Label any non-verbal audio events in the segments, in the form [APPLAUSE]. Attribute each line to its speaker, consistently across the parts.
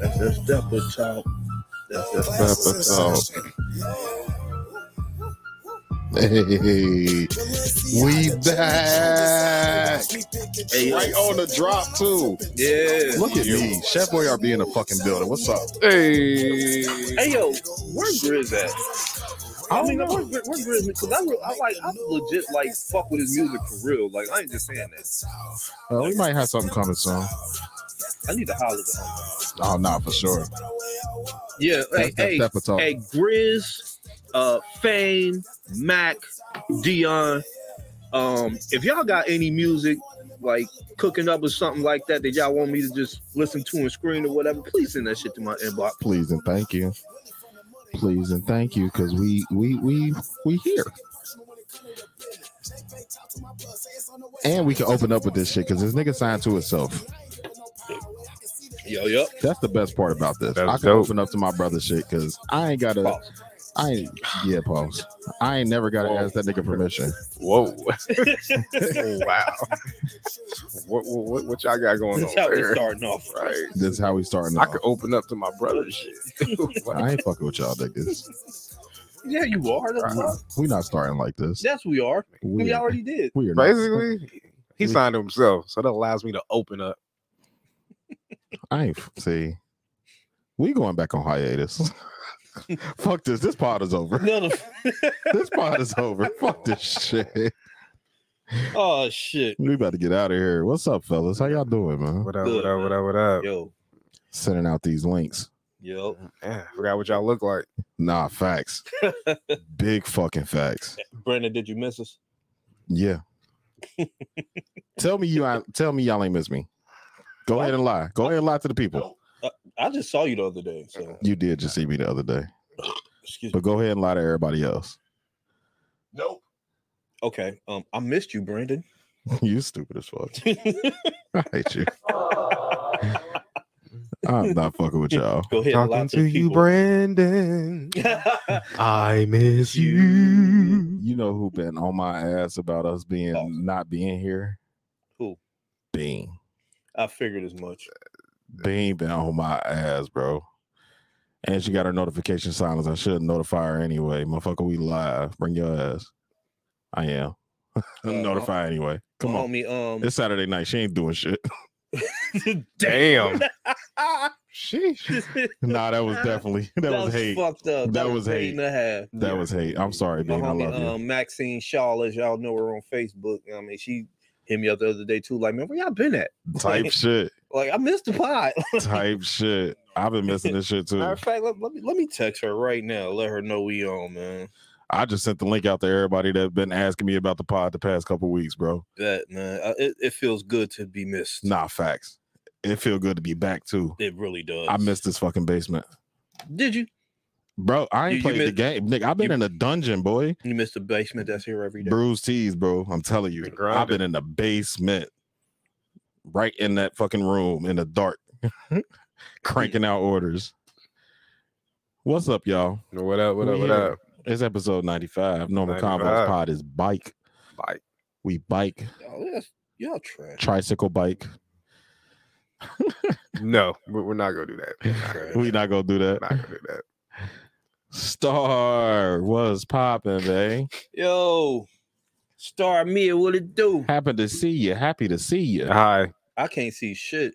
Speaker 1: That's that stepper talk. That's that stepper talk.
Speaker 2: Hey, we back
Speaker 1: Hey, oh,
Speaker 2: right on the drop too.
Speaker 1: yeah.
Speaker 2: Look at me, Chef Boyardee in the fucking building. What's up?
Speaker 3: Hey,
Speaker 1: Hey, yo, where Grizz at? I mean, where, where, where Grizz? Because I, re- I like, I legit like fuck with his music for real. Like, I ain't just saying that.
Speaker 2: Uh, we might have something coming soon.
Speaker 1: I need to holler at him.
Speaker 2: Oh, nah, for sure.
Speaker 1: Yeah, hey,
Speaker 2: That's that
Speaker 1: hey,
Speaker 2: stepper talk.
Speaker 1: hey, Grizz, uh, Fame, Mac, Dion. Um, if y'all got any music like cooking up or something like that that y'all want me to just listen to and screen or whatever, please send that shit to my inbox.
Speaker 2: Please and thank you. Please and thank you, because we we we we here. And we can open up with this shit because this nigga signed to itself.
Speaker 1: Yo, yo,
Speaker 2: That's the best part about this.
Speaker 3: That's
Speaker 2: I can
Speaker 3: dope.
Speaker 2: open up to my brother shit because I ain't gotta
Speaker 1: pause.
Speaker 2: I ain't yeah, pause. I ain't never gotta ask that nigga permission.
Speaker 3: whoa, [LAUGHS] wow, what, what what y'all got going
Speaker 1: That's
Speaker 3: on
Speaker 1: how we
Speaker 3: there?
Speaker 1: starting
Speaker 2: [LAUGHS]
Speaker 1: off.
Speaker 3: Right,
Speaker 2: This is how we starting.
Speaker 3: I
Speaker 2: off.
Speaker 3: could open up to my brother's shit. [LAUGHS] Wow.
Speaker 2: I ain't fucking with y'all
Speaker 3: [LAUGHS]
Speaker 2: niggas.
Speaker 1: Yeah, you are. That's,
Speaker 3: Right.
Speaker 2: We not starting like this.
Speaker 1: yes, we are. We,
Speaker 2: Uh-huh. We,
Speaker 1: already did.
Speaker 2: we are not.
Speaker 3: Basically, he signed to himself, so that allows me to open up.
Speaker 2: I ain't see. We going back on hiatus. [LAUGHS] Fuck this. This pod is
Speaker 3: [LAUGHS]
Speaker 2: over.
Speaker 1: No, no.
Speaker 2: This pod is over. Fuck this shit.
Speaker 1: oh shit.
Speaker 2: We about to get out of here. What's up, fellas? How y'all doing, man?
Speaker 3: What up?
Speaker 1: Good,
Speaker 3: What up? What up? What up?
Speaker 1: Yo,
Speaker 2: Sending out these links.
Speaker 1: yo.
Speaker 3: Yeah, I forgot what y'all look like.
Speaker 2: Nah,
Speaker 3: [LAUGHS]
Speaker 2: facts. Big fucking facts.
Speaker 1: Brandon, did you miss us?
Speaker 2: Yeah. tell me you I, tell me y'all ain't miss me. Go ahead and lie. Go ahead and lie to the people.
Speaker 1: I just saw you the other day. So
Speaker 2: You did just see me the other day.
Speaker 1: excuse me.
Speaker 2: But go ahead and lie to everybody else. [LAUGHS]
Speaker 1: Nope. Okay. Um, I missed you, Brandon. [LAUGHS]
Speaker 2: you stupid as fuck. I hate you. I'm not fucking with y'all.
Speaker 1: Go ahead. and lie
Speaker 3: Talking to you, Brandon.
Speaker 1: Brandon.
Speaker 3: I miss you.
Speaker 2: You know who been on my ass about us being
Speaker 1: Oh.
Speaker 2: not being here?
Speaker 1: Who?
Speaker 2: Bean.
Speaker 1: [LAUGHS] I figured as much.
Speaker 2: Bean been on my ass, bro. And she got her notification silence. I should notify her anyway. Motherfucker, we live. Bring your ass. I am. [LAUGHS] notify anyway. Come on.
Speaker 1: me. Um, [LAUGHS]
Speaker 2: It's Saturday night. She ain't doing shit. [LAUGHS]
Speaker 1: [LAUGHS]
Speaker 3: Damn.
Speaker 2: Sheesh.
Speaker 1: that
Speaker 2: Nah, that was definitely [LAUGHS] that, was, hate.
Speaker 1: fucked up.
Speaker 2: That was
Speaker 1: eight
Speaker 2: hate.
Speaker 1: and a half.
Speaker 2: That was hate. I'm sorry,
Speaker 1: My
Speaker 2: Bean. I
Speaker 1: homie,
Speaker 2: love you.
Speaker 1: um, Maxine Shaw, as y'all know her on Facebook. I mean, she hit me up the other day too. Like, man, where y'all been at?
Speaker 2: [LAUGHS] type [LAUGHS] shit.
Speaker 1: Like, I missed the pod. [LAUGHS]
Speaker 2: Type shit. I've been missing this shit
Speaker 1: Matter
Speaker 2: too.
Speaker 1: of fact, let, let me let me text her right now. Let her know we on, man.
Speaker 2: I just sent the link out to everybody that's been asking me about the pod the past couple weeks, bro.
Speaker 1: That man, I, it, it feels good to be missed.
Speaker 2: Nah, facts. It feel good to be back too.
Speaker 1: It really does.
Speaker 2: I missed this fucking basement,
Speaker 1: Did you?
Speaker 2: bro. I ain't
Speaker 1: You- you
Speaker 2: played the
Speaker 1: missed-
Speaker 2: game, Nick. I've been
Speaker 1: you-
Speaker 2: in a dungeon, boy.
Speaker 1: You missed the basement that's here every day.
Speaker 2: Bruised tees, bro. I'm telling you,
Speaker 3: Been
Speaker 2: I've
Speaker 3: grinding.
Speaker 2: been in the basement, right in that fucking room in the dark, [LAUGHS] cranking out orders. What's up, y'all?
Speaker 3: What up? What up? What
Speaker 2: Yeah.
Speaker 3: up?
Speaker 2: It's episode 95. Normal
Speaker 3: 95.
Speaker 2: Convos Pod is bike.
Speaker 3: Bye.
Speaker 2: We bike,
Speaker 1: Y'all, Oh, that's, y'all trash.
Speaker 2: tricycle bike.
Speaker 3: No, we- we're not gonna do that. We're not gonna do
Speaker 2: We not gonna do
Speaker 3: that. We're
Speaker 2: that.
Speaker 3: not gonna do that.
Speaker 2: Star was popping, man.
Speaker 1: Yo, Star Mia, what it do?
Speaker 2: Happy to see you. Happy to see you.
Speaker 3: [LAUGHS]
Speaker 1: Uh-huh.
Speaker 3: Hi.
Speaker 1: I can't see shit.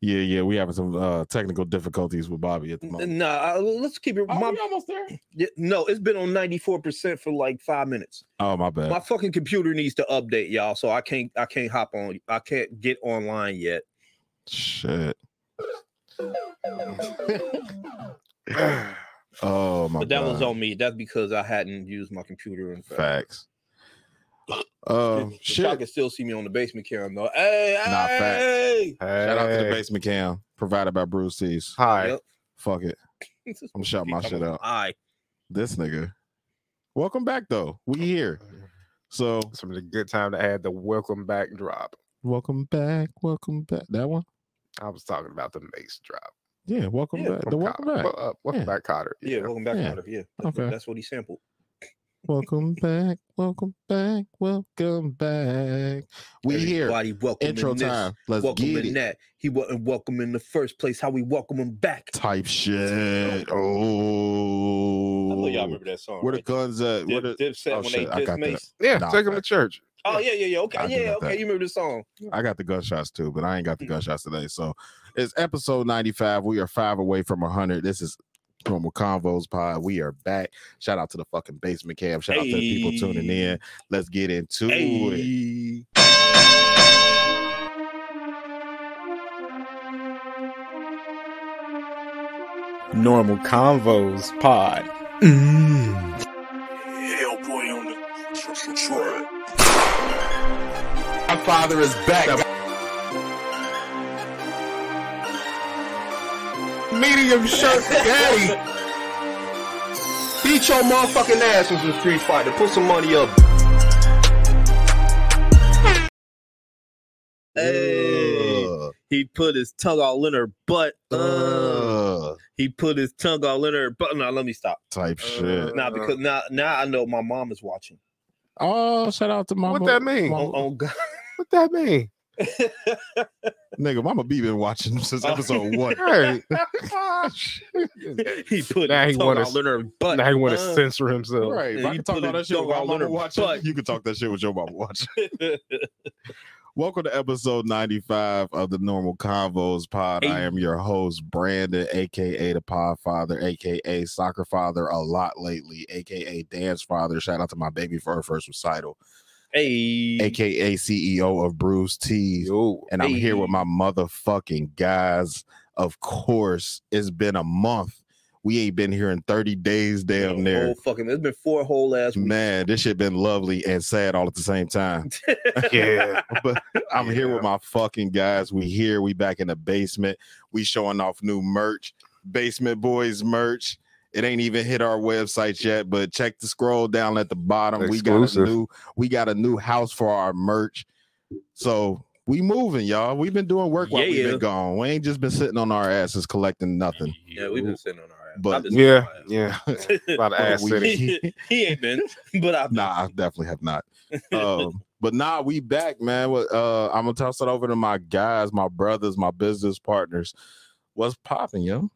Speaker 2: Yeah, yeah. We having some uh, technical difficulties with Bobby at the moment.
Speaker 1: Nah, I- let's keep it. my-
Speaker 2: Oh, almost there.
Speaker 1: Yeah, no, it's been on ninety four percent for like five minutes.
Speaker 2: Oh my bad.
Speaker 1: My fucking computer needs to update, y'all. So I can't, I can't hop on. I can't get online yet.
Speaker 2: Shit. Oh my.
Speaker 1: But that
Speaker 2: God.
Speaker 1: was on me. That's because I hadn't used my computer in fact.
Speaker 2: facts. Uh,
Speaker 1: But Y'all
Speaker 2: shit.
Speaker 1: can still see me on the basement cam though. Hey,
Speaker 2: Nah, facts.
Speaker 1: hey!
Speaker 2: Shout out to the
Speaker 3: Hey.
Speaker 2: basement cam provided by Bruce Tees.
Speaker 3: Hi.
Speaker 1: Yep.
Speaker 2: Fuck it. [LAUGHS] I'm gonna shout my
Speaker 1: Keep
Speaker 2: shit
Speaker 1: talking.
Speaker 2: out.
Speaker 1: Aye.
Speaker 2: This nigga. Welcome back though. We here. So
Speaker 3: Some of the good time to add the welcome back drop.
Speaker 2: welcome back. Welcome back. That one.
Speaker 3: I was talking about the mace drop.
Speaker 2: Yeah. Welcome
Speaker 1: Yeah,
Speaker 2: back.
Speaker 3: from
Speaker 2: The welcome
Speaker 3: Cotter.
Speaker 2: back.
Speaker 3: Well, uh, welcome
Speaker 2: Yeah.
Speaker 3: back, Cotter.
Speaker 1: Yeah, welcome back,
Speaker 2: Yeah.
Speaker 1: Carter. Yeah, that's,
Speaker 2: Okay.
Speaker 1: that's what he sampled.
Speaker 2: Welcome back. Welcome back. Welcome back. We here.
Speaker 1: Everybody welcome
Speaker 2: Intro
Speaker 1: in this,
Speaker 2: time. Let's
Speaker 1: Welcome
Speaker 2: get
Speaker 1: in
Speaker 2: it.
Speaker 1: that. He wasn't welcome in the first place. How we welcome him back.
Speaker 2: Type shit.
Speaker 4: I know
Speaker 2: Oh.
Speaker 4: y'all remember that song.
Speaker 2: Where the
Speaker 4: right?
Speaker 2: guns at? Where
Speaker 4: Dip,
Speaker 2: the,
Speaker 4: Dipset
Speaker 2: oh,
Speaker 4: when
Speaker 2: shit, I
Speaker 4: they
Speaker 2: got
Speaker 4: dissed Mace.
Speaker 3: Yeah,
Speaker 2: Nah,
Speaker 3: take him to church.
Speaker 4: Oh yeah, yeah, yeah. Okay,
Speaker 2: I do
Speaker 4: yeah,
Speaker 2: got
Speaker 4: okay.
Speaker 2: that.
Speaker 1: You remember the song?
Speaker 2: I got the gunshots too, but I ain't got
Speaker 1: Mm-hmm.
Speaker 2: the gunshots today. So it's episode 95. We are five away from 100. This is Normal Convos Pod. We are back. Shout out to the fucking basement cab. Shout out to the people tuning in. Let's get into it.
Speaker 1: Hey.
Speaker 5: Normal Convos Pod.
Speaker 6: medium shirt daddy. Beat your motherfucking ass with some Street Fighter. Put some money up.
Speaker 1: Hey.
Speaker 2: Ugh.
Speaker 1: He put his tongue all in her butt. Uh,
Speaker 2: Ugh.
Speaker 1: he put his tongue all in her butt. Now let me stop.
Speaker 2: type shit.
Speaker 3: Uh-huh.
Speaker 1: Now because now now I know my mom is watching.
Speaker 2: Oh, shout out to mama.
Speaker 3: What that mean?
Speaker 1: Oh,
Speaker 2: Mama,
Speaker 1: oh God. [LAUGHS]
Speaker 3: What that mean?
Speaker 2: nigga, Mama B been watching since
Speaker 1: Oh.
Speaker 2: episode one.
Speaker 3: Hey,
Speaker 1: he put
Speaker 3: Now
Speaker 1: his tongue
Speaker 3: he wanna-
Speaker 1: all in her butt.
Speaker 3: now he want to
Speaker 1: Uh,
Speaker 3: censor himself.
Speaker 2: Right. If
Speaker 1: Yeah,
Speaker 2: I
Speaker 1: you
Speaker 2: can talk
Speaker 1: put
Speaker 2: about
Speaker 1: a
Speaker 2: that shit with
Speaker 1: dog
Speaker 2: my
Speaker 1: on
Speaker 2: mama
Speaker 1: her
Speaker 2: watching.
Speaker 1: butt.
Speaker 2: You can talk that shit with your
Speaker 1: [LAUGHS]
Speaker 2: mama watching. Welcome to episode 95 of the Normal Convos Pod. I
Speaker 1: Hey.
Speaker 2: am your host, Brandon, aka the Pod Father, aka Soccer Father, a lot lately, aka Dance Father. Shout out to my baby for her first recital,
Speaker 1: hey.
Speaker 2: aka CEO E of Bruce Tees.
Speaker 3: Yo,
Speaker 2: And I'm here
Speaker 1: Hey.
Speaker 2: with my motherfucking guys. Of course, it's been a month. We ain't been here in 30 days, damn
Speaker 1: Whole
Speaker 2: near.
Speaker 1: fucking, it's been four whole ass weeks.
Speaker 2: Man, this shit been lovely and sad all at the
Speaker 1: [LAUGHS]
Speaker 2: same time. [LAUGHS]
Speaker 3: [LAUGHS] yeah.
Speaker 2: But I'm here with
Speaker 3: Yeah.
Speaker 2: my fucking guys. We here. We back in the basement. We showing off new merch, basement boys merch. It ain't even hit our website yet, but check the scroll down at the bottom. We
Speaker 3: Exclusive.
Speaker 2: got a new we got a new house for our merch. So we moving, y'all. We've been doing work while we've
Speaker 1: Yeah.
Speaker 2: been gone. We ain't just been sitting on our asses collecting nothing.
Speaker 1: Yeah, we've been sitting on our ass.
Speaker 2: But-
Speaker 1: I've been sitting on
Speaker 3: Yeah,
Speaker 1: my ass.
Speaker 3: yeah.
Speaker 1: [LAUGHS]
Speaker 3: A lot of
Speaker 2: [LAUGHS]
Speaker 3: ass
Speaker 2: We-
Speaker 3: city.
Speaker 1: he, he ain't been, [LAUGHS] but I've been.
Speaker 2: [LAUGHS] Nah, I definitely have not.
Speaker 1: [LAUGHS]
Speaker 2: Um, but nah, we back, man. What uh I'm gonna toss it over to my guys, my brothers, my business partners. What's popping, yo?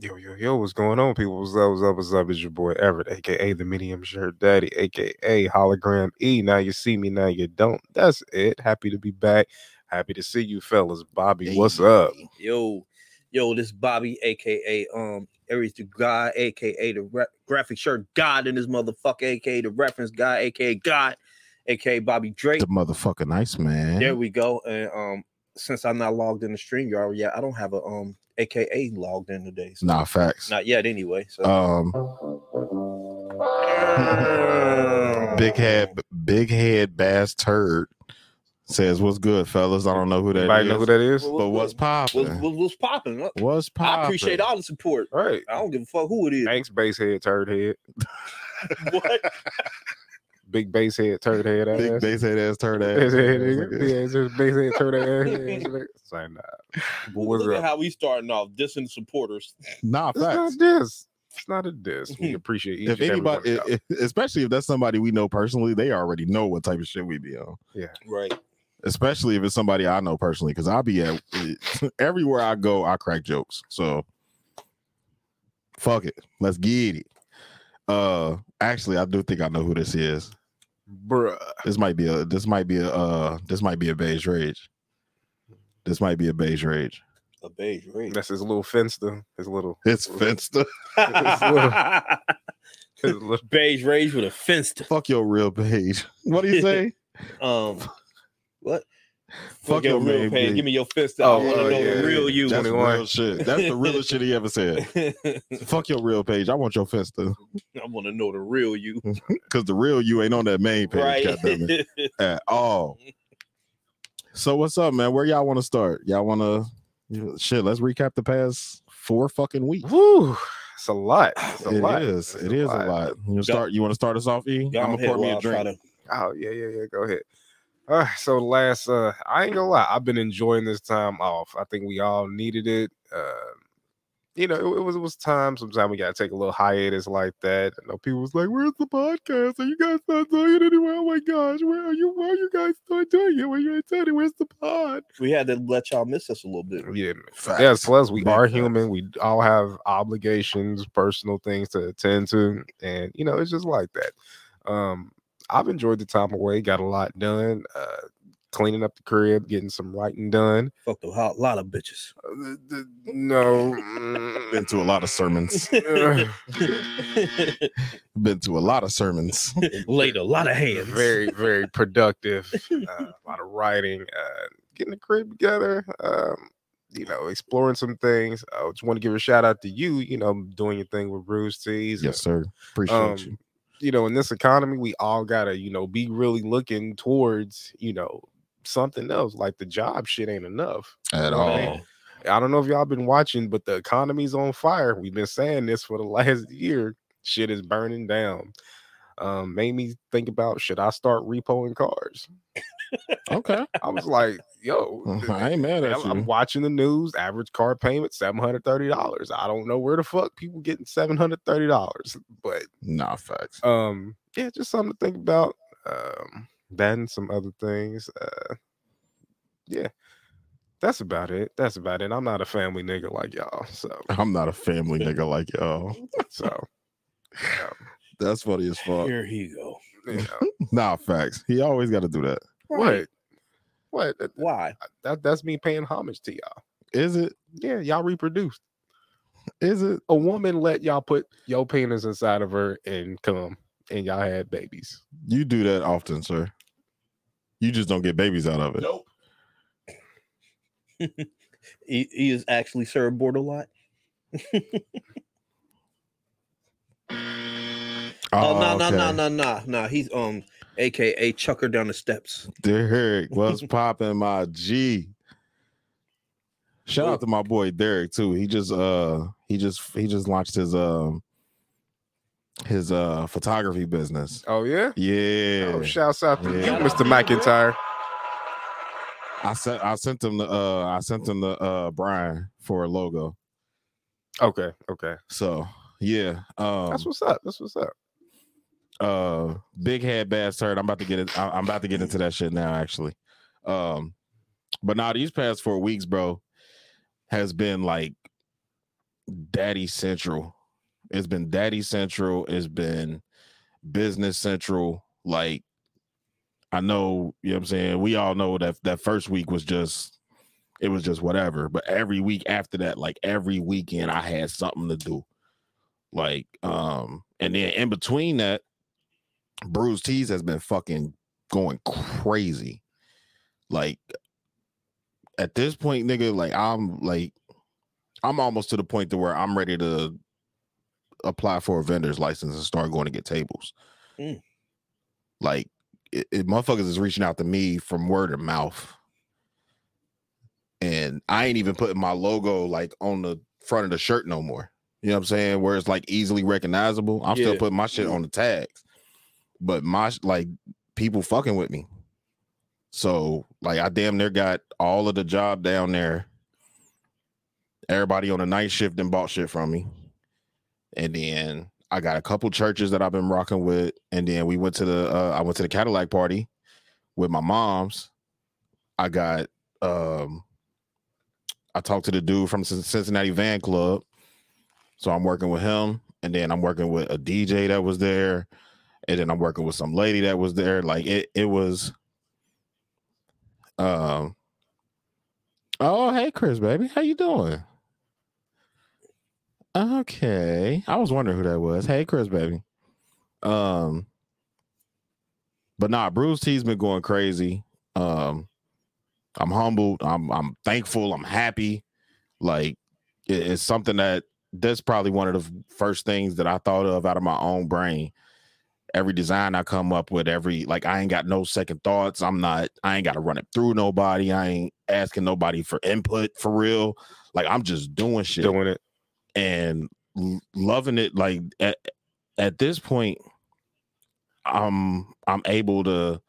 Speaker 3: Yo, yo, yo, what's going on, people? What's up, what's up, what's up? It's your boy Everett, aka the medium shirt daddy, aka hologram E. Now you see me, now you don't. That's it. Happy to be back. Happy to see you, fellas. Bobby, what's up?
Speaker 1: Yo, yo, this Bobby, aka um Aries the guy, aka the re- graphic shirt god in this motherfucker, aka the reference guy, aka God, aka Bobby Drake.
Speaker 2: The motherfucking nice man.
Speaker 1: There we go. And um, since I'm not logged in the stream yard yet, I don't have a um aka logged in today. So
Speaker 2: nah, facts.
Speaker 1: not yet anyway. So
Speaker 2: Um Uh, Big head big head bass turd says what's good, fellas. I don't know who that is,
Speaker 3: Anybody know who that is?
Speaker 1: Well,
Speaker 2: but
Speaker 1: what's,
Speaker 2: what's popping?
Speaker 1: what's, what's popping? I-
Speaker 2: What's popping?
Speaker 1: I appreciate all the support.
Speaker 3: All right.
Speaker 1: I don't give a fuck who it is.
Speaker 3: Thanks, bass head, turd head.
Speaker 1: [LAUGHS] What?
Speaker 3: Big bass head, turd head ass.
Speaker 2: Big bass head ass turd
Speaker 3: [LAUGHS] Bass head, nigga.
Speaker 2: ass.
Speaker 3: Yeah, it's just bass head,
Speaker 2: [LAUGHS]
Speaker 3: turd ass. It's like, nah. But what's
Speaker 1: Look at
Speaker 3: up?
Speaker 1: how we starting off dissing supporters.
Speaker 2: Nah,
Speaker 3: It's
Speaker 2: facts.
Speaker 3: not this. It's not a diss.
Speaker 2: [LAUGHS]
Speaker 3: We appreciate each
Speaker 2: if
Speaker 3: and every one
Speaker 2: anybody,
Speaker 3: of y'all.
Speaker 2: i- i- especially if that's somebody we know personally, they already know what type of shit we be on.
Speaker 1: Right.
Speaker 2: Especially if it's somebody I know personally, because I be at [LAUGHS] everywhere I go, I crack jokes. So fuck it, let's get it. Uh, actually, I do think I know who this is.
Speaker 3: Bruh.
Speaker 2: This might be a, this might be a, uh, this might be a beige rage. This might be a beige rage.
Speaker 1: A beige [LAUGHS]
Speaker 3: [LAUGHS]
Speaker 1: ring.
Speaker 3: That's his little fenster. His little
Speaker 2: It's Finsta. [LAUGHS]
Speaker 3: his little
Speaker 1: beige rage with a fence. to-
Speaker 2: Fuck your real page. What
Speaker 3: [LAUGHS]
Speaker 2: do you say?
Speaker 1: Um, what?
Speaker 2: Fuck your
Speaker 1: real
Speaker 2: main
Speaker 1: page.
Speaker 2: bitch.
Speaker 1: Give me your fist.
Speaker 3: Oh,
Speaker 1: I want
Speaker 3: oh,
Speaker 1: to know
Speaker 3: yeah.
Speaker 1: the real you.
Speaker 2: That's
Speaker 3: 21.
Speaker 2: real shit. That's the realest shit he ever
Speaker 3: [LAUGHS]
Speaker 2: said. Fuck your real page. I want your Finsta.
Speaker 1: [LAUGHS] I want to know the real you.
Speaker 2: Cause the real you ain't on that main page
Speaker 1: Right.
Speaker 2: goddammit, at [LAUGHS] all. So what's up, man? Where y'all want to start? Y'all want to shit? Let's recap the past four fucking weeks.
Speaker 3: Woo, it's a lot.
Speaker 2: [SIGHS]
Speaker 3: It's
Speaker 2: It
Speaker 3: a
Speaker 2: is.
Speaker 3: lot. It's
Speaker 2: It is a lot. You wanna start. You want to start us off? E?
Speaker 1: [LAUGHS]
Speaker 2: I'm
Speaker 1: Y'all
Speaker 2: gonna pour me a drink.
Speaker 3: Oh yeah, yeah, yeah. Go ahead. Uh, so last, uh, I ain't gonna lie. I've been enjoying this time off. I think we all needed it. Uh, you know, it, it was it was time. Sometimes we gotta take a little hiatus like that. I know people was like, "Where's the podcast? Are you guys not doing it anywhere? Oh my gosh, where are you? Why are you guys not doing it? Where you guys doing it? Where's the pod?"
Speaker 7: We had to let y'all miss us a little bit.
Speaker 3: Yeah,
Speaker 2: Facts.
Speaker 3: yeah. Plus, we
Speaker 2: Big
Speaker 3: are
Speaker 2: facts.
Speaker 3: human. We all have obligations, personal things to attend to, and you know, it's just like that. Um, I've enjoyed the time away. Got a lot done. Uh, cleaning up the crib, getting some writing done.
Speaker 7: Fucked a lot, lot of
Speaker 1: [LAUGHS]
Speaker 7: bitches.
Speaker 3: Uh, the- the- no,
Speaker 2: [LAUGHS]
Speaker 3: mm,
Speaker 2: [LAUGHS] Been [LAUGHS] to a lot of sermons.
Speaker 3: Ugh.
Speaker 2: Been to a lot of sermons. [LAUGHS]
Speaker 7: Laid a lot of hands.
Speaker 3: very very productive uh, a lot of writing uh, getting the crib together um, you know exploring some things i just want to give a shout out to you you know doing your thing with bruce tees
Speaker 2: yes, sir. Appreciate
Speaker 3: Um,
Speaker 2: you.
Speaker 3: you know in this economy we all gotta you know be really looking towards you know something else like the job shit ain't enough
Speaker 2: At
Speaker 3: Oh,
Speaker 2: all.
Speaker 3: man. i don't know if y'all been watching but the economy's on fire we've been saying this for the [LAUGHS] last year shit is burning down um made me think about should i start repoing cars
Speaker 2: [LAUGHS] [LAUGHS] Okay.
Speaker 3: I was like,
Speaker 2: [LAUGHS]
Speaker 3: yo, th-
Speaker 2: I ain't mad at
Speaker 3: I'm, I'm
Speaker 2: you.
Speaker 3: watching the news. Average car payment seven hundred thirty dollars. I don't know where the fuck people getting seven hundred thirty dollars, but
Speaker 2: Nah, facts.
Speaker 3: um, yeah, just something to think about. Um, that and some other things. Uh, yeah, that's about it. That's about it. I'm not a family nigga like y'all, so
Speaker 2: I'm not a family nigga like y'all.
Speaker 3: so you
Speaker 2: That's funny as fuck.
Speaker 7: Here he go.
Speaker 2: [LAUGHS]
Speaker 3: know, you know.
Speaker 2: Nah, facts. He always got to do that.
Speaker 3: what. What That-
Speaker 7: Why?
Speaker 3: that, that's me paying homage to y'all.
Speaker 2: Is it?
Speaker 3: Yeah, y'all reproduced.
Speaker 2: Is it?
Speaker 3: a woman let y'all put your penis inside of her and come and y'all had babies.
Speaker 2: You do that often, sir. You just don't get babies out of it.
Speaker 1: Nope.
Speaker 7: He, he is actually Sarah Bordelot. Oh, no, no, no,
Speaker 2: Ah, okay.
Speaker 7: no, no, no. He's um, aka Chucker down the steps.
Speaker 2: Derek, what's popping, my G? Shout out to my boy Derek too. He just uh he just he just launched his um his uh photography business.
Speaker 3: Oh yeah.
Speaker 2: Yeah,
Speaker 3: Oh, shouts out to
Speaker 2: Yeah.
Speaker 3: you, Mr. McIntyre.
Speaker 2: I sent I sent him the uh I sent him the uh Brian for a logo.
Speaker 3: Okay, okay.
Speaker 2: So yeah, um,
Speaker 3: That's what's up. That's what's up.
Speaker 2: uh big head bastard. I'm about to get it. I- I'm about to get into that shit now, actually. Um, but now these past four weeks, bro, has been like daddy central. It's been daddy central. It's been business central. Like I know, you know what I'm saying. We all know that that first week was just it was just whatever. But every week after that, like every weekend, I had something to do. Like, um, and then in between that, Bruce Tees has been fucking going crazy. Like at this point, nigga, like I'm like I'm almost to the point to where I'm ready to apply for a vendor's license and start going to get tables.
Speaker 7: Mm.
Speaker 2: Like it, it- motherfuckers is reaching out to me from word of mouth. And I ain't even putting my logo like on the front of the shirt no more. You know what I'm saying? Where it's like easily recognizable. I'm still
Speaker 7: Yeah.
Speaker 2: putting my shit on the tags but my sh- like people fucking with me. So like I damn near got all of the job down there. Everybody on the night shift and bought shit from me. And then I got a couple churches that I've been rocking with. And then we went to the uh, I went to the Cadillac party with my mom's. I got um I talked to the dude from Cin- Cincinnati Van Club. So I'm working with him and then I'm working with a DJ that was there and then I'm working with some lady that was there. Like it, it was. Um. Oh, hey, Chris, baby, how you doing? Okay, I was wondering who that was. Hey, Chris, baby. Um. But nah, Bruce T's been going crazy. Um, I'm humbled. I'm I'm thankful. I'm happy. Like it- it's something that that's probably one of the first things that I thought of out of my own brain every design I come up with, every like I ain't got no second thoughts. I'm not, I ain't gotta run it through nobody. I ain't asking nobody for input for real. Like I'm just doing shit
Speaker 3: Doing it.
Speaker 2: and l- loving it. Like at, at this point, I'm I'm able to.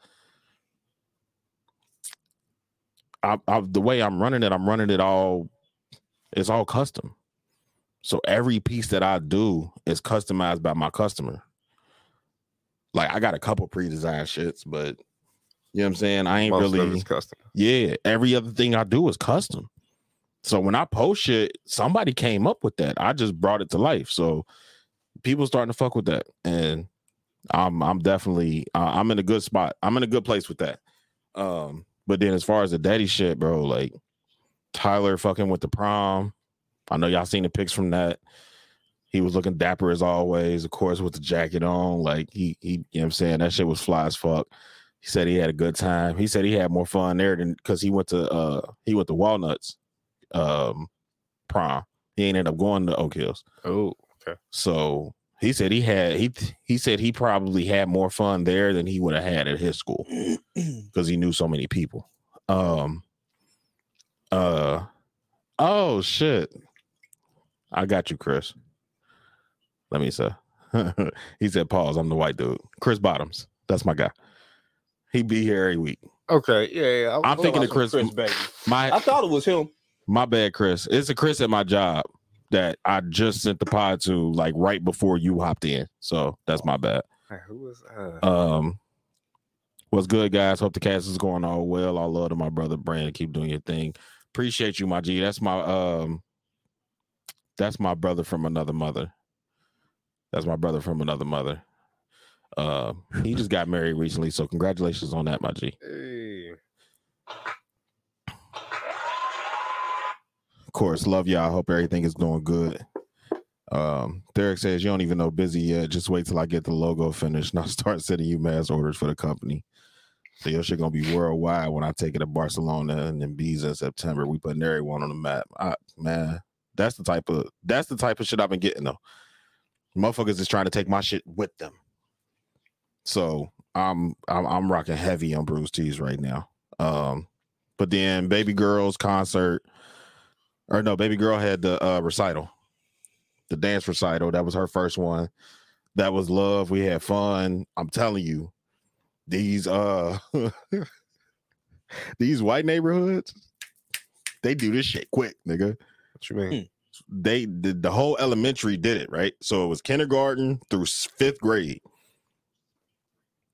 Speaker 2: I, I, the way I'm running it, I'm running it all. It's all custom. So every piece that I do is customized by my customer. Like I got a couple pre-designed shits, but you know what I'm saying? I ain't
Speaker 3: Most of
Speaker 2: really
Speaker 3: it's custom.
Speaker 2: yeah, every other thing I do is custom. So when I post shit, somebody came up with that. I just brought it to life. So people starting to fuck with that, and I'm I'm definitely uh, I'm in a good spot. I'm in a good place with that. Um, but then as far as the daddy shit, bro, like Tyler fucking with the prom. I know y'all seen the pics from that. He was looking dapper as always, of course, with the jacket on. Like he he, you know what I'm saying? That shit was fly as fuck. He said he had a good time. He said he had more fun there than because he went to uh he went to Walnuts um prom. He ain't end up going to Oak Hills.
Speaker 3: Oh, okay.
Speaker 2: So he said he had he he said he probably had more fun there than he would have had at his school because he knew so many people. Um uh oh shit. I got you, Chris. Let me say. [LAUGHS] he said, pause. I'm the white dude. Chris Bottoms. That's my guy. He be here every week.
Speaker 3: Okay, yeah, yeah. I-
Speaker 2: I'm thinking of Chris.
Speaker 1: Baby. I
Speaker 2: My
Speaker 1: thought it was him.
Speaker 2: my bad, Chris. It's a Chris at my job that I just sent the pod to like right before you hopped in. So that's my bad.
Speaker 3: Who was uh,
Speaker 2: Um, what's good, guys? Hope the cast is going all well. I love to my brother Brandon. Keep doing your thing. Appreciate you, my G. That's my um, that's my brother from another mother. That's my brother from another mother. Uh, he just got married recently, so congratulations on that, my G.
Speaker 3: hey.
Speaker 2: Of course, love y'all. Hope everything is doing good. Um, Derek says you don't even know busy yet. Just wait till I get the logo finished and I'll [LAUGHS] start sending you mass orders for the company. So your shit gonna be worldwide when I take it to Barcelona and then bees in September. We putting everyone on the map. I, man, that's the type of that's the type of shit I've been getting though. Motherfuckers is trying to take my shit with them. So I'm I'm I'm rocking heavy on Bruce T's right now. Um, but then baby girls concert or no, baby girl had the uh, recital, the dance recital. That was her first one. That was love. We had fun. I'm telling you, these uh, [LAUGHS] these white neighborhoods, they do this shit quick, nigga
Speaker 3: What you
Speaker 2: hmm.
Speaker 3: mean?
Speaker 2: they the, the whole elementary did it right so it was kindergarten through s- fifth grade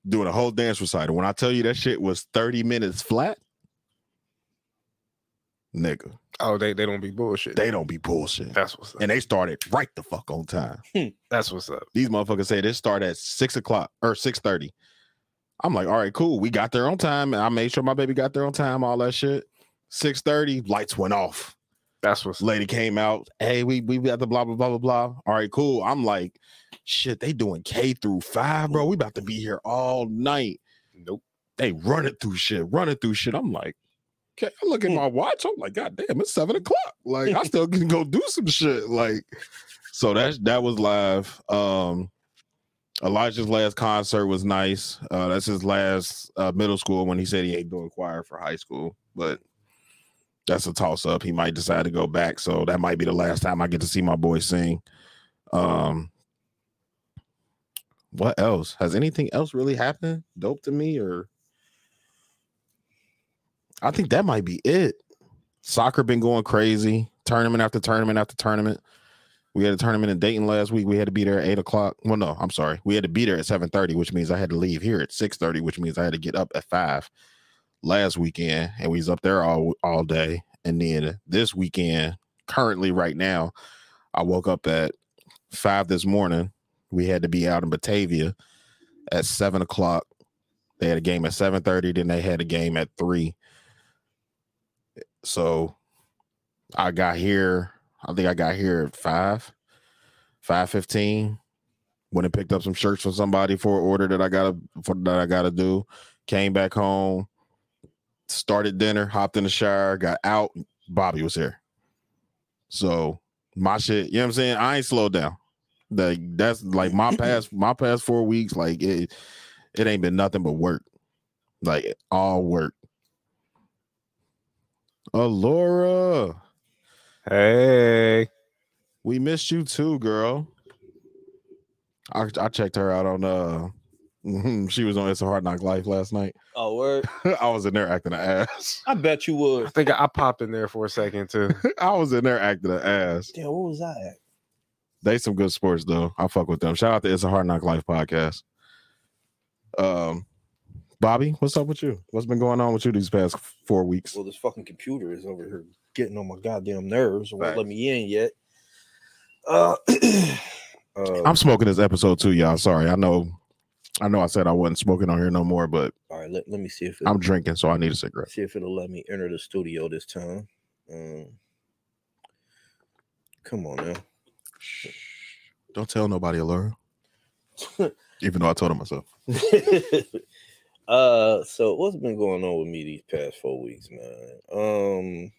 Speaker 2: doing a whole dance recital when i tell you that shit was 30 minutes flat nigga
Speaker 3: Oh, they they don't be bullshit.
Speaker 2: they don't be bullshit
Speaker 3: that's what's up.
Speaker 2: and they started right the fuck on time
Speaker 3: That's what's up.
Speaker 2: these motherfuckers say this start at six o'clock or six thirty. I'm like, all right, cool. We got there on time. I made sure my baby got there on time. All that shit. Six thirty, lights went off
Speaker 3: That's what's
Speaker 2: lady came out. Hey, we we got the blah blah blah blah blah. All right, cool. I'm like, shit, they doing K through five, bro. We about to be here all night.
Speaker 3: Nope.
Speaker 2: They running through shit, running through shit. I'm like, okay, I look at my watch. I'm like, god damn, it's seven o'clock. Like, I still can go do some shit. Like, so that that was live. Um Elijah's last concert was nice. Uh that's his last uh, middle school when he said he ain't doing choir for high school, but that's a toss up. He might decide to go back, so that might be the last time I get to see my boy sing. Um, what else has anything else really happened? Dope to me, or I think that might be it. Soccer been going crazy, tournament after tournament after tournament. We had a tournament in Dayton last week. We had to be there at eight o'clock. Well, no, I'm sorry. We had to be there at seven thirty, which means I had to leave here at six thirty, which means I had to get up at five last weekend, and we was up there all all day. And then this weekend, currently right now, I woke up at five this morning. We had to be out in Batavia at seven o'clock. They had a game at seven thirty. Then they had a game at three. So I got here. I think I got here at five, five fifteen. Went and picked up some shirts from somebody for an order that I gotta for, that I gotta do. Came back home, started dinner, hopped in the shower, got out. Bobby was here. So my shit, you know what I'm saying? I ain't slowed down. Like that's like my past my past four weeks, like it it ain't been nothing but work. Like all work. Alora,
Speaker 3: Hey,
Speaker 2: we missed you too, girl. I I checked her out on uh [LAUGHS] she was on It's a Hard Knock Life last night. [LAUGHS]
Speaker 1: Oh, word.
Speaker 2: I was in there acting an ass. [LAUGHS]
Speaker 1: I bet you
Speaker 3: I
Speaker 1: would.
Speaker 3: think I, I popped in there for a second too.
Speaker 2: I was in there acting an ass.
Speaker 1: Damn, what was I at?
Speaker 2: They some good sports though. I fuck with them. Shout out to It's a Hard Knock Life podcast. Um, Bobby, what's up with you? What's been going on with you these past four weeks?
Speaker 1: Well, this fucking computer is over here getting on my goddamn nerves. It Won't
Speaker 2: Facts.
Speaker 1: let me in yet. Uh, [CLEARS THROAT] uh,
Speaker 2: I'm smoking this episode too, y'all. Sorry, I know, I know. I said I wasn't smoking on here no more, but
Speaker 1: all right, let, let me see if it,
Speaker 2: I'm drinking, so I need a cigarette.
Speaker 1: see if it'll let me enter the studio this time. Um, come on now.
Speaker 2: Don't tell nobody, Laura. [LAUGHS] Even though I told her myself.
Speaker 1: [LAUGHS] uh so what's been going on with me these past four weeks man um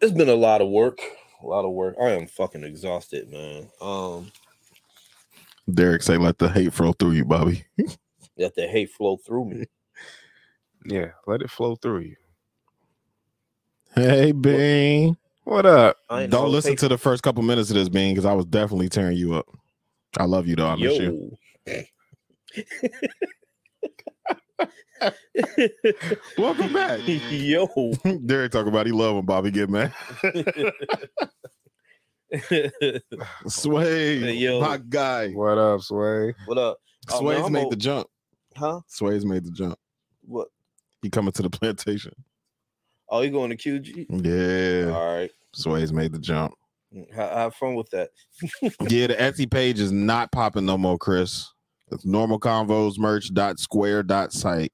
Speaker 1: it's been a lot of work a lot of work i am fucking exhausted man um
Speaker 2: Derek say, "Let the hate flow through you, Bobby."
Speaker 1: let the hate flow through me
Speaker 3: Yeah, let it flow through you.
Speaker 2: Hey, Bing.
Speaker 3: What up?
Speaker 1: I ain't
Speaker 2: Don't
Speaker 1: no
Speaker 2: listen
Speaker 1: hate-
Speaker 2: to the first couple minutes of this, Bing, because I was definitely tearing you up. I love you though. I miss you.
Speaker 1: yo
Speaker 2: Welcome back.
Speaker 1: yo [LAUGHS]
Speaker 2: [LAUGHS] Derek talk about he love when Bobby get mad. [LAUGHS] Sway,
Speaker 1: Yo.
Speaker 2: my guy.
Speaker 3: What up, Sway?
Speaker 1: [LAUGHS] what up Oh,
Speaker 2: Sway's
Speaker 1: man, I'm
Speaker 2: made
Speaker 1: o-
Speaker 2: the jump.
Speaker 1: huh
Speaker 2: Sway's made the jump.
Speaker 1: what
Speaker 2: He coming to the [LAUGHS] plantation.
Speaker 1: oh you going to qg
Speaker 2: Yeah,
Speaker 1: all right
Speaker 2: Sway's made the jump.
Speaker 1: have, Mm, have fun with that
Speaker 2: Yeah, the Etsy page is not popping no more, Chris. It's normal convos merch dot square dot site.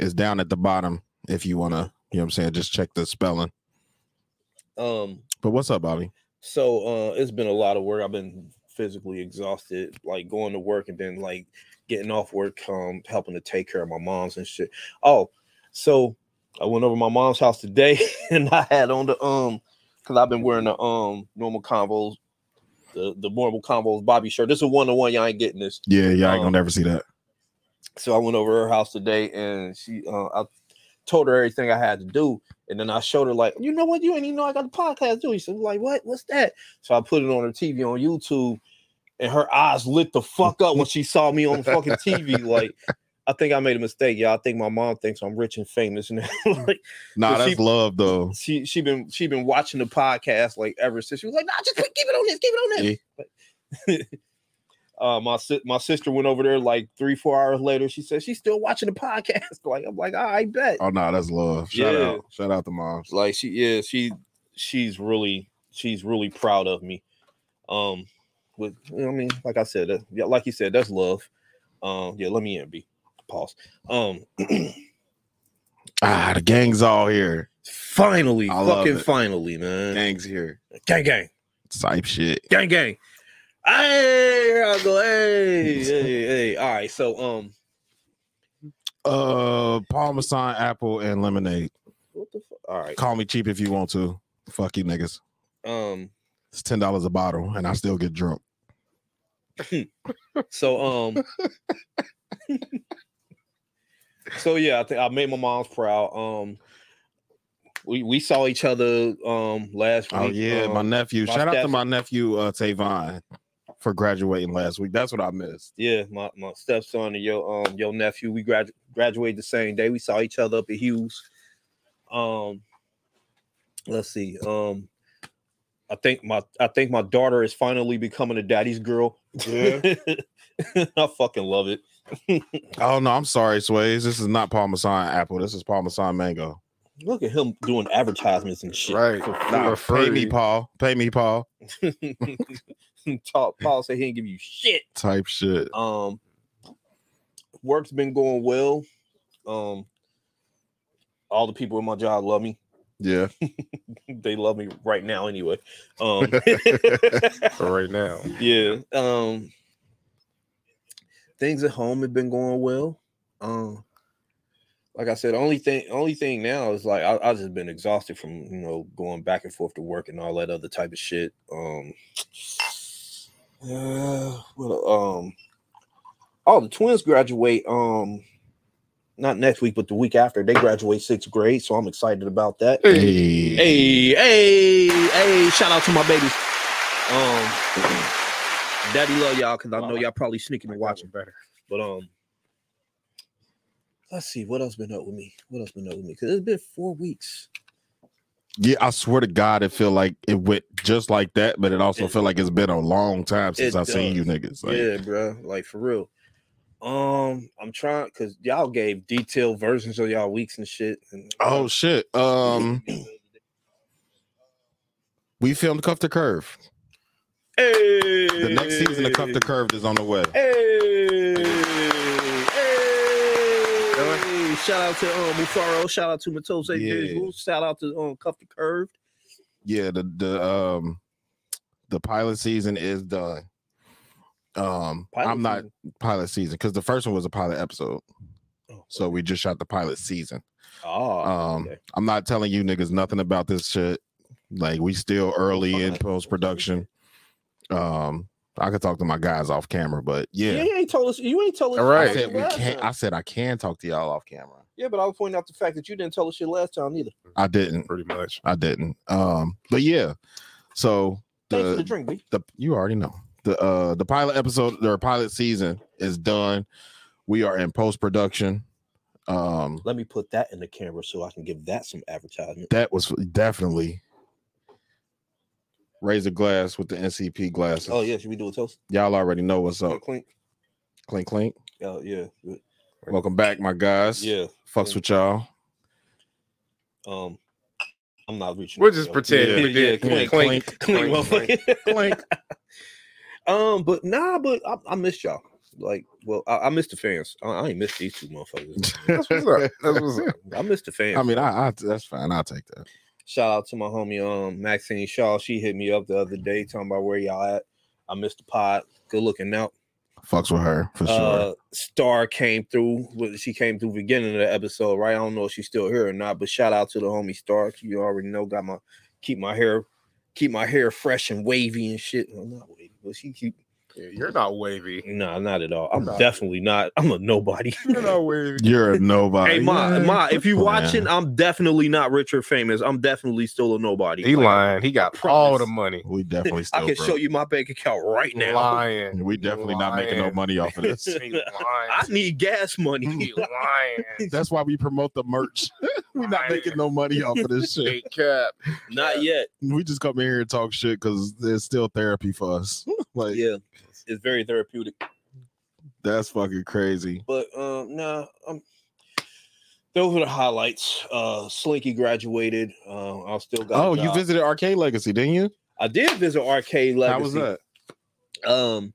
Speaker 2: It's down at the bottom if you wanna, you know what I'm saying, just check the spelling.
Speaker 1: um
Speaker 2: But what's up, Bobby?
Speaker 1: So uh it's been a lot of work. I've been physically exhausted, like going to work and then like getting off work, um, helping to take care of my mom's and shit. Oh, so I went over to my mom's house today [LAUGHS] and I had on the um because I've been wearing the um normal combos, the the normal combos Bobby shirt. This is one to one, y'all ain't getting this.
Speaker 2: Yeah, y'all ain't
Speaker 1: Um,
Speaker 2: gonna never see that.
Speaker 1: So I went over to her house today and she uh, I told her everything I had to do. And then I showed her, like, you know what? You ain't even know I got the podcast, do you? She was like, what? What's that? So I put it on her TV on YouTube, and her eyes lit the fuck up when she saw me on the fucking TV. Like, I think I made a mistake, y'all. I think my mom thinks I'm rich and famous, and [LAUGHS] like
Speaker 2: Nah,
Speaker 1: Cause
Speaker 2: that's
Speaker 1: she-
Speaker 2: love though.
Speaker 1: she she been she been watching the podcast like ever since. She was like, nah, just keep it on this, keep it on this. Like, [LAUGHS] Uh, my si- my sister went over there like three four hours later. She said she's still watching the podcast. [LAUGHS] Like I'm like I bet.
Speaker 2: Oh no, that's love. Shout
Speaker 1: Yeah.
Speaker 2: out. Shout out to moms.
Speaker 1: Like she yeah, she she's really she's really proud of me. Um with you know what I mean, like I said, that, yeah, like you said, that's love. Um yeah, let me in B. Pause. Um
Speaker 2: Ah, the gang's all here.
Speaker 1: finally,
Speaker 2: I love
Speaker 1: fucking
Speaker 2: it.
Speaker 1: finally, man.
Speaker 2: Gang's here.
Speaker 1: Gang gang.
Speaker 2: Type shit.
Speaker 1: Gang gang. Hey, here I go. Hey, hey, hey. All right, so um
Speaker 2: Uh Parmesan, apple, and lemonade.
Speaker 1: what the fuck? All right.
Speaker 2: Call me cheap if you want to. Fuck you niggas.
Speaker 1: Um
Speaker 2: It's ten dollars a bottle, and I still get drunk.
Speaker 1: So um [LAUGHS] So yeah, I think I made my mom's proud. Um we, we saw each other um last week.
Speaker 2: Oh yeah, my
Speaker 1: um,
Speaker 2: nephew.
Speaker 1: my
Speaker 2: Shout out to
Speaker 1: stepson-
Speaker 2: my nephew uh Tavon for graduating last week. That's what I missed.
Speaker 1: yeah, my, my stepson and your um your nephew, we gradu- graduated the same day. We saw each other up at Hughes. Um let's see. Um I think my I think my daughter is finally becoming a daddy's girl. [LAUGHS] I fucking love it.
Speaker 2: Oh no, I'm sorry, Sways. This is not Parmesan apple. This is Parmesan mango.
Speaker 1: Look at him doing advertisements and shit.
Speaker 3: Right.
Speaker 1: for free.
Speaker 2: Nah,
Speaker 3: For
Speaker 2: pay me,
Speaker 3: free.
Speaker 2: Paul. Pay me, Paul.
Speaker 1: [LAUGHS] Talk, Paul said he didn't give you shit.
Speaker 2: Type shit.
Speaker 1: Um, work's been going well. Um, all the people in my job love me.
Speaker 2: Yeah.
Speaker 1: They love me right now, anyway. Um,
Speaker 3: [LAUGHS]
Speaker 1: [LAUGHS]
Speaker 3: For right now.
Speaker 1: yeah. Um, things at home have been going well. Um, like I said, only thing, only thing now is like I, I just been exhausted from you know going back and forth to work and all that other type of shit. Um, [SIGHS] uh, what, um, oh, the twins graduate. Um, not next week, but the week after they graduate sixth grade, so I'm excited about that.
Speaker 3: [LAUGHS]
Speaker 2: Hey.
Speaker 1: Hey, hey, hey, shout out to my babies. Um Daddy love y'all because I know y'all probably sneaking and watching.
Speaker 3: better.
Speaker 1: But um let's see what else been up with me. What else been up with me? Cause it's been four weeks.
Speaker 2: Yeah, I swear to God, it feel like it went just like that, but it also
Speaker 1: It-
Speaker 2: feel like it's been a long time since
Speaker 1: it
Speaker 2: I seen
Speaker 1: does.
Speaker 2: you niggas. Like,
Speaker 1: yeah, bro. Like for real. Um, I'm trying because y'all gave detailed versions of y'all weeks and shit. And,
Speaker 2: Oh shit. Um,
Speaker 1: [CLEARS THROAT]
Speaker 2: we filmed Cuff the Curve.
Speaker 1: hey,
Speaker 2: The next season of Cuff the Curve is on the way.
Speaker 1: Hey,
Speaker 7: Hey, shout out to um Mufaro, shout out to Matose
Speaker 2: Yeah.
Speaker 7: Visual, shout out to um Cuff the Curved.
Speaker 2: Yeah, the the um the pilot season is done. Um,
Speaker 1: Pilot
Speaker 2: I'm not
Speaker 1: season.
Speaker 2: pilot season because the first one was a pilot episode,
Speaker 1: Oh,
Speaker 2: so we just shot the pilot season.
Speaker 1: Oh,
Speaker 2: Um,
Speaker 1: okay.
Speaker 2: I'm not telling you niggas nothing about this shit. Like we still early in post production. Um, I could talk to my guys off camera, but
Speaker 1: yeah,
Speaker 2: yeah,
Speaker 1: you ain't told us. You ain't told us.
Speaker 3: All right.
Speaker 2: I said we
Speaker 1: last
Speaker 2: can't.
Speaker 1: time.
Speaker 2: I said I can talk to y'all off camera.
Speaker 1: yeah, but I was pointing out the fact that you didn't tell us shit last time either.
Speaker 2: I didn't.
Speaker 3: pretty much.
Speaker 2: I didn't. Um, but yeah. So
Speaker 1: Thanks for the
Speaker 2: the
Speaker 1: drink, B.
Speaker 2: the you already know the uh the pilot episode or pilot season is done. We are in post production. Um,
Speaker 1: Let me put that in the camera so I can give that some advertisement.
Speaker 2: that was definitely raise a glass with the NCP glasses.
Speaker 1: Oh yeah, should we do a toast?
Speaker 2: Y'all already know what's up.
Speaker 1: Clink.
Speaker 2: Clink clink.
Speaker 1: Oh yeah, good.
Speaker 2: Welcome back, my guys.
Speaker 1: yeah.
Speaker 2: Fucks with y'all.
Speaker 1: Um, I'm not reaching.
Speaker 3: We'll
Speaker 1: that,
Speaker 3: just
Speaker 1: yo.
Speaker 3: pretend
Speaker 1: Yeah,
Speaker 3: we
Speaker 1: yeah,
Speaker 3: did.
Speaker 1: clink, clink,
Speaker 3: Clink,
Speaker 1: clink,
Speaker 3: clink,
Speaker 1: motherfucker.
Speaker 2: Clink.
Speaker 1: Um, but nah, but I, I missed y'all. Like, well, I, I missed the fans. I, I ain't missed these two motherfuckers.
Speaker 3: That's what's up. That's what's up.
Speaker 1: I missed the fans.
Speaker 2: [LAUGHS] I mean, I, I that's fine. I'll take that.
Speaker 1: Shout out to my homie um Maxine Shaw. She hit me up the other day talking about where y'all at. I missed the pod. Good looking out.
Speaker 2: Fucks with her for sure.
Speaker 1: Uh Star came through. Well, She came through beginning of the episode, right? I don't know if she's still here or not, but shout out to the homie Star. You already know, got my keep my hair keep my hair fresh and wavy and shit. Well, not wavy, but she keep
Speaker 3: [LAUGHS] Yeah, you're not wavy.
Speaker 1: nah, not at all. I'm
Speaker 3: Nah.
Speaker 1: definitely not. I'm a
Speaker 2: [LAUGHS]
Speaker 1: nobody.
Speaker 3: You're not wavy.
Speaker 2: You're a nobody.
Speaker 7: Hey Ma,
Speaker 2: Yeah.
Speaker 7: Ma, if you
Speaker 2: Oh, yeah.
Speaker 7: watching, I'm definitely not rich or famous. I'm definitely still a nobody.
Speaker 3: He
Speaker 7: Like,
Speaker 3: lying. He got all the money.
Speaker 2: we definitely still.
Speaker 7: I can
Speaker 2: broke.
Speaker 7: show you my bank account right now.
Speaker 3: Lying.
Speaker 2: We definitely not making no
Speaker 3: Lying.
Speaker 2: money off
Speaker 1: [LAUGHS]
Speaker 2: of this.
Speaker 3: He [LAUGHS] lying.
Speaker 7: [LAUGHS] I need gas money. [LAUGHS]
Speaker 1: Mm.
Speaker 3: He lying.
Speaker 2: That's why we promote the merch. [LAUGHS] We're not making no money off of this shit.
Speaker 3: Big cap.
Speaker 1: not yet.
Speaker 2: We just come in here and talk shit because it's still therapy for us. [LAUGHS] like
Speaker 1: Yeah. It's very therapeutic.
Speaker 2: that's fucking crazy.
Speaker 1: But um, nah, um, those were the highlights. Uh, Slinky graduated. Um, I still got. a
Speaker 2: Oh, you
Speaker 1: job.
Speaker 2: visited Arcade Legacy, didn't you?
Speaker 1: I did visit Arcade Legacy.
Speaker 2: How was that?
Speaker 1: Um,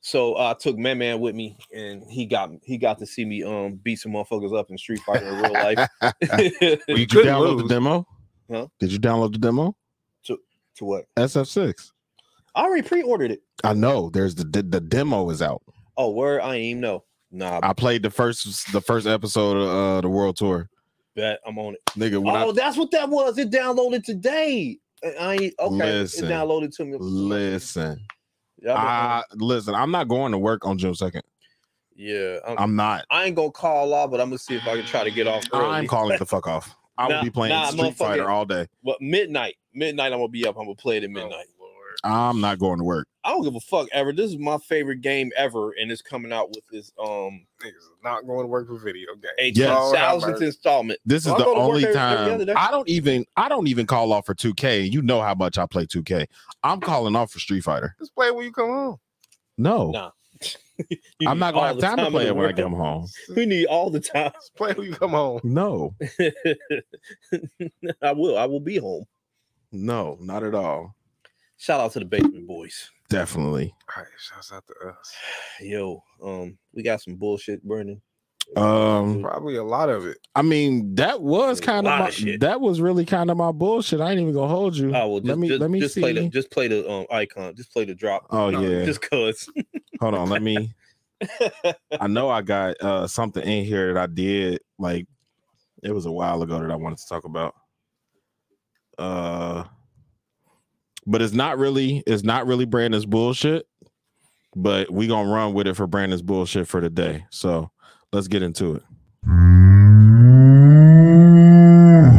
Speaker 1: so uh, I took Man Man with me, and he got he got to see me um beat some motherfuckers up in Street Fighter in real life.
Speaker 2: [LAUGHS]
Speaker 1: [LAUGHS]
Speaker 3: Well, you
Speaker 2: Did you
Speaker 3: couldn't
Speaker 2: download the
Speaker 3: lose.
Speaker 2: demo?
Speaker 1: Huh?
Speaker 2: Did you download the demo?
Speaker 1: to what?
Speaker 2: SF6.
Speaker 1: I already pre-ordered it.
Speaker 2: I know. There's the the demo is out.
Speaker 1: Oh, where I ain't even know. Nah, I
Speaker 2: I played the first the first episode of uh, the World Tour.
Speaker 1: bet I'm on it.
Speaker 2: Nigga, when
Speaker 1: Oh,
Speaker 2: I
Speaker 1: that's what that was. It downloaded today. I- I ain't okay.
Speaker 2: Listen.
Speaker 1: it downloaded to me.
Speaker 2: listen,
Speaker 1: Yeah, I-
Speaker 2: I listen. I'm not going to work on June second.
Speaker 1: yeah I'm-
Speaker 2: I'm not.
Speaker 1: I ain't gonna call off, but I'm gonna see if I can try to get off early.
Speaker 2: I'm calling it the fuck off. I will
Speaker 1: Nah,
Speaker 2: be playing
Speaker 1: nah,
Speaker 2: Street Fighter
Speaker 1: motherfucker.
Speaker 2: all day.
Speaker 1: but midnight, midnight, I'm gonna be up. I'm gonna play
Speaker 2: Oh.
Speaker 1: it at midnight.
Speaker 2: I'm not going to work.
Speaker 1: I don't give a fuck ever. This is my favorite game ever, and it's coming out with this um
Speaker 3: Niggas not going to work for video games.
Speaker 1: eight
Speaker 2: Yes.
Speaker 1: thousandth
Speaker 3: Robert.
Speaker 1: installment.
Speaker 2: This is
Speaker 1: Well, I
Speaker 2: the
Speaker 1: go to work
Speaker 2: only
Speaker 1: every- every
Speaker 2: time
Speaker 1: other day.
Speaker 2: I don't even I don't even call off for 2K. You know how much I play 2K. I'm calling off for Street Fighter.
Speaker 3: Just play when you come home.
Speaker 2: No,
Speaker 1: Nah.
Speaker 2: I'm not gonna have time, to play it when I
Speaker 1: get
Speaker 2: come home.
Speaker 1: [LAUGHS] We need all the time.
Speaker 3: Just play when you come home.
Speaker 2: No,
Speaker 1: I will. I will be home.
Speaker 2: no, not at all.
Speaker 1: Shout out to the Basement Boys.
Speaker 2: Definitely.
Speaker 3: All right, shouts out to us.
Speaker 1: Yo, um, we got some bullshit, Brendan.
Speaker 2: Um,
Speaker 3: Probably a lot of it.
Speaker 2: I mean, that was
Speaker 1: A
Speaker 2: kind
Speaker 1: lot
Speaker 2: of
Speaker 1: of
Speaker 2: my,
Speaker 1: shit.
Speaker 2: that was really kind of my bullshit. I ain't even gonna hold you.
Speaker 1: Oh well, just,
Speaker 2: Mm-hmm. let me
Speaker 1: just,
Speaker 2: let me
Speaker 1: just
Speaker 2: see.
Speaker 1: play the just play the um icon. Just play the drop.
Speaker 2: oh yeah,
Speaker 1: Just
Speaker 7: [LAUGHS]
Speaker 1: cause.
Speaker 2: hold on.
Speaker 1: [LAUGHS]
Speaker 2: Let me. I know I got uh something in here that I did like it was a while ago that I wanted to talk about. Uh but it's not really it's not really Brandon's bullshit, but we gonna run with it for Brandon's bullshit for today. So let's get into it. Uh,
Speaker 1: Yo,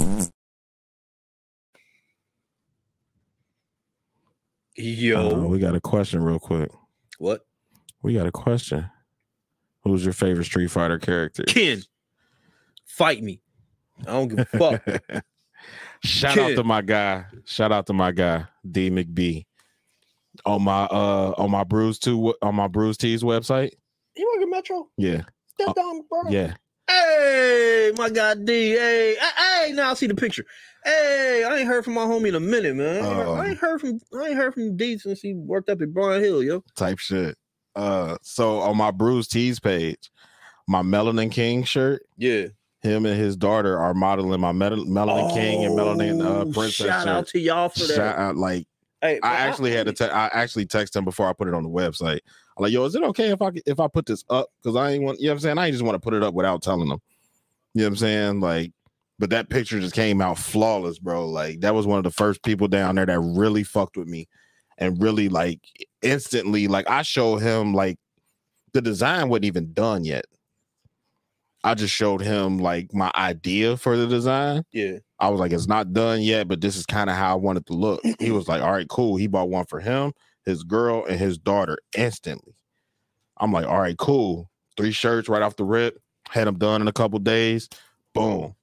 Speaker 2: Oh, Uh, we got a question real quick.
Speaker 1: what?
Speaker 2: We got a question. Who's your favorite Street Fighter character?
Speaker 7: Ken, fight me. I don't
Speaker 2: [LAUGHS]
Speaker 7: give a fuck.
Speaker 2: Shout out
Speaker 7: Kid.
Speaker 2: to my guy. Shout out to my guy D McB on my uh on my Bruise Two on my Bruise Tees website.
Speaker 1: You work at Metro?
Speaker 2: Yeah,
Speaker 1: Step down, bro.
Speaker 2: Oh, yeah.
Speaker 7: hey, my God, D. Hey, hey, hey, now I see the picture. Hey, I ain't heard from my homie in a minute, man. I ain't,
Speaker 2: Oh.
Speaker 7: heard, I ain't heard from I ain't heard from D since he worked up at Brian Hill, yo.
Speaker 2: type shit. Uh, so on my Bruise Tees page, my Melanin King shirt,
Speaker 1: Yeah.
Speaker 2: him and his daughter are modeling my Mel- Melanin King and Melanin uh,
Speaker 7: Oh,
Speaker 2: Princess
Speaker 7: Shout
Speaker 2: shirt.
Speaker 7: out to y'all for that.
Speaker 2: Shout out, like
Speaker 1: Hey,
Speaker 2: I actually had to. Te- I actually text him before I put it on the website. I'm like, yo, is it okay if I if I put this up? Because I ain't want. You know what I'm saying? I ain't just want to put it up without telling them. You know what I'm saying? Like, but that picture just came out flawless, bro. Like that was one of the first people down there that really fucked with me, and really like instantly. Like I showed him like the design wasn't even done yet. I just showed him like my idea for the design.
Speaker 1: Yeah.
Speaker 2: I was like, it's not done yet, but this is kind of how I wanted to look. He was like, all right, cool. He bought one for him, his girl, and his daughter instantly. I'm like, all right, cool. Three shirts right off the rip. Had them done in a couple days. Boom.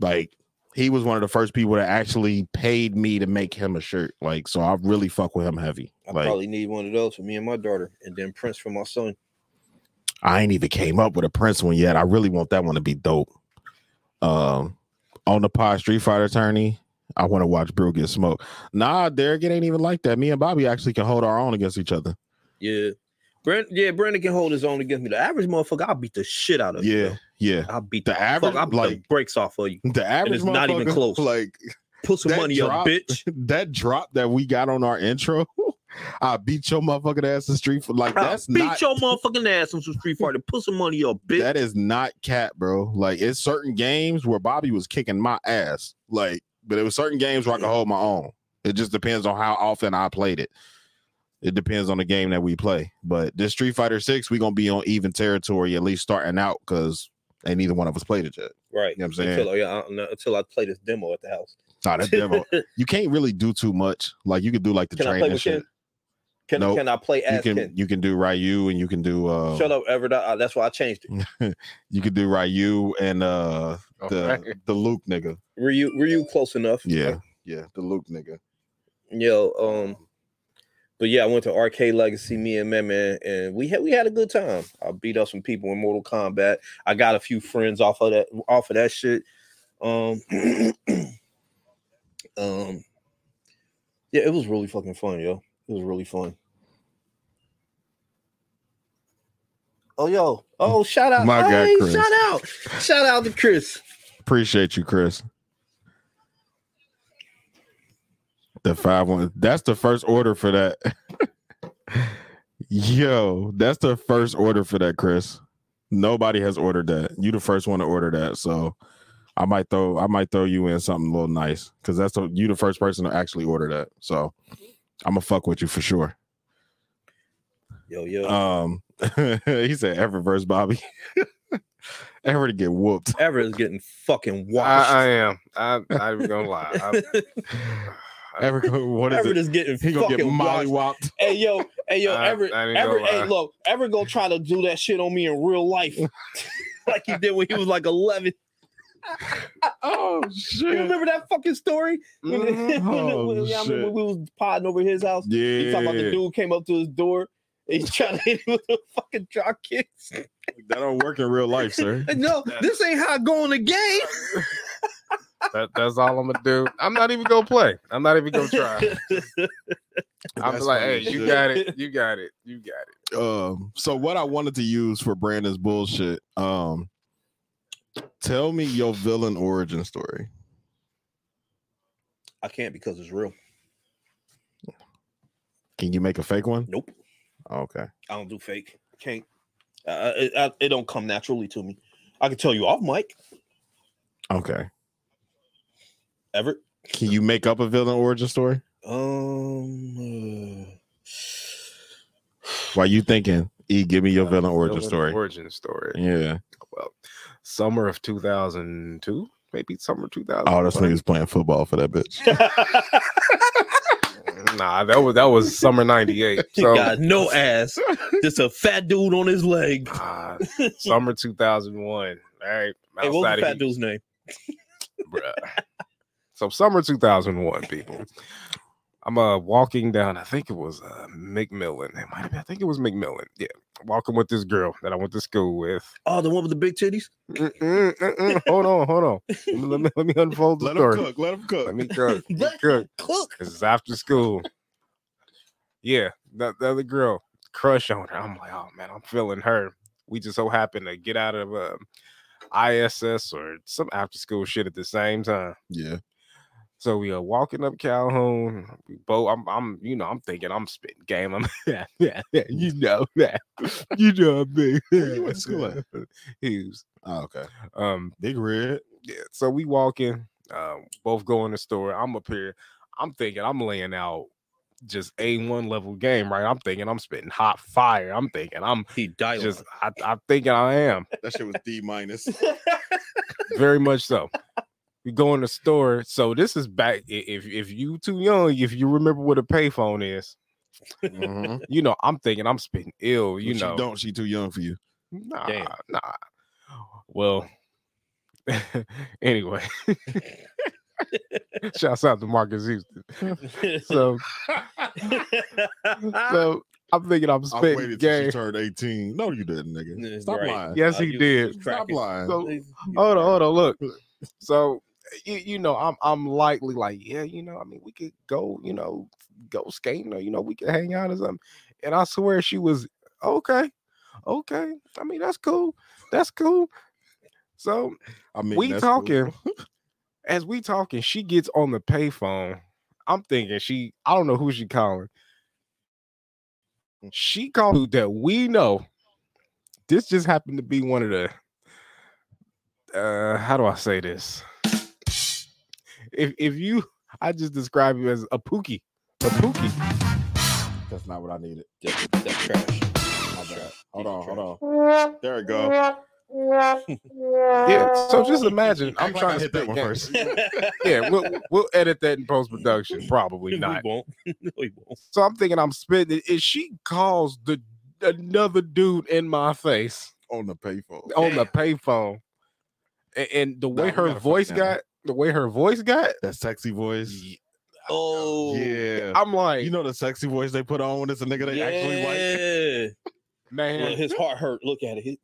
Speaker 2: Like, he was one of the first people that actually paid me to make him a shirt. Like, so I really fuck with him heavy.
Speaker 1: I
Speaker 2: Like,
Speaker 1: probably need one of those for me and my daughter, and then Prince for my son.
Speaker 2: I ain't even came up with a Prince one yet. I really want that one to be dope. Um, on the pod Street Fighter tourney, I want to watch Brew get smoked. Nah, Derek, it ain't even like that. Me and Bobby actually can hold our own against each other.
Speaker 7: Yeah. Brent, yeah, Brandon can hold his own against me. The average motherfucker, I'll beat the shit out of you.
Speaker 2: Yeah, yeah.
Speaker 7: I'll beat
Speaker 2: The
Speaker 7: the,
Speaker 2: average,
Speaker 7: fuck, I'll beat the
Speaker 2: like-
Speaker 7: brakes off of you.
Speaker 2: The average
Speaker 7: it's not even
Speaker 2: motherfucker,
Speaker 7: close.
Speaker 2: Like [LAUGHS]
Speaker 7: Put some
Speaker 2: That
Speaker 7: money
Speaker 2: drop-
Speaker 7: up, bitch.
Speaker 2: that drop that we got on our intro. [LAUGHS] I beat your motherfucking ass the street for like
Speaker 7: I'll
Speaker 2: that's
Speaker 7: beat
Speaker 2: not
Speaker 7: your motherfucking ass on some street fighter. Put some money up, bitch.
Speaker 2: that is not cat, bro. Like it's certain games where Bobby was kicking my ass. Like, but it was certain games where I could hold my own. It just depends on how often I played it. It depends on the game that we play. But this Street Fighter Six, we gonna be on even territory at least starting out because ain't neither one of us played it yet.
Speaker 1: Right.
Speaker 2: You know what I'm saying?
Speaker 1: Until, I- I- no, until I play this demo at the house.
Speaker 2: Nah,
Speaker 1: [LAUGHS]
Speaker 2: that demo. you can't really do too much. Like you could do like the
Speaker 1: Can I
Speaker 2: train
Speaker 1: play
Speaker 2: and
Speaker 1: with Ken?
Speaker 2: shit.
Speaker 1: Can,
Speaker 2: Nope.
Speaker 1: can I play
Speaker 2: You
Speaker 1: as
Speaker 2: can
Speaker 1: Ken?
Speaker 2: you can do Ryu and you can do uh
Speaker 1: Shut up, Everett. I- that's why I changed it.
Speaker 2: you can do Ryu and uh
Speaker 3: Oh,
Speaker 2: the the Luke nigga.
Speaker 1: Were you were you close enough?
Speaker 2: Yeah, yeah, the Luke nigga.
Speaker 1: Yo, um, but yeah, I went to Arcade Legacy, me and man, man, and we had we had a good time. I beat up some people in Mortal Kombat. I got a few friends off of that off of that shit. Um, [CLEARS THROAT] um, yeah, it was really fucking fun, yo. It was really fun. Oh yo! Oh, shout out!
Speaker 2: My guy,
Speaker 1: Hey,
Speaker 2: Chris.
Speaker 1: Shout out! Shout out to Chris.
Speaker 2: Appreciate you, Chris. The five one. That's the first order for that. [LAUGHS] Yo, that's the first order for that, Chris. Nobody has ordered that. You the first one to order that, so I might throw I might throw you in something a little nice because that's the you the first person to actually order that. So I'm gonna fuck with you for sure.
Speaker 1: Yo, yo.
Speaker 2: Um, [LAUGHS] he said ever verse Bobby. [LAUGHS] ever to get whooped.
Speaker 1: Everett is getting fucking washed.
Speaker 3: I, I am. I, I'm gonna lie. I, I,
Speaker 2: Ever go- what is
Speaker 1: Everett
Speaker 2: it?
Speaker 1: is getting
Speaker 2: He gonna
Speaker 1: fucking
Speaker 2: get molly
Speaker 1: washed.
Speaker 2: whopped.
Speaker 1: Hey yo, hey yo,
Speaker 3: I-
Speaker 1: Everett,
Speaker 3: I ain't gonna
Speaker 1: Everett, hey
Speaker 3: lie.
Speaker 1: look, Everett gonna try to do that shit on me in real
Speaker 2: [LAUGHS]
Speaker 1: life, [LAUGHS] like he did when he was like eleven.
Speaker 2: Oh
Speaker 1: You
Speaker 2: shit.
Speaker 1: remember that fucking story? [LAUGHS] When,
Speaker 3: mm,
Speaker 1: when-
Speaker 2: Oh,
Speaker 1: when- I remember
Speaker 2: shit.
Speaker 1: when we was potting over his house.
Speaker 2: Yeah.
Speaker 1: He talking about the dude came up to his door. and He's trying to hit him with a fucking drop kick.
Speaker 2: That don't work in real life, [LAUGHS] sir.
Speaker 7: no, this ain't how I go in the
Speaker 3: [LAUGHS]
Speaker 7: game.
Speaker 3: that, that's all I'm gonna do. I'm not even gonna play. I'm not even
Speaker 1: [LAUGHS]
Speaker 3: gonna try. I'm
Speaker 2: That's funny
Speaker 3: like, hey,
Speaker 2: as
Speaker 3: you
Speaker 2: shit.
Speaker 3: got it. You got it. You got it.
Speaker 2: Um, so what I wanted to use for Brandon's bullshit. Um, tell me your villain origin story.
Speaker 1: I can't because it's real.
Speaker 2: Can you make a fake one?
Speaker 1: Nope,
Speaker 2: Oh, Okay.
Speaker 1: I don't do fake. Can't. Uh, it, I, it don't come naturally to me. I can tell you off mic,
Speaker 2: Okay.
Speaker 1: Everett.
Speaker 2: Can you make up a villain origin story?
Speaker 1: Um.
Speaker 2: While you thinking, E, give me your villain origin
Speaker 3: Villain
Speaker 2: story.
Speaker 3: Origin story.
Speaker 2: Yeah.
Speaker 3: Summer of 2002,
Speaker 1: Oh,
Speaker 3: maybe summer 2000.
Speaker 2: Oh, this nigga's playing football for that bitch.
Speaker 1: uh,
Speaker 3: [LAUGHS] Nah, that was that was summer
Speaker 1: [LAUGHS]
Speaker 3: '98.
Speaker 1: [LAUGHS] He
Speaker 3: So
Speaker 1: got no ass. Just a fat dude on his leg. [LAUGHS]
Speaker 3: ah, summer 2001. All right,
Speaker 1: Hey, what was
Speaker 3: outside
Speaker 1: the
Speaker 3: of
Speaker 1: fat
Speaker 3: heat,
Speaker 1: dude's name?
Speaker 3: bruh. So summer 2001, people. I'm uh walking down. I think it was uh McMillan. It might have been, I think it was McMillan. Yeah, walking with this girl that I went to school with.
Speaker 1: Oh, the one with the big titties.
Speaker 3: Mm-mm, mm-mm. Hold on, hold on. Let me, let me, let me unfold the
Speaker 2: Let him
Speaker 3: story.
Speaker 2: cook. Let him cook.
Speaker 3: Let me cook. Let
Speaker 1: [LAUGHS]
Speaker 3: me
Speaker 1: Let
Speaker 3: cook.
Speaker 1: Cook.
Speaker 3: Cause it's after school. yeah, that the other girl crush on her. I'm like, oh man, I'm feeling her. We just so happened to get out of um, ISS or some after school shit at the same time.
Speaker 2: Yeah.
Speaker 3: So we are walking up Calhoun. We both, I'm, I'm, you know, I'm thinking I'm spitting game. I'm, [LAUGHS] yeah, yeah, yeah, you know that, you know me.
Speaker 2: Where you went to school at?
Speaker 3: [LAUGHS] Hughes.
Speaker 2: Oh, okay.
Speaker 3: Um,
Speaker 2: Big red.
Speaker 3: yeah, so we walking, uh, both go in the store. I'm up here. I'm thinking I'm laying out just A1 level game, right? I'm thinking I'm spitting hot fire. I'm thinking I'm
Speaker 1: He dialed.
Speaker 3: just I, I'm thinking I am
Speaker 8: That shit was D minus.
Speaker 3: very much so. We go in the store. So this is back i- if if you too young, if you remember what a payphone is,
Speaker 2: Mhm.
Speaker 3: you know, I'm thinking I'm spitting ill, you
Speaker 2: But
Speaker 3: know.
Speaker 2: she don't. She too young for you.
Speaker 3: Nah,
Speaker 1: Damn.
Speaker 3: nah. Well, [LAUGHS] anyway. [LAUGHS] Shouts out to Marcus Houston.
Speaker 1: [LAUGHS]
Speaker 3: [LAUGHS] So,
Speaker 2: [LAUGHS]
Speaker 3: so I'm thinking I'm
Speaker 2: I
Speaker 3: spitting
Speaker 2: waited till
Speaker 3: game.
Speaker 2: she turned eighteen. No, you didn't, nigga.
Speaker 1: It's
Speaker 2: Stop
Speaker 1: right.
Speaker 2: lying.
Speaker 3: Yes,
Speaker 1: Uh,
Speaker 3: he
Speaker 1: you-
Speaker 3: did.
Speaker 1: you
Speaker 2: Stop
Speaker 1: cracking.
Speaker 2: lying.
Speaker 3: So
Speaker 1: You-
Speaker 3: hold on, hold on.
Speaker 2: [LAUGHS]
Speaker 3: Look, so you, you know, I'm I'm likely like, yeah, you know, I mean, we could go, you know, go skating or you know, we could hang out or something. And I swear she was okay, okay. I mean, that's cool, that's cool. So
Speaker 2: I mean,
Speaker 3: we
Speaker 2: that's cool.
Speaker 3: talking as we talking she gets on the payphone i'm thinking she i don't know who she calling she called that we know this just happened to be one of the uh how do i say this if if you i just describe you as a pookie a pookie
Speaker 2: That's not what I needed.
Speaker 1: That, that trash.
Speaker 2: My bad. Hold on, hold on.
Speaker 8: There it go.
Speaker 9: [LAUGHS]
Speaker 3: yeah so
Speaker 8: [LAUGHS]
Speaker 3: just imagine
Speaker 8: Act
Speaker 3: i'm
Speaker 8: like I
Speaker 3: trying to
Speaker 8: hit that
Speaker 3: spit
Speaker 8: one
Speaker 3: game.
Speaker 8: first.
Speaker 3: yeah we'll, we'll edit that
Speaker 8: [LAUGHS]
Speaker 3: in post-production probably
Speaker 1: We
Speaker 3: not
Speaker 1: won't. [LAUGHS] No, he won't.
Speaker 3: So I'm thinking I'm spitting. it, And she calls the another dude in my face
Speaker 2: [LAUGHS] On the payphone.
Speaker 3: on the payphone, and, and the way
Speaker 2: we
Speaker 3: her
Speaker 2: gotta fuck
Speaker 3: voice
Speaker 2: now.
Speaker 3: got, the way her voice got,
Speaker 2: That sexy voice.
Speaker 1: Oh,
Speaker 2: Yeah.
Speaker 3: I'm like,
Speaker 2: You know the sexy voice they put on when it's a nigga they actually like.
Speaker 1: Yeah. Well,
Speaker 3: man,
Speaker 1: his heart hurt. Look at it. He-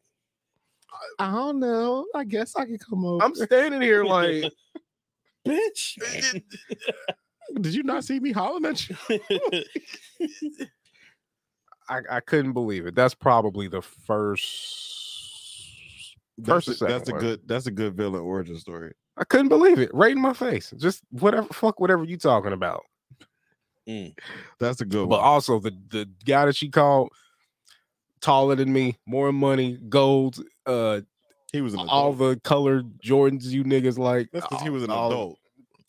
Speaker 2: I don't know. I guess I could come over.
Speaker 3: I'm
Speaker 2: [LAUGHS]
Speaker 3: standing here like,
Speaker 1: [LAUGHS] Bitch.
Speaker 2: Did you not see me hollering at you?
Speaker 3: I, I couldn't believe it. That's probably the first.
Speaker 2: That's,
Speaker 3: First or
Speaker 2: a, that's
Speaker 3: second
Speaker 2: a
Speaker 3: one.
Speaker 2: good. That's a good villain origin story.
Speaker 3: I couldn't believe it, right in my face. Just whatever, fuck whatever you talking about.
Speaker 2: That's a good
Speaker 3: But
Speaker 2: one.
Speaker 3: also the the guy that she called, taller than me, more money, gold, uh,
Speaker 2: He was an adult.
Speaker 3: all the colored Jordans you niggas like.
Speaker 2: That's because he
Speaker 3: all-
Speaker 2: was an
Speaker 3: all-
Speaker 2: adult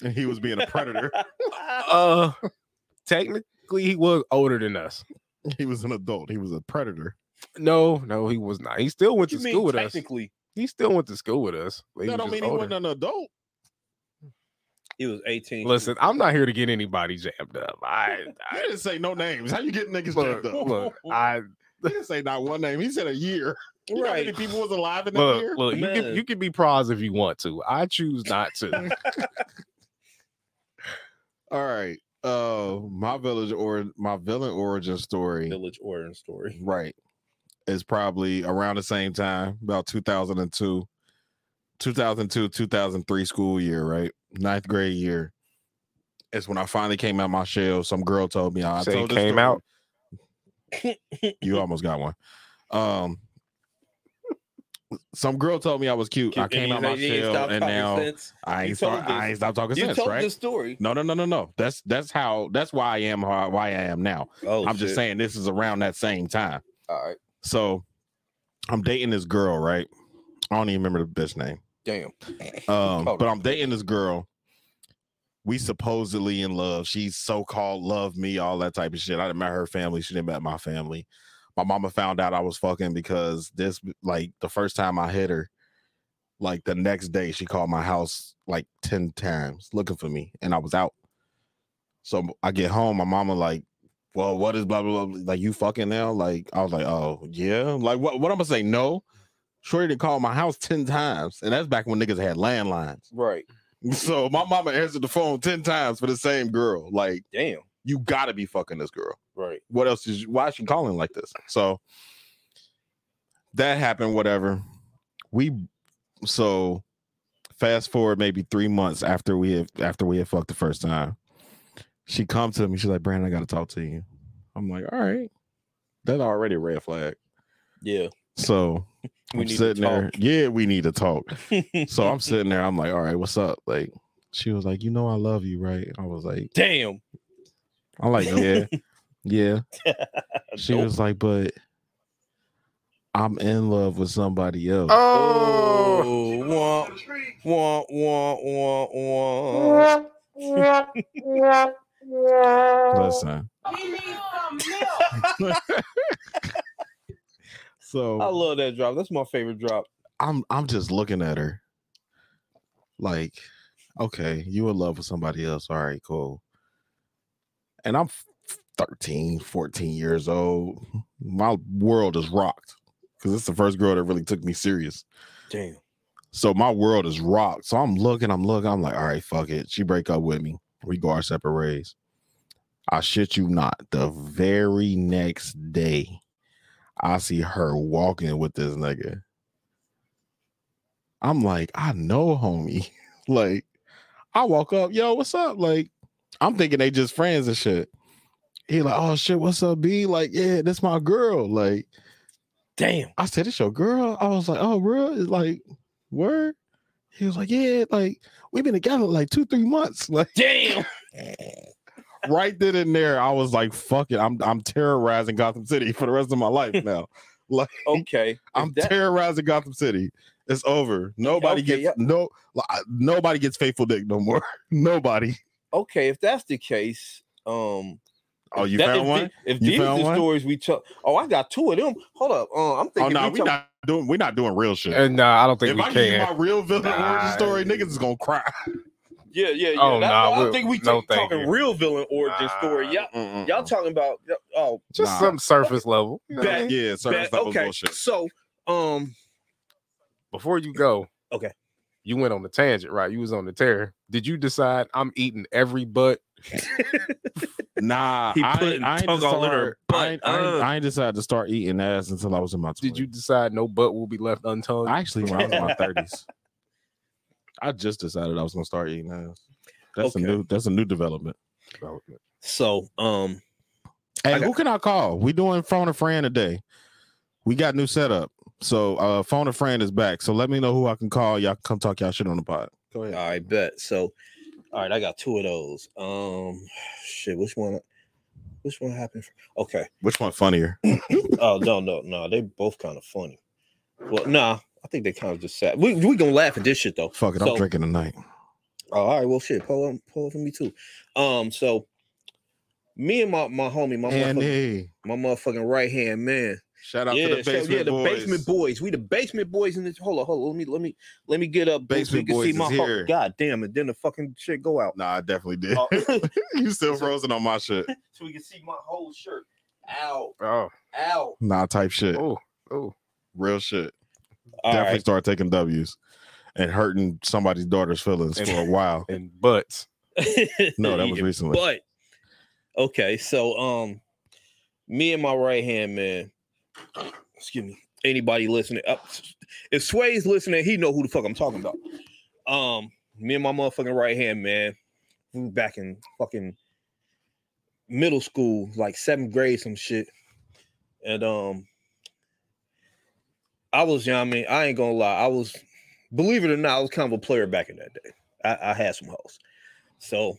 Speaker 2: and he was being a [LAUGHS] predator.
Speaker 3: Uh, technically, he was older than us.
Speaker 2: he was an adult. He was a predator.
Speaker 3: No, no, he was not. He still went
Speaker 1: you
Speaker 3: to school
Speaker 1: mean
Speaker 3: with us.
Speaker 1: technically
Speaker 3: He still went to school with us. but he
Speaker 2: That
Speaker 3: was
Speaker 2: don't
Speaker 3: just
Speaker 2: mean he
Speaker 3: older.
Speaker 2: wasn't an adult.
Speaker 1: he was 18?
Speaker 3: Listen, I'm not here to get anybody jammed up.
Speaker 2: [LAUGHS]
Speaker 3: I,
Speaker 2: He
Speaker 3: I
Speaker 2: didn't say no names. How you getting niggas
Speaker 3: look,
Speaker 2: jammed up? [LAUGHS]
Speaker 3: look, I
Speaker 2: He didn't say not one name. He said a year. [LAUGHS] You know how many
Speaker 1: right.
Speaker 2: people was alive in that year?
Speaker 3: look, look. You can
Speaker 1: Man.
Speaker 3: you can be pros if you want to. I choose not to.
Speaker 2: All right. Uh, my village or my villain origin story.
Speaker 1: Village origin
Speaker 3: [LAUGHS]
Speaker 1: story.
Speaker 2: Right. Is probably around the same time, about 2002, 2002, 2003 school year, right? Ninth grade year. It's when I finally came out my shell. Some girl told me I
Speaker 3: Say
Speaker 2: told this
Speaker 3: came
Speaker 2: story.
Speaker 3: out?
Speaker 1: [LAUGHS]
Speaker 2: you almost got one. Um, some girl told me I was cute. I
Speaker 1: And
Speaker 2: came
Speaker 1: you
Speaker 2: out my
Speaker 1: say you ain't
Speaker 2: shell,
Speaker 1: stopped
Speaker 2: and
Speaker 1: talking
Speaker 2: now
Speaker 1: since.
Speaker 2: I
Speaker 1: You
Speaker 2: ain't
Speaker 1: told
Speaker 2: start, I
Speaker 1: this-
Speaker 2: ain't stopped talking
Speaker 1: You
Speaker 2: sense,
Speaker 1: told
Speaker 2: right?
Speaker 1: the story.
Speaker 2: No, no, no, no, no. That's that's how that's why I am how, why I am now.
Speaker 1: Oh,
Speaker 2: I'm just
Speaker 1: shit.
Speaker 2: saying this is around that same time.
Speaker 1: All right.
Speaker 2: So I'm dating this girl, right? I don't even remember the bitch name.
Speaker 1: Damn.
Speaker 2: Um,
Speaker 1: Hold
Speaker 2: but I'm dating this girl. We supposedly in love. She's so called love me, all that type of shit. I didn't met her family. She didn't met my family. My mama found out I was fucking because this, like, the first time I hit her, like the next day, she called my house like 10 times looking for me, and I was out. So I get home, my mama like, well, what is blah blah blah? Like you fucking now? Like I was like, oh yeah. Like what? What I'm gonna say? No. Shorty done called my house ten times, and that's back when niggas had landlines.
Speaker 1: [LAUGHS]
Speaker 2: [LAUGHS]
Speaker 1: Right.
Speaker 2: So my mama answered the phone ten times for the same girl. Like
Speaker 1: Damn.
Speaker 2: you gotta be fucking this girl.
Speaker 1: Right.
Speaker 2: What else is? Why is she calling like this? So that happened. Whatever. We so fast forward maybe three months after we had after we had fucked the first time. She comes to me. She's like, Brandon, I gotta talk to you. I'm like, all right. That's already a red flag.
Speaker 1: Yeah.
Speaker 2: So
Speaker 1: [LAUGHS] We
Speaker 2: I'm
Speaker 1: need to
Speaker 2: sitting there.
Speaker 1: talk.
Speaker 2: Yeah, we need
Speaker 1: [LAUGHS]
Speaker 2: to talk. So I'm sitting there. I'm like, all right, what's up? Like, she was like, you know, I love you, right? I was like,
Speaker 1: Damn. [LAUGHS]
Speaker 2: I'm like, yeah, yeah. She
Speaker 1: Nope.
Speaker 2: was like, but I'm in love with somebody else.
Speaker 3: Oh,
Speaker 1: wah, wah, wah, wah, wah.
Speaker 2: Listen.
Speaker 1: I
Speaker 2: so
Speaker 1: love that drop. That's my favorite drop.
Speaker 2: I'm I'm just looking at her. Like, okay, you in love with somebody else. All right, cool. And I'm f- 13, 14 years old. My world is rocked. Cause it's the first girl that really took me serious.
Speaker 1: Damn.
Speaker 2: So my world is rocked. So I'm looking, I'm looking, I'm like, all right, fuck it. She break up with me. We go our separate ways. I shit you not. The very next day, I see her walking with this nigga. I'm like, I know, homie. [LAUGHS] like, I walk up, yo, what's up? Like, I'm thinking they just friends and shit. He like, oh shit, what's up, B? Like, yeah, that's my girl. Like,
Speaker 1: Damn.
Speaker 2: I said, "It's your girl." I was like, "Oh, real?" It's like, "Word." He was like, "Yeah, like we've been together like two, three months." [LAUGHS] Like
Speaker 1: [LAUGHS] Damn.
Speaker 2: right then and there, I was like, "Fuck it, I'm I'm terrorizing Gotham City for the rest of my [LAUGHS] life now.
Speaker 1: Okay.
Speaker 2: I'm
Speaker 1: That-
Speaker 2: terrorizing Gotham City. It's over. Nobody
Speaker 1: Okay,
Speaker 2: gets
Speaker 1: yep.
Speaker 2: no like, I- nobody gets faithful dick no more. [LAUGHS] nobody.
Speaker 1: okay. If that's the case, um,
Speaker 2: Oh,
Speaker 1: if
Speaker 2: you
Speaker 1: that-
Speaker 2: found
Speaker 1: if the-
Speaker 2: one?
Speaker 1: if
Speaker 2: You
Speaker 1: these are
Speaker 2: found
Speaker 1: the
Speaker 2: one?
Speaker 1: stories we tell, oh, I got two of them. Hold up. Uh, I'm
Speaker 2: Oh
Speaker 1: thinking.
Speaker 2: no,
Speaker 1: we
Speaker 2: we
Speaker 1: talk-
Speaker 2: not doing we not doing real
Speaker 1: Oh.
Speaker 2: shit.
Speaker 3: and nah, I don't think
Speaker 2: if
Speaker 3: we
Speaker 2: I give you
Speaker 3: can.
Speaker 2: my real villain origin
Speaker 3: Nah.
Speaker 2: story, niggas is gonna cry.
Speaker 1: Yeah, yeah, yeah.
Speaker 3: Oh,
Speaker 1: That-
Speaker 3: nah,
Speaker 1: I
Speaker 3: we-
Speaker 1: think we
Speaker 3: no,
Speaker 1: talk-
Speaker 3: thank
Speaker 1: talking
Speaker 3: you.
Speaker 1: real villain origin
Speaker 3: Nah.
Speaker 1: story. Y'all,
Speaker 2: Uh-uh.
Speaker 1: y'all talking about? Oh,
Speaker 3: Just
Speaker 2: Nah.
Speaker 3: some surface level. you know what I
Speaker 2: Yeah,
Speaker 3: mean?
Speaker 2: [LAUGHS] yeah, service
Speaker 1: bet-
Speaker 2: level
Speaker 1: okay.
Speaker 2: bullshit.
Speaker 1: So, um,
Speaker 3: Before you go,
Speaker 1: Okay.
Speaker 3: You went on the tangent, right? You was on the tear. Did you decide I'm eating every butt?
Speaker 2: Nah,
Speaker 1: He
Speaker 2: I,
Speaker 1: putting
Speaker 2: I, ain't
Speaker 1: tongue all in her
Speaker 2: decide- I, ain't- I, ain't-
Speaker 1: butt, uh.
Speaker 2: I ain't decided to start eating ass until I was in my. 20s.
Speaker 3: Did you decide no butt will be left untoned?
Speaker 2: actually when I was in
Speaker 1: [LAUGHS]
Speaker 2: my thirties? I just decided I was gonna start eating ass. That's
Speaker 1: Okay.
Speaker 2: a new. That's a new development.
Speaker 1: so, um,
Speaker 2: Hey,
Speaker 1: I got-
Speaker 2: who can I call? We doing phone a friend today. We got new setup, so uh phone a friend is back. So let me know who I can call. Y'all can come talk y'all shit on the pod. Go ahead.
Speaker 1: I bet. So, all right, I got two of those. Um, shit, which one? Which one happened? fir- Okay.
Speaker 2: Which one funnier?
Speaker 1: Oh no, no, no. They both kind of funny. Well, nah, I think they kind of just sad. We we gonna laugh at this shit though.
Speaker 2: Fuck it,
Speaker 1: So-
Speaker 2: I'm drinking tonight.
Speaker 1: Oh, all right. Well, shit. Pull up, pull up for me too. Um, so me and my my homie, my motherfucking,
Speaker 2: Andy,
Speaker 1: my motherfucking right hand man.
Speaker 2: shout out
Speaker 1: yeah,
Speaker 2: to the
Speaker 1: shout-
Speaker 2: basement
Speaker 1: yeah, the
Speaker 2: boys.
Speaker 1: basement boys. We the basement boys in this. Hold on, hold on. Let me let me let me get up. boots so you
Speaker 2: Basement
Speaker 1: can
Speaker 2: Boys is
Speaker 1: fu-
Speaker 2: here.
Speaker 1: God damn it! Then the fucking shit go
Speaker 2: [LAUGHS]
Speaker 1: out.
Speaker 2: Nah, I definitely did.
Speaker 1: Oh,
Speaker 2: you still frozen on my shit.
Speaker 1: [LAUGHS] so we can see my whole shirt. Ow,
Speaker 3: Oh,
Speaker 1: ow.
Speaker 2: Nah, type shit.
Speaker 3: oh, oh.
Speaker 2: Real shit.
Speaker 1: All
Speaker 2: definitely
Speaker 1: right.
Speaker 2: start taking W's and hurting somebody's daughter's feelings
Speaker 1: [LAUGHS]
Speaker 2: for a while.
Speaker 3: And butts.
Speaker 2: No, that was
Speaker 1: Eating
Speaker 2: recently.
Speaker 3: [LAUGHS]
Speaker 1: But okay, so um, me and my right hand man. Excuse me. Anybody listening? Up, if Sway's listening, he know who the fuck I'm talking about. Um, me and my motherfucking right hand man, we were back in fucking middle school, like seventh grade, some shit, and um, I was, you know what I mean, I ain't gonna lie, I was, believe it or not, I was kind of a player back in that day. I, I had some hoes, so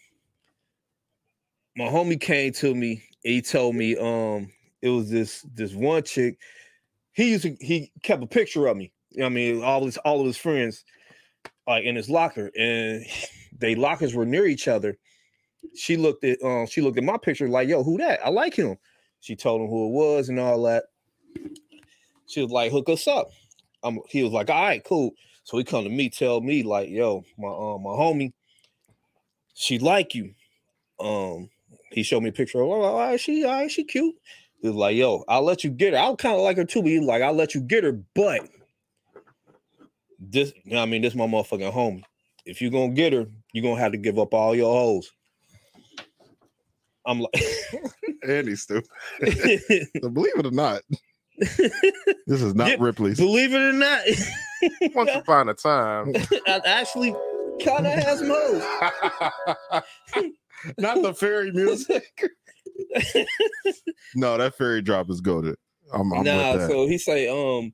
Speaker 1: my homie came to me. He told me um it was this this one chick. He used to he kept a picture of me. You know what I mean, all his all of his friends like in his locker, and [LAUGHS] they lockers were near each other. She looked at um she looked at my picture like, yo, who that? I like him. She told him who it was and all that. She was like, hook us up. I'm, he was like, all right, cool. So he come to me, tell me like, yo, my um my homie, she like you Um, he showed me a picture of her. I'm like, all right, she, all right, she cute. He was like, yo, I'll let you get her. I kind of like her too, but he was like, I'll let you get her, but this, I mean, this my motherfucking home. If you're gonna get her, you're gonna have to give up all your hoes. I'm like, [LAUGHS]
Speaker 8: And he's stupid. So believe it or
Speaker 1: [LAUGHS]
Speaker 8: not, this is not
Speaker 1: Yeah.
Speaker 8: Ripley's.
Speaker 1: believe it or not, [LAUGHS]
Speaker 3: Once upon a time,
Speaker 1: I actually kind of has most.
Speaker 8: not the
Speaker 2: [LAUGHS]
Speaker 8: fairy music. no, that fairy drop is goaded. I'm, I'm
Speaker 1: nah,
Speaker 8: with that.
Speaker 1: so he say, um,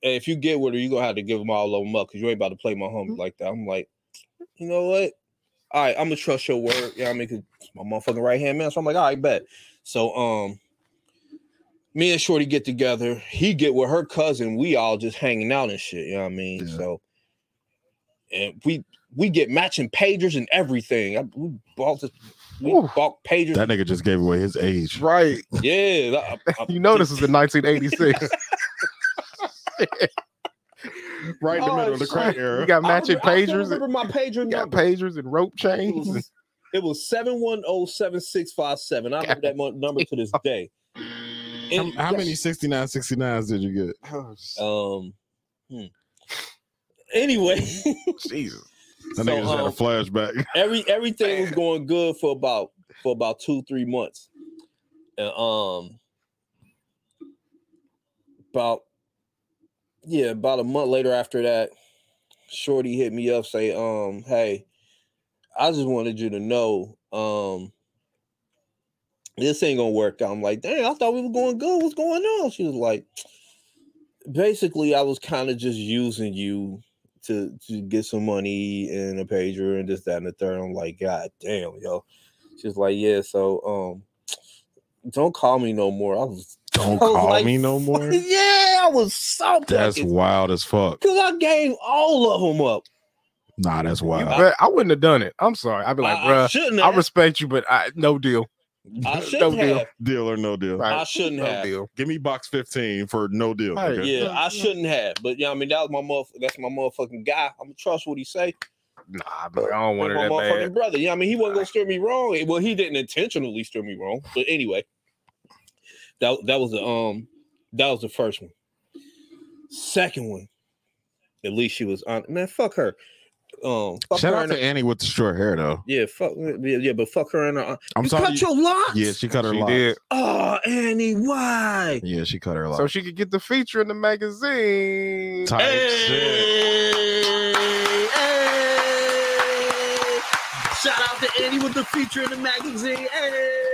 Speaker 1: "Hey, if you get with her, you gonna have to give them all of them up because you ain't about to play my
Speaker 3: Mm-hmm.
Speaker 1: homie like that. I'm like, you know what? All right, I'm gonna trust your word. Yeah, I mean, 'cause it's my motherfucking right hand man. So I'm like, all right, bet. So um, me and Shorty get together. He get with her cousin. We all just hanging out and shit. You know what I mean?
Speaker 8: Yeah.
Speaker 1: So and we we get matching pagers and everything. I, we bought this. We
Speaker 3: Ooh.
Speaker 1: bought pagers.
Speaker 2: That nigga just gave away his age.
Speaker 3: right?
Speaker 1: yeah, that- I- I-
Speaker 3: [LAUGHS] You know this
Speaker 2: [LAUGHS]
Speaker 3: is in
Speaker 1: [LAUGHS]
Speaker 3: 1986.
Speaker 8: right in the
Speaker 1: Oh,
Speaker 8: middle of the crack
Speaker 3: you
Speaker 8: era.
Speaker 1: [LAUGHS]
Speaker 3: got
Speaker 1: I
Speaker 3: matching
Speaker 1: remember- I still
Speaker 3: pagers. and-
Speaker 1: remember my pager
Speaker 3: You got
Speaker 1: number.
Speaker 3: pagers and rope
Speaker 1: It [LAUGHS]
Speaker 3: chains.
Speaker 1: was- It was seven one zero seven six five seven. I remember that mon- number to this
Speaker 2: [LAUGHS]
Speaker 1: day.
Speaker 2: How,
Speaker 1: It-
Speaker 2: how many 69 69s did you get?
Speaker 3: [LAUGHS] Oh,
Speaker 1: Um. hmm. Anyway, [LAUGHS]
Speaker 3: Jesus.
Speaker 2: That nigga just had a
Speaker 1: um,
Speaker 2: flashback. [LAUGHS]
Speaker 1: every everything was going good for about for about two three months, and um, about yeah, about a month later after that, Shorty hit me up say, um, hey, I just wanted you to know, um, this ain't gonna work out. I'm like, dang, I thought we were going good. What's going on? She was like, basically, I was kind of just using you to to get some money and a pager and this, that, and the third. I'm like, God damn, yo. She's like, yeah, so um, don't call me no more. I was [LAUGHS]
Speaker 2: Don't
Speaker 1: I was
Speaker 2: call
Speaker 1: oh, like,
Speaker 2: me
Speaker 1: [LAUGHS]
Speaker 2: no
Speaker 1: "Fuck,
Speaker 2: more.
Speaker 1: Yeah, I was so
Speaker 2: That's wild as fuck.
Speaker 1: because I gave all of them up.
Speaker 2: Nah, that's
Speaker 3: You
Speaker 2: wild.
Speaker 3: bet- I wouldn't have done it. I'm sorry. I'd be like,
Speaker 1: I, I
Speaker 3: bruh,
Speaker 1: shouldn't
Speaker 3: I
Speaker 1: have.
Speaker 3: respect you, but I no deal.
Speaker 1: I
Speaker 3: no
Speaker 1: shouldn't
Speaker 3: deal.
Speaker 1: have.
Speaker 8: Deal or no deal.
Speaker 3: Right.
Speaker 1: I shouldn't
Speaker 3: No
Speaker 1: have.
Speaker 3: deal.
Speaker 8: Give me box 15 for no deal.
Speaker 3: Right.
Speaker 8: nigga.
Speaker 1: Yeah, I shouldn't have. But yeah, I mean that was my motherf- That's my motherfucking guy. I'm gonna trust what he say.
Speaker 3: Nah, I'd be like, I don't want
Speaker 1: That's
Speaker 3: her
Speaker 1: my
Speaker 3: that
Speaker 1: motherfucking [LAUGHS]
Speaker 3: bad.
Speaker 1: brother. Yeah, I mean he wasn't gonna steer me wrong. Well, he didn't intentionally steer me wrong. But anyway, that that was the um that was the first one. Second one, at least she was on. Man, fuck her. Um, fuck
Speaker 2: Shout
Speaker 1: her
Speaker 2: out
Speaker 1: and her-
Speaker 2: to Annie with the short hair though.
Speaker 1: yeah, fuck yeah, yeah, but fuck her and her.
Speaker 2: I'm
Speaker 1: you
Speaker 2: sorry.
Speaker 1: cut your locks.
Speaker 2: Yeah, she cut her
Speaker 3: She
Speaker 2: locks.
Speaker 3: did.
Speaker 1: Oh, Annie, why?
Speaker 2: Yeah, she cut her locks.
Speaker 3: So she could get the feature in the magazine.
Speaker 2: Type shit.
Speaker 1: hey. Shout out to Annie with the feature in the magazine. Hey.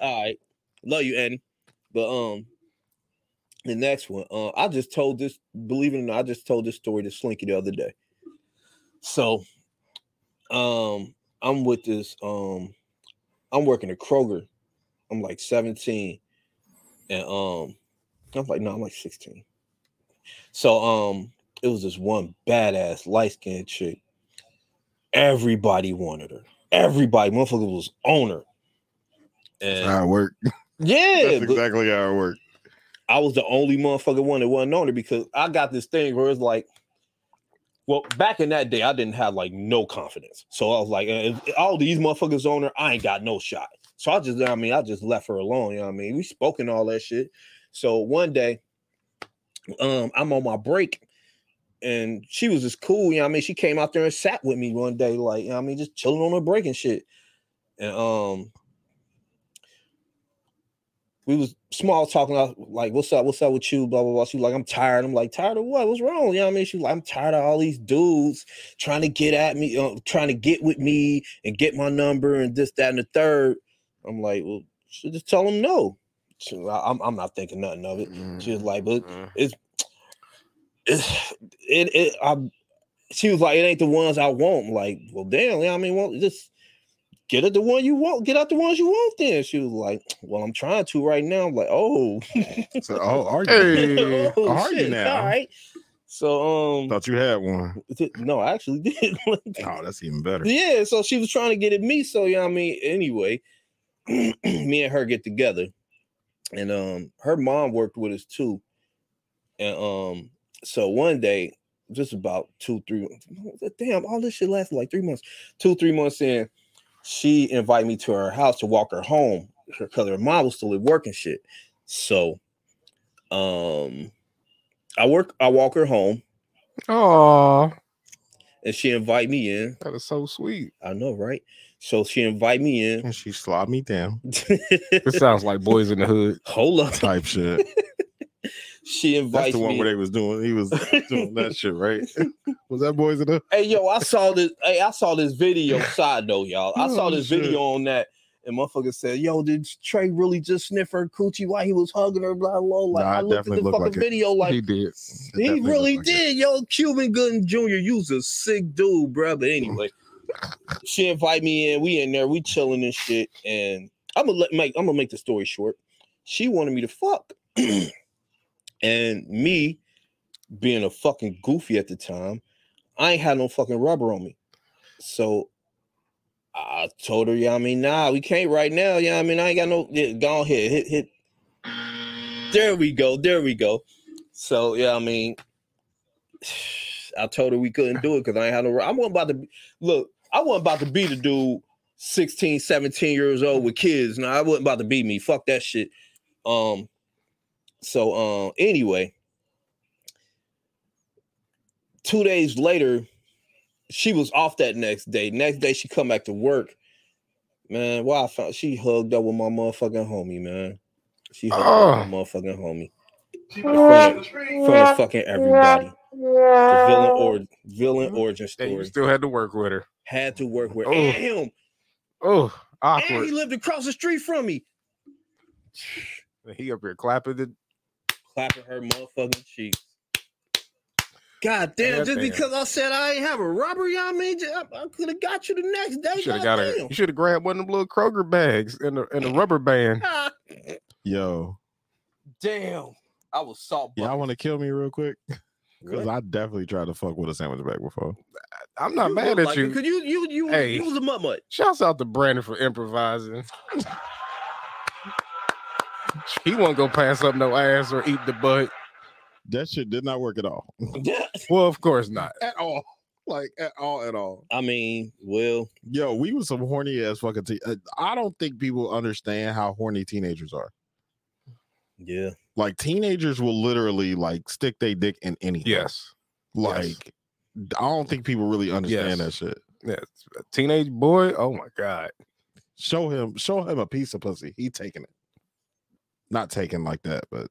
Speaker 1: All right. Love you, Annie. But um the next one, uh, I just told this, believe it or not, I just told this story to Slinky the other day. So um I'm with this um I'm working at Kroger. I'm like 17. And um I'm like, no, I'm like 16. So um it was this one badass light skinned chick. Everybody wanted her. Everybody, motherfucker was on her. And
Speaker 2: How it work.
Speaker 1: yeah,
Speaker 8: That's
Speaker 1: but
Speaker 8: exactly how it worked.
Speaker 1: I was the only motherfucking one that wasn't on it because I got this thing where it's like, well, back in that day, I didn't have like no confidence. So I was like, eh, if all these motherfuckers on her, I ain't got no shot. So I just, I mean, I just left her alone. You know what I mean? We spoke and all that shit. So one day, um, I'm on my break and she was just cool. You know what I mean? She came out there and sat with me one day, like, you know what I mean, just chilling on her break and shit. And um, we was small talking I was like what's up what's up with you blah blah blah she was like i'm tired i'm like tired of what what's wrong you know what i mean she was like i'm tired of all these dudes trying to get at me uh, trying to get with me and get my number and this that and the third i'm like well she just tell them no she, was like, I'm, I'm not thinking nothing of it
Speaker 2: Mm-hmm.
Speaker 1: she was like but
Speaker 3: Mm.
Speaker 1: it's, it it I she was like, it ain't the ones I want. I'm Like, well, damn, you know what I mean, well, just get it the one you want, get out the ones you want. Then she was like, Well, I'm trying to right now. I'm like, oh, [LAUGHS]
Speaker 2: So, oh, are you?
Speaker 3: Hey.
Speaker 1: oh
Speaker 2: how are you
Speaker 1: shit,
Speaker 2: now?
Speaker 1: All right. So um
Speaker 2: Thought you had one.
Speaker 1: th- [LAUGHS] no, I actually [LAUGHS] did.
Speaker 2: [LAUGHS] Oh, that's even better.
Speaker 1: yeah, so she was trying to get at me. So you know what I mean, anyway, [CLEARS THROAT] me and her get together. And um her mom worked with us too. And um so one day just about two, three. Damn, all this shit lasted like three months. Two, three months in, she invited me to her house to walk her home because her mom was still at work and shit. So, um, I work, I walk her home,
Speaker 3: Oh,
Speaker 1: and she invite me in.
Speaker 3: that is so sweet.
Speaker 1: I know, right? So she invite me in.
Speaker 2: And she slobbed me down.
Speaker 1: [LAUGHS]
Speaker 3: It sounds like boys in the hood.
Speaker 1: Hold up,
Speaker 2: Type
Speaker 3: [LAUGHS]
Speaker 2: shit.
Speaker 1: she
Speaker 2: That's
Speaker 1: invites
Speaker 2: the one
Speaker 1: me.
Speaker 2: where they was doing.
Speaker 3: [LAUGHS]
Speaker 2: He was doing that shit, right? [LAUGHS] Was that boys in the?
Speaker 1: Hey yo, I saw this. Hey, I saw this
Speaker 2: [LAUGHS]
Speaker 1: video. Side note, y'all. I saw
Speaker 2: Oh,
Speaker 1: this
Speaker 2: shit.
Speaker 1: video on that, and motherfucker said, "Yo, did Trey really just sniff her coochie while he was hugging her?" Blah blah. Like
Speaker 2: Nah,
Speaker 1: I
Speaker 2: it
Speaker 1: looked at
Speaker 2: definitely
Speaker 1: the
Speaker 2: looked
Speaker 1: fucking
Speaker 2: like it.
Speaker 1: video. [LAUGHS] Like
Speaker 3: he did.
Speaker 2: It
Speaker 1: he
Speaker 2: definitely looked
Speaker 1: really
Speaker 2: like it.
Speaker 1: did. Yo, Cuban Gooden Jr. You was a sick dude, bro. But anyway, she invite me in. We in there. We chilling and shit. And I'm gonna let make. I'm gonna make the story short. She wanted me to fuck, [CLEARS THROAT] and me being a fucking goofy at the time, I ain't had no fucking rubber on me. So I told her, yeah, I mean, nah, we can't right now. Yeah, I mean, I ain't got no. Yeah, go on here, hit, hit. There we go. There we go. So yeah, I mean, [SIGHS] I told her we couldn't do it because I ain't had no. ru- I wasn't about to be- look. I wasn't about to be the dude 16, 17 years old with kids. No, I wasn't about to be me. Fuck that shit. Um. So um. Anyway, two days later, she was off that next day. Next day, she come back to work. Man, why I found she hugged up with my motherfucking homie, man. She hugged up with my motherfucking homie in front of, in front of fucking everybody. The villain
Speaker 9: uh,
Speaker 1: or villain origin
Speaker 3: Hey, you
Speaker 1: story
Speaker 3: still had to work with her.
Speaker 1: had to work with
Speaker 3: Oh,
Speaker 1: and him,
Speaker 3: Oh,
Speaker 1: and
Speaker 3: awkward.
Speaker 1: he lived across the street from me,
Speaker 3: He up here clapping the
Speaker 1: clapping her motherfucking cheeks. God damn! Just
Speaker 3: Goddamn.
Speaker 1: because I said I ain't have a robbery, I mean, j- I, could have got you the next day.
Speaker 3: You should have got
Speaker 1: God
Speaker 3: a.
Speaker 1: Oh, damn.
Speaker 3: You should have grabbed one of them little Kroger bags and a, and a
Speaker 1: [LAUGHS]
Speaker 3: rubber band.
Speaker 1: God
Speaker 2: Yo,
Speaker 1: damn! I was salt.
Speaker 2: y'all want to kill me real quick? Because
Speaker 1: What?
Speaker 2: I definitely tried to fuck with a sandwich bag before.
Speaker 3: I'm not mad at you.
Speaker 1: Cause you, you, you,
Speaker 3: Hey.
Speaker 1: you was a mutt mutt.
Speaker 3: Shouts out to Brandon for improvising. he won't go pass up no ass or eat the butt.
Speaker 2: That shit did not work at all.
Speaker 3: Well, of course not.
Speaker 8: at all. Like at all, at all.
Speaker 1: [LAUGHS] I mean, well,
Speaker 2: Yo, we was some horny ass fucking. Te- uh, I don't think people understand how horny teenagers are.
Speaker 1: yeah.
Speaker 2: Like teenagers will literally like stick their dick in anything.
Speaker 3: Yes.
Speaker 2: Like I don't think people really understand
Speaker 3: Yes.
Speaker 2: that shit.
Speaker 3: Yes. A teenage boy. Oh my God.
Speaker 2: Show him, show him a piece of pussy. He taking it. Not taking like that, but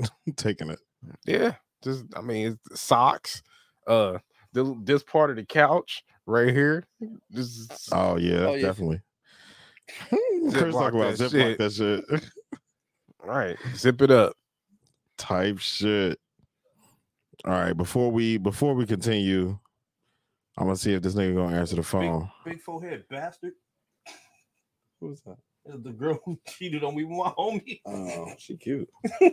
Speaker 2: [LAUGHS] taking it.
Speaker 3: Yeah. Just I mean, it's socks. Uh, th- this part of the couch right here. This is,
Speaker 2: Oh yeah,
Speaker 1: Oh, yeah.
Speaker 2: definitely. Chris
Speaker 3: Ziploc
Speaker 2: talk about
Speaker 3: that
Speaker 2: ziploc that shit.
Speaker 3: all right. Zip
Speaker 1: [LAUGHS]
Speaker 3: it up.
Speaker 2: type shit. All right, before we before we continue, I'm gonna see if this nigga gonna answer
Speaker 1: [LAUGHS]
Speaker 2: the phone.
Speaker 1: Big forehead bastard.
Speaker 8: Who's that?
Speaker 1: The girl who [LAUGHS] cheated on me with my homie.
Speaker 8: Oh, she cute.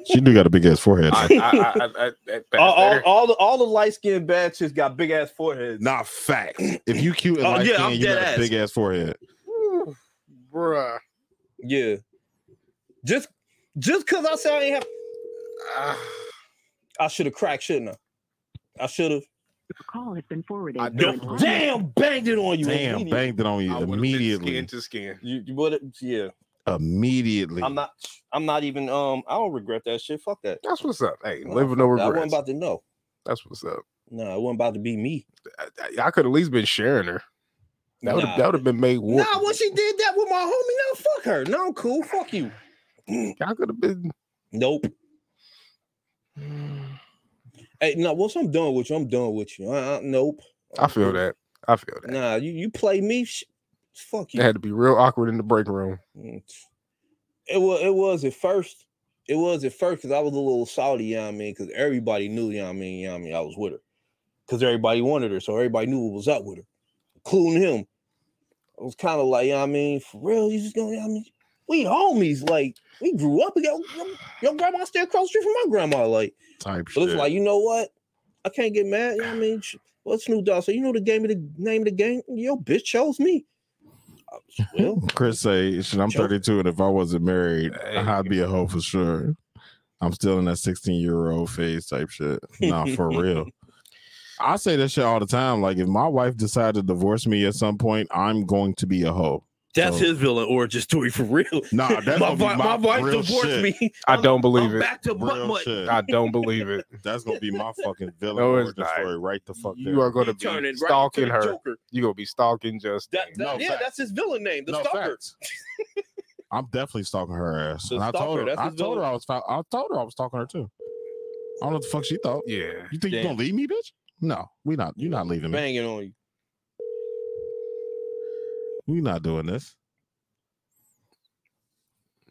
Speaker 2: She do got a big ass forehead.
Speaker 3: I, I, I, I, I, I,
Speaker 1: [LAUGHS] all, all, all the all the light skinned batches got big ass foreheads.
Speaker 2: [LAUGHS] Not fact. If you cute and
Speaker 1: Oh,
Speaker 2: light
Speaker 1: yeah,
Speaker 2: skinned,
Speaker 1: I'm
Speaker 2: you got
Speaker 1: deadass.
Speaker 2: a big ass forehead.
Speaker 3: Ooh, bruh.
Speaker 1: Yeah. Just just cause I said I ain't have
Speaker 3: Ah,
Speaker 1: I should have cracked, shouldn't I? I should have.
Speaker 10: call has been forwarded.
Speaker 3: I
Speaker 10: to
Speaker 3: don't-
Speaker 10: an automated
Speaker 1: Damn, banged it on you.
Speaker 2: Damn,
Speaker 1: immediately.
Speaker 2: banged it on you
Speaker 3: I would've been skin
Speaker 2: immediately.
Speaker 3: to skin.
Speaker 1: You, you would yeah.
Speaker 2: Immediately.
Speaker 1: I'm not I'm not even um I don't regret that shit. Fuck that.
Speaker 3: That's what's up. Hey,
Speaker 1: No,
Speaker 3: live with no
Speaker 1: I
Speaker 3: regrets.
Speaker 1: wasn't about to know.
Speaker 3: That's what's up.
Speaker 1: No, I wasn't about to be me.
Speaker 3: I, I- I could at least been sharing her. That would
Speaker 1: Nah.
Speaker 3: have that would have been made war.
Speaker 1: Nah, when she did that with my homie, now fuck her. No, I'm cool. Fuck you.
Speaker 3: I could have been.
Speaker 1: Nope. Hey, no, once I'm done with you, I'm done with you. Uh, uh, nope.
Speaker 3: I feel that. I feel that.
Speaker 1: Nah, you, you play me. Sh- fuck you.
Speaker 3: It had to be real awkward in the break room.
Speaker 1: Mm. It was it was at first. It was at first because I was a little salty, you know what I mean? Because everybody knew, you know what I mean, you know what I mean, I was with her. Because everybody wanted her, so everybody knew what was up with her, including him. I was kind of like, you know what I mean, for real, you just gonna, you know what I mean, we homies, like we grew up. Your, your, your grandma stayed across the street from my grandma, like.
Speaker 2: type
Speaker 1: But
Speaker 2: shit.
Speaker 1: it's like, you know what? I can't get mad. You know what I mean? Sh- Well, Snoop Dogg said, you know the game of the name of the game? Yo, bitch chose me. I was, Well,
Speaker 2: Chris say, shit, I'm
Speaker 1: Joke.
Speaker 2: 32, and if I wasn't married,
Speaker 3: Hey.
Speaker 2: I'd be a hoe
Speaker 1: [LAUGHS]
Speaker 2: for sure. I'm still in that 16 year old phase type shit. Nah, for real. I say that shit all the time. Like, if my wife decides to divorce me at some point, I'm going to be a hoe.
Speaker 1: That's
Speaker 2: So-
Speaker 1: his villain origin story for real. [LAUGHS]
Speaker 2: Nah, [LAUGHS] that's
Speaker 1: my,
Speaker 2: gonna be
Speaker 1: vi-
Speaker 2: my
Speaker 1: my wife
Speaker 2: real
Speaker 1: divorced
Speaker 2: shit.
Speaker 1: me.
Speaker 3: I don't believe
Speaker 1: I'm
Speaker 3: it.
Speaker 1: back to butt
Speaker 2: Real
Speaker 1: mutt.
Speaker 2: shit.
Speaker 3: I don't believe
Speaker 1: [LAUGHS]
Speaker 3: it.
Speaker 2: That's gonna be my fucking villain
Speaker 3: No, it's
Speaker 2: origin
Speaker 3: not.
Speaker 2: story. Right the fuck
Speaker 3: You
Speaker 2: there.
Speaker 3: are going to
Speaker 1: He turning right
Speaker 3: be
Speaker 1: into the
Speaker 3: stalking her.
Speaker 1: Joker.
Speaker 3: You gonna be stalking just.
Speaker 1: That, that-
Speaker 2: No,
Speaker 1: yeah,
Speaker 2: facts.
Speaker 1: that's his villain name, the
Speaker 2: No,
Speaker 1: stalker.
Speaker 2: facts. I'm definitely stalking her ass.
Speaker 1: The
Speaker 2: And I told
Speaker 1: stalker,
Speaker 2: her.
Speaker 1: that's
Speaker 2: I
Speaker 1: his
Speaker 2: told her
Speaker 1: villain.
Speaker 2: I was. fou- I told her I was stalking her too. I don't know what the fuck she thought.
Speaker 3: Yeah.
Speaker 2: You think you
Speaker 1: Damn.
Speaker 2: gonna leave me, bitch? No, we not. You're not leaving me.
Speaker 1: Banging on you.
Speaker 2: We not doing this.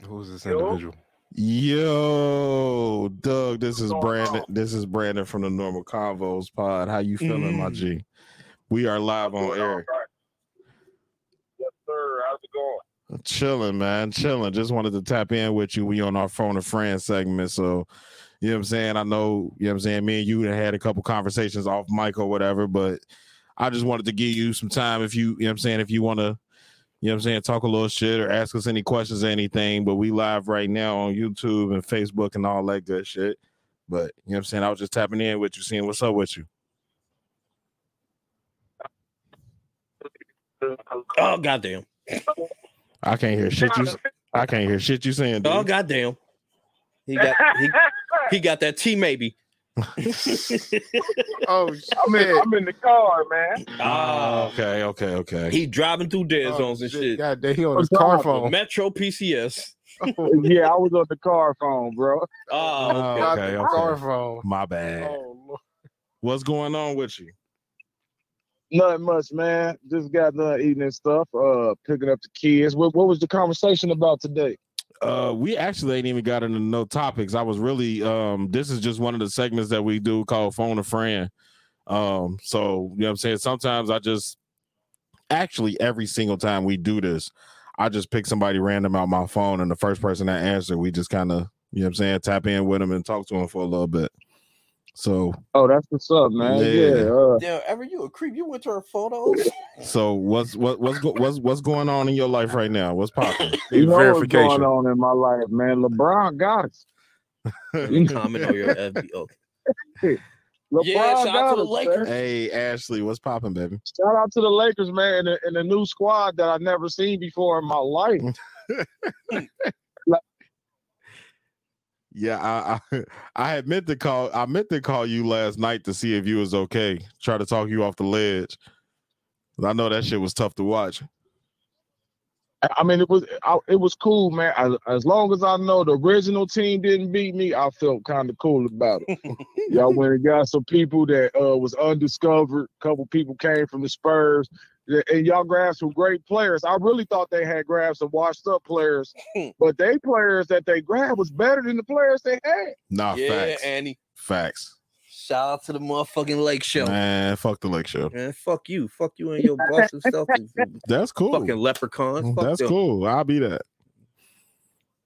Speaker 3: Who's this
Speaker 9: Yo.
Speaker 3: individual?
Speaker 2: Yo, Doug, this is
Speaker 9: going
Speaker 2: Brandon.
Speaker 9: on?
Speaker 2: This is Brandon from the Normal Convos Pod. How you feeling, my
Speaker 1: Mm.
Speaker 2: G? We are live on
Speaker 9: Doing all
Speaker 2: air.
Speaker 9: right. Yes, sir. How's it going?
Speaker 2: Chilling, man. Chilling. Just wanted to tap in with you. We on our phone and friends segment. So, you know what I'm saying? I know, you know what I'm saying? Me and you done had a couple conversations off mic or whatever, but I just wanted to give you some time if you, you know what I'm saying, if you want to, you know what I'm saying, talk a little shit or ask us any questions or anything. But we live right now on YouTube and Facebook and all that good shit. But, you know what I'm saying? I was just tapping in with you, seeing what's up with you.
Speaker 1: Oh goddamn.
Speaker 2: I can't hear shit
Speaker 9: [LAUGHS]
Speaker 2: you I can't hear shit you saying, dude.
Speaker 1: Oh goddamn. He got
Speaker 9: [LAUGHS]
Speaker 1: he, he got that T maybe.
Speaker 3: [LAUGHS] [LAUGHS] Oh
Speaker 9: I'm, in, I'm in the car, man.
Speaker 1: Ah,
Speaker 2: okay, okay, okay.
Speaker 1: he driving through dead
Speaker 3: Oh,
Speaker 1: zones and shit.
Speaker 3: God damn, he on
Speaker 9: Oh,
Speaker 3: his car
Speaker 9: God.
Speaker 3: phone.
Speaker 1: Metro PCS.
Speaker 9: yeah, I was on the car phone, bro.
Speaker 1: Oh,
Speaker 2: Oh,
Speaker 3: Got the
Speaker 2: okay, okay.
Speaker 3: Car phone.
Speaker 2: My bad.
Speaker 9: Oh,
Speaker 2: What's going on with you?
Speaker 9: Nothing much, man. Just got done eating and stuff. Uh, picking up the kids. What, what was the conversation about today?
Speaker 2: Uh, we actually ain't even got into no topics. I was really um, this is just one of the segments that we do called Phone a Friend. Um, so you know what I'm saying? Sometimes I just actually every single time we do this, I just pick somebody random out my phone and the first person that answer, we just kind of you know what I'm saying, tap in with them and talk to them for a little bit. So
Speaker 9: Oh, that's what's up, man.
Speaker 2: Yeah.
Speaker 9: Yeah. uh,
Speaker 1: damn, ever you a creep? You went to her [LAUGHS] photos.
Speaker 2: so what's what what's go, what's what's going on in your life right now? What's popping?
Speaker 9: you know what's
Speaker 3: verification.
Speaker 9: going on in my life, man. LeBron got us.
Speaker 1: Comment on your FBO.
Speaker 9: LeBron
Speaker 1: Yeah, shout out to
Speaker 9: got
Speaker 1: the
Speaker 9: us, man.
Speaker 1: Lakers.
Speaker 2: [LAUGHS] hey Ashley, what's popping, baby?
Speaker 9: Shout out to the Lakers, man, and the, and the new squad that I've never seen before in my life.
Speaker 2: Yeah, I, [LAUGHS] I I had meant to call I meant to call you last night to see if you was okay. Try to talk you off the ledge. 'Cause I know that shit was tough to watch.
Speaker 9: I- I mean, it was I, it was cool, man. As, as long as I know the original team didn't beat me, I felt kind of cool about
Speaker 1: [LAUGHS]
Speaker 9: it. Y'all went and got some people that uh, was undiscovered. A couple people came from the Spurs, Yeah, and y'all grabbed some great players. I really thought they had grabbed some washed up players,
Speaker 1: [LAUGHS]
Speaker 9: but they players that they grabbed was better than the players they had.
Speaker 2: Nah,
Speaker 1: Yeah,
Speaker 2: facts.
Speaker 1: Annie.
Speaker 2: facts.
Speaker 1: Shout out to the motherfucking Lake Show. Man.
Speaker 2: Man, fuck the lake show.
Speaker 1: fuck you. Fuck you and your Boston
Speaker 2: [LAUGHS]
Speaker 1: Celtics. you
Speaker 2: That's cool.
Speaker 1: Fucking leprechauns. Fuck
Speaker 2: That's
Speaker 1: them.
Speaker 2: cool. I'll be that.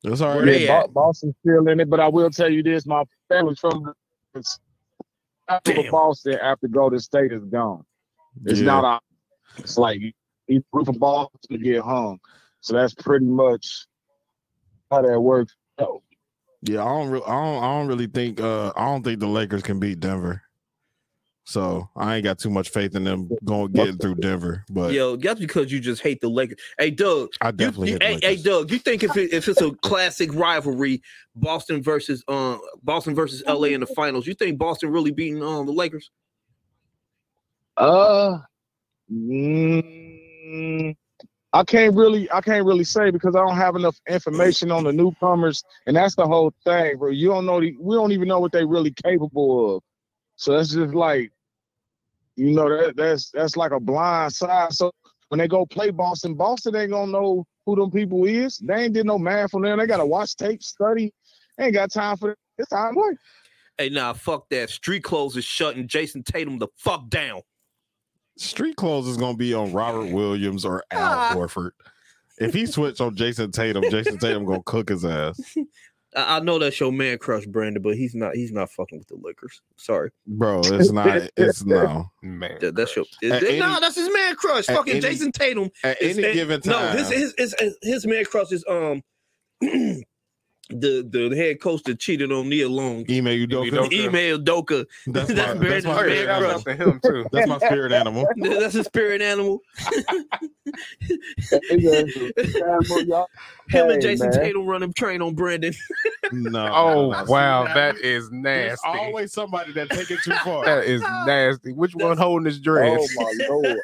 Speaker 2: That's all
Speaker 1: Where
Speaker 2: right.
Speaker 1: they
Speaker 9: Yeah, Bo-
Speaker 1: at?
Speaker 9: Boston's still in it, but I will tell you this: my family's from after
Speaker 1: Damn.
Speaker 9: Boston. After Golden State is gone, it's
Speaker 2: Yeah.
Speaker 9: not. A, it's like you root for Boston to get home. So that's pretty much how that works. out.
Speaker 2: Yeah, I don't, re- I don't, I don't really think, uh, I don't think the Lakers can beat Denver. So I ain't got too much faith in them going getting through Denver. But
Speaker 1: Yo, that's because you just hate the Lakers. Hey, Doug.
Speaker 2: I
Speaker 1: You,
Speaker 2: definitely.
Speaker 1: you-
Speaker 2: hit the
Speaker 1: hey, hey,
Speaker 2: Lakers.
Speaker 1: Doug. You think if it, if it's a classic rivalry, Boston versus um Boston versus LA in the finals, you think Boston really beating um the Lakers?
Speaker 9: Uh, mm, I can't really, I can't really say because I don't have enough information on the newcomers, and that's the whole thing, bro. You don't know, the, we don't even know what they really capable of. So that's just like, you know, that that's that's like a blind side. So when they go play Boston, Boston ain't gonna know who them people is. They ain't did no math on them. They gotta watch tape, study. They ain't got time for that. It's time to play.
Speaker 1: Hey, nah, fuck that. Street clothes is shutting Jason Tatum the fuck down.
Speaker 2: Street clothes is gonna be on [LAUGHS] Robert Williams or Al
Speaker 1: Ah.
Speaker 2: Horford. If he switch on Jason Tatum, Jason Tatum gonna cook his ass,
Speaker 1: I, I know that's your man crush, Brandon, but he's not. He's not fucking with the Lakers. Sorry,
Speaker 2: [LAUGHS] bro. It's not. It's no.
Speaker 3: Man,
Speaker 1: That- that's your.
Speaker 2: At
Speaker 1: that-
Speaker 2: any-
Speaker 1: nah, that's his man crush.
Speaker 2: at
Speaker 1: Fucking
Speaker 2: any-
Speaker 1: Jason Tatum.
Speaker 2: At
Speaker 1: is-
Speaker 2: any
Speaker 1: it-
Speaker 2: given
Speaker 1: [CLEARS THROAT]
Speaker 2: time,
Speaker 1: No, his his his, his, his man crush is um the the head coach that cheated on Nia Long.
Speaker 2: Email you, Doka.
Speaker 3: Doka.
Speaker 1: Email Doka.
Speaker 2: [LAUGHS] That's my,
Speaker 1: That's
Speaker 2: that's, my
Speaker 1: Brandon
Speaker 3: Oh,
Speaker 2: spirit,
Speaker 1: Mann,
Speaker 3: Shout
Speaker 1: bro.
Speaker 2: animal.
Speaker 3: out to him too.
Speaker 2: that's my spirit [LAUGHS] animal.
Speaker 1: That's a spirit animal.
Speaker 9: [LAUGHS]
Speaker 1: Him
Speaker 9: Hey,
Speaker 1: and Jason
Speaker 9: man.
Speaker 1: Tatum running train on Brandon. [LAUGHS]
Speaker 2: No.
Speaker 3: Oh
Speaker 2: no, no.
Speaker 3: wow,
Speaker 2: See,
Speaker 3: that is
Speaker 2: There's
Speaker 3: nasty.
Speaker 2: always somebody that take [LAUGHS] it too far.
Speaker 3: That is nasty. Which one holding his
Speaker 9: Oh
Speaker 3: dress?
Speaker 9: my lord!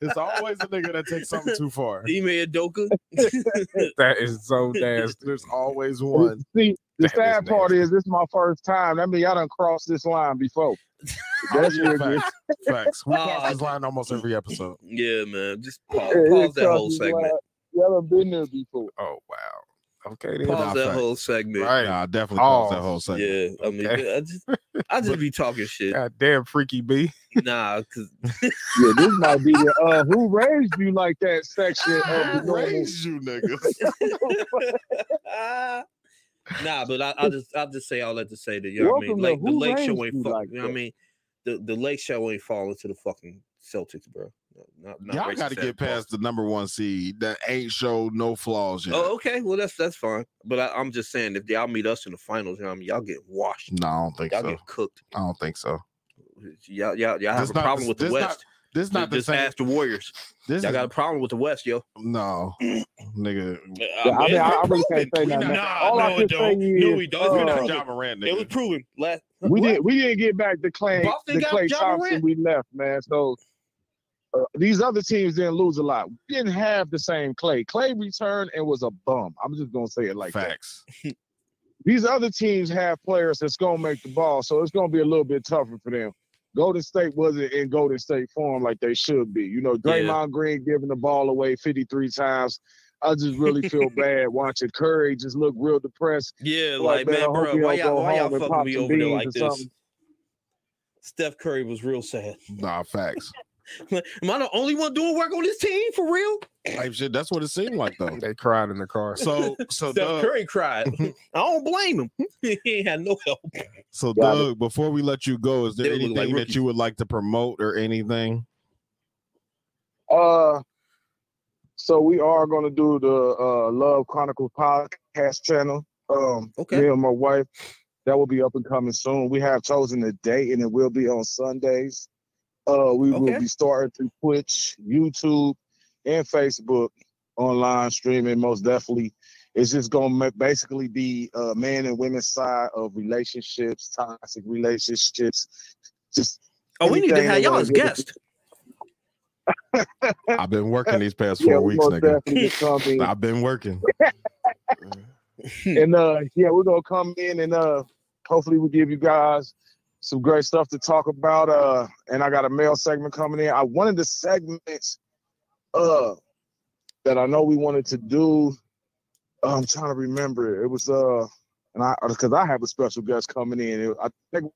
Speaker 2: it's always a nigga that takes something too far.
Speaker 1: Email
Speaker 9: [LAUGHS]
Speaker 1: Doka.
Speaker 3: [LAUGHS] that is so nasty. [LAUGHS]
Speaker 2: There's always one.
Speaker 9: See,
Speaker 3: That
Speaker 9: the
Speaker 3: is
Speaker 9: sad part
Speaker 3: nasty.
Speaker 9: is this is my first time. I mean, y'all done crossed this line
Speaker 1: [LAUGHS]
Speaker 9: before. That's
Speaker 2: Yeah,
Speaker 9: your good.
Speaker 2: facts. Facts. We cross
Speaker 1: Ah.
Speaker 2: this line almost every episode.
Speaker 1: Yeah, man. Just pause,
Speaker 9: Hey,
Speaker 1: pause that
Speaker 9: crossed
Speaker 1: whole
Speaker 9: this
Speaker 1: segment.
Speaker 9: line. Y'all done been there before.
Speaker 3: Oh wow. Okay, then.
Speaker 1: Pause that
Speaker 2: facts.
Speaker 1: whole segment.
Speaker 3: Right.
Speaker 2: Nah, I definitely cross
Speaker 3: Pause.
Speaker 2: that whole segment.
Speaker 1: Yeah, I mean,
Speaker 3: Okay.
Speaker 1: I just, I just be talking shit.
Speaker 3: God damn, freaky B.
Speaker 1: Nah, cause
Speaker 9: Yeah, this might be the uh, who raised you like that section of the
Speaker 2: Who
Speaker 9: normal.
Speaker 2: raised you niggas?
Speaker 9: Ah.
Speaker 1: nah, but
Speaker 9: [LAUGHS]
Speaker 1: I, I just I'll just say all that to say that you know what I mean.
Speaker 9: Welcome to
Speaker 1: Like the
Speaker 9: Who
Speaker 1: lake show ain't
Speaker 9: Raised You
Speaker 1: fuck,
Speaker 9: Like
Speaker 1: you know what I
Speaker 9: That?
Speaker 1: mean. The the lake show ain't falling to the fucking Celtics, bro. Not, not
Speaker 2: Y'all
Speaker 1: racist
Speaker 2: got to
Speaker 1: at
Speaker 2: get
Speaker 1: all.
Speaker 2: past the number one seed that ain't showed no flaws yet.
Speaker 1: Oh, okay. Well, that's that's fine. But I, I'm just saying, if y'all meet us in the finals, you know what I mean, y'all get washed.
Speaker 2: No, I don't think
Speaker 1: Y'all
Speaker 2: so.
Speaker 1: get cooked.
Speaker 2: I don't think so.
Speaker 1: Y'all, y'all, y'all have
Speaker 2: This
Speaker 1: a
Speaker 2: not-
Speaker 1: problem with the
Speaker 2: this not
Speaker 1: West.
Speaker 2: This is not the
Speaker 1: just
Speaker 2: same.
Speaker 1: ask the Warriors.
Speaker 2: this
Speaker 1: Y'all
Speaker 2: is,
Speaker 1: got a problem with the West, yo. [CLEARS THROAT] Uh,
Speaker 2: no, nigga.
Speaker 9: Yeah, I mean, I, I really
Speaker 2: proven.
Speaker 9: can't say
Speaker 2: We
Speaker 9: nothing.
Speaker 2: not-
Speaker 9: All I
Speaker 1: no,
Speaker 9: can
Speaker 1: it
Speaker 9: say
Speaker 1: don't. No,
Speaker 9: is
Speaker 1: we don't.
Speaker 2: We
Speaker 1: It's
Speaker 9: uh,
Speaker 2: not
Speaker 1: proven.
Speaker 2: John Moran,
Speaker 1: It was
Speaker 2: nigga.
Speaker 1: proven. Last
Speaker 9: we
Speaker 1: What?
Speaker 9: didn't we didn't get back the Clay
Speaker 1: Boston
Speaker 9: the
Speaker 1: got
Speaker 9: Clay
Speaker 1: Ja
Speaker 9: Thompson
Speaker 1: Morant?
Speaker 9: we left, man. So uh, these other teams didn't lose a lot. We didn't have the same Clay. Clay returned and was a bum. I'm just gonna say it like that.
Speaker 2: Facts.
Speaker 9: These other teams have players that's gonna make the ball, so it's gonna be a little bit tougher for them. Golden State wasn't in Golden State form like they should be. You know,
Speaker 1: Yeah.
Speaker 9: Draymond Green giving the ball away 53 times. I just
Speaker 1: [LAUGHS]
Speaker 9: really feel bad watching Curry just look real depressed.
Speaker 1: Yeah, like,
Speaker 9: Like, man, I
Speaker 1: man,
Speaker 9: hope
Speaker 1: bro,
Speaker 9: y'all
Speaker 1: why y'all,
Speaker 9: go
Speaker 1: why y'all
Speaker 9: home and
Speaker 1: fucking
Speaker 9: pop
Speaker 1: me
Speaker 9: some
Speaker 1: over there
Speaker 9: beans
Speaker 1: like
Speaker 9: or
Speaker 1: this?
Speaker 9: something.
Speaker 1: Steph Curry was real sad.
Speaker 2: Nah, facts.
Speaker 1: [LAUGHS] Am I the only one doing work on this team for real?
Speaker 2: Type shit. That's what it seemed like
Speaker 1: [LAUGHS]
Speaker 2: though.
Speaker 3: They cried in the car.
Speaker 2: So,
Speaker 9: Oh,
Speaker 2: so
Speaker 1: Steph
Speaker 2: Doug,
Speaker 1: Curry
Speaker 9: [LAUGHS]
Speaker 1: cried. I don't blame him. [LAUGHS] he ain't had no help.
Speaker 2: so
Speaker 9: Got
Speaker 2: Doug. Before we let you go, is there
Speaker 1: They look like
Speaker 2: anything that
Speaker 1: rookies.
Speaker 2: you would like to promote or
Speaker 9: [LAUGHS]
Speaker 2: anything?
Speaker 9: Uh, so we are going to do the uh, Love Chronicles podcast channel. Um,
Speaker 1: Okay.
Speaker 9: me and my wife. That will be up and coming soon. We have chosen a date, and it will be on Sundays. Uh, we
Speaker 1: Okay.
Speaker 9: will be starting through Twitch, YouTube, and Facebook online streaming. Most definitely, it's just going to basically be uh, man and women's side of relationships, toxic relationships. Just
Speaker 1: Oh, we need to
Speaker 9: Anything
Speaker 1: have
Speaker 9: that
Speaker 1: y'all
Speaker 9: wanna
Speaker 1: as
Speaker 9: give it-
Speaker 1: guests.
Speaker 2: I've been working these past
Speaker 9: yeah,
Speaker 2: four
Speaker 9: we
Speaker 2: weeks,
Speaker 9: most
Speaker 2: nigga.
Speaker 9: definitely come
Speaker 2: [LAUGHS]
Speaker 9: in.
Speaker 2: I've been working.
Speaker 9: and uh yeah we're gonna come in and uh hopefully we give you guys some great stuff to talk about uh and i got a mail segment coming in i wanted the segments uh that i know we wanted to do uh, i'm trying to remember it was uh and i because i have a special guest coming in It- i think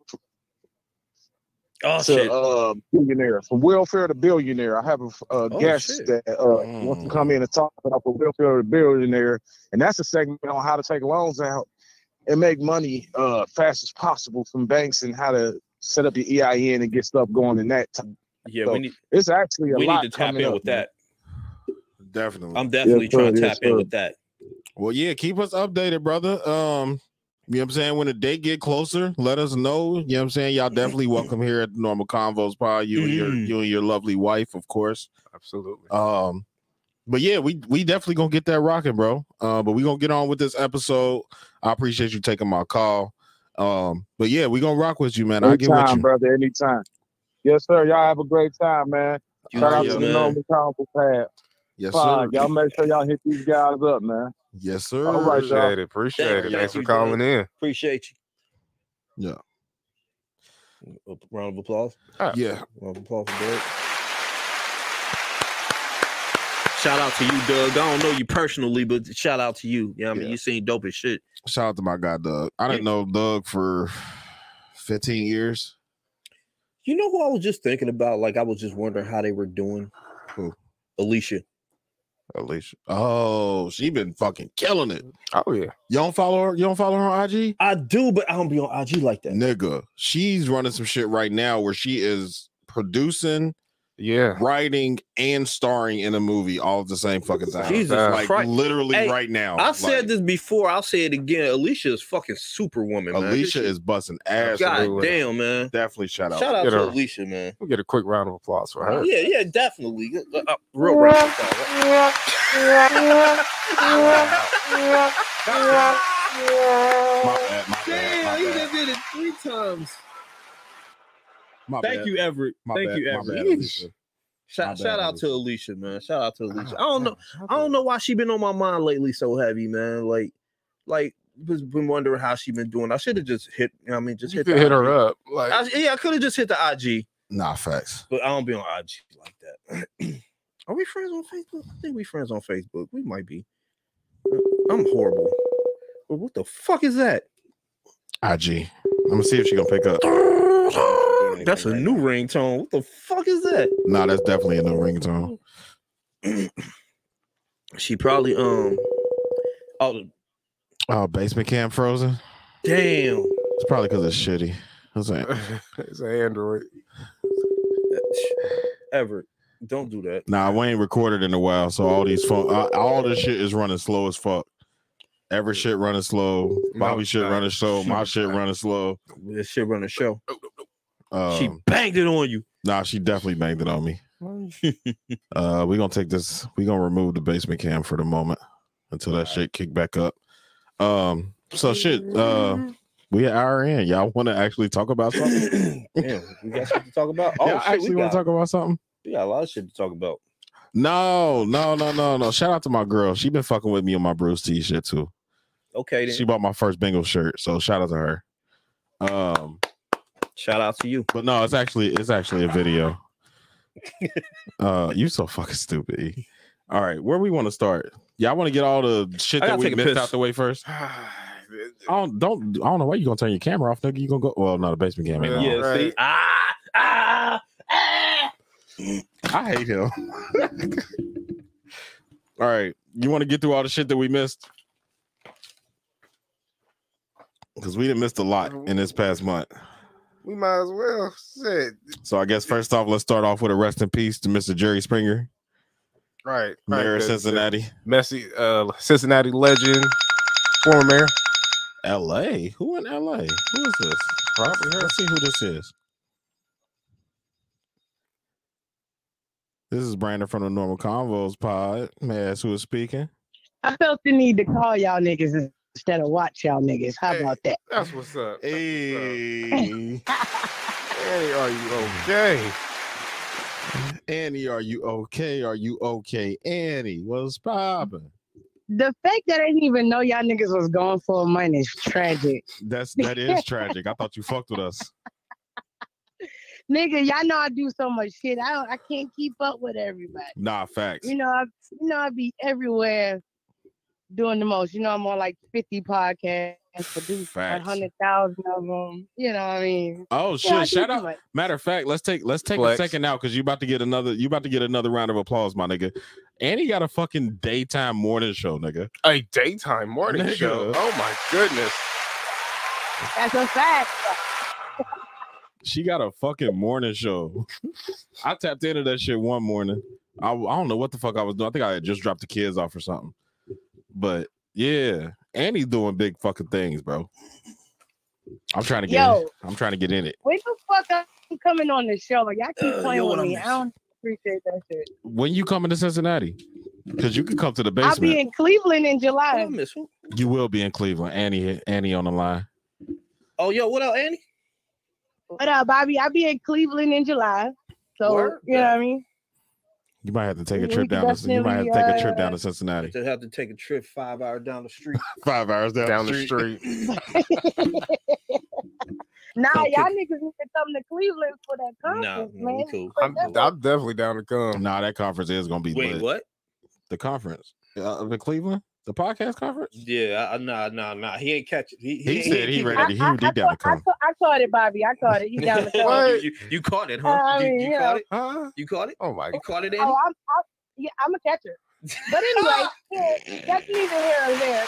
Speaker 1: Oh shit.
Speaker 9: to uh, billionaire from welfare to billionaire. I have a, uh guest
Speaker 1: Oh, shit. Mm.
Speaker 9: that uh, wants to come in and talk about from welfare to billionaire, and that's a segment on how to take loans out and make money uh, fast as possible from banks and how to set up your EIN and get stuff going in that. Time.
Speaker 1: yeah,
Speaker 9: so
Speaker 1: we need
Speaker 9: It's actually a
Speaker 1: we
Speaker 9: lot
Speaker 1: need to tap
Speaker 9: coming
Speaker 1: in
Speaker 9: up,
Speaker 1: with
Speaker 9: man.
Speaker 1: that.
Speaker 2: Definitely.
Speaker 1: I'm definitely
Speaker 9: sir,
Speaker 1: trying to
Speaker 9: yes,
Speaker 1: tap in
Speaker 9: sir.
Speaker 1: with that.
Speaker 2: Well, yeah, keep us updated, brother. Um, you know what I'm saying? When the date get closer, let us know. You know what I'm saying? Y'all definitely welcome here at the Normal Convos Pod. You and your
Speaker 1: Mm.
Speaker 2: you and your lovely wife, of course.
Speaker 3: Absolutely.
Speaker 2: Um, but yeah, we we definitely gonna get that rocking, bro. Uh, but we gonna get on with this episode. I appreciate you taking my call. Um, but yeah, we gonna rock with you, man. I get with
Speaker 9: Anytime,
Speaker 2: you.
Speaker 9: brother. Anytime. Yes, sir. Y'all have a great time, man.
Speaker 1: You
Speaker 9: Shout
Speaker 1: know,
Speaker 9: out
Speaker 2: yeah,
Speaker 9: to the
Speaker 1: Oh, man.
Speaker 9: normal council pad.
Speaker 2: Yes, sir.
Speaker 9: Pod. Y'all make sure y'all hit these guys up, man.
Speaker 2: Yes, sir.
Speaker 9: All right, y'all.
Speaker 3: Appreciate it. Appreciate
Speaker 1: Thank
Speaker 3: it.
Speaker 1: you,
Speaker 3: Thanks for
Speaker 1: Doug.
Speaker 3: calling in.
Speaker 1: Appreciate you.
Speaker 2: Yeah.
Speaker 1: A round of applause.
Speaker 2: Yeah.
Speaker 1: Round of applause for Doug. Shout out to you, Doug. I don't know you personally, but shout out to you. Yeah, I mean,
Speaker 2: Yeah.
Speaker 1: you seen dope as shit.
Speaker 2: Shout out to my guy Doug. I didn't know Doug for 15 years.
Speaker 1: You know who I was just thinking about? Like, I was just wondering how they were doing.
Speaker 2: Who?
Speaker 1: Alicia.
Speaker 2: Alicia. Oh, she been fucking killing it.
Speaker 3: Oh yeah.
Speaker 2: You don't follow her? You don't follow her on IG?
Speaker 1: I do, but I don't be on IG like that.
Speaker 2: Nigga, she's running some shit right now where she is producing
Speaker 3: Yeah.
Speaker 2: writing and starring in a movie all at the same fucking time.
Speaker 3: Jesus
Speaker 2: like
Speaker 1: Christ.
Speaker 2: literally
Speaker 1: Hey,
Speaker 2: right now.
Speaker 1: I said
Speaker 2: Like,
Speaker 1: this before. I'll say it again. Alicia is fucking superwoman. man.
Speaker 2: Alicia
Speaker 1: This
Speaker 2: is busting
Speaker 1: shit-
Speaker 2: ass.
Speaker 1: God
Speaker 3: absolutely.
Speaker 1: damn, man.
Speaker 2: Definitely shout out.
Speaker 1: Shout out
Speaker 3: Get
Speaker 1: to
Speaker 3: her.
Speaker 1: Alicia, man.
Speaker 3: We'll get a quick round of applause for her.
Speaker 1: Yeah, yeah, definitely. Uh, uh, real rap.
Speaker 2: My bad, my bad, my
Speaker 7: Damn, he
Speaker 2: bad.
Speaker 7: done did it three times.
Speaker 2: My
Speaker 7: Thank
Speaker 2: bad,
Speaker 7: you, Everett.
Speaker 2: my
Speaker 7: Thank
Speaker 2: bad,
Speaker 7: you,
Speaker 2: my
Speaker 7: Everett.
Speaker 2: bad, Alicia.
Speaker 1: Shout,
Speaker 2: bad,
Speaker 1: shout out to Alicia, man. Shout out to Alicia. I
Speaker 3: Ah,
Speaker 1: don't know. I don't know why she been on my mind lately so heavy, man. Like, like just been wondering how she been doing. I should have just hit. You know what I mean, just
Speaker 3: You
Speaker 1: hit,
Speaker 3: could
Speaker 1: the
Speaker 3: hit
Speaker 1: IG.
Speaker 3: her up. Like
Speaker 1: I, yeah, I could have just hit the IG,
Speaker 2: Nah, facts.
Speaker 1: but I don't be on IG like that. [CLEARS THROAT] Are we friends on Facebook? I think we friends on Facebook. We might be. Uh, I'm horrible. But what the fuck is that?
Speaker 2: IG. I'm gonna see if she gonna pick up.
Speaker 1: That's a new ringtone. What the fuck is that?
Speaker 2: Nah, that's definitely a new ringtone.
Speaker 1: She probably um. Oh
Speaker 2: Oh, basement cam frozen.
Speaker 1: damn!
Speaker 2: It's probably because it's shitty. That's it.
Speaker 3: [LAUGHS] it's an Android. [SIGHS]
Speaker 1: Everett, don't do that.
Speaker 2: Nah, we ain't recorded in a while, so all these phone, uh, all this shit is running slow as fuck. Every shit running slow. Bobby
Speaker 3: it's
Speaker 2: shit
Speaker 3: not.
Speaker 2: running slow. My
Speaker 3: It's
Speaker 2: shit
Speaker 3: not.
Speaker 2: running slow.
Speaker 1: This shit run the show.
Speaker 2: Um,
Speaker 1: she banged it on you.
Speaker 2: nah, she definitely banged it on me. uh, we gonna take this. We gonna remove the basement cam for the moment until that shit kick back up. Um, so shit. Uh, we an hour in. Y'all want to actually talk about something?
Speaker 1: [CLEARS THROAT] Damn, we got something to talk about. Oh,
Speaker 2: Y'all
Speaker 1: shit,
Speaker 2: actually
Speaker 1: we, got,
Speaker 2: want to talk about something?
Speaker 1: we got a lot of shit to talk about.
Speaker 2: No, no, no, no, no. Shout out to my girl. She been fucking with me on my Bruce T shit too.
Speaker 1: Okay, then.
Speaker 2: She bought my first Bengals shirt, so shout out to her. Um,
Speaker 1: Shout out to you.
Speaker 2: but no, it's actually it's actually
Speaker 1: [LAUGHS]
Speaker 2: a video. uh, you so fucking stupid. E. All right, where we want to start? Y'all want to get all the shit
Speaker 1: I
Speaker 2: that
Speaker 1: gotta
Speaker 2: we
Speaker 1: take a
Speaker 2: missed
Speaker 1: piss.
Speaker 2: out the way first? I don't, don't I don't know why you gonna turn your camera off, nigga. You gonna go? Well, no, the basement cam. ain't on.
Speaker 1: Yeah, see?
Speaker 3: Alright.
Speaker 1: Ah, ah, ah.
Speaker 2: I hate him. [LAUGHS] all right, you want to get through all the shit that we missed? Because we didn't missed a lot in this past month.
Speaker 3: we might as well. Shit.
Speaker 2: So I guess first off, let's start off with a rest in peace to Mr. Jerry Springer,
Speaker 3: Right.
Speaker 2: mayor of
Speaker 3: right, the- the
Speaker 2: Cincinnati,
Speaker 3: Messy uh Cincinnati legend. Former mayor.
Speaker 2: L.A. Who in L.A.? Who is this? Probably her. Let's see who this is. This is Brandon from the Normal Convos Pod. May I ask who is speaking?
Speaker 11: I felt the need to call y'all niggas instead of watch y'all niggas. How
Speaker 3: Hey.
Speaker 11: about that?
Speaker 3: That's what's up. That's what's
Speaker 2: Hey,
Speaker 3: up. Hey, are you okay?
Speaker 2: Annie, are you okay? Are you okay, Annie? What's poppin'?
Speaker 11: The fact that I didn't even know y'all niggas was going for a month is tragic.
Speaker 2: That's that
Speaker 11: [LAUGHS]
Speaker 2: is tragic. I thought you fucked with us.
Speaker 11: Nigga, y'all know I do so much shit. I don't, I can't keep up with everybody.
Speaker 2: Nah, facts.
Speaker 11: You know, I you know I be everywhere doing the most. You know, I'm on like 50 podcasts, produce a
Speaker 2: Facts.
Speaker 11: hundred thousand of them. You know what I mean?
Speaker 2: Oh shit!
Speaker 11: Yeah, I do
Speaker 2: shout
Speaker 11: too
Speaker 2: out.
Speaker 11: much.
Speaker 2: Matter of fact, let's take let's take
Speaker 3: Flex.
Speaker 2: a second now because you about to get another you about to get another round of applause, my nigga. Annie got a fucking daytime morning show, nigga.
Speaker 3: A daytime morning
Speaker 2: Nigga.
Speaker 3: show. Oh my goodness.
Speaker 11: That's a fact.
Speaker 2: She got a fucking morning show. I tapped into that shit one morning. I, I don't know what the fuck I was doing. I think I had just dropped the kids off or something. But yeah, Annie's doing big fucking things, bro. I'm trying to get
Speaker 11: Yo.
Speaker 2: I'm trying to get in it.
Speaker 11: When the fuck I'm coming on the show? Y'all keep
Speaker 1: Uh,
Speaker 11: playing
Speaker 1: yo, what
Speaker 11: with
Speaker 1: I
Speaker 11: me.
Speaker 1: miss?
Speaker 11: I don't appreciate that shit.
Speaker 2: When you coming to Cincinnati? Because you can come to the
Speaker 11: I'll be
Speaker 2: basement.
Speaker 11: in Cleveland in
Speaker 1: What I
Speaker 11: July.
Speaker 1: miss? Who-
Speaker 2: You will be in Cleveland. Annie Annie on the line.
Speaker 1: Oh, yo, what up, Annie?
Speaker 11: What up, uh, Bobby? I'll be in Cleveland in July. So
Speaker 1: Word.
Speaker 11: you know what I mean? [LAUGHS]
Speaker 2: You might have to take a
Speaker 11: We- we
Speaker 2: trip
Speaker 11: could
Speaker 2: down. To, you might have to take a trip
Speaker 11: definitely,
Speaker 2: down to
Speaker 1: I
Speaker 2: Cincinnati.
Speaker 1: just have to take a trip five hour down the street.
Speaker 2: Five hours down,
Speaker 3: Down the street.
Speaker 1: [LAUGHS]
Speaker 11: Nah,
Speaker 1: So
Speaker 11: y'all niggas need to come to Cleveland for that
Speaker 1: nah,
Speaker 11: conference,
Speaker 1: nah, we
Speaker 11: man.
Speaker 1: cool.
Speaker 3: I'm, I'm definitely down to come.
Speaker 2: Nah, that conference is gonna be
Speaker 1: Wait,
Speaker 2: lit.
Speaker 1: what?
Speaker 2: The conference, uh, the Cleveland, the podcast conference.
Speaker 1: Yeah, I, I- nah, nah, nah. He ain't catch it. He,
Speaker 2: He said he
Speaker 1: ain't-
Speaker 2: ready to he, he
Speaker 11: I,
Speaker 2: down to
Speaker 11: caught, I,
Speaker 2: come.
Speaker 11: caught, I caught it, Bobby. I caught it.
Speaker 1: [LAUGHS]
Speaker 11: You down the come.
Speaker 3: What?
Speaker 1: you, you caught it, huh?
Speaker 11: I
Speaker 1: you
Speaker 11: mean,
Speaker 1: you
Speaker 11: yeah.
Speaker 1: caught it.
Speaker 3: Huh?
Speaker 1: You caught it.
Speaker 3: Oh my
Speaker 1: You caught it, Annie.
Speaker 11: Oh, I'm, I'm yeah, I'm a catcher. But anyway, yeah, that's neither here nor there.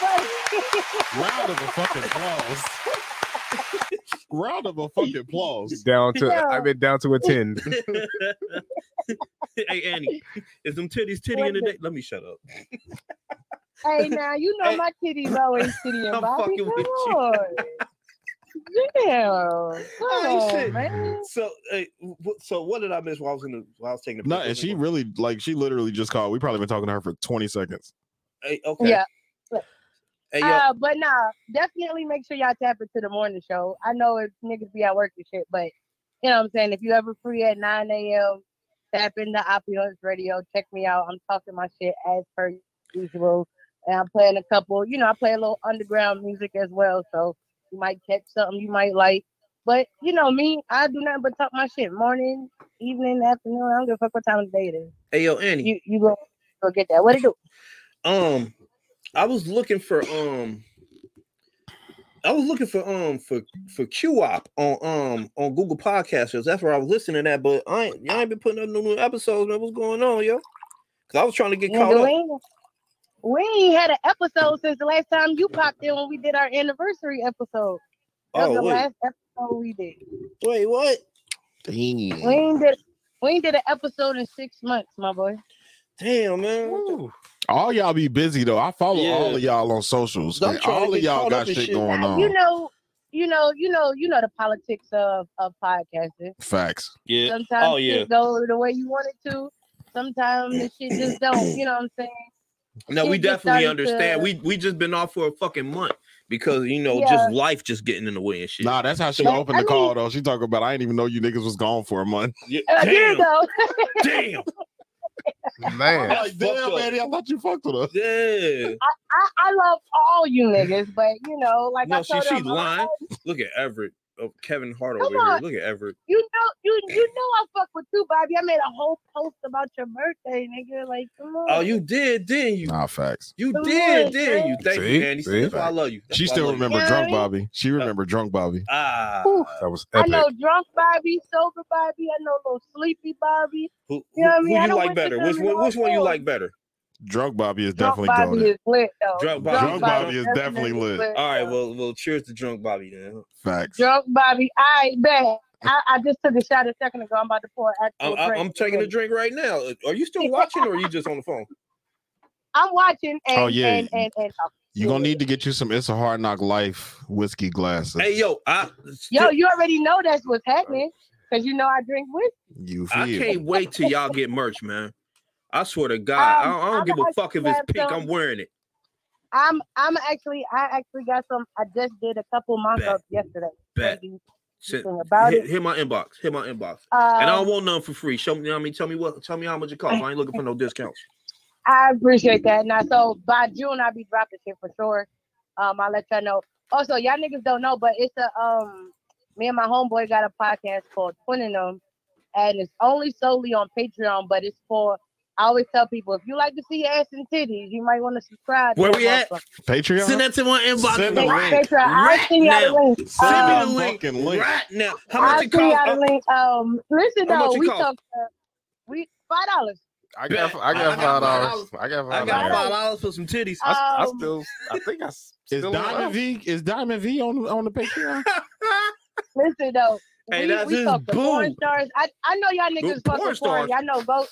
Speaker 11: But- [LAUGHS]
Speaker 2: Round of a fucking applause. Round of a fucking applause.
Speaker 3: down to
Speaker 11: Yeah.
Speaker 3: I've been down to a 10.
Speaker 1: [LAUGHS] hey Annie, is them
Speaker 11: [LAUGHS]
Speaker 1: titties titty in the day? Let me shut up.
Speaker 11: Hey, now you know my titties always titty and
Speaker 1: I'm
Speaker 11: Bobby.
Speaker 1: fucking
Speaker 11: Come
Speaker 1: with you.
Speaker 11: on.
Speaker 1: [LAUGHS]
Speaker 11: Yeah, come
Speaker 1: I ain't
Speaker 11: on,
Speaker 1: shit.
Speaker 11: man.
Speaker 1: So, hey, wh- so what did I miss while I was in the while I was taking the
Speaker 2: No,
Speaker 1: pictures?
Speaker 2: and she really like she literally just called. We probably been talking to her for 20 seconds.
Speaker 1: Hey, okay.
Speaker 11: Yeah.
Speaker 1: Hey, yo,
Speaker 11: Uh, but nah, definitely make sure y'all tap into the morning show. I know it's niggas be at work and shit, but you know what I'm saying? If you ever free at 9 a.m., tap into Opulence Radio. Check me out. I'm talking my shit as per usual. And I'm playing a couple, you know, I play a little underground music as well. So you might catch something you might like. But you know me, I do nothing but talk my shit morning, evening, afternoon. I don't give a fuck what time of the day it is.
Speaker 1: hey, yo, Annie.
Speaker 11: You you go go get that. What it do?
Speaker 1: um i was looking for um i was looking for um for for qop on um on google podcasters that's where i was listening at but i ain't, y'all ain't been putting up no new episodes man what's going on yo because i was trying to get caught
Speaker 11: Nigga, we,
Speaker 1: up
Speaker 11: ain't, we ain't had an episode since the last time you popped in when we did our anniversary episode. That was
Speaker 1: oh
Speaker 11: the
Speaker 1: wait
Speaker 11: last episode we did.
Speaker 1: wait what
Speaker 11: We ain't did we ain't did an episode in six months, my boy.
Speaker 1: damn man
Speaker 2: All y'all be busy though. I follow
Speaker 1: Yeah.
Speaker 2: all of y'all on socials.
Speaker 1: I'm
Speaker 2: and
Speaker 1: trying to
Speaker 2: all of
Speaker 1: get
Speaker 2: y'all
Speaker 1: caught
Speaker 2: got
Speaker 1: up in
Speaker 2: shit
Speaker 1: shit.
Speaker 2: going
Speaker 11: Now,
Speaker 2: on.
Speaker 11: You know, you know, you know, you know the politics of of podcasting.
Speaker 2: Facts.
Speaker 1: yeah
Speaker 11: Sometimes
Speaker 1: Oh, yeah.
Speaker 11: shit go the way you want it to. Sometimes the
Speaker 1: [COUGHS]
Speaker 11: shit just don't. You know what I'm saying?
Speaker 1: no we
Speaker 11: shit just
Speaker 1: definitely
Speaker 11: started to-
Speaker 1: understand we we just been off for a fucking month because you know
Speaker 11: Yeah.
Speaker 1: just life just getting in the way and shit
Speaker 2: Nah, that's how she
Speaker 11: But,
Speaker 2: opened
Speaker 11: I
Speaker 2: the call
Speaker 11: mean-
Speaker 2: though. She talking about I didn't even know you niggas was gone for a month.
Speaker 1: Yeah,
Speaker 11: Uh, there [LAUGHS]
Speaker 1: damn
Speaker 11: you go.
Speaker 1: damn
Speaker 3: Man,
Speaker 2: Like, damn,
Speaker 1: fucked up.
Speaker 2: Annie, I thought you fucked with us.
Speaker 1: yeah
Speaker 11: I, I love all you niggas, but you know, like [LAUGHS] I
Speaker 1: no she
Speaker 11: told
Speaker 1: she
Speaker 11: them, I'm
Speaker 1: lying look at everett oh, kevin hart
Speaker 11: Come
Speaker 1: over here
Speaker 11: on.
Speaker 1: look at everett
Speaker 11: You know, you you know I fuck with you, Bobby. I made a whole post about your birthday, nigga. Like, come on.
Speaker 1: Oh, you did, didn't you?
Speaker 2: Nah, facts.
Speaker 1: You
Speaker 11: Come
Speaker 1: did,
Speaker 11: on,
Speaker 1: didn't you?
Speaker 11: man.
Speaker 1: Thank
Speaker 3: See?
Speaker 1: you, Andy.
Speaker 3: See?
Speaker 1: That's why I love you. That's why
Speaker 2: She
Speaker 1: I
Speaker 2: still
Speaker 1: love you.
Speaker 2: remember
Speaker 11: Yeah,
Speaker 2: drunk
Speaker 11: right?
Speaker 2: Bobby. She remember drunk Bobby.
Speaker 1: Ah,
Speaker 3: Whew, that was
Speaker 11: I
Speaker 3: epic.
Speaker 11: know drunk Bobby, sober Bobby. I know little sleepy Bobby.
Speaker 1: who, who,
Speaker 11: You know what I mean?
Speaker 1: who
Speaker 11: I
Speaker 1: you
Speaker 11: don't
Speaker 1: like
Speaker 11: want to
Speaker 1: better?
Speaker 11: come
Speaker 1: Which
Speaker 11: in
Speaker 1: one?
Speaker 11: all
Speaker 1: Which one you
Speaker 11: fours.
Speaker 1: like better?
Speaker 2: Drunk Bobby is
Speaker 11: Drunk
Speaker 2: definitely
Speaker 11: Bobby
Speaker 2: goaded.
Speaker 11: is lit though.
Speaker 1: Drunk Bobby-
Speaker 2: Drunk Bobby is definitely lit.
Speaker 1: All right,
Speaker 11: though.
Speaker 1: well, well, cheers to drunk Bobby. Then.
Speaker 2: Facts.
Speaker 11: drunk Bobby. I bet. I, I just took a shot a second ago. I'm about to pour an
Speaker 1: I'm,
Speaker 11: actual
Speaker 1: I'm,
Speaker 11: drink.
Speaker 1: I'm taking a drink right now. Are you still watching, or are you just on the phone?
Speaker 11: I'm watching and
Speaker 2: Oh, yeah.
Speaker 11: and and, and oh,
Speaker 2: You gonna need to get you some It's a Hard Knock Life whiskey glasses.
Speaker 1: Hey, yo, I,
Speaker 11: yo, you already know that's what's happening because you know I drink whiskey.
Speaker 2: you
Speaker 1: I
Speaker 2: feel?
Speaker 1: can't wait till y'all get merch, man. I swear to God, I
Speaker 11: Um,
Speaker 1: don't, I don't
Speaker 11: I'm
Speaker 1: give a
Speaker 11: actually
Speaker 1: fuck if it's
Speaker 11: have
Speaker 1: pink.
Speaker 11: some-
Speaker 1: I'm wearing it.
Speaker 11: I'm I'm actually I actually got some. I just did a couple mock
Speaker 1: Bet.
Speaker 11: ups yesterday.
Speaker 1: Bet.
Speaker 11: Crazy
Speaker 1: Shit.
Speaker 11: thing about
Speaker 1: Hit,
Speaker 11: it.
Speaker 1: hit my inbox. Hit my inbox. and I
Speaker 11: Um,
Speaker 1: don't want none for free. Show me. You know what I mean, tell me what. Tell me how much it costs. I ain't looking for no discounts.
Speaker 11: I appreciate that. Now, so by June I'll be dropping shit for sure. Um, I'll let y'all know. Also, y'all niggas don't know, but it's a um, me and my homeboy got a podcast called Twinning Them, and it's only solely on Patreon, but it's for. I always tell people if you like to see ass and titties, you might want to subscribe. to
Speaker 1: Where
Speaker 11: that
Speaker 1: we at?
Speaker 11: motherfucker.
Speaker 2: Patreon.
Speaker 1: Send that to my inbox.
Speaker 2: Send
Speaker 1: bro.
Speaker 2: the
Speaker 11: Patreon.
Speaker 2: link.
Speaker 11: I'll
Speaker 1: Right
Speaker 11: send y'all the link.
Speaker 2: Send me
Speaker 11: Um,
Speaker 2: the link. fucking link.
Speaker 1: right now. How
Speaker 11: I'll
Speaker 1: much it
Speaker 11: see y'all
Speaker 1: costs?
Speaker 11: the link. Um, listen
Speaker 1: How much
Speaker 11: though,
Speaker 1: it
Speaker 11: we
Speaker 1: cost?
Speaker 11: talked. Uh, we five dollars.
Speaker 3: I got,
Speaker 1: Bet.
Speaker 3: I
Speaker 1: I
Speaker 3: got
Speaker 1: got
Speaker 3: five
Speaker 1: five
Speaker 3: dollars. I got
Speaker 1: I
Speaker 3: five
Speaker 1: got
Speaker 11: Alright.
Speaker 3: dollars.
Speaker 1: five dollars for some titties.
Speaker 3: I, s- I
Speaker 11: Um,
Speaker 3: still, I think I s-
Speaker 2: Is
Speaker 3: still
Speaker 2: Diamond V is Diamond V on on the Patreon?
Speaker 11: Listen though,
Speaker 1: Hey,
Speaker 11: we,
Speaker 1: that's
Speaker 11: we
Speaker 1: his
Speaker 11: talked to
Speaker 1: boo.
Speaker 11: porn stars. I, I know y'all
Speaker 1: Boo,
Speaker 11: niggas
Speaker 1: porn
Speaker 11: fucking porn.
Speaker 1: stars.
Speaker 11: Y'all know go,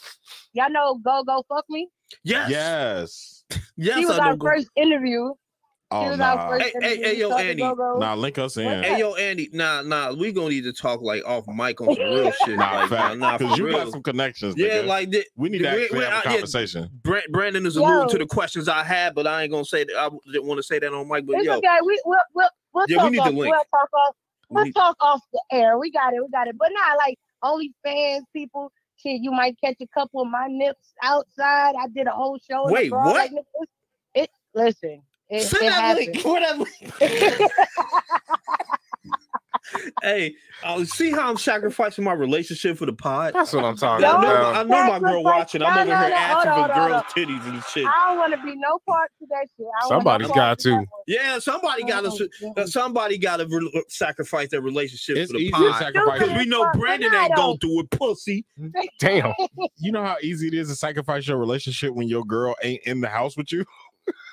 Speaker 11: y'all know go go fuck me.
Speaker 1: [LAUGHS] yes. Yes.
Speaker 2: Yes.
Speaker 11: She was
Speaker 1: I know.
Speaker 11: our first interview. She
Speaker 2: Oh
Speaker 11: was
Speaker 2: nah.
Speaker 11: our first
Speaker 2: Hey,
Speaker 1: Hey, hey,
Speaker 11: interview.
Speaker 1: hey,
Speaker 11: We
Speaker 1: yo,
Speaker 11: talked to
Speaker 1: Andy.
Speaker 11: Go-Go.
Speaker 2: Nah, link us in.
Speaker 11: What?
Speaker 1: Hey yo, Andy, nah, nah, we gonna need to talk like off mic
Speaker 11: [LAUGHS]
Speaker 1: on some real shit. Like,
Speaker 2: Nah,
Speaker 1: nah,
Speaker 2: fact.
Speaker 1: nah,
Speaker 2: Because
Speaker 1: for
Speaker 2: you got
Speaker 1: real.
Speaker 2: some connections.
Speaker 1: Yeah,
Speaker 2: nigga.
Speaker 1: like th-
Speaker 2: we
Speaker 1: we-
Speaker 2: need to actually
Speaker 1: we-
Speaker 2: have a
Speaker 1: I- yeah.
Speaker 2: conversation.
Speaker 1: Brand- Brandon is alluding
Speaker 11: Yo.
Speaker 1: to the questions I had, but I ain't gonna say that. I didn't want to say that on mic, but
Speaker 11: It's
Speaker 1: yo,
Speaker 11: okay. We we'll we'll, we'll
Speaker 1: Yeah, we
Speaker 11: talk
Speaker 1: need the
Speaker 11: off.
Speaker 1: link.
Speaker 11: We'll talk off.
Speaker 1: we
Speaker 11: We'll
Speaker 1: need-
Speaker 11: talk off the air. We got it. We got it. But not like only fans, people. Shit, you might catch a couple of my nips outside. I did a whole show. in the
Speaker 1: Wait,
Speaker 11: broad,
Speaker 1: what?
Speaker 11: like, niggas. It listen. It,
Speaker 1: send
Speaker 11: it
Speaker 1: that
Speaker 11: happened.
Speaker 1: link. Whatever.
Speaker 11: [LAUGHS]
Speaker 1: Hey, uh, see how I'm sacrificing my relationship for the pod?
Speaker 3: That's what I'm talking
Speaker 1: I know,
Speaker 11: Y'all-
Speaker 3: about.
Speaker 1: I know my girl
Speaker 11: Sacrifice-
Speaker 1: watching. I'm
Speaker 11: No,
Speaker 1: over
Speaker 11: no,
Speaker 1: here
Speaker 11: no, hold
Speaker 1: asking
Speaker 11: on,
Speaker 1: for
Speaker 11: hold on.
Speaker 1: girls' titties and shit.
Speaker 11: I don't want to be no part to that shit. I don't want
Speaker 3: Somebody's
Speaker 11: no part
Speaker 3: got to.
Speaker 11: that one.
Speaker 1: Yeah, somebody got
Speaker 11: Oh,
Speaker 1: to. Somebody got to re- uh, sacrifice their relationship
Speaker 2: It's
Speaker 1: for the
Speaker 2: easy to
Speaker 1: pod.
Speaker 2: sacrifice.
Speaker 1: Because we know
Speaker 11: Fuck,
Speaker 1: Brandon
Speaker 11: but I
Speaker 1: ain't going
Speaker 11: don't.
Speaker 1: through it, pussy.
Speaker 3: Damn.
Speaker 2: You know how easy it is to sacrifice your relationship when your girl ain't in the house with you? [LAUGHS]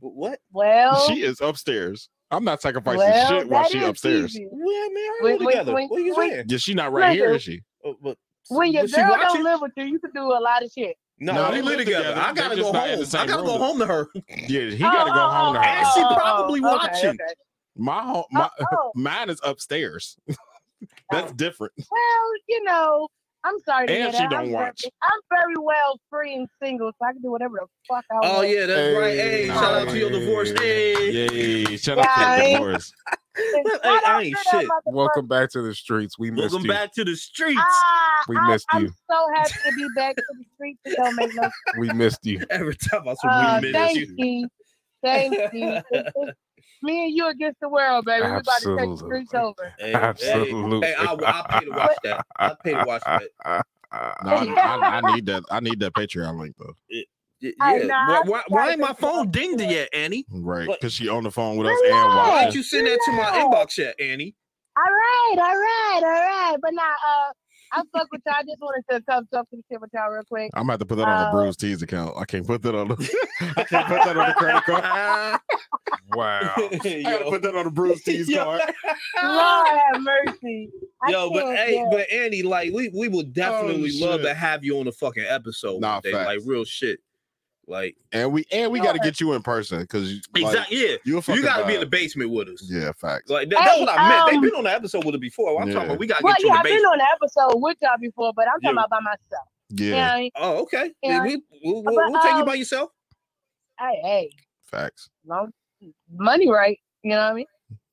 Speaker 1: What?
Speaker 11: Well,
Speaker 2: She is upstairs. I'm not sacrificing
Speaker 11: Oh. well,
Speaker 2: shit while
Speaker 11: that
Speaker 2: she
Speaker 11: is
Speaker 2: upstairs.
Speaker 11: easy.
Speaker 1: We ain't married
Speaker 11: Wait, wait,
Speaker 1: together.
Speaker 11: wait,
Speaker 1: what are you
Speaker 11: wait.
Speaker 1: saying?
Speaker 2: Yeah, she not right here,
Speaker 11: Nigga.
Speaker 2: is she?
Speaker 1: Oh, but
Speaker 11: When your
Speaker 12: Does she
Speaker 11: girl
Speaker 12: watch
Speaker 11: don't
Speaker 12: it?
Speaker 11: live with you, you can do a lot of shit.
Speaker 12: No,
Speaker 2: No,
Speaker 12: they
Speaker 1: they live together. I
Speaker 2: They're
Speaker 1: gotta
Speaker 2: just
Speaker 1: go
Speaker 2: not in
Speaker 1: home.
Speaker 2: the same
Speaker 1: I gotta
Speaker 2: room.
Speaker 1: go home to her.
Speaker 2: Yeah, he
Speaker 11: Oh.
Speaker 2: gotta go home to
Speaker 1: And
Speaker 2: her.
Speaker 1: she probably watch
Speaker 11: okay,
Speaker 1: it.
Speaker 11: okay.
Speaker 2: My home, my,
Speaker 11: Oh,
Speaker 2: mine is upstairs. [LAUGHS] That's different.
Speaker 11: well, you know, I'm sorry to
Speaker 2: And
Speaker 11: hear
Speaker 2: she
Speaker 11: that.
Speaker 2: don't
Speaker 11: I'm
Speaker 2: watch.
Speaker 11: Very, I'm very well free and single, so I can do whatever the fuck I want.
Speaker 1: Oh yeah, that's
Speaker 3: Hey,
Speaker 1: right. Hey, shout out to your divorce. Hey,
Speaker 2: Yay! Shout
Speaker 11: Yeah,
Speaker 2: out to
Speaker 11: I-
Speaker 2: the divorce.
Speaker 11: Since
Speaker 1: [LAUGHS] Hey,
Speaker 11: I
Speaker 1: I
Speaker 11: don't
Speaker 1: ain't
Speaker 11: do that
Speaker 1: shit.
Speaker 11: motherfucker-
Speaker 3: Welcome back to the streets. We missed
Speaker 1: welcome
Speaker 3: you.
Speaker 1: back to the streets.
Speaker 11: Ah,
Speaker 3: We
Speaker 11: I-
Speaker 3: missed
Speaker 11: I'm
Speaker 3: you.
Speaker 11: so happy to be back to the streets. It don't make
Speaker 2: [LAUGHS]
Speaker 11: no sense.
Speaker 3: We missed you.
Speaker 1: [LAUGHS] Every time I say
Speaker 11: Uh,
Speaker 1: we miss
Speaker 11: thank
Speaker 1: you.
Speaker 11: you. Thank
Speaker 1: [LAUGHS]
Speaker 11: you. It- it- Me and you against the world, baby. We about to take the streets
Speaker 3: Absolutely.
Speaker 11: over.
Speaker 1: Hey, Hey,
Speaker 3: Absolutely.
Speaker 1: hey I, I pay to watch that. I pay to watch that.
Speaker 2: No, I,
Speaker 11: [LAUGHS]
Speaker 2: I- I need that. I need that Patreon link though.
Speaker 1: Y- Yeah.
Speaker 11: Hey,
Speaker 1: why,
Speaker 11: nah, [LAUGHS] I
Speaker 1: why,
Speaker 11: just
Speaker 1: why
Speaker 11: gotta
Speaker 1: ain't my
Speaker 11: go
Speaker 1: phone
Speaker 11: talk to
Speaker 1: dinged
Speaker 11: her.
Speaker 1: yet, Annie?
Speaker 2: Right,
Speaker 1: But-
Speaker 2: because she on the phone with us
Speaker 11: Relax.
Speaker 2: and
Speaker 1: Why
Speaker 2: watching.
Speaker 1: didn't you send that to my inbox yet, Annie?
Speaker 11: All right, all right, all right. But nah, uh, I fuck with y'all. I just wanted to come talk some shit with y'all real
Speaker 3: [LAUGHS]
Speaker 11: quick.
Speaker 2: I'm gonna have to put that on
Speaker 11: Uh,
Speaker 2: a Bruce Tees account. I can't put that on.
Speaker 11: [LAUGHS]
Speaker 2: The, [LAUGHS] I can't [LAUGHS] put that on the credit
Speaker 1: [LAUGHS]
Speaker 2: card. I [LAUGHS]
Speaker 3: Wow.
Speaker 11: Oh.
Speaker 2: gotta put that on the
Speaker 11: [LAUGHS]
Speaker 2: Bruce Tees
Speaker 1: Yo.
Speaker 2: card.
Speaker 11: Lord have mercy. I
Speaker 1: Yo, but
Speaker 11: can't,
Speaker 1: hey,
Speaker 11: yo.
Speaker 1: but Annie, like we we would definitely love
Speaker 2: Oh, shit.
Speaker 1: to have you on the fucking episode.
Speaker 2: Nah,
Speaker 1: one day, like
Speaker 2: facts.
Speaker 1: real shit. Like
Speaker 2: And we and we gotta get you in person because
Speaker 1: exactly, yeah.
Speaker 2: You
Speaker 1: You gotta be in the basement with us.
Speaker 2: Yeah, facts.
Speaker 1: Like that, that's
Speaker 11: Hey,
Speaker 1: what I meant.
Speaker 11: um,
Speaker 1: They've been on the episode with it before. I'm
Speaker 2: Yeah.
Speaker 1: talking about we gotta
Speaker 11: well,
Speaker 1: get you
Speaker 11: yeah,
Speaker 1: in the
Speaker 11: I've been
Speaker 1: basement.
Speaker 11: on the episode with y'all before, but I'm talking
Speaker 1: Yeah.
Speaker 11: about by myself.
Speaker 2: yeah,
Speaker 11: Yeah. You know,
Speaker 1: Oh, okay.
Speaker 11: Yeah.
Speaker 1: We, will
Speaker 11: But,
Speaker 1: we'll take you
Speaker 11: um,
Speaker 1: by yourself.
Speaker 11: hey, hey,
Speaker 2: facts.
Speaker 11: long money, right? You know what I mean?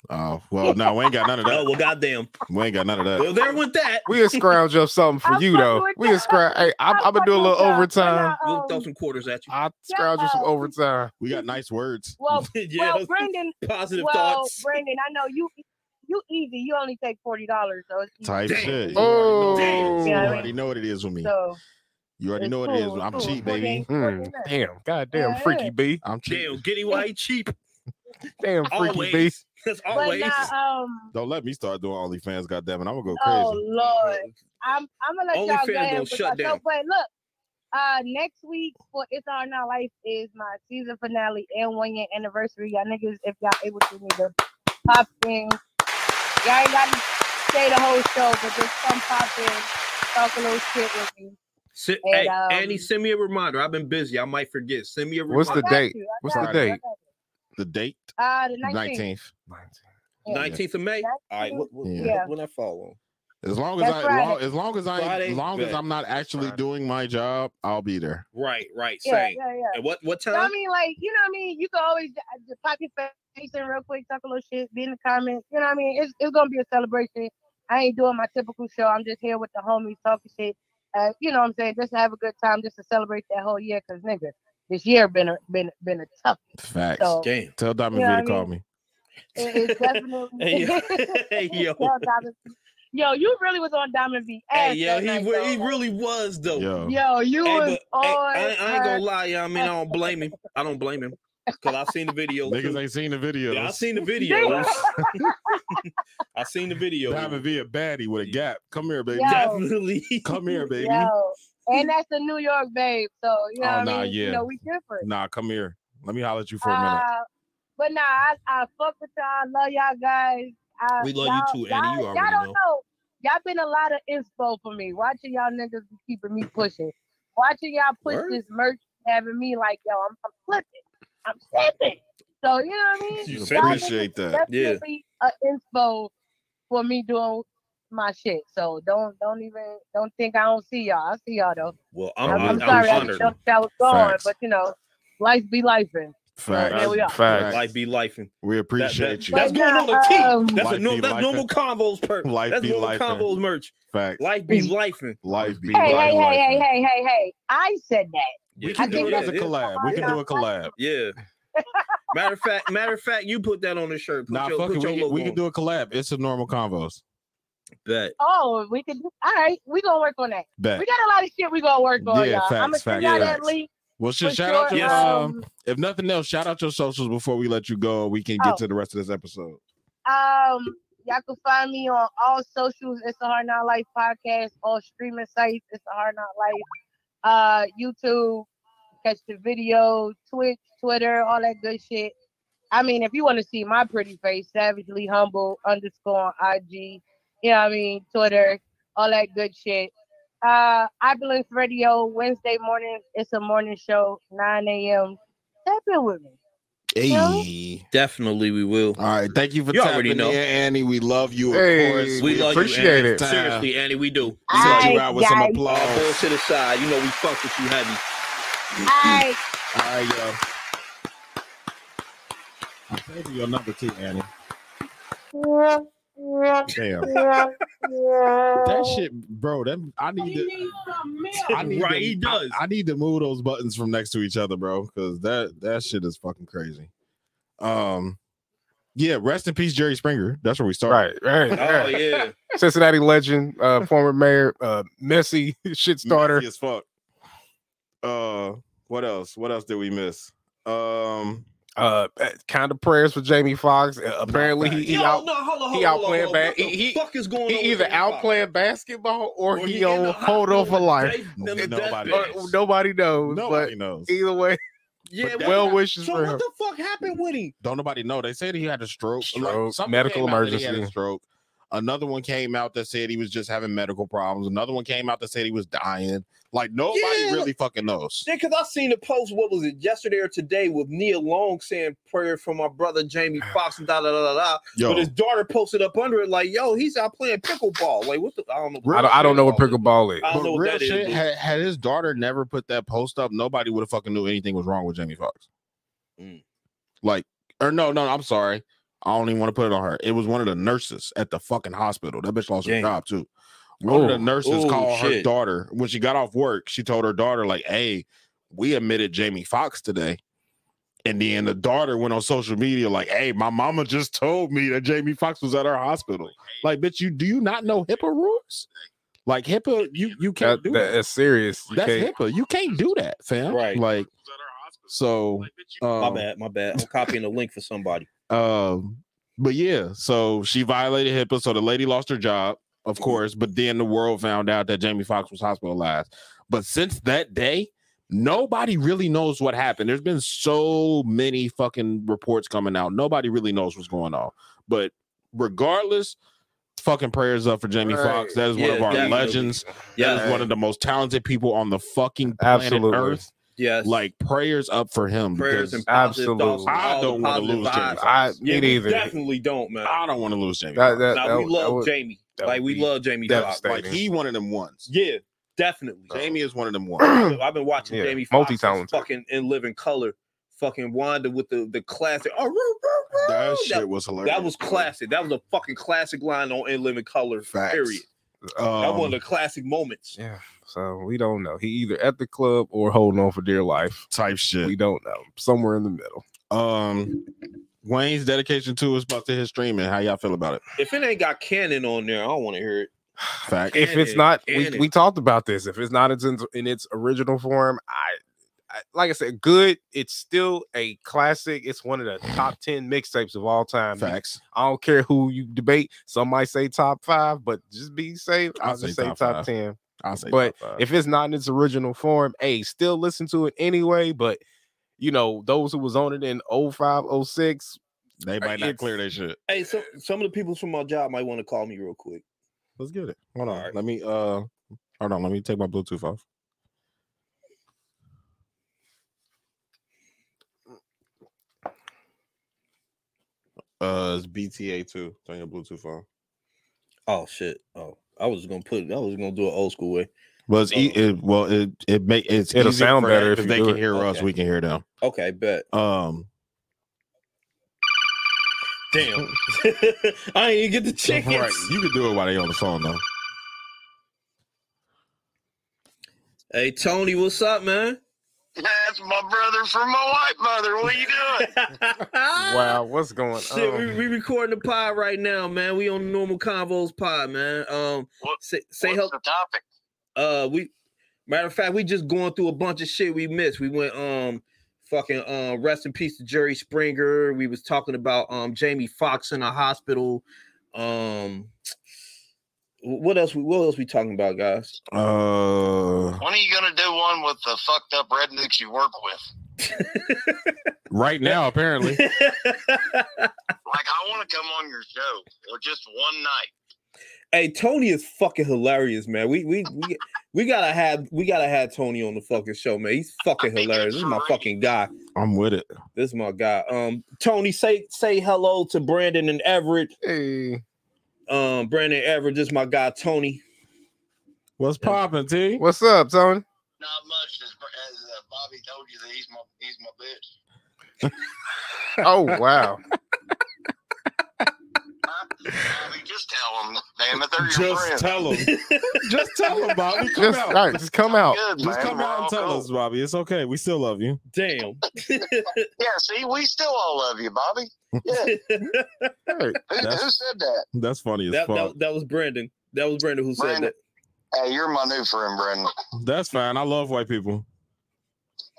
Speaker 2: Oh well, no, we ain't got none of
Speaker 1: Oh [LAUGHS]
Speaker 2: that.
Speaker 1: well, goddamn.
Speaker 2: We ain't got none of that.
Speaker 1: Well, there went that.
Speaker 3: We'll scrounge up something for
Speaker 11: I'm
Speaker 3: you
Speaker 11: fucking
Speaker 3: though.
Speaker 11: with
Speaker 3: We'll
Speaker 11: y'all.
Speaker 3: scrounge. Hey, I'm, I'm gonna do a little
Speaker 11: fucking with y'all.
Speaker 3: overtime.
Speaker 11: But,
Speaker 1: We'll
Speaker 11: um,
Speaker 1: throw some quarters at you.
Speaker 3: I'll scrounge you some
Speaker 11: y'all.
Speaker 3: overtime.
Speaker 2: We got nice words.
Speaker 11: well,
Speaker 1: [LAUGHS] yeah,
Speaker 11: well, Brendan,
Speaker 1: positive
Speaker 11: well,
Speaker 1: thoughts.
Speaker 11: Brandon, I know you you easy. You only take forty dollars, so it's easy.
Speaker 2: Type
Speaker 1: Damn.
Speaker 2: shit. You
Speaker 3: Oh,
Speaker 2: already know what it is. You already know what it
Speaker 11: Yeah.
Speaker 2: is with me.
Speaker 11: So
Speaker 2: You already
Speaker 11: it's
Speaker 2: know what it is.
Speaker 11: cool,
Speaker 2: I'm
Speaker 11: it's cool.
Speaker 2: cheap, baby.
Speaker 11: 48,
Speaker 3: Hmm.
Speaker 11: 49.
Speaker 3: Damn, goddamn,
Speaker 11: Yeah.
Speaker 3: freaky B.
Speaker 2: I'm cheap.
Speaker 1: Damn, Giddy White cheap.
Speaker 3: Damn, freaky B.
Speaker 1: Always. [LAUGHS] That's
Speaker 11: But
Speaker 1: always.
Speaker 11: now, um,
Speaker 2: Don't let me start doing OnlyFans. Goddamn it, I'm gonna go crazy.
Speaker 11: oh lord, I'm I'm gonna let
Speaker 1: Only
Speaker 11: y'all
Speaker 1: fan
Speaker 11: go ahead
Speaker 1: gonna
Speaker 11: with
Speaker 1: shut
Speaker 11: y'all.
Speaker 1: down.
Speaker 11: But look, uh, next week for It's All Now Life is my season finale and one year anniversary. Y'all niggas, if y'all able to, need to pop in. Y'all ain't gotta stay the whole show, but just come pop in, talk a little shit with me.
Speaker 1: Si-
Speaker 11: And,
Speaker 1: hey,
Speaker 11: um,
Speaker 1: Annie, send me a reminder. I've been busy. I might forget. Send me a reminder.
Speaker 3: What's the
Speaker 11: I got
Speaker 3: date?
Speaker 11: you, I
Speaker 3: What's the
Speaker 11: got you, I
Speaker 3: date?
Speaker 11: got
Speaker 2: The date,
Speaker 11: you. Uh, the nineteenth.
Speaker 2: nineteenth.
Speaker 11: Yeah.
Speaker 1: 19th of May.
Speaker 11: That's
Speaker 1: All right,
Speaker 11: true.
Speaker 1: what, what,
Speaker 2: Yeah.
Speaker 11: Yeah.
Speaker 1: when I follow.
Speaker 2: As long as
Speaker 11: That's
Speaker 2: I,
Speaker 11: Friday.
Speaker 2: long, as long as I,
Speaker 1: Friday,
Speaker 2: as long as
Speaker 1: bet.
Speaker 2: I'm not actually
Speaker 3: Friday.
Speaker 2: doing my job, I'll be there.
Speaker 1: Right, right,
Speaker 11: Yeah,
Speaker 1: same.
Speaker 11: yeah, yeah.
Speaker 1: And what what
Speaker 11: So, I
Speaker 1: time?
Speaker 11: mean, like, you know what I mean? You can always uh, just pop your face in real quick, talk a little shit, be in the comments. You know what I mean? It's, it's going to be a celebration. I ain't doing my typical show. I'm just here with the homies talking shit. Uh, you know what I'm saying? Just to have a good time, just to celebrate that whole year. Because, nigga, this year been a, been, been a tough.
Speaker 2: Facts.
Speaker 11: So,
Speaker 1: Damn.
Speaker 2: Tell Diamond
Speaker 11: You know
Speaker 2: V to
Speaker 11: what I
Speaker 2: call me.
Speaker 1: [LAUGHS]
Speaker 11: it, it's definitely.
Speaker 1: Hey,
Speaker 11: [LAUGHS]
Speaker 1: yo. [LAUGHS] Hey, yo.
Speaker 11: Yo, Diamond- yo, you really was on Diamond V.
Speaker 1: Hey,
Speaker 11: ass
Speaker 1: yo,
Speaker 11: that
Speaker 1: he,
Speaker 11: night,
Speaker 1: re- he
Speaker 11: though.
Speaker 1: really was though.
Speaker 2: Yo,
Speaker 11: Yo, you
Speaker 1: Hey,
Speaker 11: was
Speaker 1: but, hey,
Speaker 11: on.
Speaker 1: I, ain't- I ain't
Speaker 11: her-
Speaker 1: gonna lie, y'all. I mean, I don't blame him. I don't blame him because I've seen the video.
Speaker 2: niggas
Speaker 1: too.
Speaker 2: ain't seen the
Speaker 1: yeah, I
Speaker 2: videos.
Speaker 11: [LAUGHS]
Speaker 1: seen the videos. I seen the video.
Speaker 2: Diamond V a baddie with a gap. Come here, baby.
Speaker 11: Yo.
Speaker 1: Definitely.
Speaker 2: Come
Speaker 11: [LAUGHS]
Speaker 2: here, baby.
Speaker 11: Yo,
Speaker 1: [LAUGHS]
Speaker 11: and that's the New York babe. So you know,
Speaker 2: Oh,
Speaker 11: what
Speaker 2: nah,
Speaker 11: I mean,
Speaker 2: yeah.
Speaker 11: you know, we different.
Speaker 2: Nah, come here. Let me holler at you for a minute.
Speaker 11: Uh, but nah, I, I fuck with y'all. I love y'all guys. I,
Speaker 12: We love you
Speaker 11: y'all-
Speaker 12: too, Annie. You
Speaker 11: y'all-
Speaker 12: already
Speaker 11: y'all don't
Speaker 12: know.
Speaker 11: know. Y'all been a lot of inspo for me. Watching y'all niggas be keeping me pushing. Watching y'all push
Speaker 1: Word.
Speaker 11: this merch, having me like, yo, I'm, I'm flipping. I'm flipping. So you know what I mean?
Speaker 1: You
Speaker 11: Y'all
Speaker 1: said
Speaker 11: niggas
Speaker 2: Appreciate that.
Speaker 11: definitely a inspo for me doing my shit. So don't don't even don't think I don't see y'all. I see y'all though.
Speaker 1: [LAUGHS] Well,
Speaker 11: I'm,
Speaker 1: I'm,
Speaker 11: I'm,
Speaker 1: I'm,
Speaker 2: really
Speaker 11: sorry, I
Speaker 1: honored.
Speaker 11: didn't know that was going,
Speaker 2: Facts.
Speaker 11: but you know, life be life.
Speaker 2: Facts.
Speaker 11: There we are.
Speaker 3: Facts.
Speaker 1: Life be life.
Speaker 2: We appreciate
Speaker 1: that,
Speaker 2: you.
Speaker 1: That's
Speaker 11: But
Speaker 1: going on
Speaker 11: nah,
Speaker 1: a tee.
Speaker 11: um,
Speaker 1: that's a
Speaker 2: Life
Speaker 1: no,
Speaker 2: be
Speaker 1: that's
Speaker 2: lifing.
Speaker 1: normal combos perk.
Speaker 2: Life
Speaker 1: That's
Speaker 2: be
Speaker 1: normal
Speaker 2: lifing.
Speaker 1: combos merch.
Speaker 2: Facts.
Speaker 1: Life be lifing.
Speaker 2: Life be
Speaker 11: Hey, hey,
Speaker 2: life,
Speaker 11: hey,
Speaker 2: life.
Speaker 11: hey, hey, hey, hey. I said that.
Speaker 2: We
Speaker 1: Yeah,
Speaker 2: can
Speaker 11: I
Speaker 2: do
Speaker 11: think
Speaker 2: it as a
Speaker 11: that's-
Speaker 2: collab. We can do a collab.
Speaker 1: Yeah. matter of fact, matter of fact, you put that on the shirt. Put
Speaker 2: Nah,
Speaker 1: your,
Speaker 2: fuck
Speaker 1: put
Speaker 2: it.
Speaker 1: your
Speaker 2: We, can-
Speaker 1: logo
Speaker 2: we
Speaker 1: on.
Speaker 2: can do a collab. It's a normal convos.
Speaker 1: Bet.
Speaker 11: Oh, we could do all right, we gonna work on that.
Speaker 2: Bet.
Speaker 11: We got a lot of shit we gonna work on,
Speaker 2: Yeah,
Speaker 11: y'all. I'm gonna
Speaker 2: facts, facts,
Speaker 11: send y'all that
Speaker 2: facts.
Speaker 11: link.
Speaker 2: Well,
Speaker 11: For
Speaker 2: shit, shout
Speaker 11: sure.
Speaker 2: out to
Speaker 1: Yes.
Speaker 2: um,
Speaker 11: Um,
Speaker 2: if nothing else, shout out your socials before we let you go. We can get
Speaker 11: Oh.
Speaker 2: to the rest of this episode.
Speaker 11: um, y'all can find me on all socials. It's a Hard Not Life podcast, all streaming sites. It's a Hard Not Life. Uh, YouTube, catch the video, Twitch, Twitter, all that good shit. I mean, if you want to see my pretty face, savagely humble underscore on IG. You know what I mean? Twitter, all that good shit. uh, Opulence Radio Wednesday morning. It's a morning show, 9 a.m. Tap in with me.
Speaker 13: Hey.
Speaker 1: Definitely, we will.
Speaker 13: All right. Thank you for
Speaker 1: You
Speaker 13: tapping
Speaker 1: already know.
Speaker 13: in, Annie. We love you, of
Speaker 3: Hey,
Speaker 13: course.
Speaker 1: We,
Speaker 3: We
Speaker 1: love
Speaker 3: appreciate
Speaker 1: you, Annie.
Speaker 3: it.
Speaker 1: Seriously, Annie, we do.
Speaker 13: We love you
Speaker 11: Aight,
Speaker 13: out with some
Speaker 11: guys.
Speaker 13: applause.
Speaker 1: Ah. All bullshit aside, you know we fuck with you heavy.
Speaker 11: I
Speaker 13: All right, yo.
Speaker 2: I'm saving your number too, Annie. Damn. That shit, bro. That I need to. I need
Speaker 14: Right,
Speaker 2: to-
Speaker 14: he does.
Speaker 2: I, I need to move those buttons from next to each other, bro, because that that shit is fucking crazy. Um, yeah. Rest in peace, Jerry Springer. That's where we start.
Speaker 3: Right, right,
Speaker 1: Oh
Speaker 3: right.
Speaker 1: yeah.
Speaker 3: Cincinnati legend,
Speaker 1: [LAUGHS]
Speaker 3: uh, former mayor, uh, messy [LAUGHS] shit starter.
Speaker 2: Messy as fuck. Uh, what else? What else did we miss? Um,
Speaker 3: Uh, kind of prayers for Jamie Foxx. Uh, apparently, [LAUGHS] he, he
Speaker 1: Yo,
Speaker 3: out.
Speaker 1: no, hold on,
Speaker 3: he
Speaker 1: hold on,
Speaker 3: out playing
Speaker 1: hold on.
Speaker 3: ba-
Speaker 1: What the
Speaker 3: he- he-
Speaker 1: fuck is going on
Speaker 3: He
Speaker 1: with
Speaker 3: either
Speaker 1: Jamie
Speaker 3: out
Speaker 1: Fox?
Speaker 3: playing basketball or,
Speaker 1: Or
Speaker 3: he
Speaker 1: in
Speaker 3: on
Speaker 1: the
Speaker 3: [LAUGHS] hold on for
Speaker 1: hospital
Speaker 3: life.
Speaker 1: and they- them
Speaker 13: Nobody
Speaker 1: deathbeds.
Speaker 13: knows.
Speaker 3: Or- nobody knows,
Speaker 2: nobody knows.
Speaker 3: but either way,
Speaker 1: Yeah,
Speaker 2: But
Speaker 3: well
Speaker 1: what-
Speaker 3: wishes
Speaker 1: so
Speaker 3: for him.
Speaker 1: what the fuck happened with him?
Speaker 2: Don't nobody know. They said he had a stroke.
Speaker 3: Stroke,
Speaker 2: something
Speaker 3: medical
Speaker 2: came out that he had a
Speaker 3: emergency.
Speaker 2: stroke. Another one came out that said he was just having medical problems. Another one came out that said he was dying. Like nobody
Speaker 1: Yeah.
Speaker 2: really fucking knows.
Speaker 1: Yeah, because I seen the post. What was it yesterday or today with Nia Long saying prayer for my brother
Speaker 3: [SIGHS]
Speaker 1: Jamie Foxx and da da da da da.
Speaker 2: Yo,
Speaker 1: But his daughter posted up under it like, "Yo, he's out playing pickleball." Like, what the? I don't know.
Speaker 3: I don't, I don't know what pickleball is.
Speaker 1: I don't
Speaker 2: but
Speaker 1: know what
Speaker 2: real
Speaker 1: that is.
Speaker 2: shit.
Speaker 1: but-
Speaker 2: Had, had his daughter never put that post up, nobody would have fucking knew anything was wrong with Jamie Foxx.
Speaker 1: Mm.
Speaker 2: Like, or no, no, I'm sorry. I don't even want to put it on her. It was one of the nurses at the fucking hospital. That bitch lost her
Speaker 1: Damn.
Speaker 2: job too. One of the
Speaker 3: Ooh.
Speaker 2: nurses
Speaker 1: Ooh,
Speaker 2: called her
Speaker 1: Oh, shit.
Speaker 2: daughter when she got off work. She told her daughter, like, hey, we admitted Jamie Foxx today. And then the daughter went on social media, like, hey, my mama just told me that Jamie Foxx was at our hospital. Like, bitch, you do you not know HIPAA rules? Like HIPAA, you you can't
Speaker 3: That,
Speaker 2: do
Speaker 3: that-
Speaker 2: that.
Speaker 3: that's serious. You
Speaker 2: That's
Speaker 3: can't-
Speaker 2: HIPAA. You can't do that, fam.
Speaker 1: Right.
Speaker 2: Like, so,
Speaker 1: My
Speaker 2: um,
Speaker 1: bad. My bad. [LAUGHS] I'm copying the link for somebody.
Speaker 2: um, but yeah, so she violated HIPAA, so the lady lost her job, of
Speaker 1: Mm-hmm.
Speaker 2: course. But then the world found out that Jamie Foxx was hospitalized. But since that day, nobody really knows what happened. There's been so many fucking reports coming out. Nobody really knows what's going on. But regardless, fucking prayers up for Jamie
Speaker 3: Right.
Speaker 2: Fox. That is
Speaker 1: Yeah,
Speaker 2: one of our
Speaker 1: definitely.
Speaker 2: legends. That is
Speaker 1: Yeah.
Speaker 2: one of the most talented people on the fucking planet
Speaker 3: Absolutely.
Speaker 2: Earth.
Speaker 1: Yes.
Speaker 2: Like prayers up for him.
Speaker 1: prayers
Speaker 2: because
Speaker 1: and positive thoughts.
Speaker 3: Absolutely.
Speaker 1: and
Speaker 2: I
Speaker 1: all
Speaker 2: don't
Speaker 1: the
Speaker 2: want to
Speaker 1: positive
Speaker 2: lose Jamie.
Speaker 1: vibes.
Speaker 2: Foxx.
Speaker 3: I
Speaker 1: Yeah,
Speaker 3: me
Speaker 1: we
Speaker 3: neither.
Speaker 1: definitely don't, man.
Speaker 2: I don't want to lose Jamie.
Speaker 3: That-
Speaker 2: Foxx.
Speaker 3: that-
Speaker 1: Now
Speaker 3: that
Speaker 1: we
Speaker 3: would- that
Speaker 1: love
Speaker 3: would-
Speaker 1: Jamie.
Speaker 3: that
Speaker 1: Like
Speaker 3: would
Speaker 1: we
Speaker 3: be
Speaker 1: love Jamie Foxx.
Speaker 3: devastating.
Speaker 2: like he one of them ones.
Speaker 1: Yeah, definitely.
Speaker 2: Jamie is one of
Speaker 1: [CLEARS THROAT]
Speaker 2: them ones.
Speaker 1: Look, I've been watching
Speaker 3: Oh. Yeah,
Speaker 1: Jamie Foxx
Speaker 3: multi-talented.
Speaker 1: since fucking in living color. Fucking Wanda with the the classic. Oh, roo, roo, roo.
Speaker 2: That shit was hilarious.
Speaker 1: that was classic. That was a fucking classic line on In Living Color.
Speaker 2: Facts.
Speaker 1: Period. That
Speaker 2: Um,
Speaker 1: one of the classic moments.
Speaker 3: yeah. So we don't know. He either at the club or holding on for dear life.
Speaker 2: type
Speaker 3: We
Speaker 2: shit.
Speaker 3: don't know. Somewhere in the middle.
Speaker 2: Um, Wayne's dedication to is about to his streaming. How y'all feel about it?
Speaker 1: If it ain't got canon on there, I don't want to hear it.
Speaker 2: Fact.
Speaker 1: It-
Speaker 3: [SIGHS] if it's
Speaker 1: it,
Speaker 3: not, we,
Speaker 1: and it.
Speaker 3: we talked about this. If it's not it's in, in its original form, I, I like I said, good. It's still a classic. It's one of the top ten mixtapes of all time.
Speaker 2: Facts.
Speaker 3: I don't care who you debate. Some might say top five, but just be safe.
Speaker 2: I'll
Speaker 3: I'll just
Speaker 2: say
Speaker 3: say
Speaker 2: top
Speaker 3: top,
Speaker 2: five.
Speaker 3: ten.
Speaker 2: I'll say.
Speaker 3: But
Speaker 2: top five.
Speaker 3: If it's not in its original form, hey, still listen to it anyway. But you know, those who was on it in 05, 06,
Speaker 2: they might not
Speaker 3: it's-
Speaker 2: clear their shit,
Speaker 1: Hey, so, some of the people from my job might want to call me real quick.
Speaker 2: let's get it. Hold on.
Speaker 1: Alright.
Speaker 2: Let me. Uh, hold on. Let me take my Bluetooth off. Uh, it's BTA two. Turn your Bluetooth on.
Speaker 1: Oh shit. Oh, I was gonna put. I was gonna do it old school way.
Speaker 2: Well, it's e-
Speaker 1: So-
Speaker 2: it, well, it it make it's
Speaker 3: It'll
Speaker 2: easier
Speaker 3: sound
Speaker 2: for
Speaker 3: better
Speaker 2: them
Speaker 3: if you
Speaker 2: they
Speaker 3: do
Speaker 2: can
Speaker 3: it.
Speaker 2: hear us,
Speaker 1: Okay.
Speaker 2: we can hear them.
Speaker 1: Okay, bet.
Speaker 2: Um,
Speaker 1: Damn. [LAUGHS] I ain't even get the chickens.
Speaker 2: right, you can do it while they on the phone though.
Speaker 1: Hey Tony, what's up, [LAUGHS] man?
Speaker 9: That's my brother from my white mother. What are you doing?
Speaker 3: wow, what's going
Speaker 1: Ah! Shit, we,
Speaker 3: on?
Speaker 1: we recording the pod right now, man. We on normal convos pod, man. Um,
Speaker 9: What-
Speaker 1: say, say
Speaker 9: What's
Speaker 1: help.
Speaker 9: the topic?
Speaker 1: Uh, we matter of fact, we just going through a bunch of shit we missed. We went um, fucking um, rest in peace to Jerry Springer. We was talking about um Jamie Foxx in a hospital. Um, what else? We what else we talking about, guys?
Speaker 9: [LAUGHS]
Speaker 2: Uh,
Speaker 9: When are you gonna do one with the fucked up rednecks you work with?
Speaker 2: right now apparently.
Speaker 9: Like I want to come on your show or just one night.
Speaker 1: Hey, Tony is fucking hilarious, man. We we we We gotta have we gotta have Tony on the fucking show, man. He's fucking hilarious. This is my fucking guy.
Speaker 2: I'm with it.
Speaker 1: This is my guy. Um, Tony, say say hello to Brandon and Everett.
Speaker 3: [LAUGHS] Hey.
Speaker 1: Um, Brandon and Everett, this is my guy Tony.
Speaker 2: What's popping, T?
Speaker 3: What's up, Tony?
Speaker 15: Not much. As, as uh, Bobby told you that he's my he's my bitch.
Speaker 3: Oh wow.
Speaker 15: Bobby, just tell him. Damn it, they're your
Speaker 8: Just
Speaker 15: friends.
Speaker 8: tell
Speaker 15: [LAUGHS]
Speaker 8: him. Just tell him, Bobby. Come
Speaker 3: just
Speaker 8: out.
Speaker 3: all right, just come out.
Speaker 15: Good,
Speaker 8: Just
Speaker 15: man.
Speaker 8: come
Speaker 15: We're
Speaker 8: out and
Speaker 15: all
Speaker 8: tell
Speaker 15: cool.
Speaker 8: us, Bobby. It's okay. We still love you.
Speaker 1: Damn. [LAUGHS]
Speaker 15: Yeah, see, we still all love you, Bobby. Yeah,
Speaker 1: that,
Speaker 3: Hey,
Speaker 8: [LAUGHS]
Speaker 15: who, who said that?
Speaker 2: That's funny as fuck.
Speaker 1: that, that was Brandon. That was Brandon who said
Speaker 15: Brandon.
Speaker 1: that.
Speaker 15: Hey, you're my new friend, Brandon.
Speaker 2: That's fine. I love white people.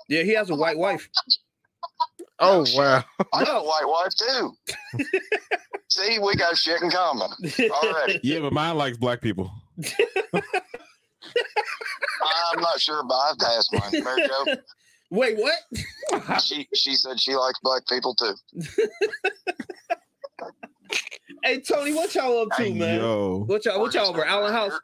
Speaker 1: Yeah, he has a white wife.
Speaker 3: oh wow.
Speaker 1: [LAUGHS]
Speaker 15: I got a white wife too. see, we got shit in common. Alrighty.
Speaker 2: Yeah, but mine likes black people.
Speaker 15: I'm not sure, but I've passed mine. Mary Jo,
Speaker 1: [LAUGHS] Wait, what? [LAUGHS]
Speaker 15: she she said she likes black people too.
Speaker 1: Hey Tony, what y'all up to, man?
Speaker 2: Yo,
Speaker 1: Uh, What y'all
Speaker 15: We're
Speaker 1: what y'all
Speaker 15: just
Speaker 1: over?
Speaker 15: sitting
Speaker 1: Allen
Speaker 15: around
Speaker 1: House?
Speaker 15: here-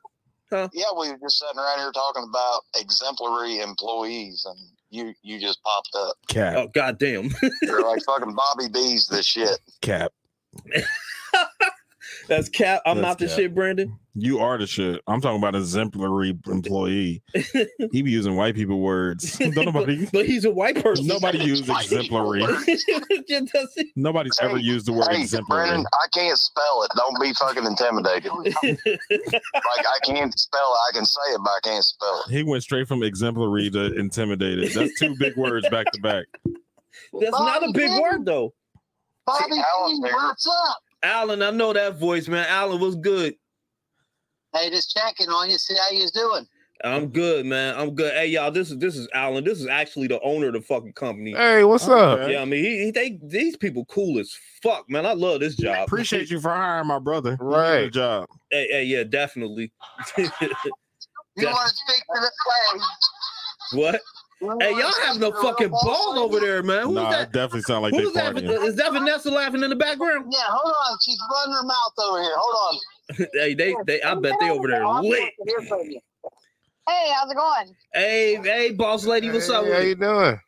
Speaker 1: Huh?
Speaker 15: Yeah, we were just sitting around here talking about exemplary employees, and you you just popped up.
Speaker 2: cap,
Speaker 1: Oh goddamn. [LAUGHS]
Speaker 15: You're like fucking Bobby B's the shit.
Speaker 1: Oh.
Speaker 2: cap.
Speaker 1: That's cap. I'm
Speaker 2: That's
Speaker 1: not the
Speaker 2: cap.
Speaker 1: shit, Brandon.
Speaker 2: You are the shit. I'm talking about exemplary employee. he be using white people
Speaker 1: [LAUGHS]
Speaker 2: words. Don't nobody,
Speaker 1: But he's a white person.
Speaker 2: nobody use
Speaker 1: [LAUGHS]
Speaker 2: exemplary.
Speaker 1: Just [LAUGHS] doesn't-
Speaker 2: Nobody's ever used the word
Speaker 15: Hey,
Speaker 2: exemplary.
Speaker 15: Brandon, I can't spell it. Don't be fucking intimidated. like I can't spell it. I can say it, but I can't spell it.
Speaker 2: He went straight from exemplary to intimidated. That's two big words back to back.
Speaker 1: That's not a big word though.
Speaker 15: Bobby, what's up?
Speaker 1: Alan, I know that voice, man. Alan, what's good?
Speaker 15: Hey, just checking on you. See how you doing.
Speaker 1: I'm good, man. I'm good. Hey, y'all, this is this is Alan. This is actually the owner of the fucking company.
Speaker 3: Hey, what's up?
Speaker 1: Yeah, I mean, he, he, they these people cool as fuck, man. I love this job.
Speaker 2: Appreciate you for hiring my brother.
Speaker 3: Right.
Speaker 2: Good job.
Speaker 1: [LAUGHS] Hey, hey, yeah, definitely. [LAUGHS]
Speaker 15: You
Speaker 1: Yeah.
Speaker 15: want to speak to the play?
Speaker 1: what? Hey, y'all have no fucking ball over there, man. Who's
Speaker 2: nah,
Speaker 1: that?
Speaker 2: it definitely sound like
Speaker 1: Who's
Speaker 2: they
Speaker 1: that?
Speaker 2: partying.
Speaker 1: Is that Vanessa laughing in the background? [LAUGHS]
Speaker 15: Yeah, hold on. She's running her mouth over here. Hold on.
Speaker 1: hey, they, they, I bet they over there lit.
Speaker 11: Hey, how's it going?
Speaker 1: Hey, hey, boss lady, what's up?
Speaker 3: Hey, how you doing?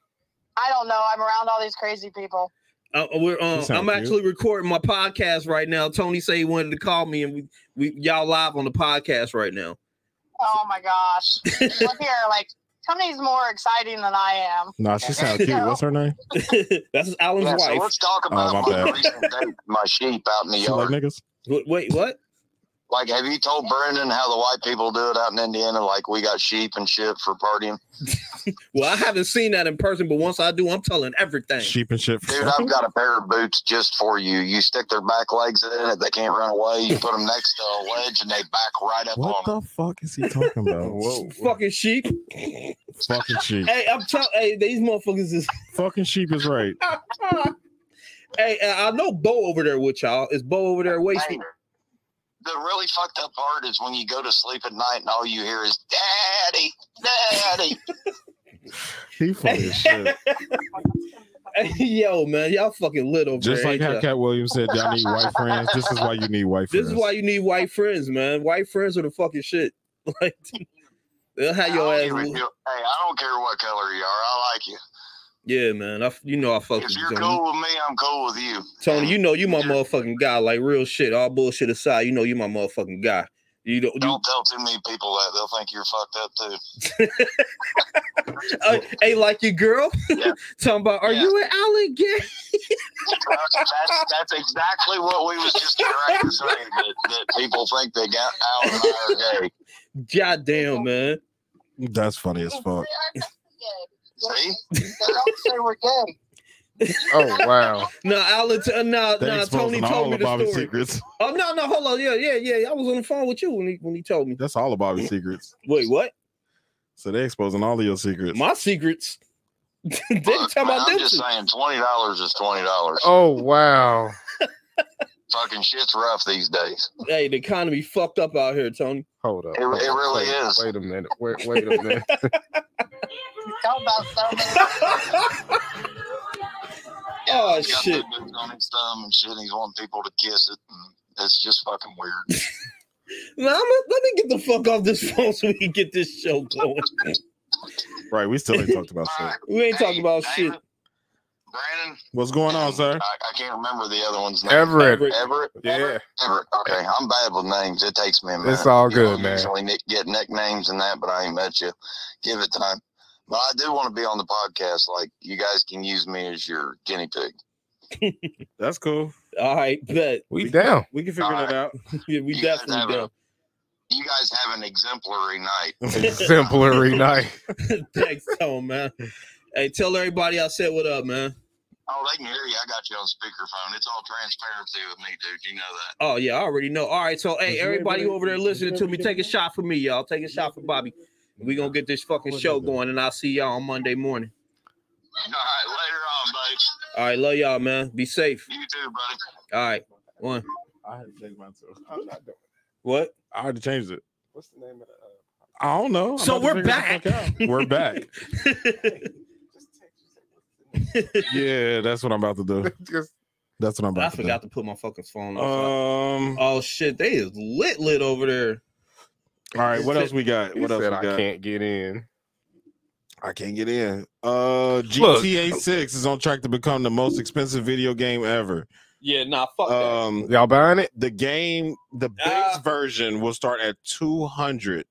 Speaker 11: I don't know. I'm around all these crazy people.
Speaker 1: Uh, we're, um,
Speaker 2: sound
Speaker 1: I'm
Speaker 2: cute.
Speaker 1: actually recording my podcast right now. Tony said he wanted to call me, and we, we y'all live on the podcast right now.
Speaker 11: Oh my gosh. Look here, like Tony's more exciting than I am.
Speaker 2: Nah, she
Speaker 15: [LAUGHS]
Speaker 2: sound cute. What's her name?
Speaker 1: [LAUGHS] That's Alan's
Speaker 15: Yeah, so
Speaker 1: wife.
Speaker 15: let's talk about
Speaker 2: Oh, my
Speaker 15: my,
Speaker 2: bad.
Speaker 15: recent date, my sheep out in the
Speaker 2: She like
Speaker 15: yard.
Speaker 2: niggas.
Speaker 1: Wait, wait, what?
Speaker 15: Like, have you told Brendan how the white people do it out in Indiana? Like, we got sheep and shit for partying.
Speaker 1: Well, I haven't seen that in person, but once I do, I'm telling everything.
Speaker 2: Sheep and shit.
Speaker 15: Dude,
Speaker 2: [LAUGHS]
Speaker 15: I've got a pair of boots just for you. You stick their back legs in it, they can't run away. You put them next to a ledge and they back right up
Speaker 2: What
Speaker 15: on
Speaker 2: the fuck is he talking about?
Speaker 1: [LAUGHS]
Speaker 3: Whoa.
Speaker 1: Fucking sheep.
Speaker 2: Fucking sheep.
Speaker 1: Hey, I'm telling. Hey, these motherfuckers is.
Speaker 2: Fucking sheep is right.
Speaker 1: hey, I I know Bo over there with y'all. Is Bo over there
Speaker 15: them.
Speaker 1: wasting?
Speaker 15: The really fucked up part is when you go to sleep at night and all you hear is daddy, daddy.
Speaker 2: He funny as
Speaker 15: [LAUGHS]
Speaker 2: shit.
Speaker 1: [LAUGHS] Hey, yo, man, y'all fucking lit over
Speaker 2: Just
Speaker 1: there.
Speaker 2: like
Speaker 1: ain't
Speaker 2: how
Speaker 1: y'all?
Speaker 2: Cat Williams said, y'all need white friends. This is why you need white
Speaker 1: This
Speaker 2: friends.
Speaker 1: is why you need white friends, man. White friends are the fucking shit. [LAUGHS] Like, they'll have your
Speaker 15: I
Speaker 1: ass.
Speaker 15: don't even- hey, I don't care what color you are. I like you.
Speaker 1: Yeah, man. I, f- you know I fuck
Speaker 15: If
Speaker 1: with
Speaker 15: you're
Speaker 1: you, Tony.
Speaker 15: cool with me, I'm cool with you.
Speaker 1: Tony, you know you my
Speaker 15: Yeah.
Speaker 1: motherfucking guy. Like real shit. All bullshit aside, you know you my motherfucking guy. You don't. You,
Speaker 15: Don't tell too many people that. They'll think you're fucked up too.
Speaker 1: uh, [LAUGHS] hey, like your girl. [LAUGHS]
Speaker 15: Yeah.
Speaker 1: Talking about, are
Speaker 15: Yeah.
Speaker 1: you an Allen gay? [LAUGHS]
Speaker 15: that's, that's exactly what we was just trying to say. That, that people think they got out and I are gay.
Speaker 1: God damn, man.
Speaker 2: That's funny as fuck.
Speaker 15: See?
Speaker 11: Don't say we're gay.
Speaker 3: Oh wow.
Speaker 1: No, Allen. T- uh, no,
Speaker 2: They
Speaker 1: no. Tony
Speaker 2: exposing
Speaker 1: told
Speaker 2: all
Speaker 1: me
Speaker 2: of
Speaker 1: the
Speaker 2: Bobby's
Speaker 1: story.
Speaker 2: secrets.
Speaker 1: Oh no, no. Hold on. Yeah, yeah, yeah. I was on the phone with you when he when he told me.
Speaker 2: That's all
Speaker 1: [LAUGHS]
Speaker 2: of Bobby's secrets.
Speaker 1: Wait, what?
Speaker 2: So they exposing all of your secrets.
Speaker 1: My secrets. [LAUGHS] they talking
Speaker 15: Look, man,
Speaker 1: about
Speaker 15: Oh, I'm
Speaker 1: them.
Speaker 15: just
Speaker 1: two.
Speaker 15: saying, twenty dollars is twenty dollars.
Speaker 3: Oh wow.
Speaker 15: Fucking shit's rough these days.
Speaker 1: Hey, the economy fucked up out here, Tony. [LAUGHS]
Speaker 3: Hold up.
Speaker 15: It-
Speaker 3: hold
Speaker 15: it
Speaker 3: up,
Speaker 15: really
Speaker 3: wait,
Speaker 15: is.
Speaker 3: Wait a minute. Wait, wait a minute.
Speaker 11: Talk about so many
Speaker 1: [LAUGHS] Oh,
Speaker 15: he's got
Speaker 1: shit.
Speaker 15: big boobs on his thumb and shit. and He's wanting people to kiss it. And it's just fucking weird.
Speaker 1: Now I'm gonna- let me get the fuck off this [LAUGHS] phone so we can get this show going.
Speaker 2: Right, we still ain't talked about shit.
Speaker 1: we
Speaker 15: [LAUGHS]
Speaker 1: ain't talking about shit.
Speaker 15: Brandon.
Speaker 2: What's going on, sir?
Speaker 15: I, I can't remember the other one's name.
Speaker 3: Everett.
Speaker 15: Everett. Everett.
Speaker 3: Yeah.
Speaker 15: Everett. Okay, I'm bad with names. It takes me a minute.
Speaker 3: It's all
Speaker 15: You know,
Speaker 3: good, man.
Speaker 15: I usually nick- get nicknames and that, but I ain't met you. Give it time. But I do want to be on the podcast. Like you guys can use me as your guinea pig.
Speaker 2: That's cool.
Speaker 1: All right, bet [LAUGHS]
Speaker 3: We down.
Speaker 2: We can figure
Speaker 15: uh, All
Speaker 2: that out.
Speaker 1: Yeah, we
Speaker 15: You guys have
Speaker 1: definitely
Speaker 15: a-
Speaker 1: do.
Speaker 15: You guys have an exemplary night.
Speaker 3: Exemplary night.
Speaker 1: Thanks, Tone, man. Hey, tell everybody I said what up, man.
Speaker 15: Oh, they can hear you. I got you on speakerphone. It's all transparency with me, dude. You know that. [LAUGHS]
Speaker 1: Oh yeah, I already know. All right, so hey, everybody over there listening to me, take a shot for me, y'all. Take a shot for Bobby. We gonna get this fucking show going, and I'll see y'all on Monday morning.
Speaker 15: All right, later on, buddy.
Speaker 1: All right, love y'all, man. Be safe.
Speaker 15: You too, buddy.
Speaker 1: All right, one.
Speaker 2: I had to change mine too.
Speaker 1: What?
Speaker 2: I had to change it.
Speaker 3: What's the name of the? uh,
Speaker 2: I don't know. I'm
Speaker 1: So
Speaker 2: about to
Speaker 1: we're
Speaker 2: figure the
Speaker 1: back.
Speaker 2: fuck
Speaker 1: [LAUGHS]
Speaker 2: out. We're back. Yeah, that's what I'm about to [LAUGHS] do.
Speaker 3: Just
Speaker 2: That's what
Speaker 1: [LAUGHS]
Speaker 2: I'm
Speaker 1: I
Speaker 2: about to
Speaker 1: forgot to put my fucking phone
Speaker 2: do.
Speaker 1: on.
Speaker 2: Um. All
Speaker 1: oh shit, they is lit lit over there.
Speaker 2: right. What else we got?
Speaker 3: he
Speaker 2: What else we
Speaker 3: said
Speaker 2: got?
Speaker 3: I can't get in.
Speaker 2: I can't get in. Uh, GTA 6 is on track to become the most expensive video game ever.
Speaker 1: Yeah, nah, fuck that.
Speaker 2: Um,
Speaker 3: Y'all buying it?
Speaker 2: the game, the base
Speaker 1: Ah.
Speaker 2: version will start at 200.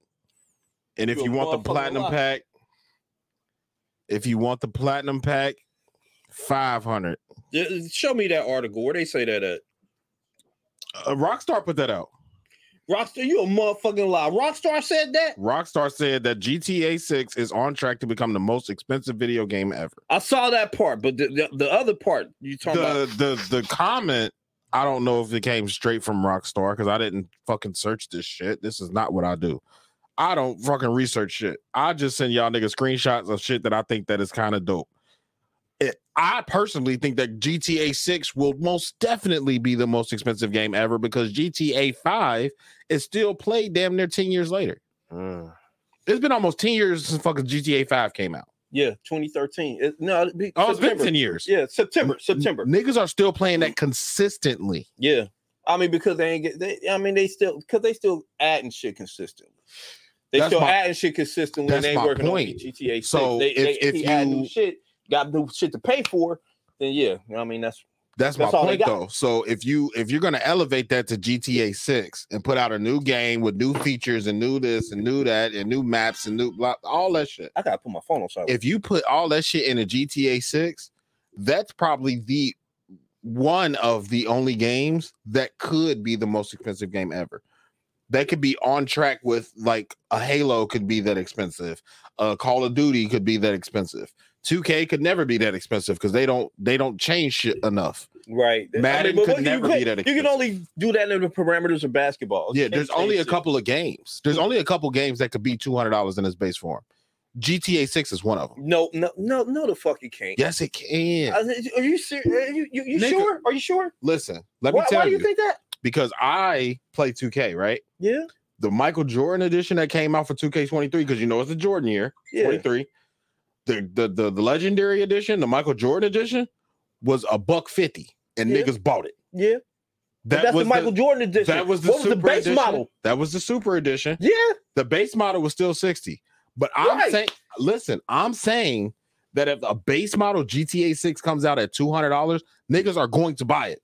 Speaker 2: And if
Speaker 1: You a
Speaker 2: you want the
Speaker 1: motherfucking
Speaker 2: platinum
Speaker 1: liar.
Speaker 2: pack, if you want the platinum pack, 500.
Speaker 1: Yeah, Show me that article where they say that at.
Speaker 2: Uh, Rockstar put that out.
Speaker 1: Rockstar, you a motherfucking lie. Rockstar said that.
Speaker 2: Rockstar said that GTA 6 is on track to become the most expensive video game ever.
Speaker 1: I saw that part, but the, the, the other part you talking about
Speaker 2: the the the comment i don't know if it came straight from rockstar because i didn't fucking search this shit this is not what i do i don't fucking research shit i just send y'all niggas screenshots of shit that i think that is kind of dope it, i personally think that gta 6 will most definitely be the most expensive game ever because gta 5 is still played damn near 10 years later
Speaker 3: Mm.
Speaker 2: it's been almost 10 years since fucking gta 5 came out
Speaker 1: Yeah, 2013. It- no, it'd be
Speaker 2: oh it's been
Speaker 1: September.
Speaker 2: 10 years
Speaker 1: Yeah, September, September.
Speaker 2: niggas are still playing that consistently
Speaker 1: Yeah, I mean because they ain't get. They, I mean they still because they still adding shit consistently. They
Speaker 2: That's
Speaker 1: still
Speaker 2: my-
Speaker 1: adding shit consistently. and
Speaker 2: that's
Speaker 1: They ain't
Speaker 2: my
Speaker 1: working
Speaker 2: point.
Speaker 1: on GTA. 6.
Speaker 2: So
Speaker 1: they,
Speaker 2: if-
Speaker 1: they,
Speaker 2: if
Speaker 1: he add new
Speaker 2: you-
Speaker 1: shit, got new shit to pay for, then yeah, I mean that's
Speaker 2: That's,
Speaker 1: That's
Speaker 2: my
Speaker 1: all they
Speaker 2: point
Speaker 1: got.
Speaker 2: though. So if you if you're gonna elevate that to GTA six and put out a new game with new features and new this and new that and new maps and new blah all that shit.
Speaker 1: I gotta put my phone on silent.
Speaker 2: If you put all that shit in a GTA six, that's probably the one of the only games that could be the most expensive game ever. That could be on track with like a Halo could be that expensive. Uh Call of Duty could be that expensive. 2K could never be that expensive because they don't they don't change shit enough.
Speaker 1: right, I mean,
Speaker 2: Madden
Speaker 1: but
Speaker 2: could
Speaker 1: what can you
Speaker 2: never
Speaker 1: play?
Speaker 2: be that
Speaker 1: You can
Speaker 2: expensive.
Speaker 1: only do that in the parameters of basketball.
Speaker 2: Yeah,
Speaker 1: Can't
Speaker 2: there's
Speaker 1: change
Speaker 2: only a
Speaker 1: shit.
Speaker 2: couple of games. There's only a couple games that could be two hundred dollars in its base form. GTA Six is one of them.
Speaker 1: No, no, no, no. The fuck you can't.
Speaker 2: Yes, it can.
Speaker 1: I said, Are you serious? Are you, you, you
Speaker 2: Nigga.
Speaker 1: sure? Are you sure?
Speaker 2: Listen, let me
Speaker 1: why,
Speaker 2: tell
Speaker 1: why do
Speaker 2: you,
Speaker 1: you think that?
Speaker 2: because I play two K, right?
Speaker 1: Yeah,
Speaker 2: The Michael Jordan edition that came out for two K twenty three, because you know it's the Jordan year,
Speaker 1: yeah.
Speaker 2: twenty three. The, the the the legendary edition, the Michael Jordan edition, was a buck fifty, and
Speaker 1: Yeah.
Speaker 2: niggas bought it.
Speaker 1: Yeah, but
Speaker 2: That
Speaker 1: that's
Speaker 2: was
Speaker 1: the Michael Jordan
Speaker 2: the,
Speaker 1: edition.
Speaker 2: that was the
Speaker 1: what was the
Speaker 2: super
Speaker 1: base
Speaker 2: edition.
Speaker 1: model?
Speaker 2: That was the super edition.
Speaker 1: Yeah,
Speaker 2: the base model was still 60. But I'm
Speaker 1: Right.
Speaker 2: saying, listen, I'm saying that if a base model GTA 6 comes out at $200, niggas are going to buy it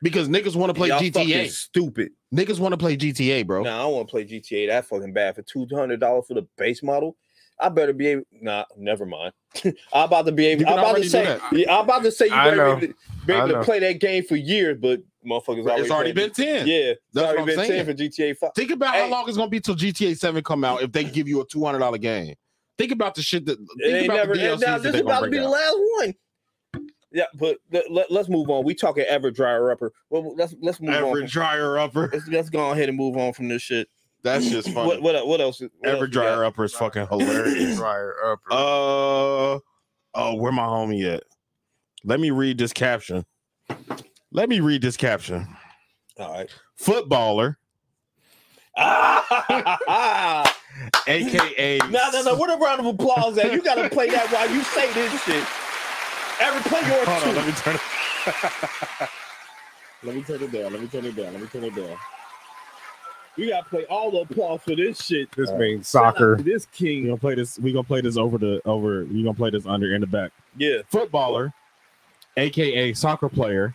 Speaker 2: because niggas want to play
Speaker 1: Y'all fucking
Speaker 2: GTA.
Speaker 1: Stupid.
Speaker 2: Niggas want to play GTA, bro.
Speaker 1: No, I don't want to play GTA that fucking bad for two hundred dollars for the base model. I better be able. Nah, never mind. [LAUGHS] I'm about to be
Speaker 2: You
Speaker 1: able.
Speaker 2: can
Speaker 1: I'm about
Speaker 2: already
Speaker 1: to
Speaker 2: do
Speaker 1: say.
Speaker 2: that.
Speaker 1: Yeah, I'm about to say you
Speaker 3: I
Speaker 1: better
Speaker 3: know.
Speaker 1: be able, to, be
Speaker 3: I
Speaker 1: able to
Speaker 3: know.
Speaker 1: play that game for years, but motherfuckers already
Speaker 2: it's already been
Speaker 1: playing
Speaker 2: 10.
Speaker 1: Yeah, it's
Speaker 2: That's
Speaker 1: already
Speaker 2: what
Speaker 1: been
Speaker 2: I'm
Speaker 1: ten
Speaker 2: saying.
Speaker 1: for GTA Five.
Speaker 2: Think about
Speaker 1: Hey.
Speaker 2: how long it's gonna be till GTA 7 come out if they give you a $200 game. Think about the shit that
Speaker 1: It
Speaker 2: think
Speaker 1: ain't
Speaker 2: about
Speaker 1: never.
Speaker 2: the
Speaker 1: and now
Speaker 2: DLCs that
Speaker 1: this
Speaker 2: they
Speaker 1: is about
Speaker 2: gonna
Speaker 1: to be
Speaker 2: bring
Speaker 1: the
Speaker 2: out.
Speaker 1: last one. Yeah, but let, us move on. We talking ever dryer upper. Well, let's let's move
Speaker 2: Ever
Speaker 1: on. from-
Speaker 2: dryer upper.
Speaker 1: Let's, let's go ahead and move on from this shit.
Speaker 2: That's just funny.
Speaker 1: What what, what else? What else
Speaker 2: Ever
Speaker 1: we got?
Speaker 2: dryer upper is
Speaker 1: [LAUGHS]
Speaker 2: fucking hilarious.
Speaker 3: Dryer up.
Speaker 2: Uh oh, where my homie at? Let me read this caption. Let me read this caption.
Speaker 1: [COUGHS] All right.
Speaker 2: Footballer,
Speaker 1: Ah! [LAUGHS]
Speaker 2: aka
Speaker 1: no, no, no. What a round of applause at. You got to play that while you say this shit. Ever play your
Speaker 2: Hold on,
Speaker 1: two.
Speaker 2: let me turn it.
Speaker 16: Let me turn it down. Let me turn it down. Let me turn it down.
Speaker 1: We gotta play all the applause for this shit.
Speaker 3: This means soccer.
Speaker 1: Uh, This
Speaker 2: We
Speaker 1: king.
Speaker 2: gonna play this. We gonna play this over the over. We gonna play this under in the back.
Speaker 1: Yeah.
Speaker 2: Footballer, aka soccer player.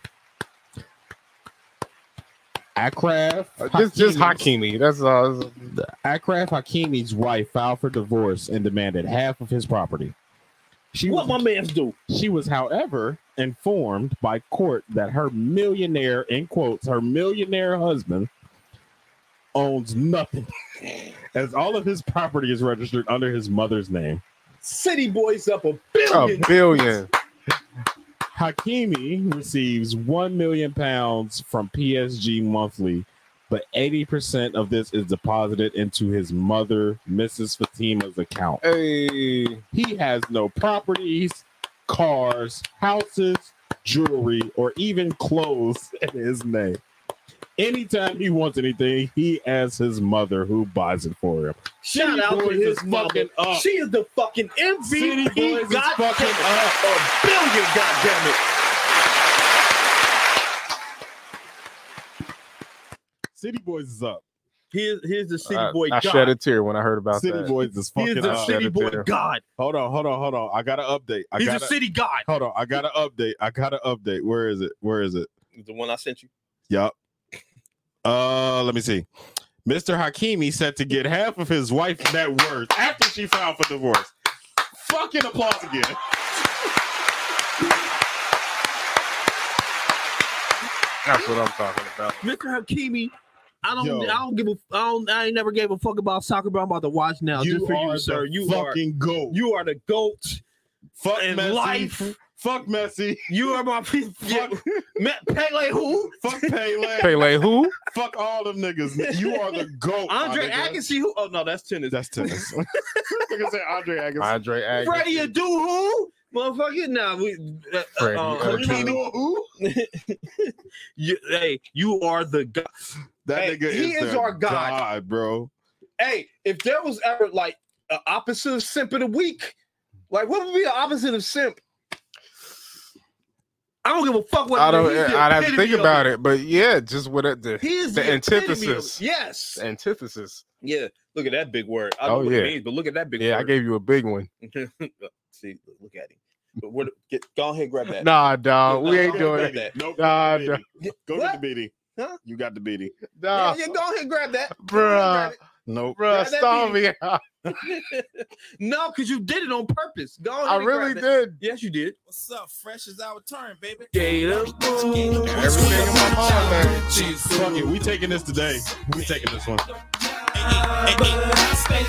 Speaker 2: Akraf,
Speaker 3: Uh, Just, just
Speaker 2: Hakimi-
Speaker 3: Hakimi. That's all.
Speaker 2: Akraf Hakimi's wife filed for divorce and demanded half of his property. She
Speaker 1: What
Speaker 2: was,
Speaker 1: my man's do?
Speaker 2: she was, however, informed by court that her millionaire, in quotes, her millionaire husband owns nothing, [LAUGHS] as all of his property is registered under his mother's name.
Speaker 1: City boys up
Speaker 2: Oh,
Speaker 1: a
Speaker 3: A
Speaker 1: billion.
Speaker 3: billion.
Speaker 2: Hakimi receives one million pounds from PSG monthly, but eighty percent of this is deposited into his mother, Mrs. Fatima's account.
Speaker 3: Hey,
Speaker 2: He has no properties, cars, houses, jewelry, or even clothes [LAUGHS] in his name. Anytime he wants anything, he asks his mother who buys it for him.
Speaker 1: Shout
Speaker 2: City
Speaker 1: out to
Speaker 2: boys
Speaker 1: his
Speaker 2: is
Speaker 1: mama.
Speaker 2: fucking up.
Speaker 1: She is the fucking
Speaker 2: City boys
Speaker 1: MVP.
Speaker 2: is
Speaker 1: God
Speaker 2: fucking
Speaker 1: damn it. A billion, goddammit.
Speaker 2: City Boys is up.
Speaker 1: Here's here's the city
Speaker 3: I,
Speaker 1: boy
Speaker 3: I
Speaker 1: god.
Speaker 3: shed a tear when I heard about
Speaker 2: City
Speaker 3: that.
Speaker 2: Boys is
Speaker 1: He's
Speaker 2: fucking
Speaker 1: the
Speaker 2: up.
Speaker 1: city boy god.
Speaker 2: Hold on, hold on, hold on. I got an update. I
Speaker 1: He's
Speaker 2: got
Speaker 1: a city god.
Speaker 2: Hold on, I got an update. I got an update. Where is it? Where is it?
Speaker 1: The one I sent you.
Speaker 2: Yup. Uh, let me see. Mr. Hakimi set to get half of his wife's net worth after she filed for divorce. Fucking applause again.
Speaker 3: That's what I'm talking about.
Speaker 1: Mr. Hakimi, I don't
Speaker 2: Yo.
Speaker 1: I don't give a I don't I ain't never gave a fuck about soccer, but I'm about to watch now. just for you,
Speaker 2: the
Speaker 1: sir. You are
Speaker 2: fucking goat.
Speaker 1: you are the GOAT
Speaker 2: fuck
Speaker 1: in
Speaker 2: Messi.
Speaker 1: life.
Speaker 2: Fuck Messi.
Speaker 1: [LAUGHS] You are my
Speaker 2: Fuck,
Speaker 1: Me- Pele who?
Speaker 2: fuck Pele.
Speaker 3: Pele, who?
Speaker 2: fuck all them niggas. You are the goat. my
Speaker 1: Andre
Speaker 2: nigga.
Speaker 1: Agassi who? Oh no, that's tennis. [LAUGHS]
Speaker 2: That's tennis. Nigga said Andre Agassi.
Speaker 3: Andre Agassi.
Speaker 1: Freddie Adu who? Motherfucker, nah, we uh,
Speaker 3: Freddie
Speaker 1: uh,
Speaker 3: Adu.
Speaker 1: Hakimi, who? [LAUGHS] you, hey, you are the god.
Speaker 2: That
Speaker 1: Hey,
Speaker 2: nigga
Speaker 1: he
Speaker 2: is,
Speaker 1: is
Speaker 2: the
Speaker 1: our god.
Speaker 2: bro.
Speaker 1: hey, if there was ever like an opposite of simp of the week, like what would be the opposite of simp? I don't give a fuck what
Speaker 3: I don't.
Speaker 1: he's the
Speaker 3: I'd have to
Speaker 1: epitome
Speaker 3: think
Speaker 1: of
Speaker 3: about it, but yeah, just what it,
Speaker 1: He is
Speaker 3: The
Speaker 1: the, epitome of-
Speaker 3: antithesis.
Speaker 1: Yes.
Speaker 3: the antithesis.
Speaker 1: Yeah. Look at that big word. I
Speaker 3: Oh,
Speaker 1: don't know what
Speaker 3: yeah.
Speaker 1: it means, but look at that big
Speaker 3: Yeah, I
Speaker 1: word.
Speaker 3: gave you a big one.
Speaker 1: See, look at him. But what, get, go ahead, grab that.
Speaker 3: Nah, dog,
Speaker 1: Yeah,
Speaker 3: we
Speaker 1: nah,
Speaker 3: ain't
Speaker 1: don't
Speaker 3: doing
Speaker 1: worry
Speaker 3: it.
Speaker 1: that.
Speaker 2: Nope.
Speaker 3: Nah,
Speaker 2: go get the beanie. Go
Speaker 3: nah.
Speaker 1: What?
Speaker 2: get the beanie.
Speaker 1: Huh?
Speaker 2: You got the beanie.
Speaker 1: yeah,
Speaker 3: Nah,
Speaker 1: yeah, go ahead, grab that.
Speaker 3: bruh,
Speaker 2: Nope.
Speaker 3: bruh,
Speaker 1: that'd
Speaker 3: stop
Speaker 1: be-
Speaker 3: me. out.
Speaker 1: no, because you did it on purpose. Go ahead.
Speaker 3: I
Speaker 1: and grab
Speaker 3: really
Speaker 1: that.
Speaker 3: did.
Speaker 1: Yes, you did.
Speaker 17: What's up? Fresh is our turn, baby.
Speaker 3: Everything in my mind, man.
Speaker 2: Fuck it. We taking this today. We taking this one.
Speaker 17: I stay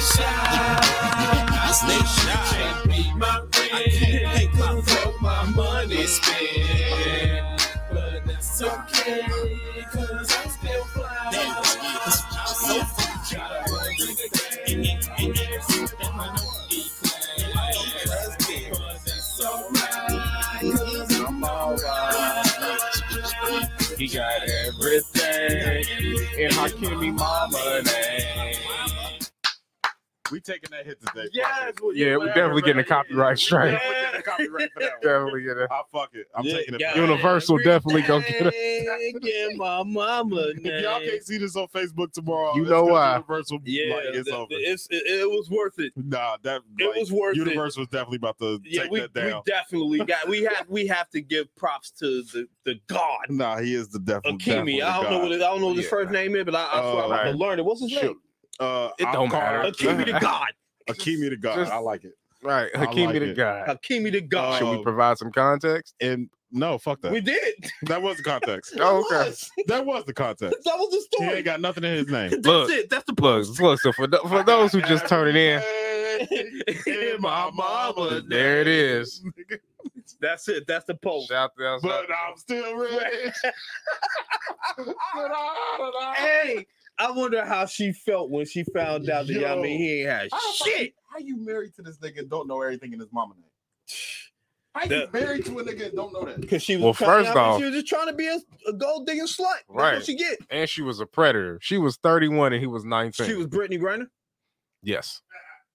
Speaker 17: shy. Be my friend. I can't pay cop for my money spent. But that's okay, cause I'm still fly. I'm so fly. Gotta work He got everything in Hakimi mama name.
Speaker 2: We taking that hit today.
Speaker 1: Yes. well,
Speaker 3: Yeah, we
Speaker 1: whatever,
Speaker 3: definitely getting a
Speaker 1: man.
Speaker 3: copyright strike.
Speaker 2: Fuck it. We're getting a copyright for that one.
Speaker 3: Definitely, you know.
Speaker 2: I fuck it. I'm
Speaker 1: Yeah,
Speaker 2: taking it.
Speaker 1: yeah.
Speaker 3: Universal definitely gonna get a-
Speaker 1: Everything in my mama
Speaker 2: [LAUGHS] If y'all
Speaker 1: name.
Speaker 2: can't see this on Facebook tomorrow,
Speaker 3: You
Speaker 2: it's
Speaker 3: know
Speaker 2: 'cause
Speaker 3: why.
Speaker 2: Universal,
Speaker 1: Yeah,
Speaker 2: like, it's
Speaker 1: the-
Speaker 2: over.
Speaker 1: the- it's- it, it was worth it.
Speaker 2: nah, that
Speaker 1: It
Speaker 2: like,
Speaker 1: was worth it.
Speaker 2: Universe was definitely about to
Speaker 1: Yeah,
Speaker 2: take
Speaker 1: we,
Speaker 2: that
Speaker 1: we
Speaker 2: down. [LAUGHS]
Speaker 1: definitely got we have we have to give props to the, the god
Speaker 2: nah, he is the devil.
Speaker 1: Akimi.
Speaker 2: definitely
Speaker 1: I don't know
Speaker 2: God.
Speaker 1: what it, I don't know what his
Speaker 2: Yeah.
Speaker 1: first name is, but I, I swear
Speaker 2: Oh,
Speaker 1: I'm about to
Speaker 2: right.
Speaker 1: learn it. What's his name?
Speaker 2: Uh,
Speaker 1: It
Speaker 2: I'll
Speaker 3: don't
Speaker 2: call
Speaker 3: matter.
Speaker 1: [LAUGHS]
Speaker 2: her
Speaker 1: Akimi the
Speaker 2: [LAUGHS]
Speaker 1: God.
Speaker 2: Akimi the God.
Speaker 3: Just-
Speaker 2: I like it.
Speaker 3: Right,
Speaker 2: I
Speaker 3: Hakimi
Speaker 2: like
Speaker 3: the
Speaker 2: it.
Speaker 3: guy.
Speaker 1: Akimi the God.
Speaker 3: Should we
Speaker 2: Oh.
Speaker 3: provide some context?
Speaker 2: And no, fuck that.
Speaker 1: we did. [LAUGHS]
Speaker 2: [LAUGHS] that was the context.
Speaker 3: Oh,
Speaker 1: That
Speaker 3: okay.
Speaker 1: was- [LAUGHS]
Speaker 2: that was the context.
Speaker 1: that was the
Speaker 2: He
Speaker 1: story.
Speaker 2: ain't got nothing in his name.
Speaker 1: That's
Speaker 3: Look,
Speaker 1: it.
Speaker 2: [LAUGHS]
Speaker 1: That's the
Speaker 3: Look, look. So for th- [LAUGHS] for those who just turning in,
Speaker 1: [LAUGHS] In my mama.
Speaker 3: there it is.
Speaker 1: That's it. That's the post.
Speaker 3: Shout out,
Speaker 2: But I'm still rich.
Speaker 1: Uh, Hey, I wonder how she felt when she found out that y'all
Speaker 2: Yo.
Speaker 1: mean he ain't had shit.
Speaker 2: How you married to this nigga and don't know everything in his mama name? How you
Speaker 1: That-
Speaker 2: married to a nigga and don't know that?
Speaker 1: Because she was
Speaker 3: Well,
Speaker 1: coming
Speaker 3: first
Speaker 1: out and
Speaker 3: off-
Speaker 1: she was just trying to be a, a gold digging slut. That's
Speaker 3: Right.
Speaker 1: what she get.
Speaker 3: and she was a predator. She was 31 and he was 19.
Speaker 1: She was Brittany Griner.
Speaker 3: yes.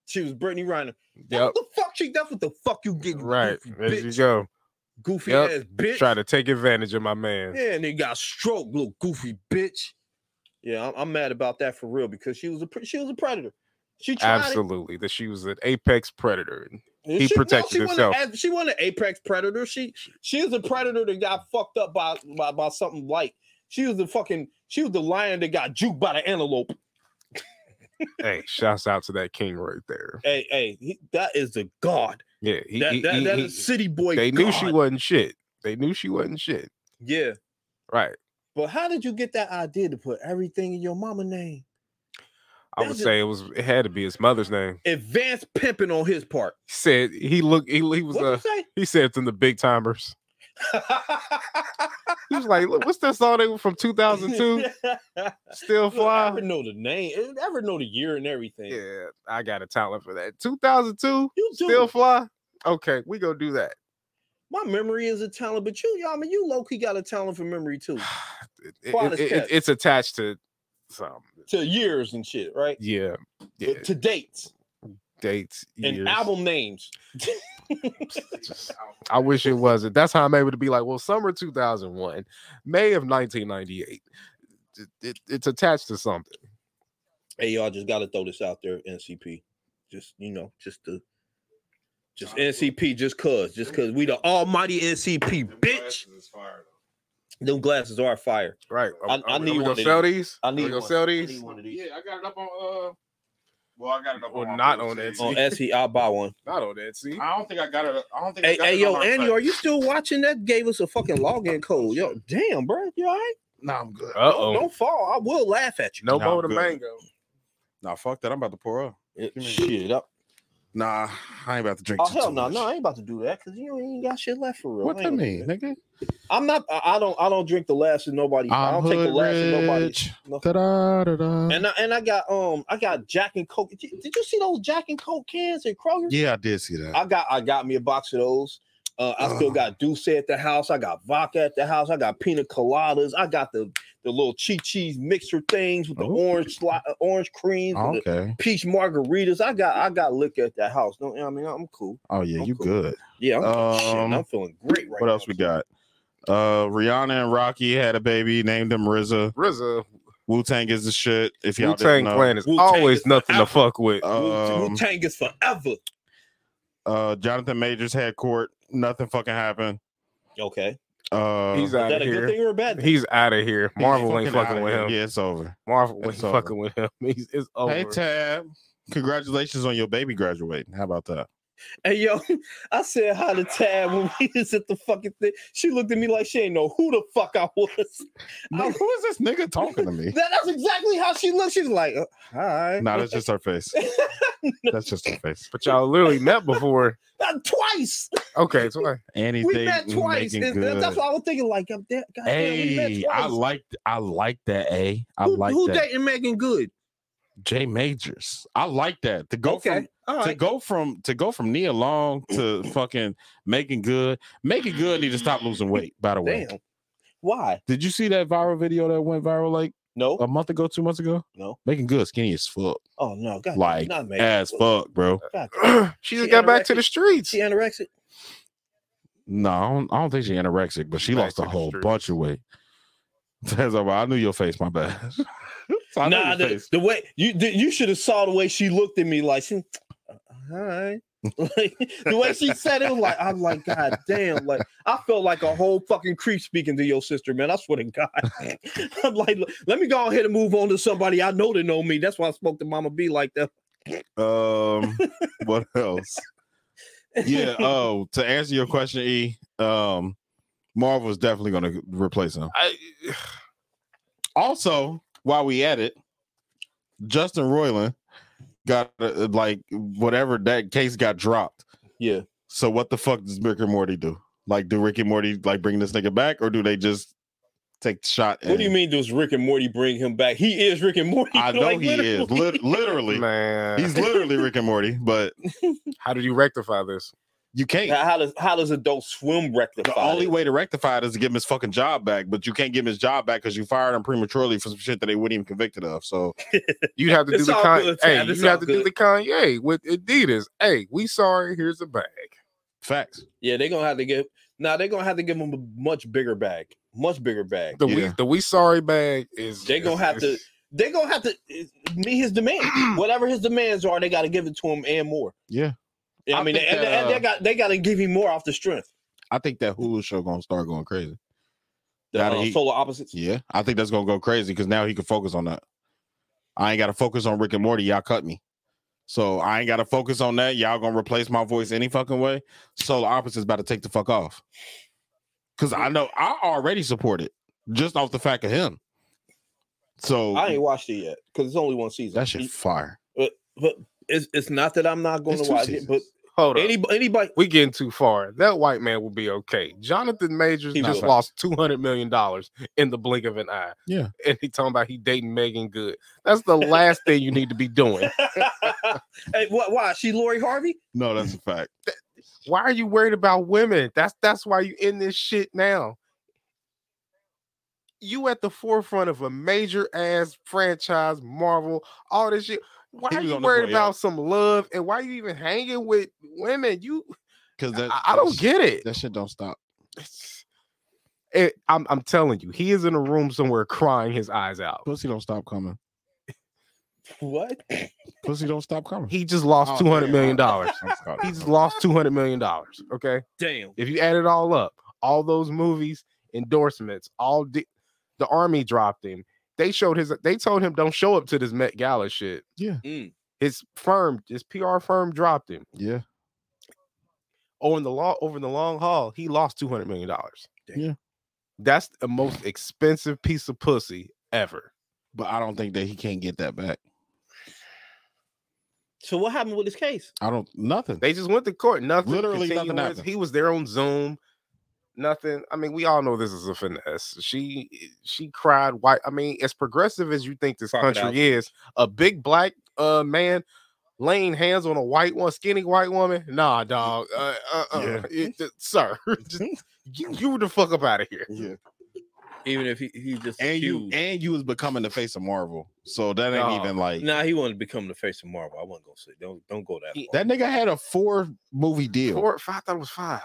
Speaker 1: She was Brittany Griner.
Speaker 3: Yep.
Speaker 1: What the fuck she that's what the fuck you get. you
Speaker 3: Right.
Speaker 1: Goofy,
Speaker 3: There
Speaker 1: bitch.
Speaker 3: you go.
Speaker 1: goofy
Speaker 3: Yep.
Speaker 1: ass bitch.
Speaker 3: Try to take advantage of my man.
Speaker 1: Yeah, and he got stroke, little goofy bitch. Yeah, I'm, I'm mad about that for real because she was a pre- she was a predator. She tried it.
Speaker 3: Absolutely, that she was an apex predator. and
Speaker 1: And
Speaker 3: He
Speaker 1: she- no,
Speaker 3: protected
Speaker 1: she
Speaker 3: himself.
Speaker 1: Wasn't, a- she wasn't an apex predator. She she is a predator that got fucked up by, by by something light. She was the fucking she was the lion that got juked by the antelope.
Speaker 3: hey, shouts out to that king right there.
Speaker 1: Hey hey, he, that is the god.
Speaker 3: Yeah, he,
Speaker 1: That-
Speaker 3: he-
Speaker 1: that-
Speaker 3: he-
Speaker 1: that
Speaker 3: he-
Speaker 1: is city boy
Speaker 3: They knew she
Speaker 1: God.
Speaker 3: wasn't shit. They knew she wasn't shit.
Speaker 1: Yeah,
Speaker 3: Right.
Speaker 1: but how did you get that idea to put everything in your mama name?
Speaker 3: I would
Speaker 1: That's
Speaker 3: say it was. It had to be his mother's name.
Speaker 1: Advanced pimping on his part.
Speaker 3: He said he looked. He, he was.
Speaker 1: What'd
Speaker 3: Uh,
Speaker 1: you say?
Speaker 3: he said it's in the big timers. he was like, "Look, what's that song? They were from
Speaker 1: [LAUGHS]
Speaker 3: 2002. Still
Speaker 1: Look, I
Speaker 3: fly.
Speaker 1: never know the name. I never know the year and everything.
Speaker 3: Yeah, I got a talent for that. 2002.
Speaker 1: You do.
Speaker 3: Still fly. Okay, we go do that.
Speaker 1: My memory is a talent, but you, y'all, I mean, you low key got a talent for memory too.
Speaker 3: [SIGHS] It- it-
Speaker 1: Fly as
Speaker 3: it-
Speaker 1: cat.
Speaker 3: it's attached to some.
Speaker 1: [SIGHS] to years and shit, right?
Speaker 3: Yeah, yeah
Speaker 1: To dates
Speaker 3: dates,
Speaker 1: and
Speaker 3: years.
Speaker 1: album names.
Speaker 3: I wish it wasn't. That's how I'm able to be like, well, summer 2001, May of 1998. It- it- it's attached to something.
Speaker 1: hey, y'all, just gotta throw this out there, NCP. Just you know, just to just NCP, just cause, just cause we the almighty NCP, bitch. Them glasses are fire.
Speaker 3: Right.
Speaker 1: I, I need
Speaker 3: we
Speaker 1: one.
Speaker 3: gonna
Speaker 1: of
Speaker 3: sell
Speaker 1: these.
Speaker 3: these.
Speaker 1: I
Speaker 3: Are we
Speaker 1: need
Speaker 3: gonna
Speaker 1: one.
Speaker 3: sell
Speaker 1: I need
Speaker 3: these.
Speaker 1: one of these.
Speaker 18: Yeah, I got it up on. uh Well, I got it up
Speaker 3: Or
Speaker 18: on.
Speaker 3: not on Etsy.
Speaker 1: On Etsy, I'll buy
Speaker 3: [LAUGHS]
Speaker 1: one.
Speaker 3: Not on Etsy.
Speaker 18: I don't think I got it. I don't think. I
Speaker 1: Hey,
Speaker 18: got
Speaker 1: hey,
Speaker 18: it
Speaker 1: yo,
Speaker 18: on our
Speaker 1: Andy,
Speaker 18: site.
Speaker 1: are you still watching? That gave us a fucking login code. Yo, damn, bro, you all right?
Speaker 2: Nah, I'm good.
Speaker 3: Uh
Speaker 1: Don't,
Speaker 3: oh.
Speaker 1: don't fall. I will laugh at you.
Speaker 3: No
Speaker 2: Nah,
Speaker 3: more to
Speaker 2: good.
Speaker 3: mango.
Speaker 2: Nah, fuck that. I'm about to pour up.
Speaker 1: Yeah, shit up.
Speaker 2: Nah, I ain't about to drink.
Speaker 1: Oh
Speaker 2: too-
Speaker 1: hell
Speaker 2: too
Speaker 1: no,
Speaker 2: much.
Speaker 1: no, I ain't about to do that because you ain't got shit left for real.
Speaker 2: What
Speaker 1: I
Speaker 2: that
Speaker 1: ain't gonna do
Speaker 2: mean, nigga?
Speaker 1: I'm not. I I don't. I don't drink the last of nobody. I
Speaker 2: I'm
Speaker 1: don't take the
Speaker 2: hood
Speaker 1: last of nobody.
Speaker 2: rich.
Speaker 1: No.
Speaker 2: Da-da, da-da.
Speaker 1: And I and I got um. I got Jack and Coke. Did, did you see those Jack and Coke cans at Kroger?
Speaker 2: Yeah, I did see that.
Speaker 1: I got. I got me a box of those. Uh, I still
Speaker 2: Ugh.
Speaker 1: got Deuce at the house. I got vodka at the house. I got pina coladas. I got the the little chi cheese mixer things with the
Speaker 2: Oh.
Speaker 1: orange sli- uh, orange creams, with
Speaker 2: okay.
Speaker 1: the peach margaritas. I got I got liquor at that house. Don't you know what I mean? I'm cool.
Speaker 2: Oh yeah,
Speaker 1: I'm
Speaker 2: you
Speaker 1: cool.
Speaker 2: good.
Speaker 1: Yeah, I'm, shit,
Speaker 2: Um,
Speaker 1: I'm feeling great right
Speaker 2: what
Speaker 1: now.
Speaker 2: else we got? Uh, Rihanna and Rocky had a baby, named him RZA.
Speaker 3: RZA.
Speaker 2: Wu Tang is the shit. If y'all
Speaker 3: Wu
Speaker 2: didn't
Speaker 3: Tang
Speaker 2: know,
Speaker 3: Clan is
Speaker 1: Wu-Tang is
Speaker 3: always nothing
Speaker 1: forever.
Speaker 3: to fuck with.
Speaker 1: Wu-
Speaker 2: um,
Speaker 1: Wu-Tang is forever.
Speaker 2: uh, Jonathan Majors had court. Nothing fucking happened.
Speaker 1: Okay.
Speaker 2: Uh,
Speaker 3: He's
Speaker 1: Is
Speaker 3: out
Speaker 1: that
Speaker 3: of
Speaker 1: a good
Speaker 3: here.
Speaker 1: thing or a bad thing?
Speaker 3: He's out of here.
Speaker 2: he's
Speaker 3: Marvel ain't
Speaker 2: outta
Speaker 3: fucking with
Speaker 2: here.
Speaker 3: him.
Speaker 2: Yeah, it's over.
Speaker 3: Marvel ain't
Speaker 2: It's over.
Speaker 3: fucking with him. He's it's over.
Speaker 2: Hey Tab, congratulations on your baby graduating. How about that?
Speaker 1: Hey yo, [LAUGHS] I said hi to Tab when we [LAUGHS] was at the fucking thing. She looked at me like she ain't know who the fuck I
Speaker 2: [LAUGHS]
Speaker 1: was.
Speaker 2: Nigga, who is this nigga talking to me?
Speaker 1: [LAUGHS] That- that's exactly how she looked. She's like, uh, hi.
Speaker 2: nah,
Speaker 1: [LAUGHS]
Speaker 2: that's just her face. That's just her face.
Speaker 3: but y'all literally met before.
Speaker 1: Uh, twice.
Speaker 3: Okay, so
Speaker 2: [LAUGHS]
Speaker 3: I-
Speaker 2: And he's
Speaker 1: we
Speaker 2: dating-
Speaker 1: met twice.
Speaker 2: making
Speaker 1: And that- that's
Speaker 2: good.
Speaker 1: why I was thinking, like, God damn, God damn, we met
Speaker 2: Hey,
Speaker 1: twice.
Speaker 2: I liked I like that. A I
Speaker 1: who,
Speaker 2: like
Speaker 1: who
Speaker 2: that.
Speaker 1: dating Megan Good?
Speaker 2: Jay Majors. I like that. To go
Speaker 1: okay.
Speaker 2: from
Speaker 1: All
Speaker 2: to
Speaker 1: right.
Speaker 2: go from to go from Nia Long to fucking making good. Making good need to
Speaker 1: [LAUGHS]
Speaker 2: stop losing weight, by the way.
Speaker 1: Damn. Why?
Speaker 2: Did you see that viral video that went viral like
Speaker 1: No.
Speaker 2: a month ago, two months ago?
Speaker 1: No.
Speaker 2: Making good skinny as fuck.
Speaker 1: oh no. God,
Speaker 2: like
Speaker 1: not Uh, Megan.
Speaker 2: as fuck, bro.
Speaker 1: God,
Speaker 3: [CLEARS THROAT] she just
Speaker 1: She
Speaker 3: got back to
Speaker 1: anorexic.
Speaker 3: the streets.
Speaker 1: she anorexic.
Speaker 2: No, I don't, I don't think she's anorexic, but she
Speaker 3: Back
Speaker 2: lost
Speaker 3: to
Speaker 2: a
Speaker 3: the
Speaker 2: whole
Speaker 3: streets.
Speaker 2: bunch of weight. [LAUGHS] That's all right. I knew your face, my bad. I know
Speaker 1: Nah,
Speaker 2: your
Speaker 1: the,
Speaker 2: face.
Speaker 1: the way you the, you should have saw the way she looked at me like she, hi. [LAUGHS] Like, the way she said it was like I'm like God damn like I felt like a whole fucking creep speaking to your sister man I swear to God [LAUGHS] I'm like "Look, let me go ahead and move on to somebody I know that know me that's why I spoke to Mama B like that
Speaker 2: Um,
Speaker 1: [LAUGHS]
Speaker 2: what else? Yeah. Oh, to answer your question, E. Um, Marvel is definitely going to replace him.
Speaker 3: I,
Speaker 2: Also, while we at it, Justin Roiland got uh, like whatever that case got dropped.
Speaker 1: yeah
Speaker 2: So what the fuck does Rick and Morty do? Like, do Rick and Morty like bring this nigga back, or do they just take the shot?
Speaker 1: what do you
Speaker 2: and-
Speaker 1: mean does Rick and Morty bring him back he is Rick and Morty [LAUGHS]
Speaker 2: I know
Speaker 1: Like,
Speaker 2: he is
Speaker 1: literally.
Speaker 2: lit-
Speaker 1: [LAUGHS]
Speaker 2: literally.
Speaker 3: man,
Speaker 2: He's literally Rick and Morty, but
Speaker 3: how did you rectify this?
Speaker 2: you can't.
Speaker 1: Now, how does how does Adult Swim rectify
Speaker 2: The only
Speaker 1: it?
Speaker 2: way to rectify it is to give him his fucking job back, but you can't give him his job back because you fired him prematurely for some shit that they wouldn't even convicted of. So
Speaker 3: You'd have to do
Speaker 1: [LAUGHS] It's
Speaker 3: the
Speaker 1: all
Speaker 3: Kanye.
Speaker 1: good, Tab.
Speaker 3: Hey,
Speaker 1: It's
Speaker 3: you have
Speaker 1: all
Speaker 3: to do
Speaker 1: good.
Speaker 3: the Kanye with Adidas. Hey, we sorry. Here's a bag.
Speaker 2: facts.
Speaker 1: yeah they're gonna have to give now they're gonna have to give him a much bigger bag much bigger bag
Speaker 3: The we
Speaker 2: Yeah.
Speaker 3: the we sorry bag is.
Speaker 1: They gonna have to- They're gonna have to eh, meet his
Speaker 2: [CLEARS THROAT]
Speaker 1: demand. Whatever his demands are, they gotta give it to him and more.
Speaker 2: Yeah.
Speaker 1: Yeah, I,
Speaker 2: I
Speaker 1: mean,
Speaker 2: think
Speaker 1: and,
Speaker 2: that,
Speaker 1: and
Speaker 2: uh,
Speaker 1: they got they got to give him more off the strength.
Speaker 2: I think that Hulu show gonna start going crazy.
Speaker 1: The
Speaker 2: Gotta
Speaker 1: uh,
Speaker 2: eat.
Speaker 1: solar opposites.
Speaker 2: Yeah, I think that's gonna go crazy because now he can focus on that. I ain't gotta focus on Rick and Morty. Y'all cut me, so I ain't gotta focus on that. Y'all gonna replace my voice any fucking way. Solar Opposites about to take the fuck off because I know I already support it just off the fact of him. So
Speaker 1: I ain't watched it yet because it's only one season.
Speaker 2: that shit fire.
Speaker 1: But, but it's, it's not that I'm not going
Speaker 2: It's
Speaker 1: to
Speaker 2: two
Speaker 1: watch
Speaker 2: seasons.
Speaker 1: it. But
Speaker 3: Hold on.
Speaker 1: any,
Speaker 2: [LAUGHS]
Speaker 1: anybody, [LAUGHS]
Speaker 3: We getting too far. That white man will be okay. Jonathan Majors
Speaker 1: He
Speaker 3: just
Speaker 1: will.
Speaker 3: lost two hundred million dollars in the blink of an eye,
Speaker 2: Yeah,
Speaker 3: and he talking about he dating Megan Good. That's the last thing you need to be doing.
Speaker 1: hey, what? Why she Lori Harvey?
Speaker 2: no, that's a fact.
Speaker 3: Why are you worried about women? That's that's why you in this shit now. You at the forefront of a major ass franchise, Marvel, all this shit. Why
Speaker 2: He
Speaker 3: are
Speaker 2: was
Speaker 3: you
Speaker 2: on the
Speaker 3: worried
Speaker 2: way
Speaker 3: about
Speaker 2: up.
Speaker 3: some love and why are you even hanging with women? You
Speaker 2: Because that
Speaker 3: I, I don't
Speaker 2: that
Speaker 3: get it.
Speaker 2: shit- that shit. Don't stop.
Speaker 3: [LAUGHS] It- I'm I'm telling you, he is in a room somewhere crying his eyes out.
Speaker 2: Pussy don't stop coming.
Speaker 1: What?
Speaker 2: Pussy don't stop coming. [LAUGHS]
Speaker 3: He just
Speaker 2: Oh,
Speaker 3: lost two hundred million dollars.
Speaker 2: dollars.
Speaker 3: He's lost two hundred million dollars. Okay,
Speaker 1: Damn.
Speaker 3: if you add it all up, all those movies, endorsements, all the the army dropped him. They showed his. They told him don't show up to this Met Gala shit.
Speaker 2: Yeah.
Speaker 1: Mm.
Speaker 3: His firm, his PR firm, dropped him.
Speaker 2: Yeah,
Speaker 3: Over Oh, the law, over the long haul, he lost two hundred million dollars.
Speaker 2: Yeah.
Speaker 3: that's the most expensive piece of pussy ever.
Speaker 2: but I don't think that he can't get that back.
Speaker 1: So what happened with this case?
Speaker 2: I don't nothing.
Speaker 3: They just went to court. Nothing.
Speaker 2: Literally nothing
Speaker 3: continuance.
Speaker 2: happened.
Speaker 3: He was there on Zoom. Nothing. I mean, we all know this is a finesse. She she cried. Why? I mean, as progressive as you think this
Speaker 1: Crocodile.
Speaker 3: country is, a big black uh man laying hands on a white one, skinny white woman. Nah, dog. Uh, uh, uh,
Speaker 2: Yeah.
Speaker 3: it- it- sir, [LAUGHS] just, you, you the fuck up out of here.
Speaker 2: yeah.
Speaker 1: Even if he, he just
Speaker 2: and you
Speaker 1: huge.
Speaker 2: and you was becoming the face of Marvel. So that ain't
Speaker 3: Nah.
Speaker 2: even like
Speaker 1: Nah, he wanted to become the face of Marvel. I wasn't gonna say don't don't go that.
Speaker 3: He-
Speaker 1: far.
Speaker 2: that nigga had a four movie deal.
Speaker 3: Four, five, I thought it was five.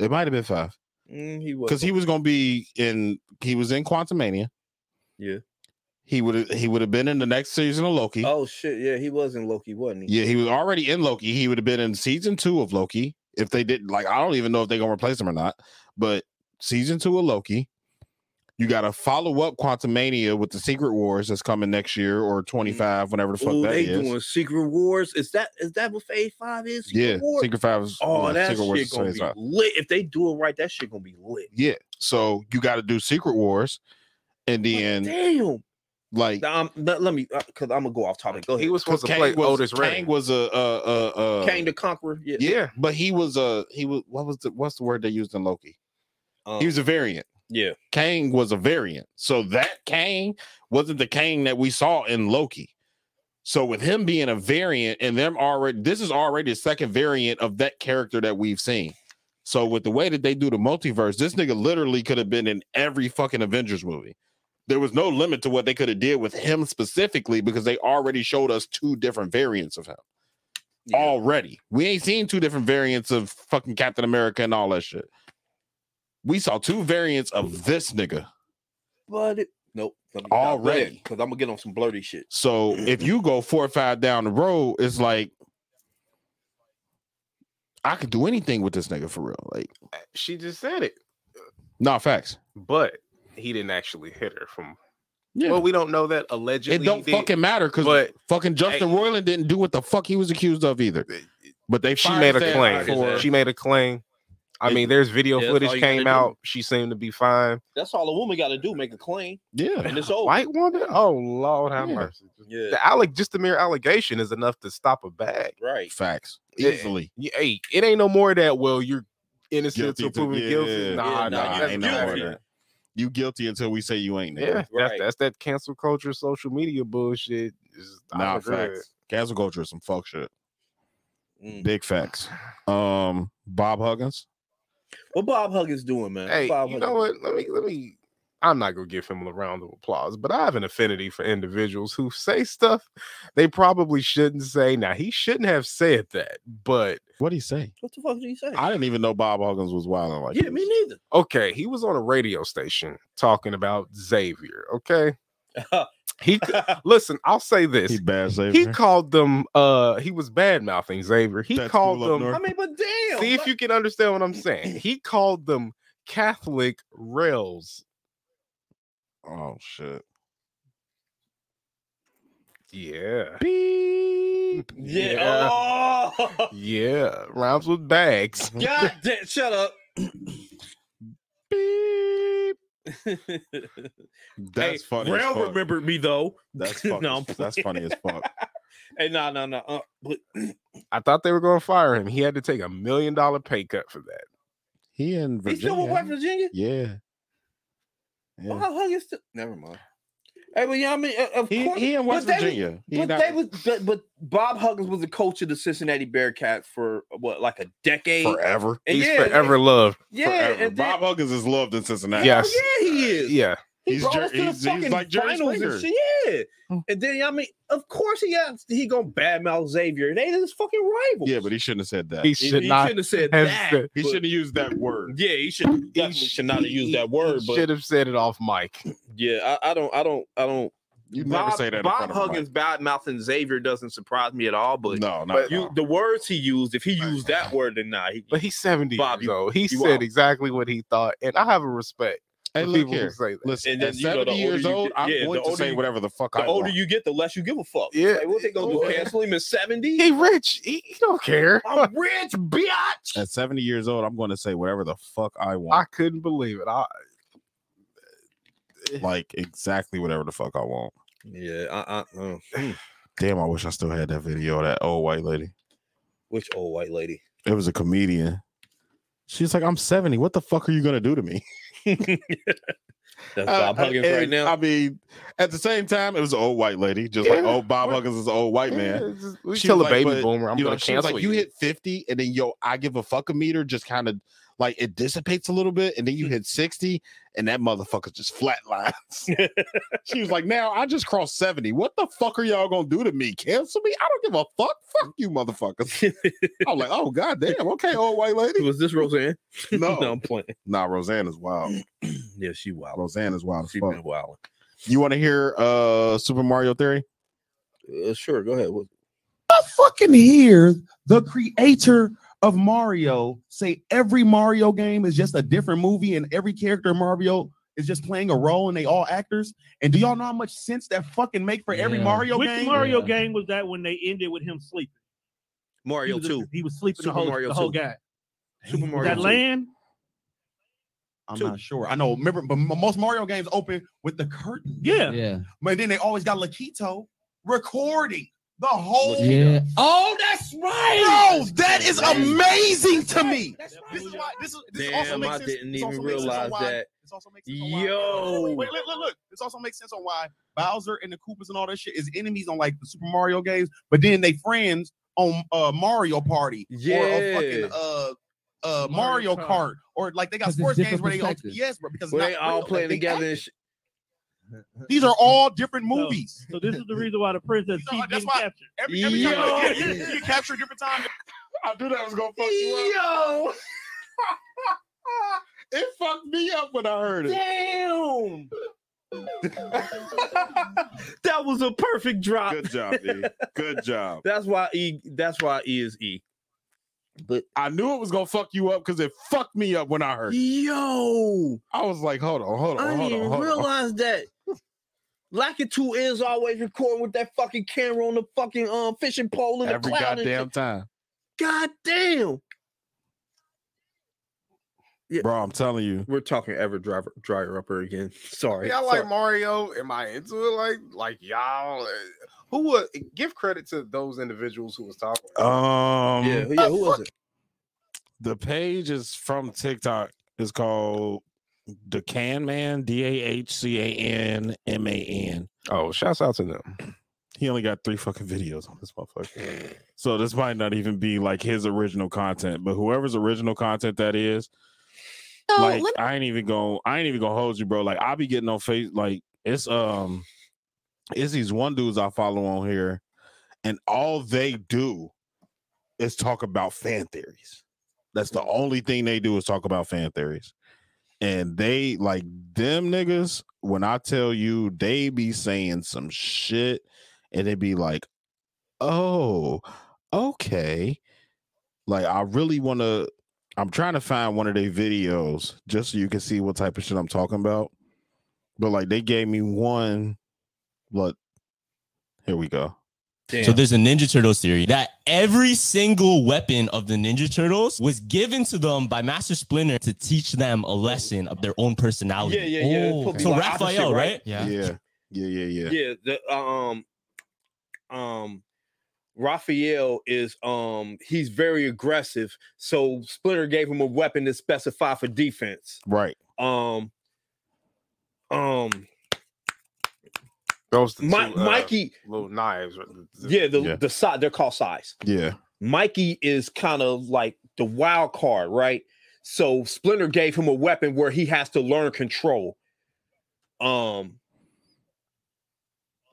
Speaker 2: It might have been five
Speaker 1: Mm, he was
Speaker 2: because he was gonna be in. He was in Quantumania.
Speaker 1: Yeah.
Speaker 2: He would he would have been in the next season of Loki.
Speaker 1: Oh shit! Yeah, he was in Loki, wasn't he?
Speaker 2: Yeah, he was already in Loki. He would have been in season two of Loki if they didn't. Like I don't even know if they're gonna replace him or not. But season two of Loki. You got to follow up Quantumania with the Secret Wars that's coming next year or 25, whenever the fuck
Speaker 1: Mm. Ooh,
Speaker 2: that
Speaker 1: they
Speaker 2: is.
Speaker 1: doing Secret Wars. Is that is that what Phase Five is? Secret
Speaker 2: yeah,
Speaker 1: Wars?
Speaker 2: Secret Five is
Speaker 1: Oh,
Speaker 2: yeah,
Speaker 1: that
Speaker 2: Secret Wars
Speaker 1: shit
Speaker 2: is
Speaker 1: gonna be
Speaker 2: 25.
Speaker 1: lit. If they do it right, that shit gonna be lit.
Speaker 2: Yeah. So you got to do Secret Wars, and then
Speaker 1: Damn.
Speaker 2: like
Speaker 1: Nah, I'm- let, let me, because I'm gonna go off topic. Go ahead.
Speaker 3: He was supposed to
Speaker 2: Kang
Speaker 3: play
Speaker 2: was,
Speaker 3: Otis
Speaker 2: Kang
Speaker 3: Redding.
Speaker 2: was a uh uh uh
Speaker 1: Kang the Conqueror. Yeah.
Speaker 2: yeah, but he was a he was what was the what's the word they used in Loki?
Speaker 1: Um,
Speaker 2: He was a variant.
Speaker 1: yeah.
Speaker 2: Kang was a variant. So that Kang wasn't the Kang that we saw in Loki. So with him being a variant and them already this is already the second variant of that character that we've seen. So with the way that they do the multiverse, this nigga literally could have been in every fucking Avengers movie. There was no limit to what they could have did with him specifically because they already showed us two different variants of him.
Speaker 1: Yeah.
Speaker 2: Already. We ain't seen two different variants of fucking Captain America and all that shit. We saw two variants of this nigga.
Speaker 1: But it, nope. Let me
Speaker 2: Already.
Speaker 1: because I'm gonna get on some blurty shit.
Speaker 2: So if you go four or five down the road, it's like I could do anything with this nigga for real. Like,
Speaker 3: She just said it,
Speaker 2: nah, facts.
Speaker 3: but he didn't actually hit her. From
Speaker 2: Yeah.
Speaker 3: well, we don't know that allegedly.
Speaker 2: it don't
Speaker 3: he did,
Speaker 2: fucking matter because
Speaker 3: But
Speaker 2: fucking Justin
Speaker 3: Hey.
Speaker 2: Roiland didn't do what the fuck he was accused of either. But they
Speaker 3: she
Speaker 2: fired
Speaker 3: made a
Speaker 2: his
Speaker 3: claim.
Speaker 2: ass for-
Speaker 3: She made a claim. I
Speaker 1: It-
Speaker 3: mean, there's video
Speaker 1: yeah, that's all
Speaker 3: footage
Speaker 1: you gotta
Speaker 3: came
Speaker 1: do.
Speaker 3: out. She seemed to be fine.
Speaker 1: That's all a woman got to do: make a claim,
Speaker 2: yeah,
Speaker 1: and it's over.
Speaker 3: White woman? Oh Lord, have
Speaker 2: Yeah.
Speaker 3: mercy.
Speaker 1: Yeah,
Speaker 3: The alleg, just the mere allegation is enough to stop a bag.
Speaker 1: right.
Speaker 2: facts
Speaker 3: Yeah.
Speaker 2: easily.
Speaker 3: Y- Hey, it ain't no more of that. Well, you're innocent
Speaker 2: Guilty
Speaker 3: until
Speaker 2: to-
Speaker 3: proven
Speaker 2: yeah,
Speaker 1: yeah,
Speaker 3: guilty. Nah,
Speaker 1: nah,
Speaker 3: nah,
Speaker 1: you
Speaker 3: that's
Speaker 2: ain't no
Speaker 3: bad.
Speaker 2: more of that. You guilty until we say you ain't.
Speaker 3: Yeah,
Speaker 2: Nigga.
Speaker 3: that's,
Speaker 1: Right.
Speaker 3: that's that cancel culture, social media bullshit. It's- I
Speaker 2: nah,
Speaker 3: don't agree.
Speaker 2: facts. Cancel culture is some fuck shit.
Speaker 1: Mm.
Speaker 2: Big facts. Um, Bob Huggins.
Speaker 1: What Bob Huggins doing, man? What
Speaker 3: Hey,
Speaker 1: Bob
Speaker 3: you know
Speaker 1: Huggins-
Speaker 3: what? Let me let me. I'm not gonna give him a round of applause, but I have an affinity for individuals who say stuff they probably shouldn't say. Now he shouldn't have said that, but
Speaker 2: What would he say?
Speaker 1: What the fuck did he say?
Speaker 2: I didn't even know Bob Huggins was wilding like
Speaker 1: yeah,
Speaker 2: this.
Speaker 1: me
Speaker 2: [LAUGHS]
Speaker 1: neither.
Speaker 2: [LAUGHS]
Speaker 3: okay, he was on a radio station talking about Xavier. Okay, He listen. I'll say this.
Speaker 2: He bad Xavier.
Speaker 3: He called them. Uh, he was bad mouthing Xavier. He
Speaker 2: That
Speaker 3: called
Speaker 2: school up
Speaker 3: them.
Speaker 2: north.
Speaker 1: I mean, but damn.
Speaker 3: [LAUGHS] See if you can understand what I'm
Speaker 2: [LAUGHS]
Speaker 3: saying. He called them Catholic rails.
Speaker 2: Oh shit.
Speaker 3: Yeah.
Speaker 2: Beep.
Speaker 1: yeah.
Speaker 3: Yeah.
Speaker 1: [LAUGHS] Oh.
Speaker 3: Yeah. Rhymes with bags.
Speaker 1: God damn. Shut [CLEARS THROAT] up.
Speaker 2: Beep. That's funny. as
Speaker 1: Rail
Speaker 2: fuck.
Speaker 1: remembered me though. [LAUGHS]
Speaker 2: That's funny.
Speaker 1: No,
Speaker 2: as-
Speaker 1: I'm
Speaker 2: that's funny as fuck.
Speaker 1: Hey, no, no, no. Uh, but [CLEARS THROAT]
Speaker 3: I thought they were going to fire him. He had to take a million dollar pay cut for that.
Speaker 2: He in
Speaker 1: he
Speaker 2: Virginia.
Speaker 1: still with West Virginia.
Speaker 2: Yeah.
Speaker 1: Well,
Speaker 2: yeah.
Speaker 1: how hug is still? Never mind. Hey, but yeah, I mean, uh, of
Speaker 2: He,
Speaker 1: course,
Speaker 2: he in West
Speaker 1: but they was-
Speaker 2: Virginia. He
Speaker 1: but
Speaker 2: not-
Speaker 1: they was, but, but Bob Huggins was the coach of the Cincinnati Bearcats for what, like a decade?
Speaker 2: forever.
Speaker 1: And
Speaker 3: He's
Speaker 1: yeah, like-
Speaker 3: forever loved.
Speaker 1: yeah,
Speaker 2: forever.
Speaker 1: and then-
Speaker 2: Bob Huggins is loved in Cincinnati.
Speaker 3: Yes.
Speaker 1: oh, yeah, he is.
Speaker 3: Yeah.
Speaker 1: He
Speaker 2: He's
Speaker 1: brought
Speaker 2: Jer-
Speaker 1: us to the
Speaker 2: he's- he's
Speaker 1: fucking
Speaker 2: like Jerry
Speaker 1: finals and
Speaker 2: Springer.
Speaker 1: shit. Yeah. And then I mean, of course he got he gonna badmouth Xavier. They his fucking rivals.
Speaker 2: Yeah, but he shouldn't have said that.
Speaker 3: He
Speaker 2: He,
Speaker 1: he,
Speaker 3: should
Speaker 1: he
Speaker 3: not.
Speaker 1: shouldn't have said
Speaker 3: have
Speaker 1: that.
Speaker 3: said-
Speaker 1: but-
Speaker 2: shouldn't have used that word.
Speaker 1: Yeah, he should definitely should not have used that word. But
Speaker 3: should have said it off mic.
Speaker 1: yeah, I, I don't, I don't, I don't.
Speaker 2: You
Speaker 1: Bob,
Speaker 2: never say that. in
Speaker 1: Bob
Speaker 2: front of a mic.
Speaker 1: Huggins bad mouthing Xavier doesn't surprise me at all. But
Speaker 2: No, not
Speaker 1: but
Speaker 2: at
Speaker 1: you,
Speaker 2: all.
Speaker 1: the words he used, if he used that word, then nah. He,
Speaker 3: But he's 70
Speaker 1: Bob,
Speaker 3: years
Speaker 1: you-
Speaker 3: old. He
Speaker 1: you
Speaker 3: said
Speaker 1: out.
Speaker 3: exactly what he thought. And I have a respect
Speaker 2: Hey,
Speaker 3: for
Speaker 2: look
Speaker 3: people who
Speaker 2: here.
Speaker 3: say that.
Speaker 2: Listen,
Speaker 1: And then,
Speaker 2: at
Speaker 1: you know, the
Speaker 2: 70 years
Speaker 1: older you
Speaker 2: old,
Speaker 1: get-
Speaker 2: I'm
Speaker 1: yeah,
Speaker 2: going
Speaker 1: the
Speaker 2: to
Speaker 1: older
Speaker 2: say
Speaker 1: you-
Speaker 2: whatever the fuck
Speaker 1: the
Speaker 2: I
Speaker 1: older
Speaker 2: want.
Speaker 1: you get, the less you give a fuck.
Speaker 3: Yeah.
Speaker 1: like, what they gonna do?
Speaker 3: Yeah.
Speaker 1: Cancel him at
Speaker 2: [LAUGHS]
Speaker 3: He
Speaker 1: seventy?
Speaker 3: rich. He, he don't care.
Speaker 1: I'm rich, bitch.
Speaker 2: At 70 years old, I'm going to say whatever the fuck I
Speaker 3: I
Speaker 2: want.
Speaker 3: couldn't believe it. I,
Speaker 2: like exactly whatever the fuck I want.
Speaker 1: Yeah, I, I, uh,
Speaker 2: Damn, I wish I still had that video of that old white lady.
Speaker 1: which old white lady?
Speaker 2: It was a comedian. She's like, I'm 70. What the fuck are you going to do to me?
Speaker 1: [LAUGHS] That's
Speaker 2: Uh,
Speaker 1: Bob Huggins
Speaker 2: and-
Speaker 1: right now.
Speaker 2: I mean, at the same time, it was an old white lady, just like,
Speaker 1: [LAUGHS]
Speaker 3: Yeah.
Speaker 2: oh, Bob
Speaker 3: What?
Speaker 2: Huggins is an old white man.
Speaker 3: Yeah, eh, it's just- we
Speaker 2: She
Speaker 3: tell
Speaker 2: was
Speaker 3: a
Speaker 2: like,
Speaker 3: baby
Speaker 2: but,
Speaker 3: boomer, I'm
Speaker 2: you know,
Speaker 3: gonna
Speaker 2: she was
Speaker 3: cancel
Speaker 2: like, you hit 50, and then yo, I give a fuck a meter just kind of like it dissipates a little bit, and
Speaker 3: [LAUGHS]
Speaker 2: then you hit 60, and that motherfucker just
Speaker 3: [LAUGHS]
Speaker 2: flatlines. she was like, Now I just crossed 70. What the fuck are y'all gonna do to me? Cancel me? I don't give a fuck. Fuck you,
Speaker 3: [LAUGHS]
Speaker 2: motherfuckers. I'm like, Oh, god damn. Okay, old white lady.
Speaker 1: Was this Roseanne? [LAUGHS]
Speaker 2: No,
Speaker 1: no, I'm playing.
Speaker 2: nah, Roseanne is wild.
Speaker 1: Yeah, she wild.
Speaker 2: Roseanne is wild. as
Speaker 1: She
Speaker 2: fuck.
Speaker 1: been wild.
Speaker 2: You want to hear uh Super Mario Theory?
Speaker 1: Uh, sure, go ahead. What-
Speaker 19: I fucking hear the creator of Mario say every Mario game is just a different movie and every character in Mario is just playing a role and they all actors. And do y'all know how much sense that fucking make for every
Speaker 20: Yeah.
Speaker 19: Mario
Speaker 21: Which
Speaker 19: game?
Speaker 21: Mario game was that when they ended with him sleeping?
Speaker 1: Mario
Speaker 21: he was,
Speaker 1: two.
Speaker 21: He was sleeping the
Speaker 1: Super
Speaker 21: whole,
Speaker 1: Mario
Speaker 21: the whole
Speaker 1: 2.
Speaker 21: game.
Speaker 1: Super
Speaker 21: Was
Speaker 1: Mario
Speaker 21: that
Speaker 1: 2.
Speaker 21: land?
Speaker 19: I'm
Speaker 1: two.
Speaker 19: not sure. I know. Remember, but m- most Mario games open with the curtain.
Speaker 21: Yeah.
Speaker 20: Yeah.
Speaker 19: But then they always got Lakito recording the whole.
Speaker 20: Yeah.
Speaker 19: Oh, that's right. Bro, that is amazing to me.
Speaker 21: That's right.
Speaker 19: This is why. This, is, this also
Speaker 1: Damn,
Speaker 19: makes
Speaker 1: I
Speaker 19: sense-
Speaker 1: didn't
Speaker 19: this
Speaker 1: even
Speaker 19: also makes sense on
Speaker 1: realize
Speaker 19: why-
Speaker 1: that.
Speaker 19: This also makes sense on why-
Speaker 1: Yo.
Speaker 19: Wait, look, look, look. This also makes sense on why Bowser and the Koopas and all that shit is enemies on like the Super Mario games, but then they friends on uh Mario Party or a
Speaker 1: Yeah.
Speaker 19: fucking uh uh
Speaker 21: Mario
Speaker 19: Mario
Speaker 21: Kart.
Speaker 19: Kart or like they got
Speaker 20: 'Cause it's
Speaker 19: sports games
Speaker 20: different
Speaker 19: where they all,
Speaker 20: perspectives.
Speaker 19: yes, bro, because it's
Speaker 1: Where they
Speaker 19: not
Speaker 1: all
Speaker 19: real,
Speaker 1: playing
Speaker 19: like, they
Speaker 1: together and [LAUGHS]
Speaker 19: act-
Speaker 1: sh-
Speaker 19: These are all different
Speaker 21: No.
Speaker 19: movies.
Speaker 21: So this is the reason why the princess
Speaker 19: You know, that's
Speaker 21: keeps getting
Speaker 19: why-
Speaker 21: captured.
Speaker 19: Every, every time you,
Speaker 1: Yo.
Speaker 19: you, you capture a different time.
Speaker 2: I knew that was gonna fuck you up.
Speaker 1: Yo,
Speaker 2: It fucked me up when I heard it.
Speaker 1: damn. that was a perfect drop.
Speaker 2: Good job, E. Good job.
Speaker 1: That's why E. That's why E is E. But
Speaker 2: I knew it was gonna fuck you up because it fucked me up when I heard. it.
Speaker 1: yo,
Speaker 2: I was like, hold on, hold
Speaker 1: I
Speaker 2: on, hold
Speaker 1: didn't
Speaker 2: on,
Speaker 1: even
Speaker 2: hold on.
Speaker 1: realize that. Lacky Two is always recording with that fucking camera on the fucking um fishing pole in the
Speaker 2: Every
Speaker 1: cloud. and
Speaker 2: goddamn time,
Speaker 1: shit. goddamn.
Speaker 2: bro. I'm telling you,
Speaker 1: We're talking ever driver dryer upper again. [LAUGHS] Sorry.
Speaker 3: Yeah, I
Speaker 1: Sorry.
Speaker 3: like Mario. Am I into it? Like, like y'all? uh, Who would give credit to those individuals who was talking?
Speaker 2: um,
Speaker 1: yeah, who- yeah, who was it?
Speaker 2: the page is from TikTok. It's called the Can Man. D A H C A N M A N.
Speaker 3: Oh, shouts out to them.
Speaker 2: He only got three fucking videos on this [SIGHS] motherfucker. So this might not even be like his original content, but whoever's original content that is, like I ain't even gonna I ain't even gonna hold you, bro. Like I be getting on face like it's um it's these one dudes I follow on here, and all they do is talk about fan theories. That's the only thing they do is talk about fan theories. and they like them niggas. When I tell you, they be saying some shit, and they be like, "Oh, okay." Like I really want to. I'm trying to find one of their videos just so you can see what type of shit I'm talking about. But like they gave me one. Look, here we go.
Speaker 20: So there's a Ninja Turtles theory that every single weapon of the Ninja Turtles was given to them by Master Splinter to teach them a lesson of their own personality. Oh.
Speaker 1: Yeah, yeah, yeah. It'd be
Speaker 20: So
Speaker 1: like opposite,
Speaker 20: Raphael,
Speaker 1: right?
Speaker 20: right?
Speaker 2: Yeah. Yeah. Yeah. Yeah. Yeah.
Speaker 1: yeah the um um raphael is um he's very aggressive so splinter gave him a weapon that's specified for defense
Speaker 2: Right.
Speaker 1: um um
Speaker 3: Those
Speaker 1: Mi- Mikey-
Speaker 3: little knives. right?
Speaker 1: yeah the
Speaker 2: Yeah.
Speaker 1: the side they're called size
Speaker 2: Yeah.
Speaker 1: mikey is kind of like the wild card right so splinter gave him a weapon where he has to learn control um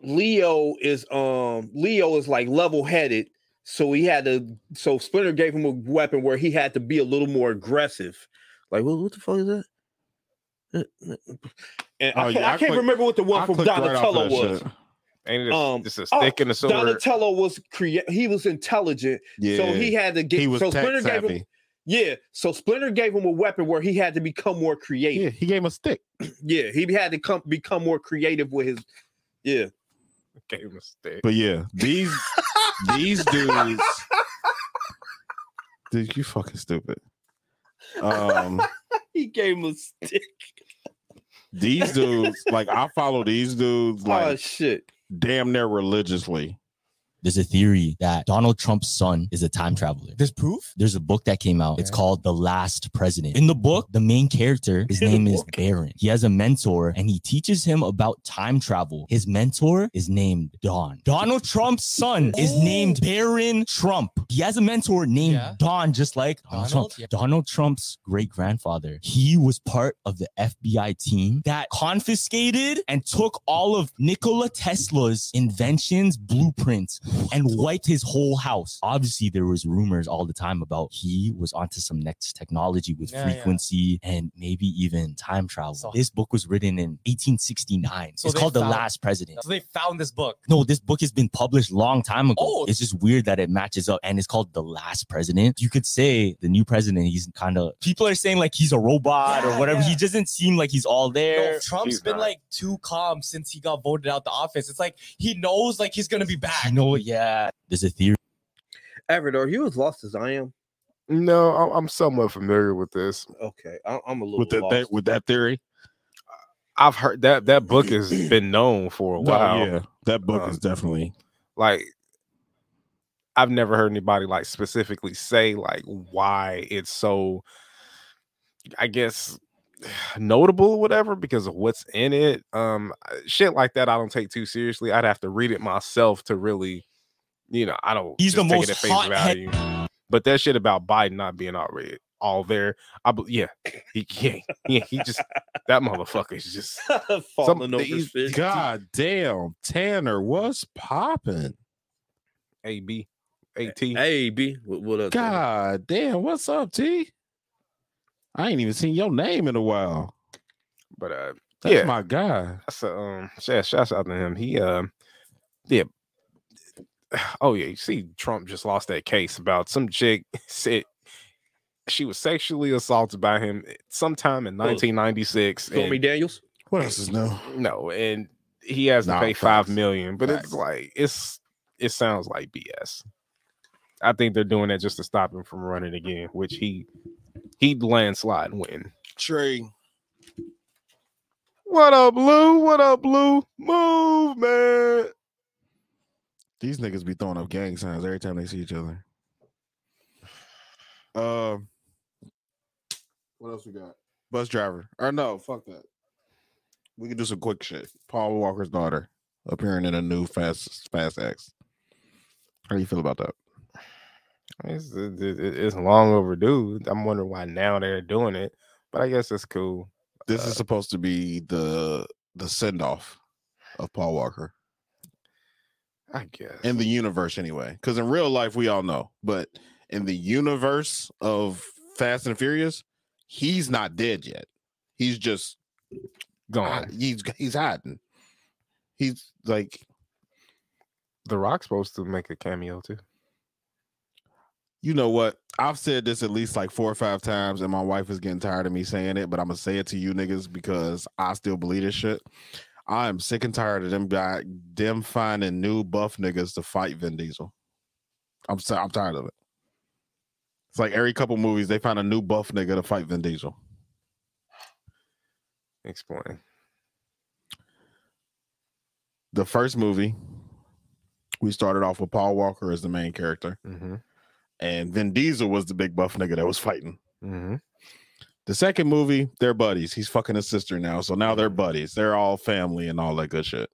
Speaker 1: Leo is um Leo is like level headed, so he had to. So Splinter gave him a weapon where he had to be a little more aggressive. Like what, what the fuck is that? [LAUGHS] And I can't,
Speaker 2: Oh, yeah,
Speaker 1: I
Speaker 2: I
Speaker 1: can't
Speaker 2: clicked-
Speaker 1: remember what the one
Speaker 2: I
Speaker 1: from
Speaker 2: clicked right off
Speaker 1: Donatello
Speaker 2: that
Speaker 1: was.
Speaker 2: shit.
Speaker 3: Ain't it a,
Speaker 1: Um,
Speaker 3: it's a stick and a sword.
Speaker 1: Donatello was create. He was intelligent, so
Speaker 2: Yeah.
Speaker 1: he had to get.
Speaker 2: He was
Speaker 1: so
Speaker 2: tech
Speaker 1: Splinter gave him.
Speaker 2: savvy.
Speaker 1: Yeah, so Splinter gave him a weapon where he had to become more creative.
Speaker 2: Yeah, he gave him a stick.
Speaker 1: Yeah, he had to come become more creative with his. Yeah,
Speaker 3: [LAUGHS] Game mistake.
Speaker 2: But yeah,
Speaker 1: [LAUGHS]
Speaker 2: these these dudes. Dude, you fucking stupid. Um
Speaker 1: he gave him a stick.
Speaker 2: these dudes, like I follow these dudes [LAUGHS] like
Speaker 1: oh shit.
Speaker 2: damn near religiously.
Speaker 20: There's a theory that Donald Trump's son is a time traveler. There's proof? There's a book that came out. It's called The Last President. In the book, the main character, his name is Baron. He has a mentor and he teaches him about time travel. His mentor is named Don. Donald Trump's son is named Baron Trump. He has a mentor named Don, just like Donald,
Speaker 22: Donald,
Speaker 20: Trump. Donald Trump's great grandfather. He was part of the FBI team that confiscated and took all of Nikola Tesla's inventions, blueprints,
Speaker 22: [LAUGHS]
Speaker 20: and wiped his whole house. Obviously, there was rumors all the time about he was onto some next technology with
Speaker 22: Yeah, yeah.
Speaker 20: frequency and maybe even time travel.
Speaker 22: So-
Speaker 20: this book was written in 1869.
Speaker 22: So
Speaker 20: it's
Speaker 22: they
Speaker 20: called The
Speaker 22: found-
Speaker 20: Last President.
Speaker 22: So they found this book.
Speaker 20: No, this book has been published long time ago.
Speaker 22: Oh.
Speaker 20: It's just weird that it matches up and it's called The Last President. You could say the new president, he's kind of people are saying like he's a robot
Speaker 22: Yeah,
Speaker 20: or whatever.
Speaker 22: yeah.
Speaker 20: He doesn't seem like he's all there.
Speaker 22: No, Trump's
Speaker 20: He's
Speaker 22: been
Speaker 20: not.
Speaker 22: like too calm since he got voted out the office. It's like he knows like he's gonna be
Speaker 20: I
Speaker 22: back.
Speaker 20: know it. Yeah. There's a theory.
Speaker 1: Everett, are you as lost as I am?
Speaker 3: No, I'm, I'm somewhat familiar with this.
Speaker 1: Okay, I, I'm a little
Speaker 2: With that,
Speaker 1: lost.
Speaker 2: that with that theory.
Speaker 3: I've heard that that book has been known for a
Speaker 2: No,
Speaker 3: while.
Speaker 2: yeah. That book is
Speaker 3: Um,
Speaker 2: definitely
Speaker 3: like I've never heard anybody like specifically say like why it's so I guess [SIGHS] notable or whatever because of what's in it. Um I- shit like that I don't take too seriously. I'd have to read it myself to really you know, I don't
Speaker 20: He's the
Speaker 3: just take it
Speaker 20: most
Speaker 3: at face
Speaker 20: hot head-
Speaker 3: But that shit about Biden not being already all there, I bel yeah, he can't. Yeah, he just that motherfucker is just
Speaker 1: [LAUGHS] Falling
Speaker 3: some-
Speaker 1: over
Speaker 3: these-
Speaker 1: shit.
Speaker 2: God damn, Tanner, what's popping?
Speaker 3: A B A T.
Speaker 1: Hey, B, what, what up? Tanner?
Speaker 2: God damn, what's up, T? I ain't even seen your name in a while.
Speaker 3: But uh
Speaker 2: That's
Speaker 3: yeah.
Speaker 2: my guy.
Speaker 3: That's a um shout, shout out to him. He um yeah. [SIGHS] Oh yeah, you see Trump just lost that case about some chick [LAUGHS] said she was sexually assaulted by him eh, sometime in 1996.
Speaker 1: Stormy
Speaker 3: and-
Speaker 1: Daniels.
Speaker 2: What else is new?
Speaker 3: no, and he has to
Speaker 2: Nah,
Speaker 3: pay five
Speaker 2: facts.
Speaker 3: million, but
Speaker 2: Facts.
Speaker 3: it's like it's it sounds like BS. I think they're doing that just to stop him from running again, which he he'd landslide win.
Speaker 2: Trey.
Speaker 3: What up, Blue? What up, Blue? Move, man.
Speaker 2: These niggas be throwing up gang signs every time they see each other. Um, what else we got? Bus driver. Or no, fuck that. We can do some quick shit. Paul Walker's daughter appearing in a new Fast Fast X. How do you feel about that?
Speaker 3: It's, it- it- it- it's long overdue. I'm wondering why now they're doing it, but I guess it's cool.
Speaker 2: This is supposed to be the the send off of Paul Walker
Speaker 3: I guess.
Speaker 2: in the universe, anyway. Because in real life, we all know, but in the universe of Fast and Furious, he's not dead yet. He's just gone. He's he's hiding. He's like
Speaker 3: The Rock's supposed to make a cameo too.
Speaker 2: you know what? I've said this at least like four or five times, and my wife is getting tired of me saying it, but I'm gonna say it to you niggas because I still believe this shit. I am sick and tired of them guy them finding new buff niggas to fight Vin Diesel. I'm si- I'm tired of it. It's like every couple movies they find a new buff nigga to fight Vin Diesel.
Speaker 3: Explain.
Speaker 2: The first movie, we started off with Paul Walker as the main character,
Speaker 3: Mm-hmm.
Speaker 2: and Vin Diesel was the big buff nigga that was fighting.
Speaker 3: Mm-hmm.
Speaker 2: The second movie, they're buddies. He's fucking his sister now. So now they're buddies. They're all family and all that good shit.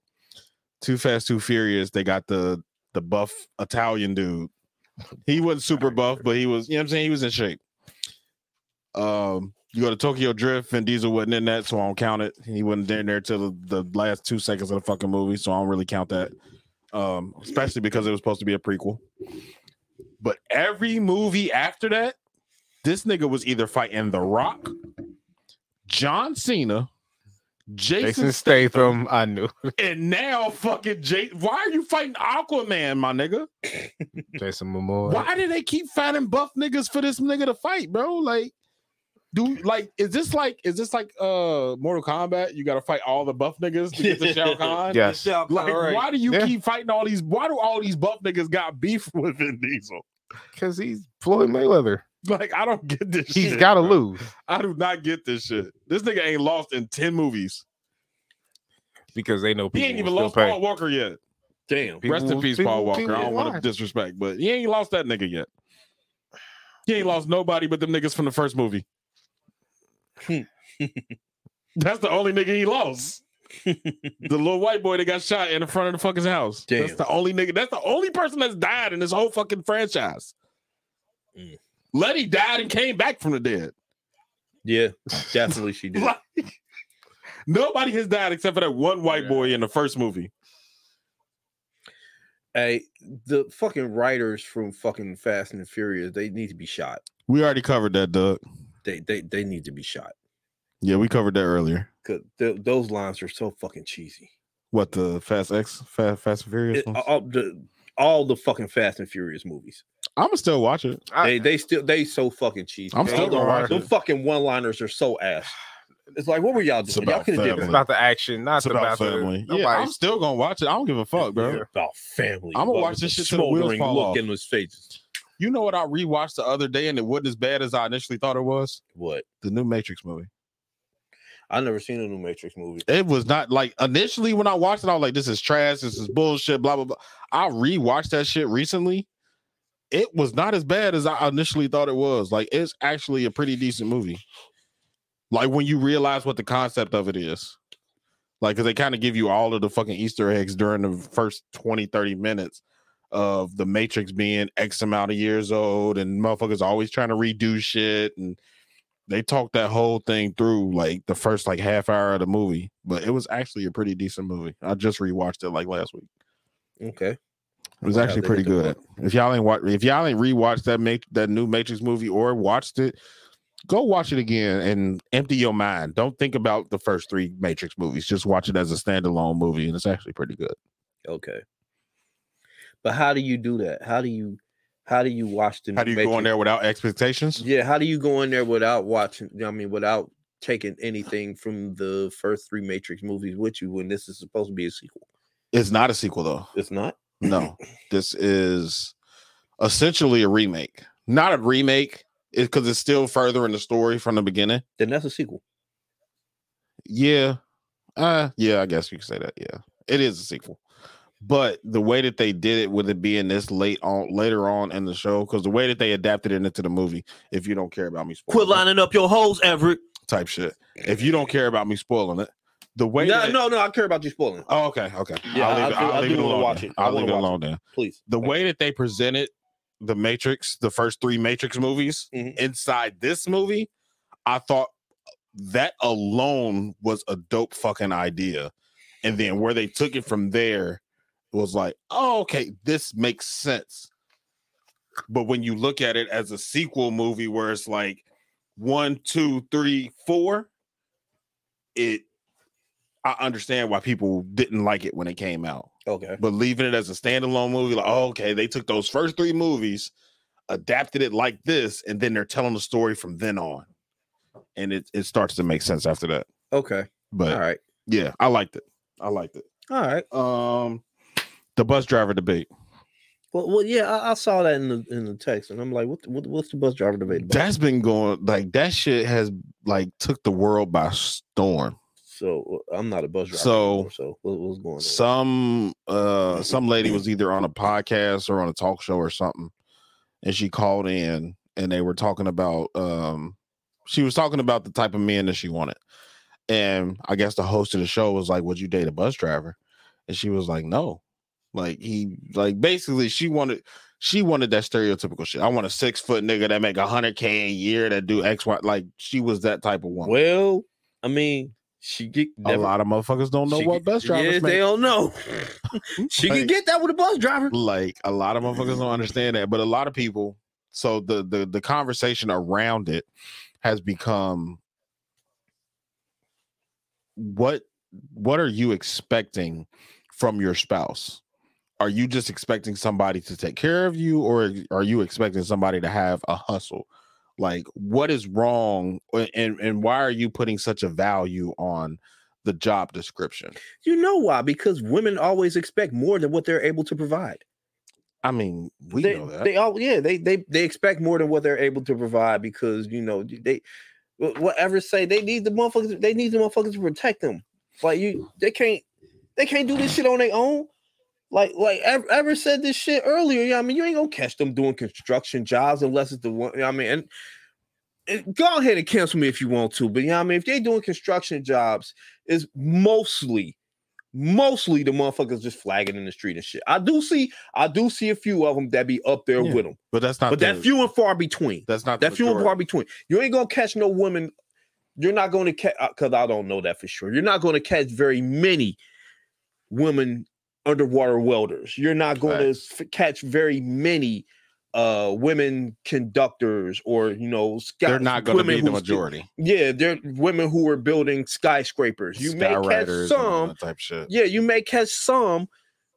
Speaker 2: Too Fast, Too Furious, they got the the buff Italian dude. He wasn't super buff, but he was, you know what I'm saying? He was in shape. Um, you go to Tokyo Drift, and Diesel wasn't in that, so I don't count it. He wasn't in there till the, the last two seconds of the fucking movie, so I don't really count that. Um, especially because it was supposed to be a prequel. But every movie after that, this nigga was either fighting The Rock, John Cena, Jason,
Speaker 3: Jason Statham, I knew.
Speaker 2: and now fucking Jay. Why are you fighting Aquaman, my nigga?
Speaker 3: Jason Momoa.
Speaker 2: Why do they keep finding buff niggas for this nigga to fight, bro? Like, do like is this like is this like uh Mortal Kombat? You gotta fight all the buff niggas to get to
Speaker 3: [LAUGHS]
Speaker 2: Shao Kahn.
Speaker 3: Yes. Shao Kahn,
Speaker 2: Like,
Speaker 3: right.
Speaker 2: why do you
Speaker 3: Yeah.
Speaker 2: keep fighting all these? Why do all these buff niggas got beef [LAUGHS] with Vin Diesel?
Speaker 3: Because he's Floyd Mayweather.
Speaker 2: Like, I don't get this.
Speaker 3: He's
Speaker 2: shit,
Speaker 3: gotta
Speaker 2: bro.
Speaker 3: lose.
Speaker 2: I do not get this shit. This nigga ain't lost in ten movies.
Speaker 3: Because they know people.
Speaker 2: He ain't even
Speaker 3: will
Speaker 2: lost
Speaker 3: still pay.
Speaker 2: Paul Walker yet. Damn.
Speaker 3: People
Speaker 2: Rest in
Speaker 3: will-
Speaker 2: peace,
Speaker 3: people
Speaker 2: Paul
Speaker 3: will-
Speaker 2: Walker.
Speaker 3: people
Speaker 2: I don't
Speaker 3: will
Speaker 2: want
Speaker 3: watch.
Speaker 2: to disrespect, but he ain't lost that nigga yet. He ain't lost nobody but them niggas from the first [LAUGHS] movie. That's the only nigga he [LAUGHS] lost. the little white boy that got shot in the front of the fucking house. That's the only nigga. That's the only person that's died in this whole fucking franchise. Mm. Letty died and came back from the dead.
Speaker 1: [LAUGHS] Yeah, definitely she did.
Speaker 2: Nobody has died except for that one white boy in the first movie.
Speaker 1: Hey, the fucking writers from fucking Fast and Furious, they need to be shot.
Speaker 2: We already covered that, Doug.
Speaker 1: They they they need to be shot.
Speaker 2: Yeah, we covered that earlier.
Speaker 1: Cause th- those lines are so fucking cheesy.
Speaker 2: What the Fast X, Fast, Fast and Furious?
Speaker 1: It- uh, all the all the fucking Fast and Furious movies.
Speaker 2: I'm gonna still watch it.
Speaker 1: they they still they so fucking cheesy.
Speaker 2: I'm
Speaker 1: man.
Speaker 2: still gonna watch
Speaker 1: Them
Speaker 2: it.
Speaker 1: fucking one liners are so ass. It's like what were y'all doing? Y'all
Speaker 2: about
Speaker 1: could have
Speaker 2: family.
Speaker 1: did
Speaker 3: It's
Speaker 1: this.
Speaker 3: about the action, not
Speaker 2: It's about family.
Speaker 3: The,
Speaker 2: yeah, I'm still gonna watch it. I don't give a fuck, bro.
Speaker 3: Yeah.
Speaker 1: about family.
Speaker 2: I'ma
Speaker 1: But
Speaker 2: watch
Speaker 1: with
Speaker 2: this
Speaker 1: the
Speaker 2: shit till the wheels
Speaker 1: smoldering
Speaker 2: fall
Speaker 1: look
Speaker 2: off.
Speaker 1: in those faces.
Speaker 2: You know what I rewatched the other day and it wasn't as bad as I initially thought it was?
Speaker 1: What?
Speaker 2: The new Matrix movie.
Speaker 1: I never seen a new Matrix movie.
Speaker 2: It was not like initially when I watched it, I was like, this is trash, this is bullshit, blah blah blah. I rewatched that shit recently. It was not as bad as I initially thought it was. Like it's actually a pretty decent movie. Like when you realize what the concept of it is. Like cause they kind of give you all of the fucking Easter eggs during the first 20, 30 minutes of the Matrix being X amount of years old and motherfuckers always trying to redo shit and they talked that whole thing through like the first like half hour of the movie, but it was actually a pretty decent movie. I just rewatched it like last week.
Speaker 1: Okay.
Speaker 2: It was
Speaker 1: I'll
Speaker 2: actually
Speaker 1: have to
Speaker 2: pretty
Speaker 1: hit that
Speaker 2: good. If y'all ain't watch, if y'all ain't rewatched that make that new Matrix movie or watched it, go watch it again and empty your mind. Don't think about the first three Matrix movies. Just watch it as a standalone movie, and it's actually pretty good.
Speaker 1: Okay. But how do you do that? How do you how do you watch the
Speaker 2: How
Speaker 1: new
Speaker 2: do you go in
Speaker 1: Mm, Matrix?
Speaker 2: there without expectations?
Speaker 1: Yeah, how do you go in there without watching? I mean, without taking anything from the first three Matrix movies with you when this is supposed to be a sequel?
Speaker 2: It's not a sequel though.
Speaker 1: It's not.
Speaker 2: No, this is essentially a remake. Not a remake, is because it's still further in the story from the beginning.
Speaker 1: Then that's a sequel.
Speaker 2: Yeah, uh, yeah, I guess you could say that. Yeah, it is a sequel, but the way that they did it with it being this late on later on in the show, because the way that they adapted it into the movie, if you don't care about me, spoiling it,
Speaker 1: up your holes, Everett.
Speaker 2: type shit. If you don't care about me spoiling it, the way
Speaker 1: no,
Speaker 2: that,
Speaker 1: no, no, I care about you spoiling. it.
Speaker 2: Oh, okay, okay.
Speaker 1: Yeah,
Speaker 2: I'll leave it,
Speaker 1: I do- I
Speaker 2: I'll leave
Speaker 1: do
Speaker 2: it
Speaker 1: wanna
Speaker 2: alone.
Speaker 1: watch
Speaker 2: then.
Speaker 1: it. I
Speaker 2: I'll leave
Speaker 1: wanna
Speaker 2: it
Speaker 1: watch
Speaker 2: alone
Speaker 1: it.
Speaker 2: then.
Speaker 1: Please.
Speaker 2: The way that they presented the Matrix, the first three Matrix movies inside this movie, I thought that alone was a dope fucking idea. And then where they took it from there was like, oh, okay, this makes sense. But when you look at it as a sequel movie where it's like one, two, three, four, it I understand why people didn't like it when it came out.
Speaker 1: Okay.
Speaker 2: But leaving it as a standalone movie, like, oh, okay, they took those first three movies, adapted it like this, and then they're telling the story from then on. And it, it starts to make sense after that.
Speaker 1: Okay.
Speaker 2: But
Speaker 1: all right.
Speaker 2: Yeah, I liked it. I liked it.
Speaker 1: All right.
Speaker 2: Um the bus driver debate.
Speaker 1: Well, well, yeah, I, I saw that in the in the text, and I'm like, what, the, what what's the bus driver debate about?
Speaker 2: That's been going like that shit has like took the world by storm.
Speaker 1: So uh, I'm not a bus driver.
Speaker 2: So-
Speaker 1: anymore, so what, what's going on?
Speaker 2: some uh some lady was either on a podcast or on a talk show or something and she called in and they were talking about um she was talking about the type of men that she wanted and i guess the host of the show was like would you date a bus driver and she was like no like he like basically she wanted she wanted that stereotypical shit i want a six foot nigga that make a hundred k a year that do x y like she was that type of woman
Speaker 1: well i mean she get
Speaker 2: a lot of motherfuckers don't know
Speaker 1: She
Speaker 2: what
Speaker 1: get-
Speaker 2: bus drivers
Speaker 1: yeah,
Speaker 2: make.
Speaker 1: they don't
Speaker 2: [LAUGHS]
Speaker 1: know. she
Speaker 2: Like-
Speaker 1: can get that with a bus driver.
Speaker 2: Like a lot of motherfuckers
Speaker 1: Mm.
Speaker 2: don't understand that, but a lot of people. So the the the conversation around it has become what what are you expecting from your spouse? Are you just expecting somebody to take care of you, or are you expecting somebody to have a hustle? Like, what is wrong, and and why are you putting such a value on the job description?
Speaker 1: You know why? Because women always expect more than what they're able to provide.
Speaker 2: I mean, we
Speaker 1: they,
Speaker 2: know that.
Speaker 1: they all yeah they they they expect more than what they're able to provide because you know they wh- whatever say they need the motherfuckers they need the motherfuckers to protect them like you they can't they can't do this shit on their own like like ever, ever said this shit earlier yeah I mean you ain't gonna catch them doing construction jobs unless it's the one I mean and, and go ahead and cancel me if you want to but yeah I mean if they doing construction jobs it's mostly mostly the motherfuckers just flagging in the street and shit I do see I do see a few of them that be up there
Speaker 2: Yeah,
Speaker 1: with them
Speaker 2: But that's not.
Speaker 1: but that
Speaker 2: the-
Speaker 1: few and far between.
Speaker 2: That's not the
Speaker 1: That few and
Speaker 2: majority.
Speaker 1: far between. You ain't gonna catch no woman. You're not gonna catch because I don't know that for sure. You're not gonna catch very many women underwater welders. You're not gonna f- catch very many uh women conductors or you know sky,
Speaker 2: They're not going to
Speaker 1: women
Speaker 2: be the
Speaker 1: who's-
Speaker 2: majority.
Speaker 1: Yeah, they're women who are building skyscrapers. You may catch
Speaker 2: Skywriters and
Speaker 1: some,
Speaker 2: that type shit.
Speaker 1: yeah, you may catch some,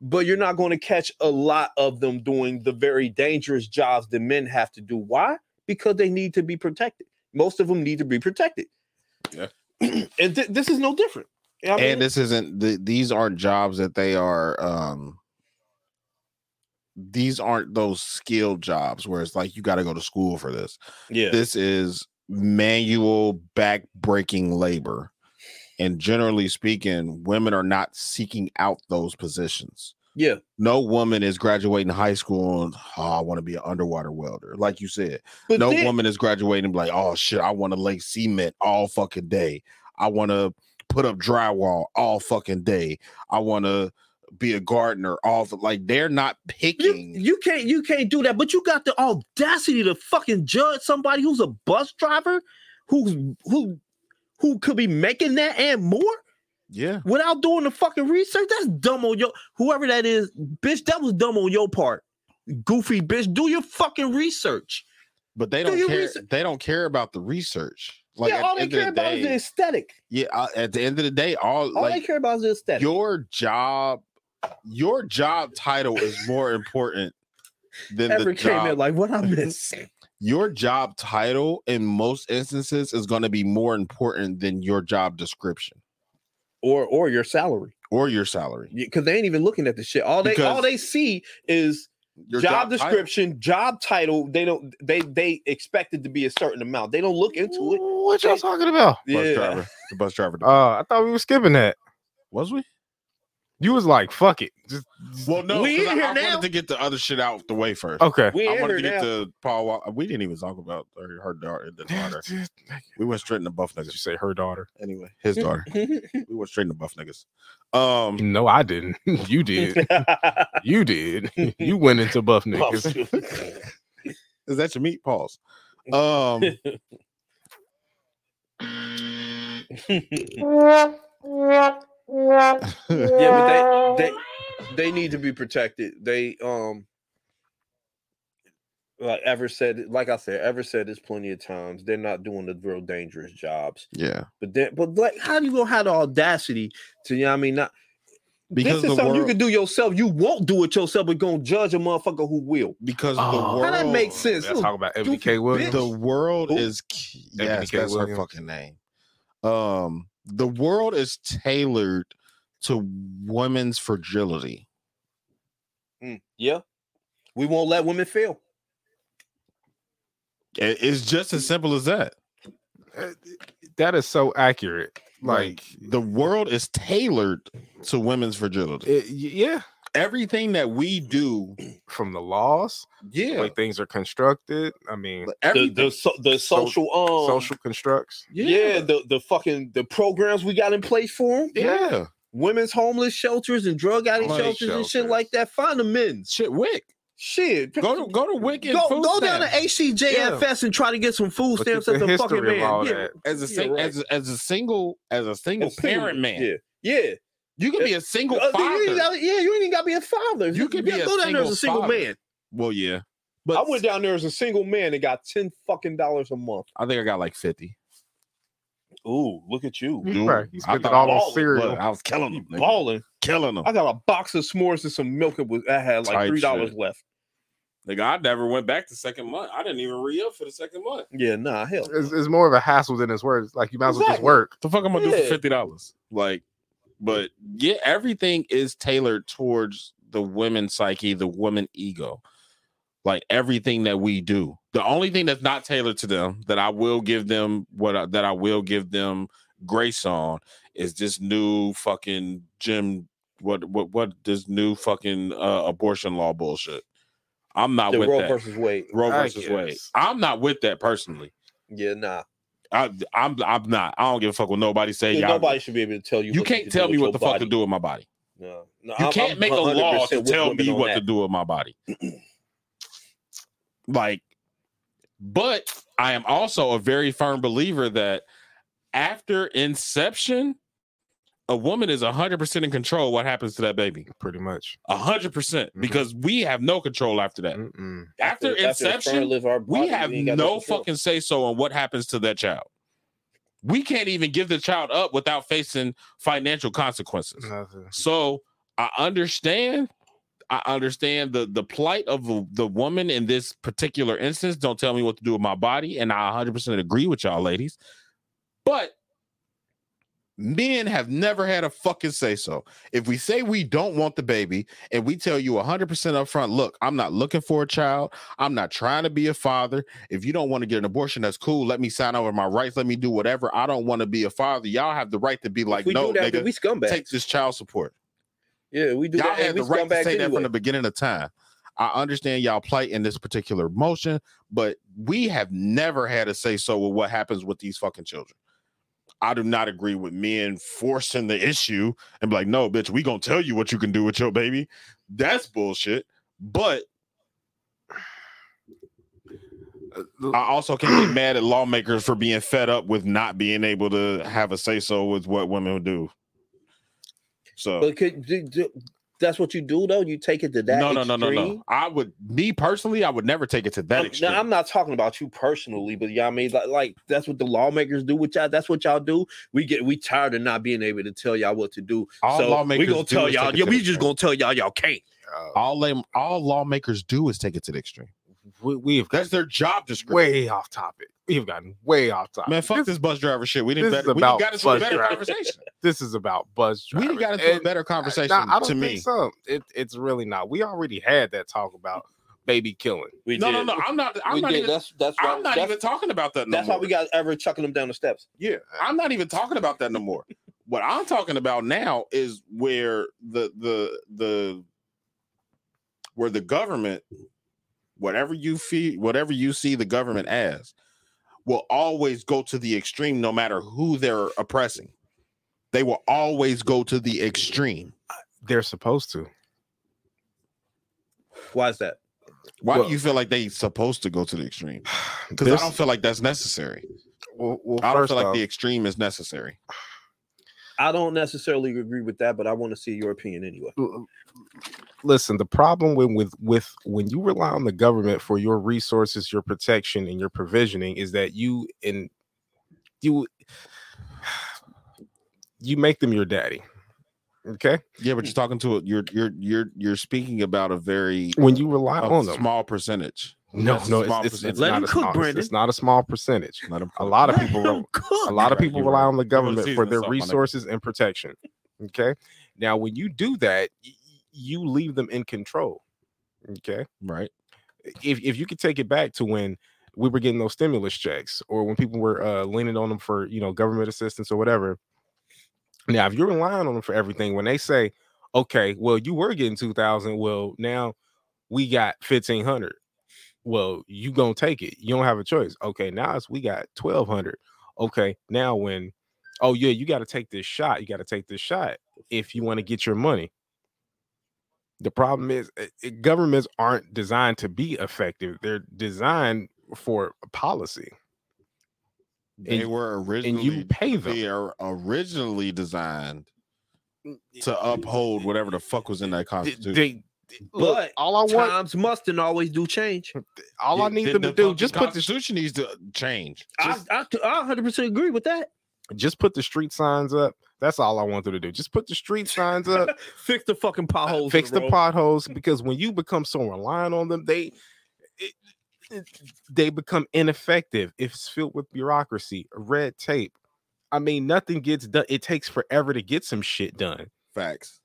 Speaker 1: but you're not going to catch a lot of them doing the very dangerous jobs that men have to do. Why? Because they need to be protected. Most of them need to be protected.
Speaker 2: Yeah.
Speaker 1: [CLEARS THROAT] and thi- this is no different. I mean,
Speaker 2: and this isn't th- these aren't jobs that they are um these aren't those skilled jobs where it's like you got to go to school for this.
Speaker 1: yeah.
Speaker 2: This is manual back-breaking labor. And generally speaking, women are not seeking out those positions.
Speaker 1: yeah.
Speaker 2: No woman is graduating high school and oh, I want to be an underwater welder, like you said.
Speaker 1: But
Speaker 2: no
Speaker 1: then-
Speaker 2: woman is graduating and be like, oh shit, I want to lay cement all fucking day. I want to put up drywall all fucking day. I want to be a gardener all fu-" like they're not picking.
Speaker 1: You can't you can't do that, but you got the audacity to fucking judge somebody who's a bus driver who's who who could be making that and more
Speaker 2: yeah,
Speaker 1: without doing the fucking research. That's dumb on your whoever that is, bitch. That was dumb on your part, goofy bitch. Do your fucking research.
Speaker 2: but they
Speaker 1: do
Speaker 2: don't
Speaker 1: your
Speaker 2: care.
Speaker 1: research.
Speaker 2: They don't care about the research. Like
Speaker 1: yeah,
Speaker 2: at
Speaker 1: all
Speaker 2: the
Speaker 1: they
Speaker 2: end of
Speaker 1: care
Speaker 2: the
Speaker 1: about is
Speaker 2: day-
Speaker 1: the aesthetic.
Speaker 2: yeah, uh, at the end of the day, all,
Speaker 1: All
Speaker 2: like
Speaker 1: they care about is the aesthetic.
Speaker 2: your job your job title is more important than
Speaker 1: Ever
Speaker 2: the
Speaker 1: came
Speaker 2: job.
Speaker 1: in like what I
Speaker 2: [LAUGHS]
Speaker 1: miss.
Speaker 2: your job title in most instances is going to be more important than your job description
Speaker 1: or or your salary.
Speaker 2: or your salary.
Speaker 1: Because they ain't even looking at the shit. All they all
Speaker 2: Because-
Speaker 1: they see is
Speaker 2: Your
Speaker 1: job,
Speaker 2: title.
Speaker 1: description, job title. They don't they they expect it to be a certain amount. They don't look into it.
Speaker 3: What y'all talking about?
Speaker 2: Bus
Speaker 1: Yeah.
Speaker 2: driver. The bus driver.
Speaker 3: Uh, I thought we were skipping that.
Speaker 2: was we?
Speaker 3: You was like, fuck it. Just
Speaker 2: Well, no,
Speaker 1: We
Speaker 2: 'cause
Speaker 1: in
Speaker 2: I,
Speaker 1: here
Speaker 2: I
Speaker 1: now. Oh,
Speaker 2: wanted to get the other shit out the way first.
Speaker 3: okay.
Speaker 1: We
Speaker 2: I
Speaker 1: in here
Speaker 2: wanted to
Speaker 1: now.
Speaker 2: get to Paul. Wal- We didn't even talk about her, her daughter. The
Speaker 3: [LAUGHS]
Speaker 2: daughter.
Speaker 3: Did
Speaker 2: We went straight into buff
Speaker 3: you
Speaker 2: niggas.
Speaker 3: say her daughter?
Speaker 2: Anyway, his
Speaker 1: [LAUGHS]
Speaker 2: daughter. we went straight into buff niggas. Um,
Speaker 3: No, I didn't. [LAUGHS]
Speaker 2: [LAUGHS]
Speaker 3: You did. You did. [LAUGHS] you went into
Speaker 1: [LAUGHS]
Speaker 3: buff niggas. [LAUGHS]
Speaker 1: Oh,
Speaker 2: is that your meat? Pause.
Speaker 1: [LAUGHS]
Speaker 2: Um, [LAUGHS] [LAUGHS]
Speaker 1: yeah, but they, they they need to be protected. They um like ever said, like I said, ever said this plenty of times. They're not doing the real dangerous jobs.
Speaker 2: Yeah.
Speaker 1: But then, but like, how do you gonna have the audacity to? You know what I mean? Not this
Speaker 2: Because the
Speaker 1: is something you
Speaker 2: world-
Speaker 1: can do yourself. You won't do it yourself, but gonna judge a motherfucker who will.
Speaker 2: Because
Speaker 1: the how that
Speaker 2: world-
Speaker 1: makes sense.
Speaker 3: Oh. Let's
Speaker 1: You
Speaker 3: talk about Ebony
Speaker 1: stupid
Speaker 3: K. Williams.
Speaker 1: bitch.
Speaker 2: The world
Speaker 1: Who?
Speaker 2: is k-
Speaker 3: Ebony
Speaker 2: yes,
Speaker 3: K.
Speaker 2: that's her
Speaker 3: Williams.
Speaker 2: fucking name. Um, the world is tailored to women's fragility.
Speaker 1: Mm, yeah, we won't let women fail.
Speaker 2: I- It's just as simple as that.
Speaker 3: Uh, That is so accurate.
Speaker 2: Like the world is tailored to women's fragility.
Speaker 3: It- y- yeah,
Speaker 2: everything that we
Speaker 1: [CLEARS THROAT]
Speaker 2: do
Speaker 3: from the laws,
Speaker 2: yeah,
Speaker 3: the way things are constructed. I mean,
Speaker 1: The, the, so, the
Speaker 3: So-
Speaker 1: social um
Speaker 3: social constructs.
Speaker 1: yeah. the the fucking the programs we got in place for them
Speaker 2: Yeah.
Speaker 1: women's homeless shelters and drug addict
Speaker 2: Homeless
Speaker 1: shelters, and shit like that find the men
Speaker 2: Shit, Wick.
Speaker 1: shit
Speaker 2: Go to go to Wick and
Speaker 1: go,
Speaker 2: food
Speaker 1: go down to
Speaker 2: stamps.
Speaker 1: HCJFS and try to get some food
Speaker 3: Look
Speaker 1: stamps
Speaker 3: at
Speaker 1: at
Speaker 3: the
Speaker 1: the fucking
Speaker 3: history of all
Speaker 1: man yeah.
Speaker 3: that.
Speaker 2: as a
Speaker 1: Yeah,
Speaker 2: sing-
Speaker 1: right.
Speaker 2: as a- as a single as a single
Speaker 1: As a single-
Speaker 2: parent man.
Speaker 1: yeah yeah
Speaker 2: You can be a single
Speaker 1: Uh, you ain't
Speaker 2: father.
Speaker 1: gotta- yeah you ain't even gotta be a father
Speaker 2: You can
Speaker 1: Yeah,
Speaker 2: be a
Speaker 1: go down there as a single
Speaker 2: single father.
Speaker 1: man
Speaker 2: Well, yeah,
Speaker 1: but I went down there as a single man and got ten fucking dollars a month.
Speaker 2: I think I got like fifty.
Speaker 1: Ooh, look at you,
Speaker 3: Right, he
Speaker 2: I
Speaker 3: spent it
Speaker 2: thought
Speaker 3: all
Speaker 1: all
Speaker 3: on
Speaker 1: of
Speaker 3: cereal.
Speaker 2: Look, I was killing them, nigga.
Speaker 1: balling.
Speaker 2: killing them.
Speaker 1: I got a box of s'mores and some milk. And was, I had like
Speaker 2: Type
Speaker 1: three dollars
Speaker 2: shit.
Speaker 1: left.
Speaker 8: Nigga, I never went back the second month. I didn't even re up for the second month.
Speaker 1: Yeah, nah, hell.
Speaker 3: It's, it's more of a hassle than it's worth. Like you might as well just
Speaker 1: Exactly.
Speaker 3: work.
Speaker 2: The fuck I'm gonna do
Speaker 1: Yeah.
Speaker 2: for fifty dollars? Like, but yeah, everything is tailored towards the women psyche, the woman ego. Like everything that we do, the only thing that's not tailored to them that I will give them what I, that I will give them grace on is this new fucking Jim. What what what this new fucking uh, abortion law bullshit? I'm not
Speaker 1: The
Speaker 2: with
Speaker 1: Roe
Speaker 2: that.
Speaker 1: versus Wade.
Speaker 2: Roe
Speaker 3: I
Speaker 2: versus Wade.
Speaker 3: guess.
Speaker 2: I'm not with that personally.
Speaker 1: Yeah, nah.
Speaker 2: I, I'm I'm not. I don't give a fuck what nobody say.
Speaker 1: Yeah,
Speaker 2: y'all
Speaker 1: nobody should be able to tell you.
Speaker 2: you
Speaker 1: what
Speaker 2: can't
Speaker 1: can
Speaker 2: tell
Speaker 1: do
Speaker 2: me
Speaker 1: with
Speaker 2: what
Speaker 1: your
Speaker 2: the fuck
Speaker 1: body.
Speaker 2: to do with my body.
Speaker 1: No, no,
Speaker 2: You
Speaker 1: I'm-
Speaker 2: can't
Speaker 1: I'm
Speaker 2: make a law
Speaker 1: 100%
Speaker 2: to
Speaker 1: with
Speaker 2: tell
Speaker 1: women
Speaker 2: me
Speaker 1: on
Speaker 2: what
Speaker 1: that.
Speaker 2: to do with my body. like, but I am also a very firm believer that after inception, a woman is 100% in control of what happens to that baby.
Speaker 3: Pretty much.
Speaker 2: 100% percent
Speaker 1: Mm-hmm.
Speaker 3: Mhm.
Speaker 2: because we have no control after that.
Speaker 3: Mm-mm.
Speaker 2: After,
Speaker 1: it's trying to
Speaker 2: inception,
Speaker 1: live our
Speaker 2: we
Speaker 1: bodies,
Speaker 2: have
Speaker 1: ain't got
Speaker 2: no
Speaker 1: control.
Speaker 2: fucking say so on what happens to that child. We can't even give the child up without facing financial consequences.
Speaker 3: Nothing.
Speaker 2: So I understand. I understand the the plight of the, the woman in this particular instance. Don't tell me what to do with my body, and I 100% agree with y'all, ladies. But men have never had a fucking say so. If we say we don't want the baby, and we tell you 100% upfront, look, I'm not looking for a child. I'm not trying to be a father. If you don't want to get an abortion, that's cool. Let me sign over my rights. Let me do whatever. I don't want to be a father. Y'all have the right to be like,
Speaker 1: we
Speaker 2: no,
Speaker 1: do that, then
Speaker 2: nigga,
Speaker 1: we scumbag.
Speaker 2: take this child support.
Speaker 1: yeah, we do
Speaker 2: Y'all
Speaker 1: that.
Speaker 2: had
Speaker 1: and
Speaker 2: the
Speaker 1: we
Speaker 2: right to
Speaker 1: scumbags
Speaker 2: say that
Speaker 1: anyway.
Speaker 2: from the beginning of time. I understand y'all plight in this particular motion, but we have never had a say so with what happens with these fucking children. I do not agree with men forcing the issue and be like, no, bitch, we gonna tell you what you can do with your baby. That's bullshit. But I also can get mad at lawmakers for being fed up with not being able to have a say so with what women would do. So
Speaker 1: But could, do, do, that's what you do though. You take it to that.
Speaker 2: no, no, no, no,
Speaker 1: extreme?
Speaker 2: no. I would, me personally, I would never take it to that
Speaker 1: I'm,
Speaker 2: extreme.
Speaker 1: now, I'm not talking about you personally, but yeah, I mean, like, like that's what the lawmakers do with y'all. That's what y'all do. We get we tired of not being able to tell y'all what to do.
Speaker 2: All
Speaker 1: so we
Speaker 2: lawmakers
Speaker 1: gonna
Speaker 2: do
Speaker 1: tell
Speaker 2: is
Speaker 1: y'all.
Speaker 2: take it
Speaker 1: Yeah,
Speaker 2: to
Speaker 1: we
Speaker 2: the
Speaker 1: just
Speaker 2: extreme.
Speaker 1: gonna tell y'all y'all can't.
Speaker 3: Uh,
Speaker 2: all them, all lawmakers do is take it to the extreme.
Speaker 3: we, we've got
Speaker 2: That's their job description.
Speaker 3: way off topic. We've gotten way off topic.
Speaker 2: Man, fuck this, bus driver shit. We didn't
Speaker 3: this is
Speaker 2: better, we done
Speaker 3: about
Speaker 2: got into a
Speaker 3: bus
Speaker 2: better
Speaker 3: drivers.
Speaker 2: conversation.
Speaker 3: [LAUGHS] This is about buzz
Speaker 2: We
Speaker 3: drivers.
Speaker 2: done got into a
Speaker 3: And-
Speaker 2: better conversation
Speaker 3: Nah, I don't
Speaker 2: to
Speaker 3: think
Speaker 2: me.
Speaker 3: so. It, it's really not. We already had that talk about baby killing.
Speaker 1: We
Speaker 2: No, no, no. I'm not. I'm
Speaker 1: we
Speaker 2: not
Speaker 1: did.
Speaker 2: even.
Speaker 1: that's that's why,
Speaker 2: I'm not
Speaker 1: that's,
Speaker 2: even talking about that. No
Speaker 1: that's
Speaker 2: more.
Speaker 1: why we got ever chucking them down the steps.
Speaker 2: Yeah, I'm not even talking about that no more. what I'm talking about now is where the the the where the government, whatever you feel, whatever you see the government as, will always go to the extreme, no matter who they're oppressing. They will always go to the extreme.
Speaker 3: They're
Speaker 2: [SIGHS]
Speaker 3: supposed to.
Speaker 1: Why is that?
Speaker 2: Why
Speaker 3: Well-
Speaker 2: do you feel like they supposed to go to the extreme? Because I
Speaker 3: There's-
Speaker 2: don't feel like that's necessary.
Speaker 3: Well, well,
Speaker 2: I don't
Speaker 3: first
Speaker 2: feel like
Speaker 3: off,
Speaker 2: the extreme is necessary.
Speaker 1: I don't necessarily agree with that, but I want to see your opinion anyway.
Speaker 3: listen, the problem with, with with when you rely on the government for your resources, your protection, and your provisioning is that you and you [SIGHS] you make them your daddy. Okay.
Speaker 2: Yeah, but you're talking to a, you're you're you're you're speaking about a very
Speaker 3: When you rely
Speaker 2: a
Speaker 3: on them.
Speaker 2: Oh, small percentage.
Speaker 3: No,
Speaker 2: That's a
Speaker 3: no,
Speaker 2: small
Speaker 3: it's, it's, it's
Speaker 2: percentage.
Speaker 3: not a small, it's- It's not a small percentage. A lot of people, rel- a lot of
Speaker 2: Right,
Speaker 3: people
Speaker 2: you
Speaker 3: rely
Speaker 2: right.
Speaker 3: on the
Speaker 2: You
Speaker 3: government
Speaker 2: season
Speaker 3: for their
Speaker 2: yourself, my nigga.
Speaker 3: resources and protection. Okay. Now, when you do that, y- y- you leave them in control. Okay.
Speaker 2: Right.
Speaker 3: If if you could take it back to when we were getting those stimulus checks, or when people were uh, leaning on them for you know government assistance or whatever. Now, if you're relying on them for everything, when they say, "Okay, well, you were getting two thousand, well, now we got fifteen hundred. Well, you gonna take it. You don't have a choice. Okay, now it's we got twelve hundred. Okay, now when, oh yeah, you got to take this shot. You got to take this shot if you want to get your money. The problem is uh, uh, governments aren't designed to be effective. They're designed for policy.
Speaker 2: They
Speaker 3: And-
Speaker 2: were
Speaker 3: and
Speaker 2: originally
Speaker 3: you pay them.
Speaker 2: They are originally designed to uphold whatever the fuck was in that constitution.
Speaker 3: They,
Speaker 1: But
Speaker 3: look, all I want,
Speaker 1: times must and always do change.
Speaker 3: all I
Speaker 2: Yeah,
Speaker 3: need
Speaker 2: the-
Speaker 3: them to
Speaker 2: the
Speaker 3: do,
Speaker 2: fucking
Speaker 3: just put the
Speaker 2: Constitution needs to change.
Speaker 1: I, I, I 100% agree with that.
Speaker 3: just put the street signs up. That's all I want them to do. Just put the street signs up.
Speaker 1: [LAUGHS] Fix the fucking potholes.
Speaker 3: fix the
Speaker 1: road.
Speaker 3: potholes because when you become so reliant on them, they it- it- they become ineffective. If It's filled with bureaucracy, red tape. I mean, nothing gets done. It takes forever to get some shit done.
Speaker 2: Facts.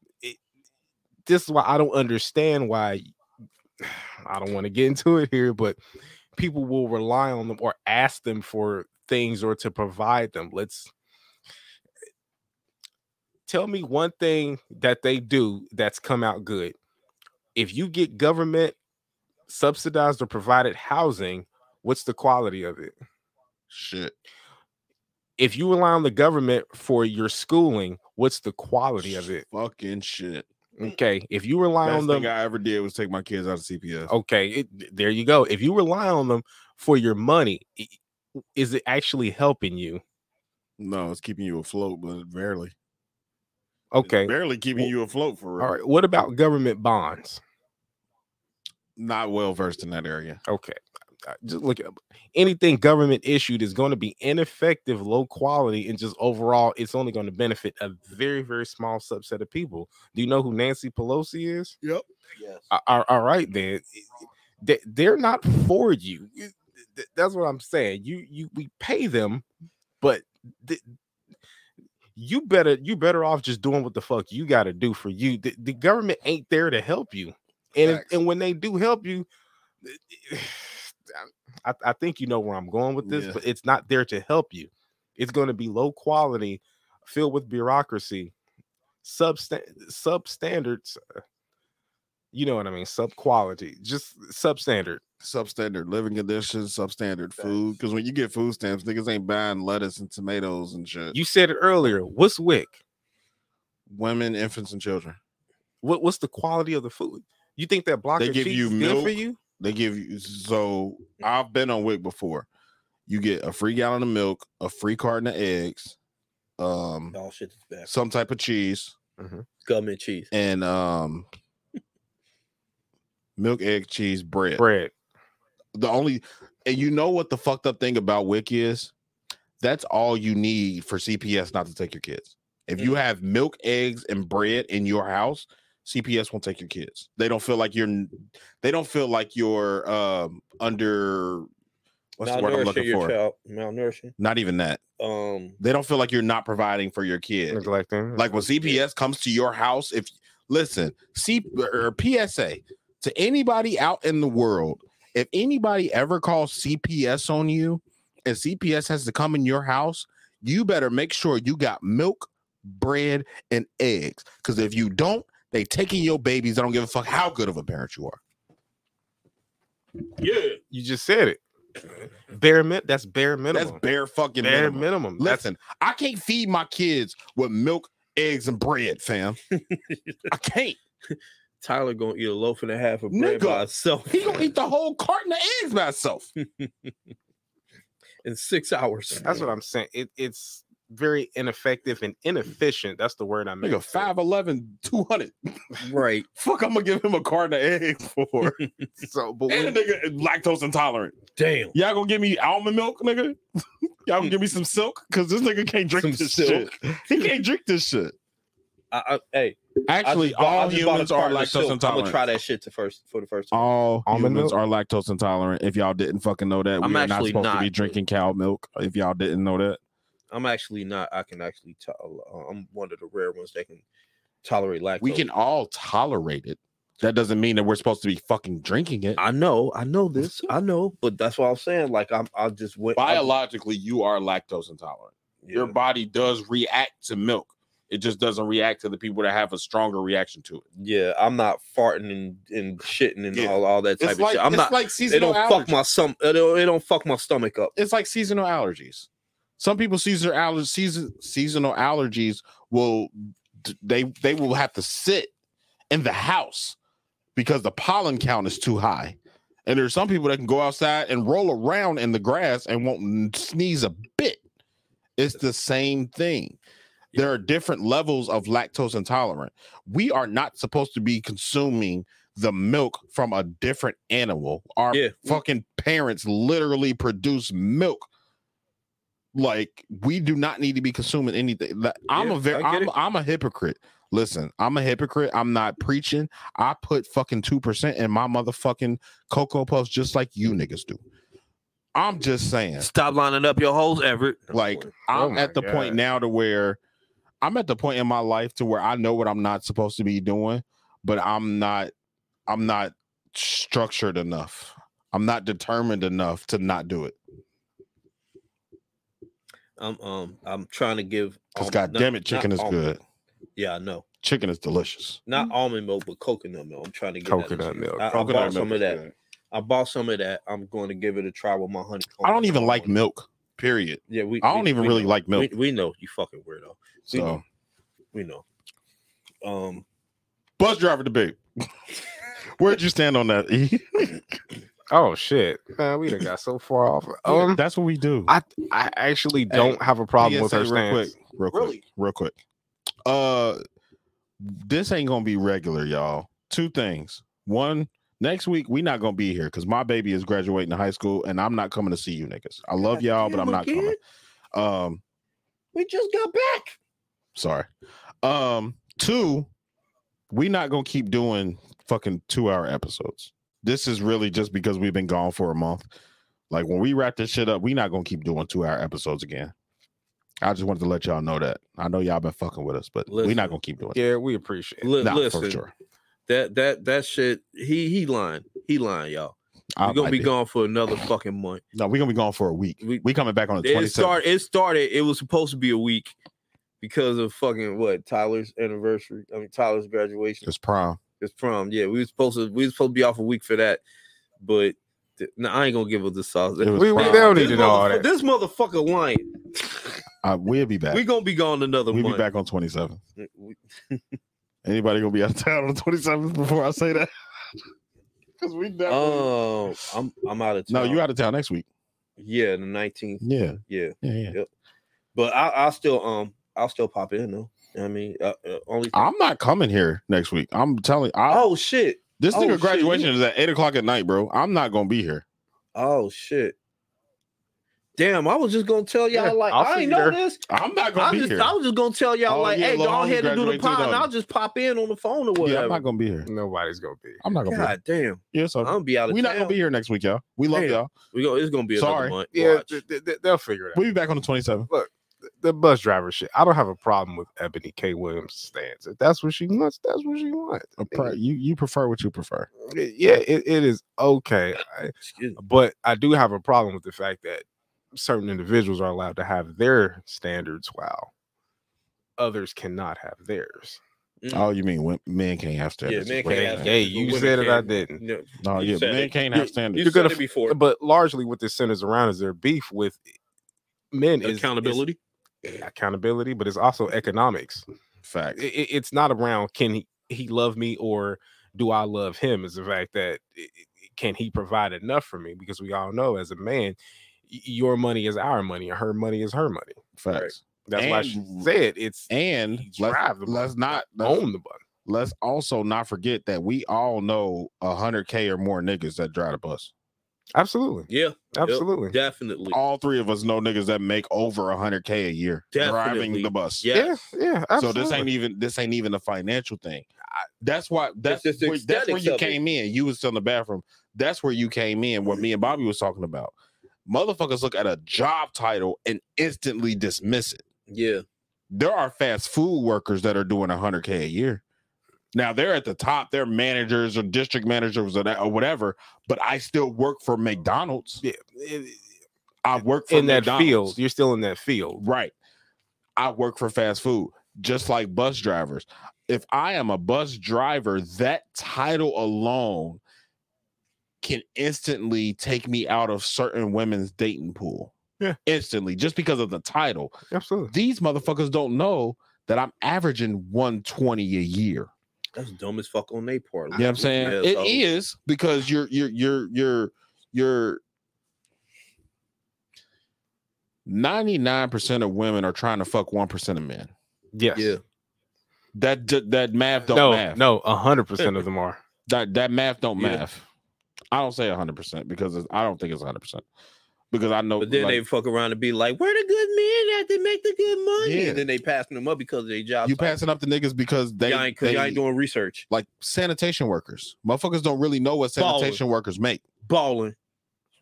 Speaker 3: This is why I don't understand why [SIGHS] I don't want to get into it here, but people will rely on them or ask them for things or to provide them. Let's tell me one thing that they do that's come out good. If you get government subsidized or provided housing, what's the quality of it?
Speaker 2: Shit.
Speaker 3: If you rely on the government for your schooling, what's the quality of it?
Speaker 2: Fucking shit.
Speaker 3: Okay. If you rely
Speaker 2: Best
Speaker 3: on them, Oh.
Speaker 2: thing I ever did was take my kids out of CPS.
Speaker 3: okay, it, there you go. If you rely on them for your money, i- is it actually helping you?
Speaker 2: No, it's keeping you afloat, but barely.
Speaker 3: Okay.
Speaker 2: Barely keeping you afloat for real.
Speaker 3: All right. What about government bonds?
Speaker 2: Not well versed in that area.
Speaker 3: Okay. I- Just look at anything government issued is going to be ineffective, low quality, and just overall, it's only going to benefit a very, very small subset of people. Do you know who Nancy Pelosi is?
Speaker 2: Yep.
Speaker 15: Yes.
Speaker 3: A- a- all right, then They- they're not for you. You- th- That's what I'm saying. You, you, we pay them, but th- you better, you better off just doing what the fuck you got to do for you. The, the government ain't there to help you, and if-
Speaker 2: Facts.
Speaker 3: and when they do help you, I, I think you know where I'm going with this,
Speaker 2: Yeah.
Speaker 3: but it's not there to help you. It's going to be low quality, filled with bureaucracy, substan- substandards. uh, You know what I mean? Sub quality, just substandard.
Speaker 2: Substandard living conditions, substandard food. Because when you get food stamps, niggas ain't buying lettuce and tomatoes and shit.
Speaker 3: You said it earlier. What's WIC?
Speaker 2: Women, infants, and children.
Speaker 3: What, what's the quality of the food? You think that block
Speaker 2: They
Speaker 3: of
Speaker 2: give
Speaker 3: cheese
Speaker 2: you
Speaker 3: is good for
Speaker 2: milk.
Speaker 3: you?
Speaker 2: They give you so I've been on WIC before. You get a free gallon of milk, a free carton of eggs, um,
Speaker 15: All shit is bad.
Speaker 2: some type of cheese,
Speaker 15: Gum and cheese.
Speaker 2: and um milk, egg, cheese, bread.
Speaker 3: Bread.
Speaker 2: The only and you know what the fucked up thing about WIC is? That's all you need for CPS not to take your kids. If you have milk, eggs, and bread in your house, CPS won't take your kids. They don't feel like you're they don't feel like you're um under what's the word I'm
Speaker 15: Malnourishing
Speaker 2: looking
Speaker 15: your
Speaker 2: for?
Speaker 15: child. Malnourishing.
Speaker 2: Not even that.
Speaker 15: Um,
Speaker 2: They don't feel like you're not providing for your kid.
Speaker 3: Neglecting.
Speaker 2: Like when CPS comes to your house, if listen, C or PSA to anybody out in the world, if anybody ever calls CPS on you and CPS has to come in your house, you better make sure you got milk, bread, and eggs. Because if you don't, they taking your babies. I don't give a fuck how good of a parent you are.
Speaker 1: Yeah.
Speaker 3: you just said it. Bare min. That's bare
Speaker 2: That's
Speaker 3: minimum.
Speaker 2: bare fucking
Speaker 3: bare
Speaker 2: minimum.
Speaker 3: minimum. That's
Speaker 2: Listen, I can't feed my kids with milk, eggs, and bread,
Speaker 3: [LAUGHS]
Speaker 2: fam. I can't.
Speaker 15: Tyler gonna eat a loaf and a half of bread
Speaker 2: Nigga.
Speaker 15: by himself
Speaker 2: He gonna eat the whole carton of eggs by himself.
Speaker 15: in six hours.
Speaker 3: That's what I'm saying. It, it's very ineffective and inefficient. That's the word I meant.
Speaker 2: Nigga, 5'11, 200.
Speaker 1: [LAUGHS] Right.
Speaker 2: Fuck, I'm gonna give him a carton of eggs [LAUGHS] for.
Speaker 1: [LAUGHS]
Speaker 3: so, but
Speaker 2: and the nigga is lactose intolerant.
Speaker 1: Damn.
Speaker 2: Y'all gonna give me almond milk, nigga? [LAUGHS] Y'all gonna give me some silk? Cause this nigga can't drink
Speaker 1: Some
Speaker 2: this
Speaker 1: silk.
Speaker 2: shit. He can't drink this shit.
Speaker 1: I, I, hey,
Speaker 2: [LAUGHS] Actually, all humans are lactose
Speaker 1: I'm gonna
Speaker 2: intolerant.
Speaker 1: try that shit to first for the first time.
Speaker 2: All
Speaker 3: Almond
Speaker 2: humans are
Speaker 3: milk?
Speaker 2: lactose intolerant. If y'all didn't fucking know that,
Speaker 1: I'm
Speaker 2: we are not
Speaker 1: actually
Speaker 2: supposed to
Speaker 1: not.
Speaker 2: be drinking cow milk. If y'all didn't know that,
Speaker 1: I'm actually not. I can actually tell. uh, I'm one of the rare ones that can tolerate lactose.
Speaker 2: we can all tolerate it. That doesn't mean that we're supposed to be fucking drinking it.
Speaker 1: I know. I know this. I know. But that's what I'm saying. Like I'm. I just went. I-
Speaker 2: Biologically, you are lactose intolerant.
Speaker 1: yeah.
Speaker 2: Your body does react to milk. It just doesn't react to the people that have a stronger reaction to it.
Speaker 1: Yeah, I'm not farting and, and shitting and
Speaker 2: Yeah.
Speaker 1: all, all that type
Speaker 2: It's
Speaker 1: of
Speaker 2: like
Speaker 1: shit. I'm
Speaker 2: it's
Speaker 1: not.
Speaker 2: like
Speaker 1: it
Speaker 2: seasonal
Speaker 1: don't
Speaker 2: allergies.
Speaker 1: fuck my sum. It don't, it don't fuck my stomach up.
Speaker 2: it's like seasonal allergies. Some people seasonal allergies season, seasonal allergies will they they will have to sit in the house because the pollen count is too high. And there's some people that can go outside and roll around in the grass and won't sneeze a bit. It's the same thing. There are different levels of lactose intolerant. We are not supposed to be consuming the milk from a different animal. Our
Speaker 1: Yeah.
Speaker 2: fucking parents literally produce milk. Like we do not need to be consuming anything. Like, I'm
Speaker 1: Yeah,
Speaker 2: a very
Speaker 1: I get
Speaker 2: I'm,
Speaker 1: it.
Speaker 2: I'm a hypocrite. Listen, I'm a hypocrite. I'm not preaching. I put fucking 2% in my motherfucking cocoa puffs just like you niggas do. I'm just saying
Speaker 1: Stop lining up your holes, Everett.
Speaker 2: like
Speaker 3: Oh
Speaker 2: i'm
Speaker 3: my
Speaker 2: at the point
Speaker 3: God.
Speaker 2: now to where i'm at the point in my life to where i know what i'm not supposed to be doing but i'm not i'm not structured enough i'm not determined enough to not do it
Speaker 1: I'm um I'm trying to give.
Speaker 2: because
Speaker 1: almond-
Speaker 2: god
Speaker 1: not-
Speaker 2: damn it chicken
Speaker 1: not
Speaker 2: is
Speaker 1: almond-
Speaker 2: good
Speaker 1: Yeah, I know.
Speaker 2: chicken is delicious
Speaker 1: Not almond milk, but coconut milk. I'm trying to get
Speaker 3: Coconut
Speaker 1: that
Speaker 3: milk.
Speaker 1: I, I
Speaker 2: Coconut
Speaker 1: bought some of
Speaker 2: milk is
Speaker 1: that.
Speaker 2: good.
Speaker 1: I bought some of that. I'm going to give it a try with my honeycomb.
Speaker 2: i don't even like
Speaker 1: milk.
Speaker 2: milk period
Speaker 1: Yeah, we.
Speaker 2: I
Speaker 1: we-
Speaker 2: don't even
Speaker 1: we
Speaker 2: really
Speaker 1: know.
Speaker 2: like milk.
Speaker 1: We, we know you fucking weirdo. We
Speaker 2: so
Speaker 1: know. We know. Um,
Speaker 2: bus
Speaker 1: [LAUGHS]
Speaker 2: driver debate where'd you stand on that [LAUGHS] E?
Speaker 3: oh shit, man, we done got so far [LAUGHS] off. Um,
Speaker 2: that's what we do
Speaker 3: I I actually don't have a problem with
Speaker 2: PSA
Speaker 3: her
Speaker 2: real
Speaker 3: stance.
Speaker 2: quick, real quick, real quick. Uh, this ain't gonna be regular, y'all. Two things. One, next week we not gonna be here because my baby is graduating high school, and I'm not coming to see you niggas. I love y'all, but I'm not coming. Um,
Speaker 1: we just got back.
Speaker 2: sorry. Um, two, we not gonna keep doing fucking two hour episodes. This is really just because we've been gone for a month. Like when we wrap this shit up, we not gonna keep doing two hour episodes again. I just wanted to let y'all know that. I know y'all been fucking with us, but we
Speaker 1: Listen.
Speaker 2: not gonna keep doing it.
Speaker 3: Yeah, we appreciate. it.
Speaker 1: Li-
Speaker 2: Eh, Nah,
Speaker 1: listen,
Speaker 2: for sure.
Speaker 1: that that that shit. He he lying. He lying, y'all.
Speaker 2: I
Speaker 1: We're gonna
Speaker 2: might
Speaker 1: be gone for another fucking month.
Speaker 2: No, we're gonna be gone for a week. We,
Speaker 1: We-
Speaker 2: coming back on the twenty
Speaker 1: It
Speaker 2: seventh.
Speaker 1: started. It started. It was supposed to be a week because of fucking what Tyler's anniversary. I mean Tyler's graduation.
Speaker 2: It's prom.
Speaker 1: It's prom. Yeah, we was supposed to. We was supposed to be off a week for that, but th- no, I ain't gonna give up the sauce.
Speaker 2: It was
Speaker 3: We, we
Speaker 2: prom.
Speaker 3: don't
Speaker 1: This
Speaker 3: need to know all
Speaker 1: motherfu-
Speaker 3: that.
Speaker 1: This motherfucker lying.
Speaker 2: Uh, we'll be back.
Speaker 1: We gonna be gone another
Speaker 2: We'll be
Speaker 1: month.
Speaker 2: back on twenty seventh.
Speaker 1: We-
Speaker 2: Anybody gonna be out of town on the twenty seventh before I say that? [LAUGHS] Because we definitely
Speaker 1: Um, I'm I'm out of
Speaker 2: No,
Speaker 1: town.
Speaker 2: you out of town next week.
Speaker 1: Yeah, the nineteenth.
Speaker 2: Yeah,
Speaker 1: Yeah,
Speaker 2: yeah, yeah.
Speaker 1: but I I will still um I'll still pop in though. You know what I mean, uh, uh, only.
Speaker 2: I'm not coming here next week. I'm telling I,
Speaker 1: oh shit!
Speaker 2: this
Speaker 1: oh,
Speaker 2: nigga
Speaker 1: shit,
Speaker 2: graduation
Speaker 1: you-
Speaker 2: is at eight o'clock at night, bro. I'm not gonna be here.
Speaker 1: Oh shit! Damn, I was just gonna tell y'all
Speaker 3: Yeah,
Speaker 1: like
Speaker 3: I'll
Speaker 1: I
Speaker 3: see
Speaker 1: ain't
Speaker 3: you
Speaker 1: know
Speaker 3: there.
Speaker 1: this.
Speaker 2: I'm not gonna
Speaker 1: I
Speaker 2: be
Speaker 1: just
Speaker 2: here. Oh,
Speaker 1: I was just gonna tell y'all
Speaker 2: All
Speaker 1: like,
Speaker 2: year
Speaker 1: hey, y'all
Speaker 2: long, he
Speaker 1: had to do the
Speaker 2: graduated
Speaker 1: pod, and
Speaker 2: 2000.
Speaker 1: I'll just pop in on the phone or
Speaker 2: yeah,
Speaker 1: whatever.
Speaker 2: I'm not gonna be here.
Speaker 3: Nobody's gonna be.
Speaker 2: I'm not gonna be here.
Speaker 1: God damn,
Speaker 2: Yeah, so
Speaker 1: I'm gonna be out of
Speaker 2: we're not
Speaker 1: town.
Speaker 2: gonna be here next week, y'all. We love
Speaker 1: Damn.
Speaker 2: y'all.
Speaker 1: We go. It's gonna be another
Speaker 2: Sorry.
Speaker 1: month.
Speaker 3: Yeah,
Speaker 1: Watch.
Speaker 3: th- th- th- they'll figure it out.
Speaker 2: We'll be back on the 27th.
Speaker 3: The- The bus driver shit. I don't have a problem with Ebony K. Williams' stance. If that's what she wants, that's what she wants.
Speaker 2: Uh, pri- You you prefer what you prefer.
Speaker 3: Yeah, it, it is okay. I-
Speaker 1: Excuse me.
Speaker 3: but I do have a problem with the fact that certain individuals are allowed to have their standards while others cannot have theirs.
Speaker 1: Mm.
Speaker 2: Oh, you mean when, men can't have standards?
Speaker 1: men
Speaker 2: is what
Speaker 1: can't
Speaker 2: you're
Speaker 1: have
Speaker 2: saying.
Speaker 3: Hey,
Speaker 1: but
Speaker 3: you
Speaker 1: women
Speaker 3: said it, I
Speaker 1: can't.
Speaker 3: didn't.
Speaker 1: No, You
Speaker 2: No, Oh, yeah,
Speaker 1: said
Speaker 2: men
Speaker 1: it.
Speaker 2: can't
Speaker 1: You-
Speaker 2: have standards.
Speaker 1: you
Speaker 3: gonna
Speaker 1: said it
Speaker 3: f-
Speaker 1: before.
Speaker 3: But largely, what this centers around is their beef with men is- is
Speaker 1: Accountability.
Speaker 3: accountability, but it's also economics.
Speaker 2: Fact.
Speaker 3: It, it- it's not around can he, he love me or do I love him? Is the fact that i- i- can he provide enough for me? Because we all know as a man, y- your money is our money and her money is her money.
Speaker 2: Facts.
Speaker 3: That's why she said it's
Speaker 2: and let's,
Speaker 3: drive the
Speaker 2: let's not
Speaker 3: own the bus.
Speaker 2: Let's also not forget that we all know hundred k or more niggas that drive the bus.
Speaker 3: Absolutely,
Speaker 1: Yeah,
Speaker 3: Absolutely.
Speaker 1: yep, definitely,
Speaker 2: all three of us know niggas that make over hundred k a year driving
Speaker 1: Definitely.
Speaker 2: the bus.
Speaker 1: Yes.
Speaker 3: yeah.
Speaker 2: So this
Speaker 1: absolutely.
Speaker 2: ain't even this ain't even a financial thing. That's why that's
Speaker 1: just the
Speaker 2: where, that's where
Speaker 1: aesthetics
Speaker 2: you
Speaker 1: of it.
Speaker 2: came in. You was still in the bathroom. That's where you came in. What me and Bobby was talking about. Motherfuckers look at a job title and instantly dismiss it.
Speaker 1: Yeah.
Speaker 2: There are fast food workers that are doing 100k a year. Now they're at the top. They're managers or district managers or, that, or whatever. But I still work for McDonald's.
Speaker 3: Yeah.
Speaker 2: I work for
Speaker 3: in that
Speaker 2: McDonald's.
Speaker 3: field. You're still in that field.
Speaker 2: Right. I work for fast food, just like bus drivers. If I am a bus driver, that title alone can instantly take me out of certain women's dating pool.
Speaker 3: Yeah.
Speaker 2: Instantly, just because of the title.
Speaker 3: Absolutely.
Speaker 2: These motherfuckers don't know that I'm averaging 120 a year.
Speaker 1: That's dumb as fuck on their part.
Speaker 2: You know what I'm saying?
Speaker 1: Yeah,
Speaker 2: It is
Speaker 1: so-
Speaker 2: because you're you're you're you're you're 99% of women are trying to fuck 1% of men.
Speaker 3: Yes.
Speaker 1: Yeah.
Speaker 2: That d- that math don't
Speaker 3: no,
Speaker 2: math.
Speaker 3: no, hundred percent of them [LAUGHS] are.
Speaker 2: That that math don't
Speaker 1: Yeah.
Speaker 2: math. I don't say 100% because it's, I don't think it's 100%. Because I know
Speaker 1: But then
Speaker 2: like,
Speaker 1: they fuck around and be like, "Where the good men at? They make the good money."
Speaker 2: Yeah.
Speaker 1: And then they passing them up because of their job.
Speaker 2: you passing up the niggas because they,
Speaker 1: Y'all ain't, 'cause
Speaker 2: they
Speaker 1: y'all ain't doing research.
Speaker 2: like sanitation workers. Motherfuckers don't really know what
Speaker 1: Ballin'.
Speaker 2: sanitation workers make.
Speaker 1: Balling.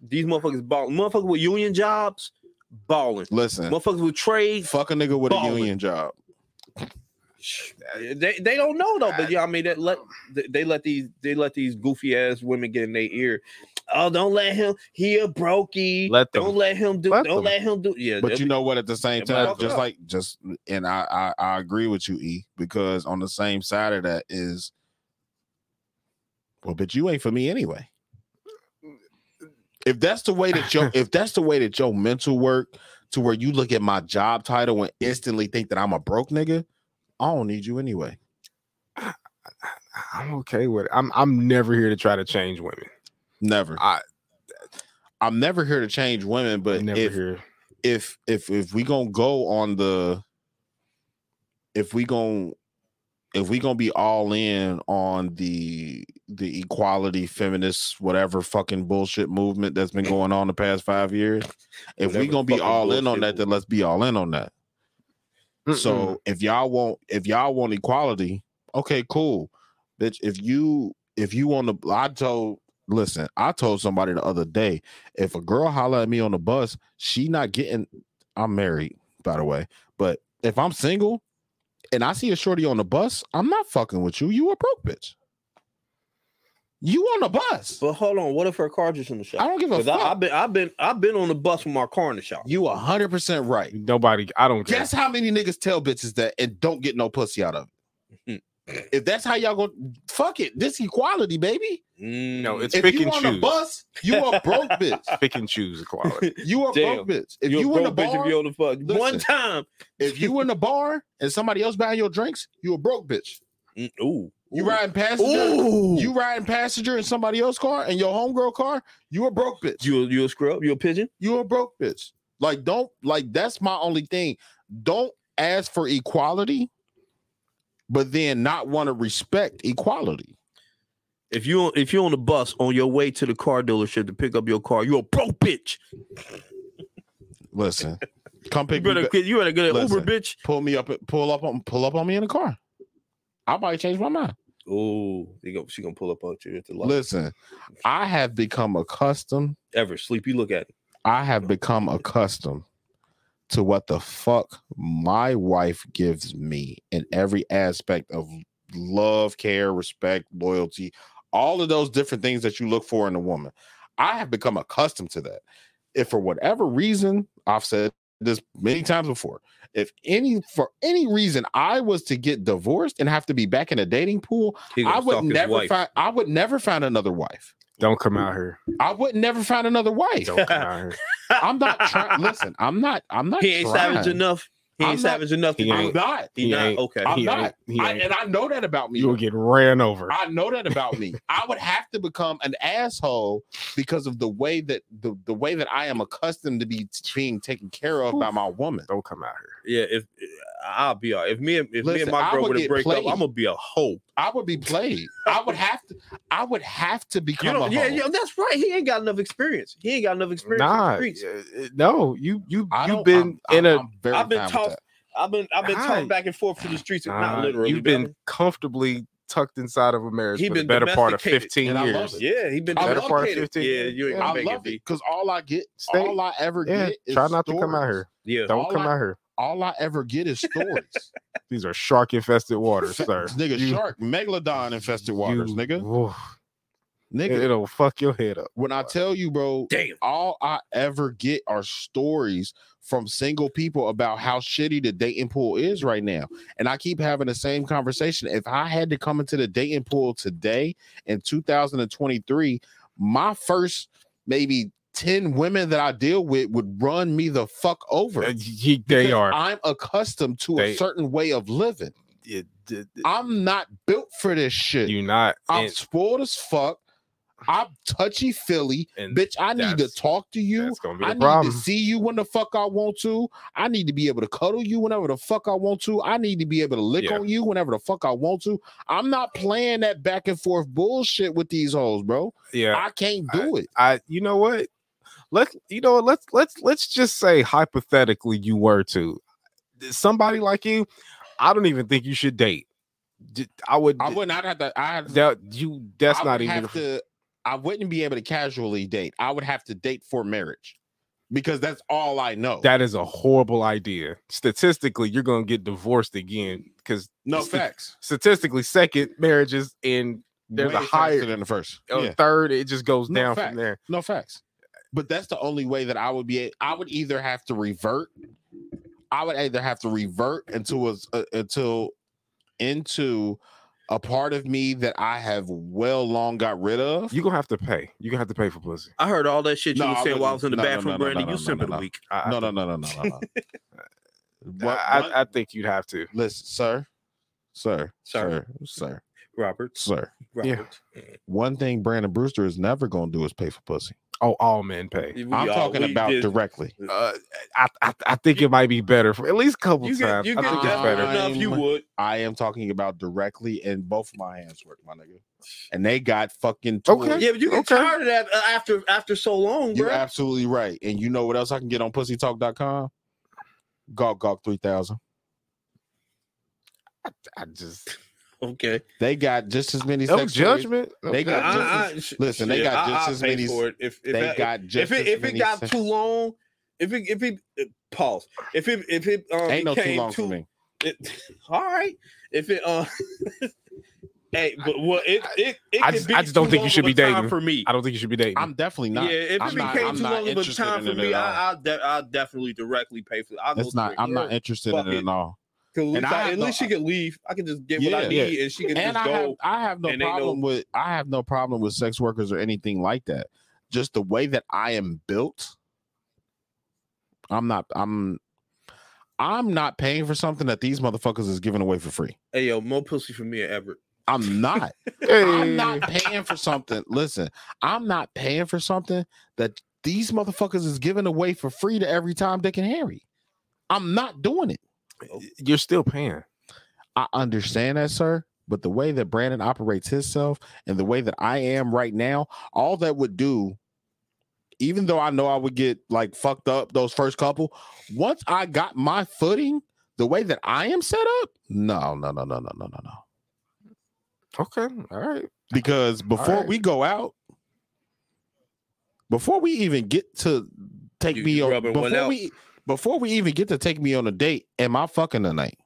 Speaker 1: These motherfuckers balling. Motherfuckers with union jobs, balling.
Speaker 2: Listen,
Speaker 1: Motherfuckers with trade,
Speaker 2: fuck a nigga with
Speaker 1: Ballin'.
Speaker 2: a union job.
Speaker 1: they they don't know though. But yeah, I mean that let they- they let these they let these goofy ass women get in their ear. Oh, don't let him. He a brokey.
Speaker 3: Let them.
Speaker 1: don't let him do.
Speaker 3: Let
Speaker 1: don't
Speaker 3: them.
Speaker 1: let him do. Yeah,
Speaker 2: but you know what? At the
Speaker 1: they'll
Speaker 2: same
Speaker 1: be
Speaker 2: time,
Speaker 1: fucked
Speaker 2: just
Speaker 1: up.
Speaker 2: like just and I, I I agree with you, E, because on the same side of that is, well, bitch, you ain't for me anyway. If that's the way that
Speaker 3: [LAUGHS]
Speaker 2: your if that's the way that your mental work to where you look at my job title and instantly think that I'm a broke nigga, I don't need you anyway.
Speaker 3: I'm okay with it. I'm I'm never here to try to change women.
Speaker 2: Never.
Speaker 3: I-
Speaker 2: I'm never here to change women, but
Speaker 3: never
Speaker 2: if
Speaker 3: here.
Speaker 2: if if if we gonna go on the if we gonna if we gonna be all in on the the equality feminist whatever fucking bullshit movement
Speaker 1: [LAUGHS]
Speaker 2: that's been going on the past five years if we
Speaker 1: Whatever
Speaker 2: gonna be
Speaker 1: fucking
Speaker 2: all in on
Speaker 1: bullshit
Speaker 2: that then let's be all in on that
Speaker 3: Mm-mm.
Speaker 2: so if y'all want if y'all want equality okay cool bitch if you if you want to i told listen i told somebody the other day if a girl holler at me on the bus she not getting i'm married by the way but if i'm single and i see a shorty on the bus i'm not fucking with you you a broke bitch you on the bus
Speaker 1: But hold on, what if her car just in the shop?
Speaker 2: I don't give a
Speaker 1: 'Cause I-
Speaker 2: fuck.
Speaker 1: I've been I've been I've been on the bus with my car in the shop.
Speaker 2: you 100% right
Speaker 3: Nobody. I don't care.
Speaker 2: guess how many niggas tell bitches that and don't get no pussy out of
Speaker 1: [LAUGHS]
Speaker 2: it if that's how y'all gonna fuck it this equality baby
Speaker 3: No,
Speaker 1: Mm.
Speaker 3: it's
Speaker 2: if
Speaker 3: pick
Speaker 2: you
Speaker 3: and
Speaker 2: on
Speaker 3: choose.
Speaker 2: a bus, you
Speaker 1: [LAUGHS]
Speaker 2: a broke bitch.
Speaker 3: Pick and
Speaker 2: [LAUGHS]
Speaker 3: choose equality.
Speaker 2: You a
Speaker 1: Damn.
Speaker 2: broke bitch. If
Speaker 1: You
Speaker 2: you,
Speaker 1: a
Speaker 2: in a
Speaker 1: broke bitch if
Speaker 2: bar,
Speaker 1: you on the fuck one
Speaker 2: Listen.
Speaker 1: time.
Speaker 2: if you in a bar and somebody else buying your drinks, you a broke bitch.
Speaker 1: Mm, Ooh,
Speaker 2: You
Speaker 1: ooh.
Speaker 2: riding passenger,
Speaker 1: Ooh,
Speaker 2: you riding passenger in somebody else's car and your homegirl car, you a broke bitch.
Speaker 1: you a- you a scrub? You a pigeon?
Speaker 2: You a broke bitch. Like don't like that's my only thing. Don't ask for equality, but then not want to respect equality.
Speaker 1: If you if you're on the bus on your way to the car dealership to pick up your car, you a broke bitch.
Speaker 2: Listen, come
Speaker 1: You
Speaker 2: pick me
Speaker 1: better
Speaker 2: up.
Speaker 1: get you better get an
Speaker 2: Listen.
Speaker 1: Uber, bitch.
Speaker 2: pull me up, pull up on, pull up on me in the car. I might change my mind.
Speaker 1: Ooh, they go, she gonna pull up on you at the lot.
Speaker 2: Listen, I have become accustomed.
Speaker 1: Ever sleep? You look at it.
Speaker 2: I have become accustomed to what the fuck my wife gives me in every aspect of love, care, respect, loyalty, all of those different things that you look for in a woman. I have become accustomed to that. If for whatever reason, I've said this many times before, if any for any reason I was to get divorced and have to be back in a dating pool,
Speaker 1: He gonna
Speaker 2: I
Speaker 1: stalk
Speaker 2: would
Speaker 1: his
Speaker 2: never
Speaker 1: wife.
Speaker 2: find I would never find another wife.
Speaker 3: Don't come out here.
Speaker 2: I would never find another wife. [LAUGHS]
Speaker 3: Don't come out here. [LAUGHS]
Speaker 2: I'm not trying. listen, I'm not. I'm not.
Speaker 1: He ain't
Speaker 2: trying.
Speaker 1: savage enough. He ain't
Speaker 2: I'm not-
Speaker 1: savage enough to
Speaker 2: He
Speaker 1: do
Speaker 2: ain't.
Speaker 1: it.
Speaker 2: not.
Speaker 1: He not. Okay.
Speaker 2: I'm
Speaker 1: He
Speaker 2: not.
Speaker 1: ain't. He
Speaker 2: I-
Speaker 1: ain't.
Speaker 2: and I know that about me.
Speaker 3: You will get ran over.
Speaker 2: I know that about me. I would have to become an asshole because of the way that the, the way that I am accustomed to be t- being taken care of by my woman.
Speaker 3: Don't come out here.
Speaker 1: Yeah, if I'll be all right. if me and if me
Speaker 2: Listen,
Speaker 1: and my
Speaker 2: I
Speaker 1: girl
Speaker 2: would
Speaker 1: were to
Speaker 2: get
Speaker 1: break
Speaker 2: played.
Speaker 1: up, I'm gonna be a hoe.
Speaker 2: I would be played. I would have to. I would have to
Speaker 1: You
Speaker 2: become
Speaker 1: know,
Speaker 2: a
Speaker 1: yeah,
Speaker 2: hoe.
Speaker 1: yeah, that's right. He ain't got enough experience. He ain't got enough experience. in the
Speaker 3: Nah,
Speaker 1: streets.
Speaker 3: uh, uh, no. You you
Speaker 2: I
Speaker 3: you've
Speaker 2: don't-
Speaker 3: been
Speaker 2: I'm-
Speaker 3: in a.
Speaker 2: I'm very
Speaker 1: I've been
Speaker 2: fine with
Speaker 1: tossed.
Speaker 2: that.
Speaker 1: I've been I've been
Speaker 3: Nah.
Speaker 1: tossed back and forth through the streets,
Speaker 3: Nah,
Speaker 1: not literally.
Speaker 3: You've
Speaker 1: but
Speaker 3: been comfortably tucked inside of a marriage
Speaker 1: He
Speaker 3: for
Speaker 1: been
Speaker 3: the better part of
Speaker 1: domesticated,
Speaker 3: fifteen
Speaker 2: and I love
Speaker 3: years.
Speaker 1: I- yeah, he been
Speaker 2: I
Speaker 3: better
Speaker 2: love
Speaker 3: part
Speaker 2: it.
Speaker 3: of fifteen.
Speaker 1: Yeah, you ain't
Speaker 2: I
Speaker 1: gonna make
Speaker 2: love
Speaker 1: it.
Speaker 2: it
Speaker 1: D.
Speaker 2: because all I get,
Speaker 3: Stay-
Speaker 2: all I ever
Speaker 3: Yeah,
Speaker 2: get is
Speaker 3: try not to come out
Speaker 2: stories.
Speaker 3: here.
Speaker 1: Yeah,
Speaker 3: Don't
Speaker 2: All
Speaker 3: come
Speaker 2: I- [LAUGHS]
Speaker 3: out here.
Speaker 2: All I ever get is stories,
Speaker 3: These are shark
Speaker 2: [LAUGHS]
Speaker 3: infested waters, sir.
Speaker 2: nigga. shark, megalodon infested waters,
Speaker 3: you-
Speaker 2: nigga.
Speaker 3: Oof.
Speaker 2: Nigga,
Speaker 3: It, will fuck your head up.
Speaker 2: when I tell you, bro,
Speaker 1: Damn.
Speaker 2: all I ever get are stories from single people about how shitty the dating pool is right now. And I keep having the same conversation. If I had to come into the dating pool today in 2023, my first maybe 10 women that I deal with would run me the fuck over.
Speaker 3: Uh, ye- they
Speaker 2: Because
Speaker 3: are.
Speaker 2: I'm accustomed to
Speaker 3: They-
Speaker 2: a certain way of living.
Speaker 3: it- it- it-
Speaker 2: I'm not built for this shit.
Speaker 3: you not.
Speaker 2: I'm
Speaker 3: and-
Speaker 2: spoiled as fuck. I'm touchy feely.
Speaker 3: and
Speaker 2: Bitch, I need to
Speaker 3: that's-
Speaker 2: talk to you.
Speaker 3: That's gonna be the
Speaker 2: I need
Speaker 3: problem.
Speaker 2: to see you when the fuck I want to. I need to be able to cuddle you whenever the fuck I want to. I need to be able to lick
Speaker 3: Yeah.
Speaker 2: on you whenever the fuck I want to. I'm not playing that back and forth bullshit with these hoes, bro.
Speaker 3: yeah,
Speaker 2: I can't do it.
Speaker 3: I, You know what? Let's. You know. what? Let's. Let's. Let's just say hypothetically, you were to eh, somebody like you. I don't even think you should date. D- I would. eh,
Speaker 2: I would not have to. I have,
Speaker 3: That you. That's
Speaker 2: I
Speaker 3: not
Speaker 2: would
Speaker 3: even.
Speaker 2: have to. I wouldn't be able to casually date. I would have to date for marriage because that's all I know.
Speaker 3: That is a horrible idea. Statistically, you're gonna get divorced again because
Speaker 2: no facts.
Speaker 3: statistically, second marriages and there's
Speaker 2: Way
Speaker 3: a
Speaker 2: faster
Speaker 3: higher
Speaker 2: than the first.
Speaker 3: uh,
Speaker 2: Yeah.
Speaker 3: third. It just goes
Speaker 2: No
Speaker 3: down
Speaker 2: fact.
Speaker 3: from there.
Speaker 2: No facts. But that's the only way that I would be. I would either have to revert. I would either have to revert into a uh, until into a part of me that I have well long got rid of.
Speaker 3: You're gonna have to pay. You're gonna have to pay for pussy.
Speaker 1: I heard all that shit you
Speaker 2: No,
Speaker 1: were
Speaker 2: I
Speaker 1: saying while I was in the
Speaker 2: wouldn't. No, no,
Speaker 1: bathroom,
Speaker 2: no, no,
Speaker 1: Brandy.
Speaker 2: no,
Speaker 1: you
Speaker 2: no,
Speaker 1: simp
Speaker 2: no,
Speaker 1: of the
Speaker 2: no.
Speaker 1: week.
Speaker 3: I,
Speaker 2: no,
Speaker 3: I,
Speaker 2: no, no, no, no, no, no. What- what-
Speaker 3: I, I think you'd have to.
Speaker 2: listen, sir, sir,
Speaker 1: Sir.
Speaker 2: sir, sir,
Speaker 1: Robert.
Speaker 2: sir.
Speaker 1: Robert.
Speaker 2: One thing Brandon Brewster is never going to do is pay for pussy.
Speaker 3: Oh, all men pay.
Speaker 1: We
Speaker 2: I'm
Speaker 1: all-
Speaker 2: talking
Speaker 1: we
Speaker 2: about
Speaker 1: did-
Speaker 2: directly.
Speaker 3: Uh, I, I, I think it might be better for at least a couple
Speaker 1: You get
Speaker 3: times.
Speaker 1: you
Speaker 3: I
Speaker 1: get
Speaker 3: think it's
Speaker 2: down
Speaker 3: better.
Speaker 1: desperate enough, you
Speaker 2: I'm-
Speaker 1: would.
Speaker 2: I am talking about directly, and both of my hands work, my nigga. And they got fucking
Speaker 3: Okay.
Speaker 2: tools.
Speaker 1: Yeah, but you get
Speaker 3: Okay.
Speaker 1: tired of that uh, after after so long,
Speaker 2: You're
Speaker 1: bro.
Speaker 2: absolutely right. And you know what else I can get on pussytalk.com? Gawk Gawk 3000.
Speaker 3: I just
Speaker 1: okay.
Speaker 2: They got just as many
Speaker 3: no
Speaker 2: sex toys.
Speaker 3: judgment. No
Speaker 2: They got
Speaker 3: judgment.
Speaker 2: just as- listen, they got just
Speaker 1: I'll
Speaker 2: as
Speaker 1: pay
Speaker 2: many-
Speaker 1: For it if, if
Speaker 2: they
Speaker 1: that-
Speaker 2: got
Speaker 1: if
Speaker 2: just
Speaker 1: it
Speaker 2: as
Speaker 1: if it
Speaker 2: many
Speaker 1: got
Speaker 2: sex-
Speaker 1: too long, if it if it uh, pause, if it if it um,
Speaker 2: Ain't no too
Speaker 1: became
Speaker 2: long for me.
Speaker 1: [LAUGHS] it, all right, if it uh, [LAUGHS] hey, but well, it it, it
Speaker 3: I
Speaker 1: could
Speaker 3: just-
Speaker 1: be
Speaker 3: I just don't
Speaker 1: too
Speaker 3: think you
Speaker 1: long
Speaker 3: should
Speaker 1: of
Speaker 3: be
Speaker 1: a time
Speaker 3: dating.
Speaker 1: for me.
Speaker 3: I don't think you should be dating.
Speaker 2: I'm definitely
Speaker 1: yeah,
Speaker 2: not.
Speaker 1: if
Speaker 2: I'm
Speaker 1: it
Speaker 2: not-
Speaker 1: became
Speaker 2: I'm
Speaker 1: too
Speaker 2: not
Speaker 1: long of a
Speaker 2: interested
Speaker 1: time
Speaker 2: in
Speaker 1: for
Speaker 2: it
Speaker 1: me,
Speaker 2: at all.
Speaker 1: I, I'll, de- I'll definitely directly pay for it. I'll
Speaker 2: It's
Speaker 1: go
Speaker 2: not,
Speaker 1: straight.
Speaker 2: I'm not interested
Speaker 1: Fuck
Speaker 2: in it
Speaker 1: it.
Speaker 2: at all.
Speaker 1: 'Cause At least,
Speaker 2: and I
Speaker 1: I,
Speaker 2: have
Speaker 1: at
Speaker 2: no-
Speaker 1: least she could leave. I can just get what I
Speaker 2: Yeah.
Speaker 1: need, and she can
Speaker 2: And
Speaker 1: just
Speaker 2: I
Speaker 1: go.
Speaker 2: have, I have no
Speaker 1: and they know-
Speaker 2: problem with I have no problem with sex workers or anything like that. Just the way that I am built. I'm not I'm I'm not paying for something that these motherfuckers is giving away for free.
Speaker 1: Hey yo, more pussy for me and Everett.
Speaker 2: I'm not.
Speaker 1: [LAUGHS]
Speaker 2: I'm not paying for something. Listen, I'm not paying for something that these motherfuckers is giving away for free to every time Dick and Harry. I'm not doing it.
Speaker 3: You're still paying.
Speaker 2: I understand that, sir. But the way that Brandon operates himself and the way that I am right now, all that would do, even though I know I would get like fucked up those first couple, once I got my footing, the way that I am set up, no, no, no, no, no, no, no, no.
Speaker 3: Okay. All right.
Speaker 2: because before
Speaker 3: right.
Speaker 2: we go out, before we even get to take
Speaker 1: You-
Speaker 2: me
Speaker 1: you
Speaker 2: on,
Speaker 1: rubbing one
Speaker 2: before
Speaker 1: out.
Speaker 2: we before we even get to take me on a date, am I fucking tonight?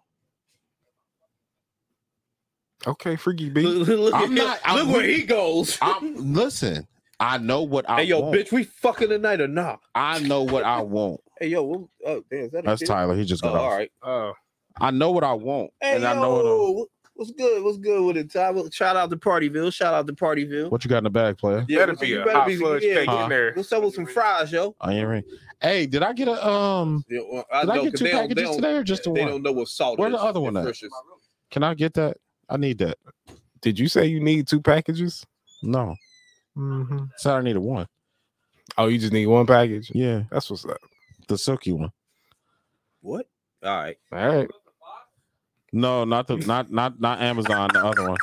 Speaker 3: Okay. Freaky B.
Speaker 1: Look, look,
Speaker 2: I'm
Speaker 1: look,
Speaker 2: not- I'm-
Speaker 1: where he goes.
Speaker 2: I'm listen. I know what I
Speaker 1: hey yo,
Speaker 2: want.
Speaker 1: bitch, we fucking tonight or not?
Speaker 2: I know what
Speaker 1: [LAUGHS]
Speaker 2: I want.
Speaker 1: Hey yo, we'll, oh damn, is that a
Speaker 2: That's
Speaker 1: kid?
Speaker 2: Tyler. He just
Speaker 1: Oh,
Speaker 2: got off.
Speaker 1: all right.
Speaker 3: Oh.
Speaker 2: I know what um, I want,
Speaker 1: Hey
Speaker 2: and
Speaker 1: yo,
Speaker 2: I know what
Speaker 1: What's good? What's good with it, Ty? Well, Shout out to Partyville. Shout out to Partyville.
Speaker 2: What you got in the bag, player?
Speaker 1: Yeah,
Speaker 3: Better
Speaker 1: so
Speaker 3: be
Speaker 1: you
Speaker 3: a
Speaker 1: better
Speaker 3: hot fudge cake
Speaker 2: in there.
Speaker 1: What's up with some fries, yo?
Speaker 2: I ain't ring. Hey, did I get a um?
Speaker 1: Yeah, well, I
Speaker 2: Did I
Speaker 1: know,
Speaker 2: get
Speaker 1: 'cause
Speaker 2: two
Speaker 1: they don't-
Speaker 2: packages
Speaker 1: they don't-
Speaker 2: today or just the
Speaker 1: They
Speaker 2: one?
Speaker 1: don't know what salt
Speaker 2: Where
Speaker 1: is.
Speaker 2: the other one at?
Speaker 1: Nutritious.
Speaker 2: Can I get that? I need that.
Speaker 3: Did you say you need two packages?
Speaker 2: No, said I needed one.
Speaker 3: Oh, you just need one package.
Speaker 2: Yeah,
Speaker 3: that's what's up.
Speaker 2: The silky one.
Speaker 1: What? All right.
Speaker 3: All right.
Speaker 2: No, not the not not not Amazon. The other one.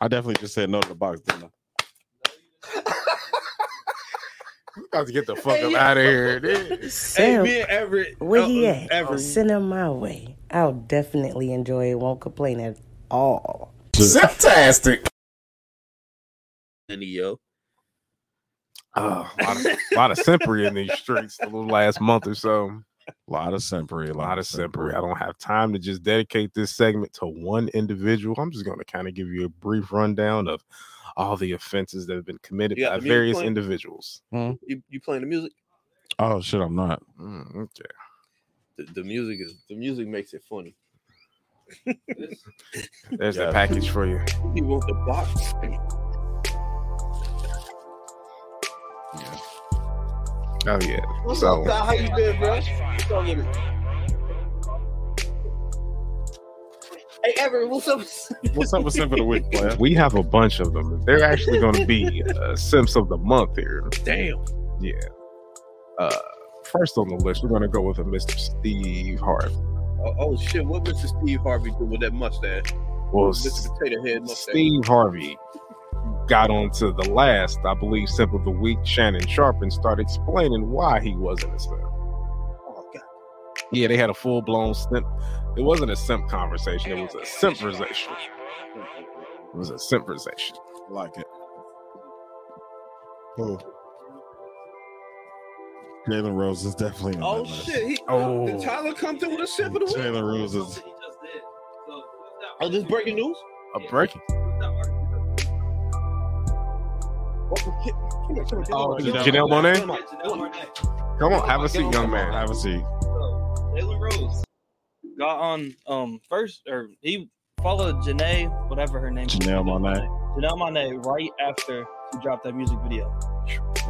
Speaker 2: I definitely just said no to the box, didn't I?
Speaker 3: About to get the fuck up out of here. dude.
Speaker 23: Sam,
Speaker 3: me and Everett-
Speaker 23: where
Speaker 3: uh,
Speaker 23: he at?
Speaker 3: Everett.
Speaker 23: Send him my way. I'll definitely enjoy it. Won't complain at all.
Speaker 16: Fantastic.
Speaker 1: Any yo.
Speaker 3: Oh, a lot of, lot of simpery in these streets the little last month or so.
Speaker 2: A lot of simpery. A
Speaker 3: lot of simpery. I don't have time to just dedicate this segment to one individual. I'm just going to kind of give you a brief rundown of all the offenses that have been committed
Speaker 1: You got
Speaker 3: by
Speaker 1: the music
Speaker 3: various
Speaker 1: playing?
Speaker 3: individuals.
Speaker 1: You, you playing the music?
Speaker 2: Oh shit, I'm not.
Speaker 3: Mm, okay.
Speaker 1: The, the music is the music makes it funny.
Speaker 3: There's
Speaker 1: Yeah.
Speaker 3: the package for you.
Speaker 1: You want the box?
Speaker 3: Oh yeah.
Speaker 1: What's
Speaker 3: So
Speaker 1: up, Ty? How you been, bro? What's up with it? Hey, Everett, what's up? [LAUGHS]
Speaker 2: What's up with Simp of the Week, player?
Speaker 3: we have a bunch of them. They're actually going to be uh, Simps of the Month here.
Speaker 1: Damn.
Speaker 3: Yeah. Uh, first on the list, we're going to go with a Mr. Steve Harvey.
Speaker 1: Oh, oh, shit! What Mr. Steve Harvey do with that mustache?
Speaker 3: Well,
Speaker 1: Mr. Potato Head mustache.
Speaker 3: Steve Harvey got onto the last, I believe, Simp of the Week, Shannon Sharp, and started explaining why he wasn't a Simp.
Speaker 1: Oh,
Speaker 3: Yeah, they had a full blown simp. It wasn't a simp conversation. It was a simperization. It was a simperization.
Speaker 2: Like it. Oh. Jalen Rose is definitely. On
Speaker 1: Oh
Speaker 2: that list.
Speaker 1: shit! He,
Speaker 2: Oh.
Speaker 1: Did Tyler come through with a sip of the week?
Speaker 2: Jalen Rose is.
Speaker 1: Oh, this breaking news.
Speaker 3: A breaking.
Speaker 1: Oh,
Speaker 3: Janelle Monae? Come on, have a seat, young man. Have
Speaker 2: a seat.
Speaker 24: Jalen Rose got on um first or he followed Janae, whatever her name is.
Speaker 2: Janelle Monae,
Speaker 24: Janelle Monae right after she dropped that music video.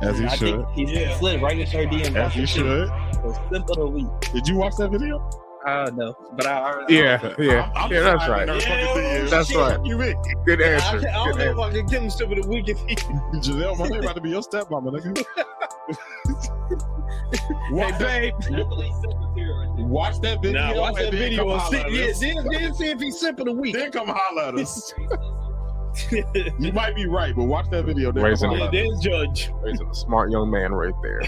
Speaker 2: as he
Speaker 24: I
Speaker 2: should.
Speaker 24: think he slid right into her DM.
Speaker 2: As you should.
Speaker 24: So simple to week.
Speaker 2: Did you watch that video?
Speaker 24: Uh no, but I already
Speaker 3: Yeah, yeah,
Speaker 24: I'm- I'm
Speaker 3: yeah. That's
Speaker 24: sorry,
Speaker 3: right.
Speaker 24: I never fucking
Speaker 1: seen you.
Speaker 3: That's
Speaker 1: Shit,
Speaker 3: right.
Speaker 1: you mean-
Speaker 3: Good
Speaker 1: I
Speaker 3: answer.
Speaker 1: can't- I don't
Speaker 3: Good
Speaker 1: know if
Speaker 3: answer.
Speaker 1: I can give him sip of the week if he.
Speaker 2: Janelle Monae about to be your stepmama, nigga. Watch
Speaker 1: hey, babe.
Speaker 2: Watch that video.
Speaker 1: Nah, watch that
Speaker 2: and then
Speaker 1: video.
Speaker 2: come
Speaker 1: and
Speaker 2: holler at
Speaker 1: See,
Speaker 2: us.
Speaker 1: yeah, then, then see if he's sip of the week.
Speaker 2: Then come holler
Speaker 1: [LAUGHS]
Speaker 2: at us. you might be right, but watch that video. Then
Speaker 3: Raising
Speaker 2: come holler
Speaker 3: up.
Speaker 2: at us.
Speaker 1: judge.
Speaker 3: He's a smart young man right there.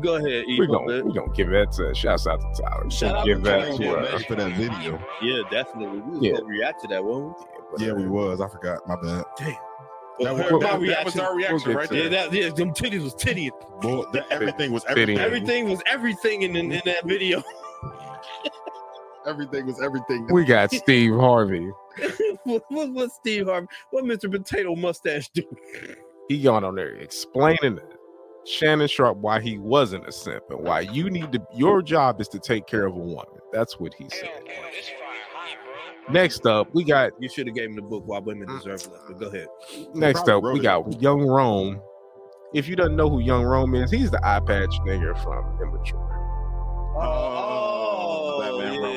Speaker 1: Go ahead. E,
Speaker 3: We're
Speaker 1: my
Speaker 3: gonna,
Speaker 1: bad.
Speaker 3: we gonna give that to shouts out to Tyler.
Speaker 1: Shout out
Speaker 3: give
Speaker 1: to
Speaker 3: that
Speaker 1: Tyler,
Speaker 3: to
Speaker 1: man,
Speaker 3: uh,
Speaker 1: for
Speaker 2: that video.
Speaker 1: Yeah, definitely. We was
Speaker 3: Yeah.
Speaker 1: gonna react to that, won't
Speaker 2: Yeah, we was. I forgot. My bad.
Speaker 1: we?
Speaker 2: That was-
Speaker 1: Her-
Speaker 2: that
Speaker 1: my
Speaker 2: was- that was our reaction
Speaker 1: We'll
Speaker 2: right
Speaker 1: get to
Speaker 2: there.
Speaker 1: that. Yeah, that, yeah, them titties was titties.
Speaker 2: Boy, that, everything was everything.
Speaker 3: Fitting.
Speaker 1: Everything was everything in, in, in that video. [LAUGHS]
Speaker 2: Everything was everything.
Speaker 3: we got Steve Harvey.
Speaker 1: what, what, what Steve Harvey? What Mr. Potato Mustache do?
Speaker 3: He gone on there explaining it. Shannon Sharp why he wasn't a simp and why you need to your job is to take care of a woman. That's what he said. Next up, we got
Speaker 1: You should have gave him the book Why Women
Speaker 3: Mm.
Speaker 1: Deserve Love. But go ahead.
Speaker 3: Next up, we got Young Rome. If you don't know who Young Rome is, he's the eye patch nigga from Immature.
Speaker 1: Oh, yeah.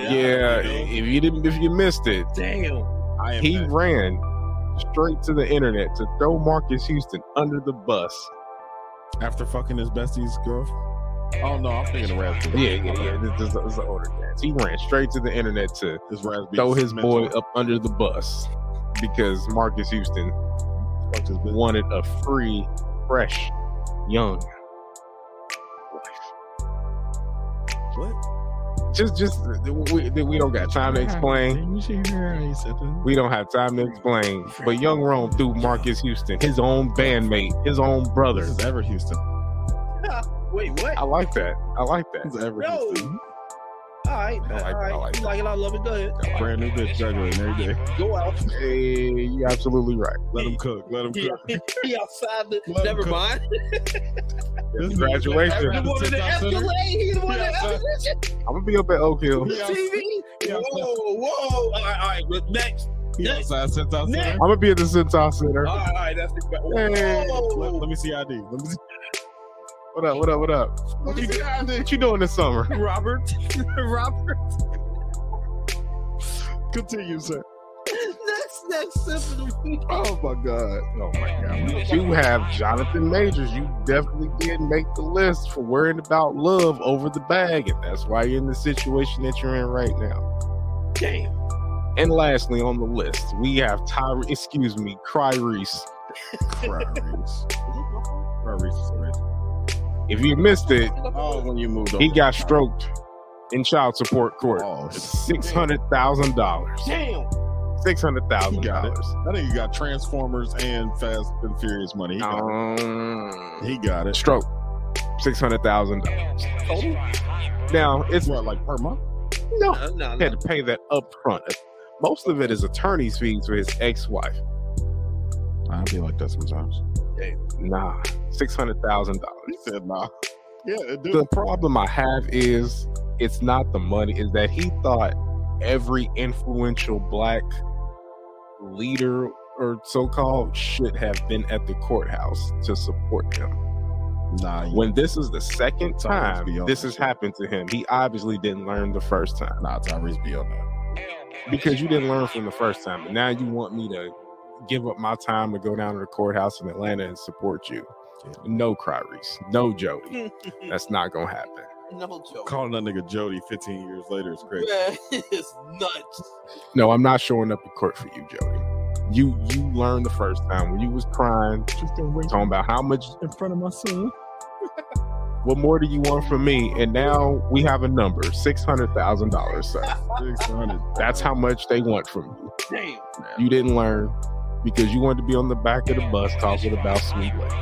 Speaker 3: Yeah, if you didn't, if you missed it,
Speaker 1: Damn.
Speaker 2: I am
Speaker 3: he
Speaker 2: back.
Speaker 3: ran straight to the internet to throw Marcus Houston under the bus.
Speaker 2: After fucking his bestie's girl. Oh no, I'm thinking of Raspberry.
Speaker 3: Yeah, yeah, yeah. This, this, this is an older dance. He ran straight to the internet to
Speaker 2: This Raspberry.
Speaker 3: throw his boy up under the bus because Marcus Houston wanted a free, fresh, young
Speaker 1: What?
Speaker 3: just just we, we don't got time
Speaker 2: Mm-hmm.
Speaker 3: to explain.
Speaker 2: Didn't you hear how he said that?
Speaker 3: We don't have time to explain. But Young Rome threw Marcus Houston, his own bandmate, his own brother.
Speaker 2: This is Ever Houston.
Speaker 1: Wait, what?
Speaker 3: I like that. I like that.
Speaker 2: This is Ever
Speaker 1: No.
Speaker 2: Houston.
Speaker 1: All right,
Speaker 3: I like-
Speaker 1: all right.
Speaker 3: I like
Speaker 1: you like it, I love it. Go ahead.
Speaker 2: Brand new bitch juggling every day.
Speaker 1: Go out. [LAUGHS]
Speaker 3: Hey, you absolutely right.
Speaker 2: Let him cook. Let him
Speaker 1: He,
Speaker 2: cook.
Speaker 1: he outside the.
Speaker 2: Let him
Speaker 1: never
Speaker 2: cook.
Speaker 1: mind.
Speaker 2: This
Speaker 3: Graduation.
Speaker 2: nigga-
Speaker 1: He wanted the Escalade. He wanted the
Speaker 2: Yeah,
Speaker 1: Escalade.
Speaker 3: I'm gonna be up at Oak Hill.
Speaker 2: Yeah.
Speaker 1: TV.
Speaker 25: Whoa, whoa! All right, all right. But next, next.
Speaker 2: Outside Centaur Center. Oh.
Speaker 3: I'm gonna be at the Centaur Center.
Speaker 25: All right, all right. That's the.
Speaker 3: Hey.
Speaker 25: Whoa.
Speaker 2: Let, let me see ID. Let me see.
Speaker 3: What up? What up? What up? What you, what you doing this summer?
Speaker 1: Robert. Robert.
Speaker 2: Continue, sir.
Speaker 1: Next, next sip of the week.
Speaker 3: Oh my god. Oh my god. You have Jonathan Majors. You definitely did make the list for worrying about love over the bag, and that's why you're in the situation that you're in right now.
Speaker 25: Damn.
Speaker 3: And lastly, on the list, we have Tyre. Excuse me, Cryreese. Cryreese. Cryreese is crazy. If you missed it,
Speaker 2: Oh, when you moved on.
Speaker 3: he got stroked in child support court.
Speaker 2: Oh,
Speaker 3: Six hundred thousand dollars.
Speaker 25: Damn.
Speaker 3: Six hundred thousand
Speaker 2: got it.
Speaker 3: dollars.
Speaker 2: I think he got Transformers and Fast and Furious money. He got,
Speaker 3: Um,
Speaker 1: Uh,
Speaker 2: it. He got it.
Speaker 3: stroke. Six hundred thousand dollars. Now it's
Speaker 2: What, like per month?
Speaker 3: no.
Speaker 25: No, no,
Speaker 3: He
Speaker 25: no.
Speaker 3: had to pay that up front. Most of it is attorney's fees for his ex-wife.
Speaker 2: I be like that sometimes.
Speaker 3: Nah, six hundred thousand dollars.
Speaker 2: He said, nah. [LAUGHS] Yeah, it do.
Speaker 3: The problem I have is it's not the money. Is that he thought every influential black leader or so-called should have been at the courthouse to support him.
Speaker 2: Nah, you-
Speaker 3: When this is the second
Speaker 2: Tyrese
Speaker 3: time
Speaker 2: be on
Speaker 3: this
Speaker 2: that
Speaker 3: has
Speaker 2: shit.
Speaker 3: happened to him, he obviously didn't learn the first time
Speaker 2: nah, Tyrese be on that.
Speaker 3: because you didn't learn from the first time. But now you want me to give up my time to go down to the courthouse in Atlanta and support you. No, Cryreese. No, Jody.
Speaker 2: [LAUGHS]
Speaker 3: That's not going to happen.
Speaker 1: no joke. [LAUGHS]
Speaker 2: Calling that nigga Jody 15 years later is [LAUGHS] crazy.
Speaker 1: Man, it's nuts.
Speaker 3: No, I'm not showing up in court for you, Jody. You you learned the first time when you was crying, talking about how much
Speaker 2: In front of my son.
Speaker 3: what more do you want from me? And now we have a number, six hundred thousand dollars, sir.
Speaker 2: 600.
Speaker 3: That's how much they want from you.
Speaker 1: Damn.
Speaker 3: you didn't learn because you wanted to be on the back of the bus talking about sweet lady.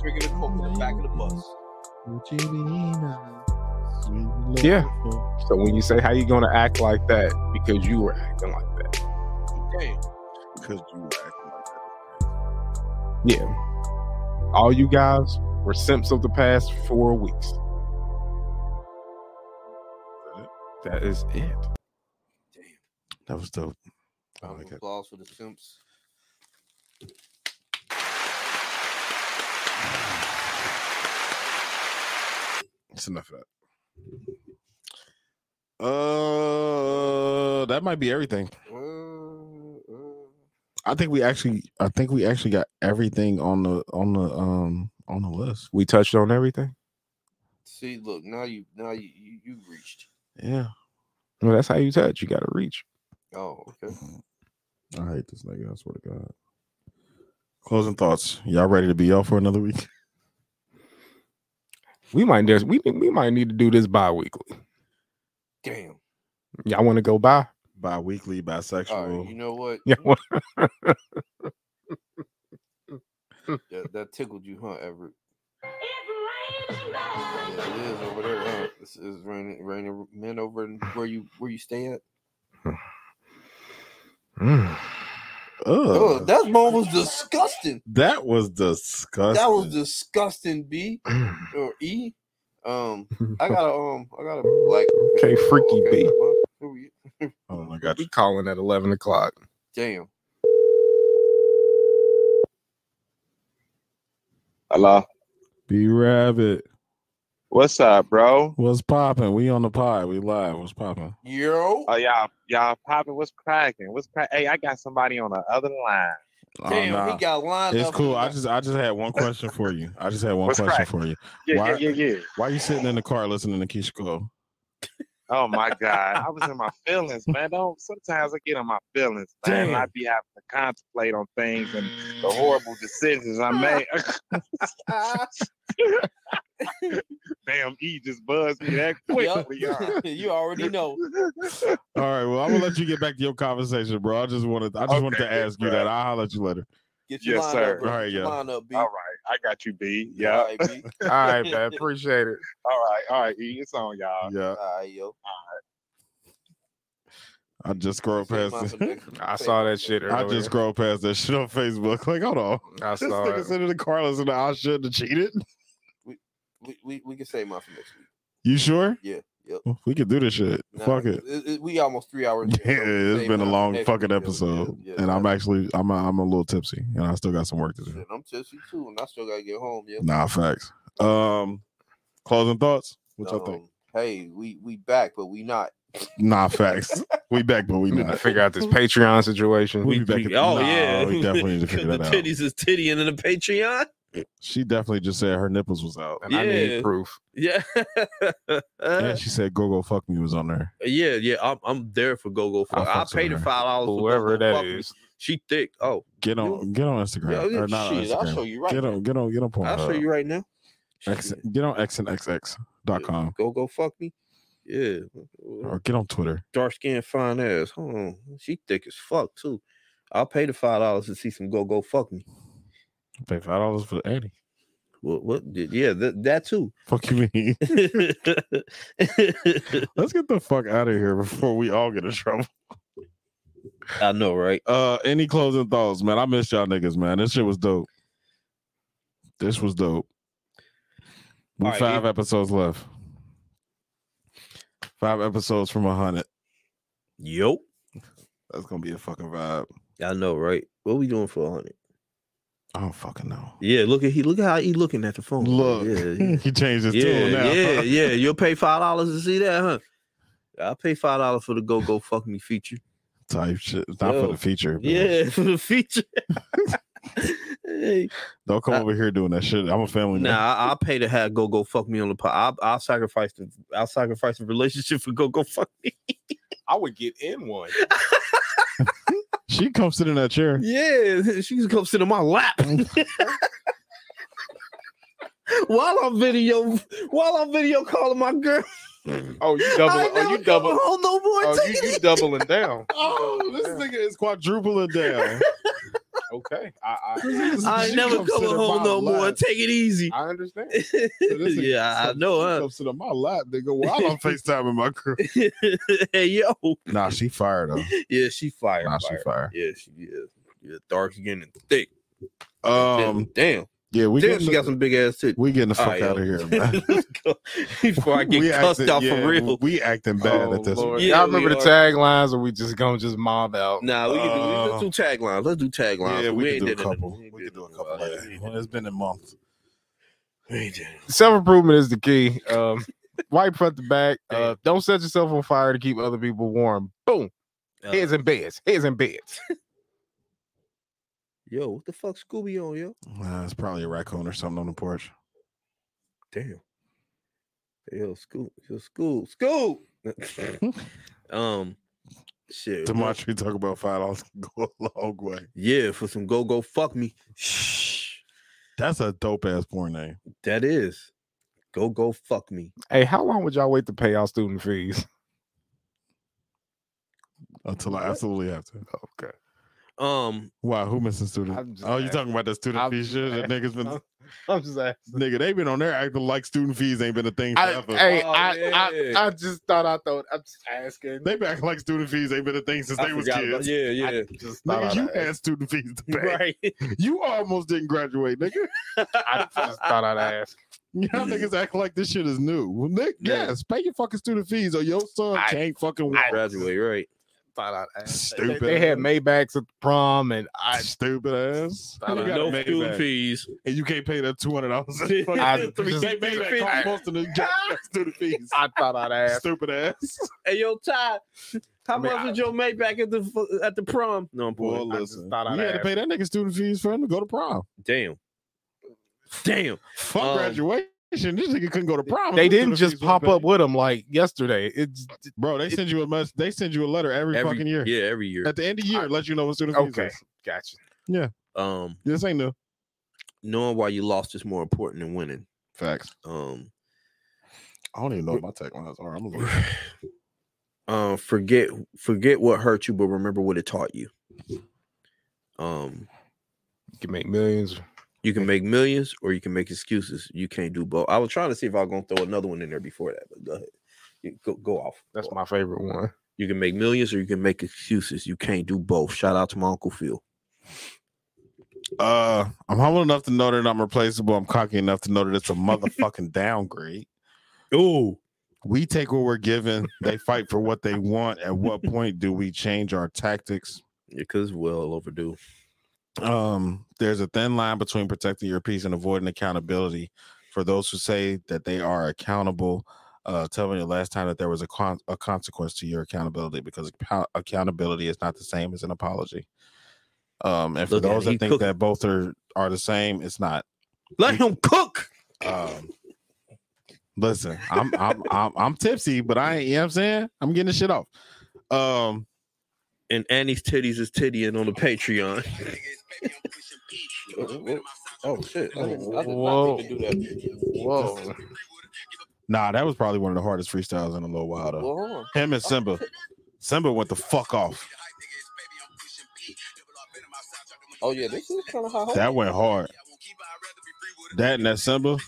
Speaker 1: Drinking a coke in the back of the bus.
Speaker 3: Yeah. So when you say how you gonna act like that because you were acting like that,
Speaker 1: Damn.
Speaker 2: Because you were acting like that.
Speaker 3: yeah, all you guys were simps of the past four weeks. That is it.
Speaker 2: That was dope. I
Speaker 1: Round
Speaker 2: like
Speaker 1: of
Speaker 2: it.
Speaker 1: applause for the simps.
Speaker 2: That's enough of that. Uh, that might be everything.
Speaker 1: Uh,
Speaker 2: I think we actually, I think we actually got everything on the on the um on the list.
Speaker 3: We touched on everything.
Speaker 1: See, look, now you, now you, you, you reached.
Speaker 2: Yeah.
Speaker 3: Well, that's how you touch. You gotta reach.
Speaker 1: Oh, okay.
Speaker 2: I hate this nigga. I swear to God. Closing thoughts. Y'all ready to be off for another week?
Speaker 3: We might just we we might need to do this bi-weekly.
Speaker 1: Damn.
Speaker 3: Y'all want to go by?
Speaker 2: [LAUGHS]
Speaker 3: [LAUGHS]
Speaker 2: Bi-weekly,
Speaker 1: All right,
Speaker 2: bisexual.
Speaker 1: you know what?
Speaker 3: Yeah.
Speaker 1: That, that tickled you, huh, Everett? Yeah, it is over there. Huh? This is raining, raining men over in where you where you stay at. Oh,
Speaker 2: Ugh,
Speaker 1: that one was disgusting.
Speaker 2: that was disgusting.
Speaker 1: That was disgusting, B or E. Um, I got a um, I
Speaker 2: [LAUGHS]
Speaker 1: got a black.
Speaker 3: okay, freaky
Speaker 1: Okay,
Speaker 3: B.
Speaker 1: well, here we-
Speaker 2: Oh my God.
Speaker 3: We calling at eleven o'clock.
Speaker 1: Damn.
Speaker 9: Hello.
Speaker 2: B Rabbit.
Speaker 9: What's up, bro?
Speaker 2: What's popping? We on the pod. We live. What's popping?
Speaker 1: Yo.
Speaker 9: Oh y'all, y'all popping. What's cracking? What's crack? Hey, I got somebody on the other line.
Speaker 2: Oh,
Speaker 1: Damn,
Speaker 2: nah.
Speaker 1: we got lined
Speaker 2: It's
Speaker 1: up. [LAUGHS]
Speaker 2: cool. I just I just had one question for you. I just had one
Speaker 9: What's
Speaker 2: question
Speaker 9: crack?
Speaker 2: for you.
Speaker 9: Yeah,
Speaker 2: Why-
Speaker 9: yeah, yeah, yeah.
Speaker 2: Why you sitting in the car listening to Keisha Cole?
Speaker 9: Oh my god, I was in my feelings, man. Don't sometimes I get on my feelings, man. I
Speaker 2: Damn.
Speaker 9: be having to contemplate on things and the horrible decisions I made. [LAUGHS] Damn, E just buzzed me that
Speaker 1: Yup.
Speaker 9: quickly. y'all.
Speaker 1: [LAUGHS] you already know.
Speaker 2: All right. Well, I'm gonna let you get back to your conversation, bro. I just wanted I just wanted to
Speaker 9: Okay,
Speaker 2: ask you
Speaker 9: bro.
Speaker 2: that. I'll holler at you later.
Speaker 1: Get your
Speaker 9: Yes,
Speaker 1: line
Speaker 9: sir.
Speaker 1: up. bro.
Speaker 2: All right,
Speaker 1: Get your
Speaker 2: yeah.
Speaker 1: line up, B.
Speaker 9: All right, I got you,
Speaker 1: [LAUGHS]
Speaker 9: B.
Speaker 1: All
Speaker 9: Yeah.
Speaker 1: right, B.
Speaker 3: All right, man. Appreciate it.
Speaker 9: All right, all right, E. It's on, y'all.
Speaker 2: Yeah.
Speaker 1: All right, yo.
Speaker 2: I just scrolled
Speaker 1: Save
Speaker 2: past
Speaker 1: mine for
Speaker 2: it. [LAUGHS]
Speaker 1: next
Speaker 3: I saw that shit
Speaker 2: I
Speaker 3: earlier.
Speaker 2: just scrolled past that shit on Facebook. Like, hold on.
Speaker 3: I
Speaker 2: This
Speaker 3: saw
Speaker 2: nigga
Speaker 3: it.
Speaker 2: sitting in the car listening to I shouldn't have cheated.
Speaker 1: we, we, we can save mine for next week.
Speaker 2: You sure?
Speaker 1: Yeah,
Speaker 2: We could do this shit.
Speaker 1: Nah,
Speaker 2: Fuck it.
Speaker 1: we almost three hours. in, so
Speaker 2: Yeah, it's
Speaker 1: same
Speaker 2: been a
Speaker 1: time
Speaker 2: long
Speaker 1: next
Speaker 2: fucking
Speaker 1: week,
Speaker 2: episode,
Speaker 1: yeah, yeah,
Speaker 2: and I'm actually I'm a, I'm a little tipsy, and I still got some work to do.
Speaker 1: shit, I'm tipsy too, and I still gotta get home. Yeah.
Speaker 2: Nah, facts. Um, closing thoughts. What y'all think?
Speaker 1: Um, Hey, we we back, but we not. [LAUGHS]
Speaker 2: Nah, facts. we back, but we
Speaker 3: need to
Speaker 2: not.
Speaker 3: figure out this Patreon situation.
Speaker 2: We back at-
Speaker 1: oh,
Speaker 2: nah,
Speaker 1: yeah.
Speaker 2: we
Speaker 1: [LAUGHS]
Speaker 2: definitely need to figure
Speaker 1: the
Speaker 2: that out.
Speaker 1: titties is tittying in the Patreon. [LAUGHS]
Speaker 2: She definitely just said her nipples was out,
Speaker 1: And I need Yeah.
Speaker 2: proof.
Speaker 1: Yeah.
Speaker 2: and she said "Go Go Fuck Me" was on there.
Speaker 1: yeah, yeah. I'm I'm there for go go fuck. I,
Speaker 2: fucks
Speaker 1: paid her
Speaker 2: with her.
Speaker 1: five dollars. for Go
Speaker 2: Whoever
Speaker 1: Go
Speaker 2: that
Speaker 1: Fuck Me.
Speaker 2: is.
Speaker 1: she thick. Oh,
Speaker 2: Get on, get on Instagram.
Speaker 1: Yeah, yeah,
Speaker 2: or not on
Speaker 1: shit, I'll
Speaker 2: Instagram.
Speaker 1: show you right
Speaker 2: Get
Speaker 1: now.
Speaker 2: on, get on, get on. Pornhub.
Speaker 1: I'll show you right now.
Speaker 2: X, get on xnxx.com
Speaker 1: Go go fuck me. Yeah,
Speaker 2: or get on Twitter.
Speaker 1: dark skin, fine ass. Hold on, she thick as fuck too. I'll pay the five dollars to see some go go fuck me.
Speaker 2: Pay five dollars for the eighty.
Speaker 1: What? What? did- Yeah, that, that too. [LAUGHS]
Speaker 2: Fuck you mean? [LAUGHS] Let's get the fuck out of here before we all get in trouble.
Speaker 1: I know, right?
Speaker 2: Uh any closing thoughts, man. I miss y'all niggas, man. This shit was dope. This was dope. We
Speaker 1: All right,
Speaker 2: five
Speaker 1: it-
Speaker 2: episodes left. Five episodes from a hundred.
Speaker 1: Yo,
Speaker 2: That's gonna be a fucking vibe.
Speaker 1: I know, right? What we doing for a hundred?
Speaker 2: I don't fucking know.
Speaker 1: Yeah, look at he. Look at how he looking at the phone.
Speaker 2: [LAUGHS] Look,
Speaker 1: yeah, yeah.
Speaker 2: he changed his
Speaker 1: yeah,
Speaker 2: tune now. [LAUGHS]
Speaker 1: yeah, yeah. You'll pay five dollars to see that, huh? I'll pay five dollars for the go go fuck me feature.
Speaker 2: Type shit. Not for
Speaker 1: Yo.
Speaker 2: the feature. but
Speaker 1: Yeah, [LAUGHS] for the
Speaker 2: [LAUGHS]
Speaker 1: feature. hey.
Speaker 2: Don't come over here doing that shit. I'm a family man.
Speaker 1: Nah, I, I'll pay to have go go fuck me on the pod. I'll, I'll sacrifice the I'll sacrifice the relationship for go go fuck me.
Speaker 3: I would get in
Speaker 2: [LAUGHS]
Speaker 3: one.
Speaker 2: She comes sit in
Speaker 1: [LAUGHS]
Speaker 2: that chair.
Speaker 1: Yeah, she can come sit in my
Speaker 3: [LAUGHS]
Speaker 1: lap. while I'm video, while I'm video calling my girl.
Speaker 3: Oh, you double.
Speaker 1: I
Speaker 3: Oh,
Speaker 1: never
Speaker 3: you
Speaker 1: come
Speaker 3: double.
Speaker 1: home no more.
Speaker 3: Oh,
Speaker 1: Take
Speaker 3: you,
Speaker 1: it
Speaker 3: you
Speaker 1: easy.
Speaker 2: [LAUGHS]
Speaker 3: doubling down.
Speaker 2: Oh, this nigga is quadrupling [LAUGHS] down.
Speaker 3: Okay, I,
Speaker 1: I
Speaker 3: I,
Speaker 1: ain't never
Speaker 2: come
Speaker 1: coming
Speaker 2: sit in
Speaker 1: home
Speaker 2: my
Speaker 1: no more.
Speaker 2: lap.
Speaker 1: Take it easy.
Speaker 2: [LAUGHS]
Speaker 3: I understand.
Speaker 1: [LAUGHS] yeah, I know.
Speaker 2: She
Speaker 1: Huh?
Speaker 2: comes sit on my lap, nigga. While [LAUGHS] I'm FaceTiming my crew.
Speaker 1: [LAUGHS] hey yo,
Speaker 2: Nah, she fired though.
Speaker 1: yeah, she fired.
Speaker 2: Nah, she fire.
Speaker 1: Yeah, she is. Yeah, dark skin and thick.
Speaker 2: Um,
Speaker 1: damn.
Speaker 2: yeah, we
Speaker 1: Damn, Oh,
Speaker 2: getting
Speaker 1: she got some big ass titties.
Speaker 2: we getting the fuck
Speaker 1: Alright,
Speaker 2: out
Speaker 1: [LAUGHS]
Speaker 2: of
Speaker 1: yo.
Speaker 2: here, man.
Speaker 1: Let's go. Before I get
Speaker 2: [LAUGHS] we
Speaker 1: cussed
Speaker 2: acting-
Speaker 1: out
Speaker 2: yeah,
Speaker 1: for real.
Speaker 2: We acting bad at this.
Speaker 3: Oh, Lord.
Speaker 2: one.
Speaker 1: Yeah,
Speaker 3: Y'all
Speaker 1: we
Speaker 3: remember the
Speaker 1: are.
Speaker 3: taglines, or we just gonna just mob out?
Speaker 1: Nah, we can do,
Speaker 2: Uh,
Speaker 1: let's do taglines. Let's do taglines.
Speaker 2: Yeah, we,
Speaker 1: ain't
Speaker 2: can do
Speaker 1: did
Speaker 2: a
Speaker 1: it in
Speaker 2: couple.
Speaker 1: we
Speaker 2: We
Speaker 1: ain't
Speaker 2: can do a
Speaker 1: did
Speaker 2: couple.
Speaker 1: it in a
Speaker 2: Like,
Speaker 1: while.
Speaker 2: well, it's been a month.
Speaker 1: We ain't did it.
Speaker 3: Self improvement is the key. [LAUGHS] Um, wipe front to back. Uh, don't set yourself on fire to keep other people warm. Boom.
Speaker 1: Uh,
Speaker 3: Heads in beds. Heads in beds. [LAUGHS]
Speaker 1: Yo, what the fuck Scooby on, yo?
Speaker 2: Uh, it's probably a raccoon or something on the porch.
Speaker 1: Damn. Yo, Scoop. Yo, Scoop. Scoop. um, shit.
Speaker 2: Demontre talk about five dollars [LAUGHS] can go a long way.
Speaker 1: Yeah, for some go go fuck me. Shh.
Speaker 2: That's a dope ass porn name.
Speaker 1: That is. Go go fuck me.
Speaker 3: hey, how long would y'all wait to pay our student fees?
Speaker 2: Until I absolutely have to.
Speaker 3: Okay.
Speaker 1: Um,
Speaker 2: Why? Who missing student?
Speaker 3: I'm just
Speaker 2: Oh, you
Speaker 3: asking.
Speaker 2: talking about the student
Speaker 3: I'm
Speaker 2: fee
Speaker 3: just
Speaker 2: shit? That
Speaker 3: asking.
Speaker 2: nigga's [LAUGHS] been
Speaker 3: I'm- I'm just asking.
Speaker 2: nigga. They been on there acting like student fees ain't been a thing [LAUGHS]
Speaker 3: I,
Speaker 2: forever.
Speaker 3: hey,
Speaker 1: Oh,
Speaker 3: I,
Speaker 1: yeah.
Speaker 3: I, I just thought I thought I'm just asking.
Speaker 2: they been acting like student fees ain't been a thing since
Speaker 1: I
Speaker 2: they was
Speaker 1: forgot about-
Speaker 2: kids.
Speaker 1: yeah, yeah.
Speaker 3: Just thought
Speaker 2: Nigga,
Speaker 3: I'd
Speaker 2: you
Speaker 3: ask.
Speaker 2: had student [LAUGHS] fees to
Speaker 1: [LAUGHS]
Speaker 2: pay.
Speaker 1: Right.
Speaker 2: You almost didn't graduate, nigga. [LAUGHS]
Speaker 3: I
Speaker 1: [LAUGHS]
Speaker 3: just thought I'd ask.
Speaker 2: Y'all niggas act like this shit is new. Well, Nick,
Speaker 1: Yeah.
Speaker 2: yes, pay your fucking student fees or your son
Speaker 3: I-
Speaker 2: can't fucking work.
Speaker 3: I-
Speaker 1: Graduate, right?
Speaker 3: Thought I'd ask. They-
Speaker 2: Stupid
Speaker 3: They, had
Speaker 2: ass.
Speaker 3: Maybachs at the prom, and I,
Speaker 2: [LAUGHS] Stupid ass.
Speaker 3: I
Speaker 2: You
Speaker 3: don't
Speaker 2: got
Speaker 1: No
Speaker 2: a Maybach,
Speaker 1: student fees.
Speaker 2: and you can't pay that two hundred
Speaker 3: [LAUGHS]
Speaker 2: dollars. [LAUGHS]
Speaker 1: I
Speaker 3: just-
Speaker 2: they made that cost most of the
Speaker 3: [LAUGHS]
Speaker 2: goddamn student [LAUGHS] fees.
Speaker 3: I thought I'd ask.
Speaker 2: Stupid
Speaker 3: [LAUGHS]
Speaker 2: ass.
Speaker 1: Hey, yo, Ty, how
Speaker 3: I mean,
Speaker 1: much
Speaker 3: I-
Speaker 1: was your mate back at the fu- at the prom? No, I'm boy.
Speaker 2: Well,
Speaker 3: I just
Speaker 2: listen,
Speaker 3: thought I'd
Speaker 2: you had to
Speaker 3: ask.
Speaker 2: pay that nigga student fees for him to go to prom.
Speaker 1: Damn. Damn.
Speaker 2: Fuck
Speaker 1: Um,
Speaker 2: graduation. This nigga couldn't go to prom.
Speaker 3: They
Speaker 2: if his
Speaker 3: didn't
Speaker 2: student
Speaker 3: just
Speaker 2: fees weren't
Speaker 3: pop up
Speaker 2: paid.
Speaker 3: with them like yesterday. It's
Speaker 2: bro. They send you a mess. They send you a letter every,
Speaker 1: Every
Speaker 2: fucking year.
Speaker 1: Yeah, every year.
Speaker 2: At the end of the year, let you know what student fees.
Speaker 3: okay.
Speaker 2: is.
Speaker 3: Gotcha.
Speaker 1: Um,
Speaker 2: This ain't new.
Speaker 1: knowing why you lost is more important than winning.
Speaker 2: Facts.
Speaker 3: [SIGHS]
Speaker 1: Um,
Speaker 2: I don't even know what my tech lines are. I'm gonna
Speaker 1: um, forget forget what hurt you, but remember what it taught you. Um,
Speaker 3: You can make millions.
Speaker 1: you can make millions or you can make excuses. You can't do both. I was trying to see if I was gonna throw another one in there before that, but go ahead. You- Go go off.
Speaker 3: That's
Speaker 1: Go
Speaker 3: my favorite one.
Speaker 1: You can make millions or you can make excuses. You can't do both. Shout out to my Uncle Phil.
Speaker 2: uh, I'm humble enough to
Speaker 3: [LAUGHS]
Speaker 2: know that I'm replaceable. I'm cocky enough to know that it's a motherfucking downgrade.
Speaker 1: Ooh.
Speaker 2: We take what we're given. They fight for what they want. At what point do we change our tactics?
Speaker 1: Because well overdue.
Speaker 2: Um, there's a thin line between protecting your peace and avoiding accountability. For those who say that they are accountable, uh, tell me the last time that there was a, con- a consequence to your accountability because account- accountability is not the same as an apology. Um, and for
Speaker 1: Look at
Speaker 2: those
Speaker 1: him,
Speaker 2: that
Speaker 1: he
Speaker 2: think that both are are the same, it's not.
Speaker 1: Let him cook.
Speaker 2: Um, listen, I'm I'm I'm, I'm tipsy, but I ain't. You know what I'm saying I'm getting the shit off. Um,
Speaker 1: and Annie's titties is tittying on the
Speaker 2: [LAUGHS]
Speaker 1: Patreon. oh shit! I did, I did not think to do that.
Speaker 2: Whoa. Nah, that was probably one of the hardest freestyles in a little while though.
Speaker 1: Whoa.
Speaker 2: Him and Simba. Simba went the fuck off.
Speaker 1: Oh yeah, this is kind of hot.
Speaker 2: That went hard. That and that Simba.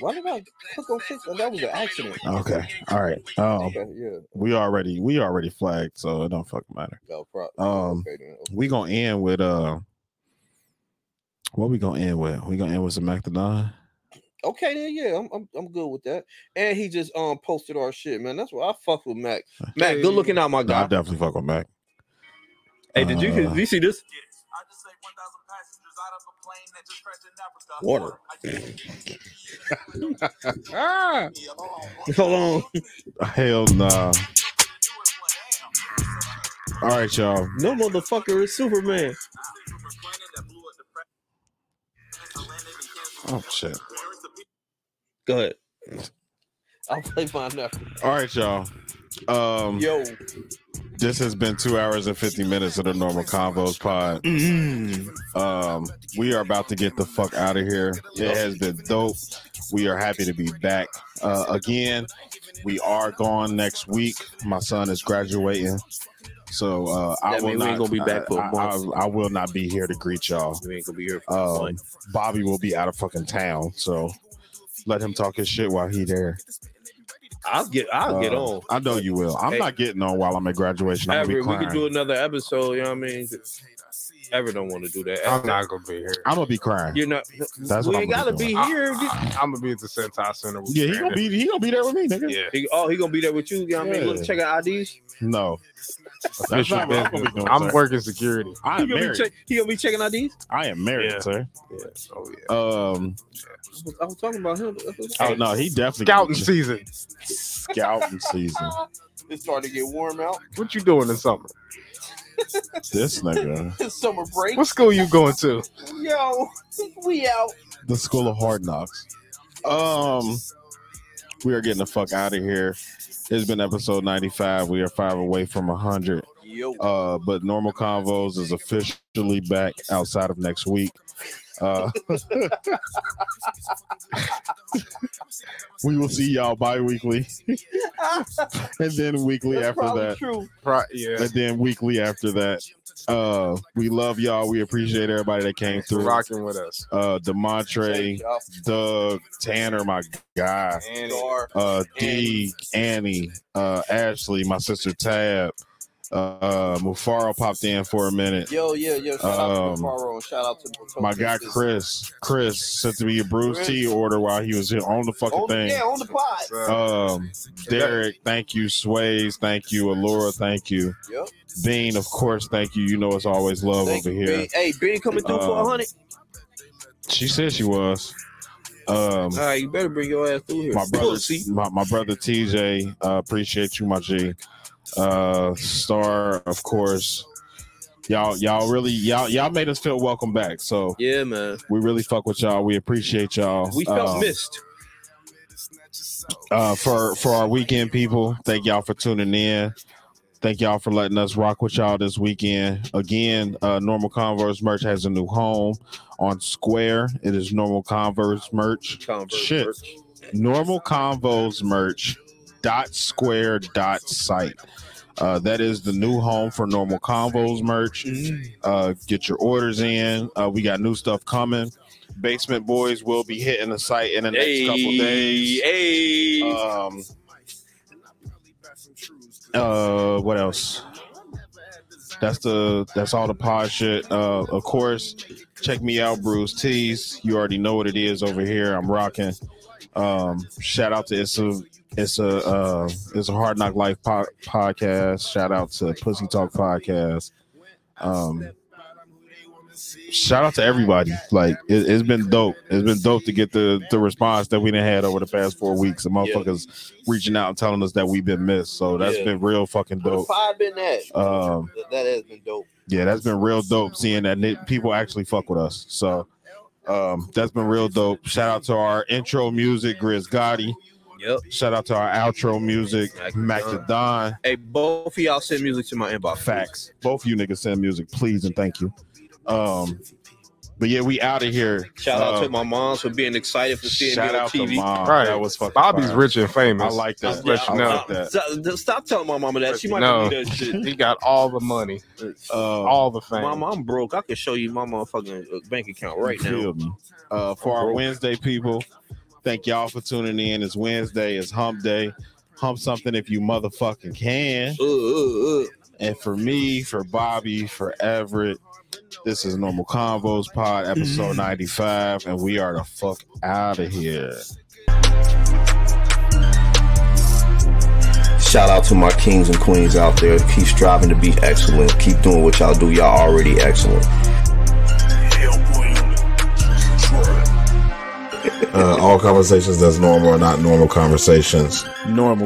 Speaker 1: Why did I click on six? Oh, that was an accident.
Speaker 2: Okay. All right. Um,
Speaker 1: Okay, yeah.
Speaker 2: we already we already flagged, so it don't fucking matter.
Speaker 1: No problem.
Speaker 2: Um,
Speaker 1: Okay, then.
Speaker 2: we gonna end with uh, what we gonna end with? We gonna end with some Macdonald.
Speaker 1: Okay, then yeah, I'm, I'm I'm good with that. And he just um posted our shit, man. That's why I fuck with Mac. Mac, good looking out, my
Speaker 2: I
Speaker 1: guy.
Speaker 2: definitely fuck with Mac.
Speaker 1: Hey, did you
Speaker 2: Uh,
Speaker 1: did you see this? Water. Hold
Speaker 2: Hell nah. All right, y'all.
Speaker 1: on. No motherfucker is Superman.
Speaker 2: Oh shit.
Speaker 1: Go ahead. I'll play mine after.
Speaker 2: All right, y'all. Um,
Speaker 1: Yo.
Speaker 2: this has been two hours and fifty minutes of the normal convos pod.
Speaker 1: Mm-hmm.
Speaker 2: Um, we are about to get the fuck out of here. It has been dope. We are happy to be back uh, again. We are gone next week. My son is graduating, so uh, I
Speaker 1: That
Speaker 2: will
Speaker 1: mean we
Speaker 2: not uh,
Speaker 1: ain't gonna be back for a
Speaker 2: I- I-
Speaker 1: month.
Speaker 2: I, I will not be here to greet y'all.
Speaker 1: We ain't gonna be here for a
Speaker 2: Um,
Speaker 1: month.
Speaker 2: Bobby will be out of fucking town, so let him talk his shit while he there.
Speaker 1: I'll get I'll get
Speaker 2: Uh,
Speaker 1: on.
Speaker 2: I know you will. I'm
Speaker 1: Hey.
Speaker 2: not getting on while I'm at graduation. I'm
Speaker 1: Everett, we
Speaker 2: gonna be
Speaker 1: could do
Speaker 2: crying.
Speaker 1: another episode. You know what I mean? Everett don't want to do that.
Speaker 3: I'm not gonna be here.
Speaker 2: I'm gonna be crying.
Speaker 1: You're not.
Speaker 2: That's
Speaker 1: we
Speaker 2: what
Speaker 1: ain't
Speaker 2: I'm
Speaker 1: gotta
Speaker 2: gonna be
Speaker 1: be
Speaker 2: doing.
Speaker 1: here.
Speaker 3: I, am gonna be at the Sentai Center. with
Speaker 2: Yeah, he gonna
Speaker 3: Brandon.
Speaker 2: be he gonna be there with me, nigga.
Speaker 3: Yeah.
Speaker 1: He- oh, he gonna be there with you. You know what I mean?
Speaker 2: Yeah.
Speaker 1: Look, check out IDs.
Speaker 2: No, that's
Speaker 3: Official
Speaker 2: not what I'm gonna be
Speaker 3: business.
Speaker 2: doing.
Speaker 3: I'm
Speaker 2: sir.
Speaker 3: working security.
Speaker 2: I
Speaker 1: He
Speaker 2: am
Speaker 1: gonna, be
Speaker 2: married.
Speaker 1: check, he gonna be checking IDs.
Speaker 2: I am married,
Speaker 3: Yeah.
Speaker 2: sir.
Speaker 3: Yeah. Oh yeah.
Speaker 2: Um.
Speaker 1: I was talking about him.
Speaker 2: Oh no, he definitely
Speaker 3: Scouting season.
Speaker 2: Scouting season.
Speaker 1: It's starting to get warm out.
Speaker 3: What you doing this summer?
Speaker 2: This nigga.
Speaker 1: It's [LAUGHS] summer break.
Speaker 3: What school you going to?
Speaker 1: Yo, [LAUGHS] we out.
Speaker 2: The School of Hard Knocks. Um, we are getting the fuck out of here. It's been episode 95. We are five away from 100.
Speaker 1: Yo.
Speaker 2: Uh, but Normal Convos is officially back outside of next week. Uh, [LAUGHS] we will see y'all bi weekly [LAUGHS] and then weekly after that.
Speaker 1: true.
Speaker 3: Pro- yeah.
Speaker 2: And then weekly after that. Uh, we love y'all. We appreciate everybody that came
Speaker 3: For
Speaker 2: through.
Speaker 3: rocking with us.
Speaker 2: Uh, Demontre, Doug, Tanner, my guy.
Speaker 3: And
Speaker 2: uh D, Annie, uh Ashley, my sister Tab, uh, uh Mufaro popped in for a minute.
Speaker 1: Yo, yeah, yo. Shout out
Speaker 2: Um,
Speaker 1: to Faro and shout out to the
Speaker 2: My guy Chris, Chris sent to me a Bruce T order while he was here on the fucking
Speaker 1: On the,
Speaker 2: thing.
Speaker 1: yeah, on the pod.
Speaker 2: Um, Derek, thank you. Sways, thank you. Allura, thank you.
Speaker 1: Yep.
Speaker 2: Bean, of course, thank you. You know it's always love
Speaker 1: Thank
Speaker 2: over
Speaker 1: you,
Speaker 2: here.
Speaker 1: Ben. Hey, Ben coming through for
Speaker 2: Um,
Speaker 1: a hundred.
Speaker 2: She said she was. Um,
Speaker 1: All right, you better bring your ass through here.
Speaker 2: my brother,
Speaker 1: Pussy.
Speaker 2: my, my brother TJ, uh, appreciate you, my G. Uh, Star, of course. Y'all, y'all really, y'all, y'all made us feel welcome back. So
Speaker 1: Yeah, man.
Speaker 2: we really fuck with y'all. We appreciate y'all.
Speaker 1: We felt
Speaker 2: Um,
Speaker 1: missed.
Speaker 2: uh, for for our weekend people. Thank y'all for tuning in. Thank y'all for letting us rock with y'all this weekend. Again, uh, Normal Converse merch has a new home on Square. It is Normal Converse merch.
Speaker 1: Converse
Speaker 2: Shit.
Speaker 1: merch.
Speaker 2: Normal Convos merch dot square dot site. Uh, that is the new home for Normal Convos merch. Uh, get your orders in. Uh, we got new stuff coming. Basement Boys will be hitting the site in the next couple days.
Speaker 1: Hey.
Speaker 2: Um, uh, what else? That's the that's all the pod shit. Uh, of course, check me out, Bruce Tees. You already know what it is over here. I'm rocking. Um, shout out to it's a it's a uh, it's a hard knock life po- podcast. Shout out to Pussy Talk podcast. Um, shout out to everybody. Like it, has been dope. It's been dope to get the the response that we done had over the past four weeks. The motherfuckers reaching out and telling us that we've been missed. So that's
Speaker 1: Yeah.
Speaker 2: been real fucking
Speaker 1: Where the
Speaker 2: dope.
Speaker 1: five been at?
Speaker 2: Um,
Speaker 1: That- that has been dope.
Speaker 2: yeah, that's been real dope seeing that ni- people actually fuck with us. So um, that's been real dope. Shout out to our intro music, Grizz Gotti.
Speaker 1: Yep.
Speaker 2: Shout out to our outro music, Mac the Don.
Speaker 1: Hey, both of y'all send music to my inbox.
Speaker 2: Facts. Both of you niggas send music, please and thank you. Um, but yeah, we out of here.
Speaker 1: Shout out
Speaker 2: Um,
Speaker 1: to my moms for being excited for seeing
Speaker 2: shout
Speaker 1: me on
Speaker 2: out to
Speaker 1: TV.
Speaker 2: mom. Right. Oh, That was fucking Bobby's fire. rich and famous. I like that.
Speaker 1: Stop-
Speaker 2: Let you
Speaker 1: I
Speaker 2: know.
Speaker 1: like that. Stop, stop telling my mama that. She might
Speaker 3: No.
Speaker 1: not need that
Speaker 2: [LAUGHS]
Speaker 1: shit.
Speaker 3: He got all the money,
Speaker 2: Uh, Oh.
Speaker 3: all the fame.
Speaker 1: Mama, I'm broke. I can show you my motherfucking uh, bank account right
Speaker 2: You
Speaker 1: now.
Speaker 2: feel me? Uh, for our Wednesday people, thank y'all for tuning in. It's Wednesday. It's Hump Day. Hump something if you motherfucking can.
Speaker 1: Uh,
Speaker 2: And for me, for Bobby, for Everett, this is Normal Convos Pod,
Speaker 1: Mm-hmm.
Speaker 2: episode 95, and we are the fuck out of here.
Speaker 1: Shout out to my kings and queens out there. Keep striving to be excellent. Keep doing what y'all do. Y'all already excellent.
Speaker 26: Uh, all conversations that's normal are not normal conversations.
Speaker 16: Normal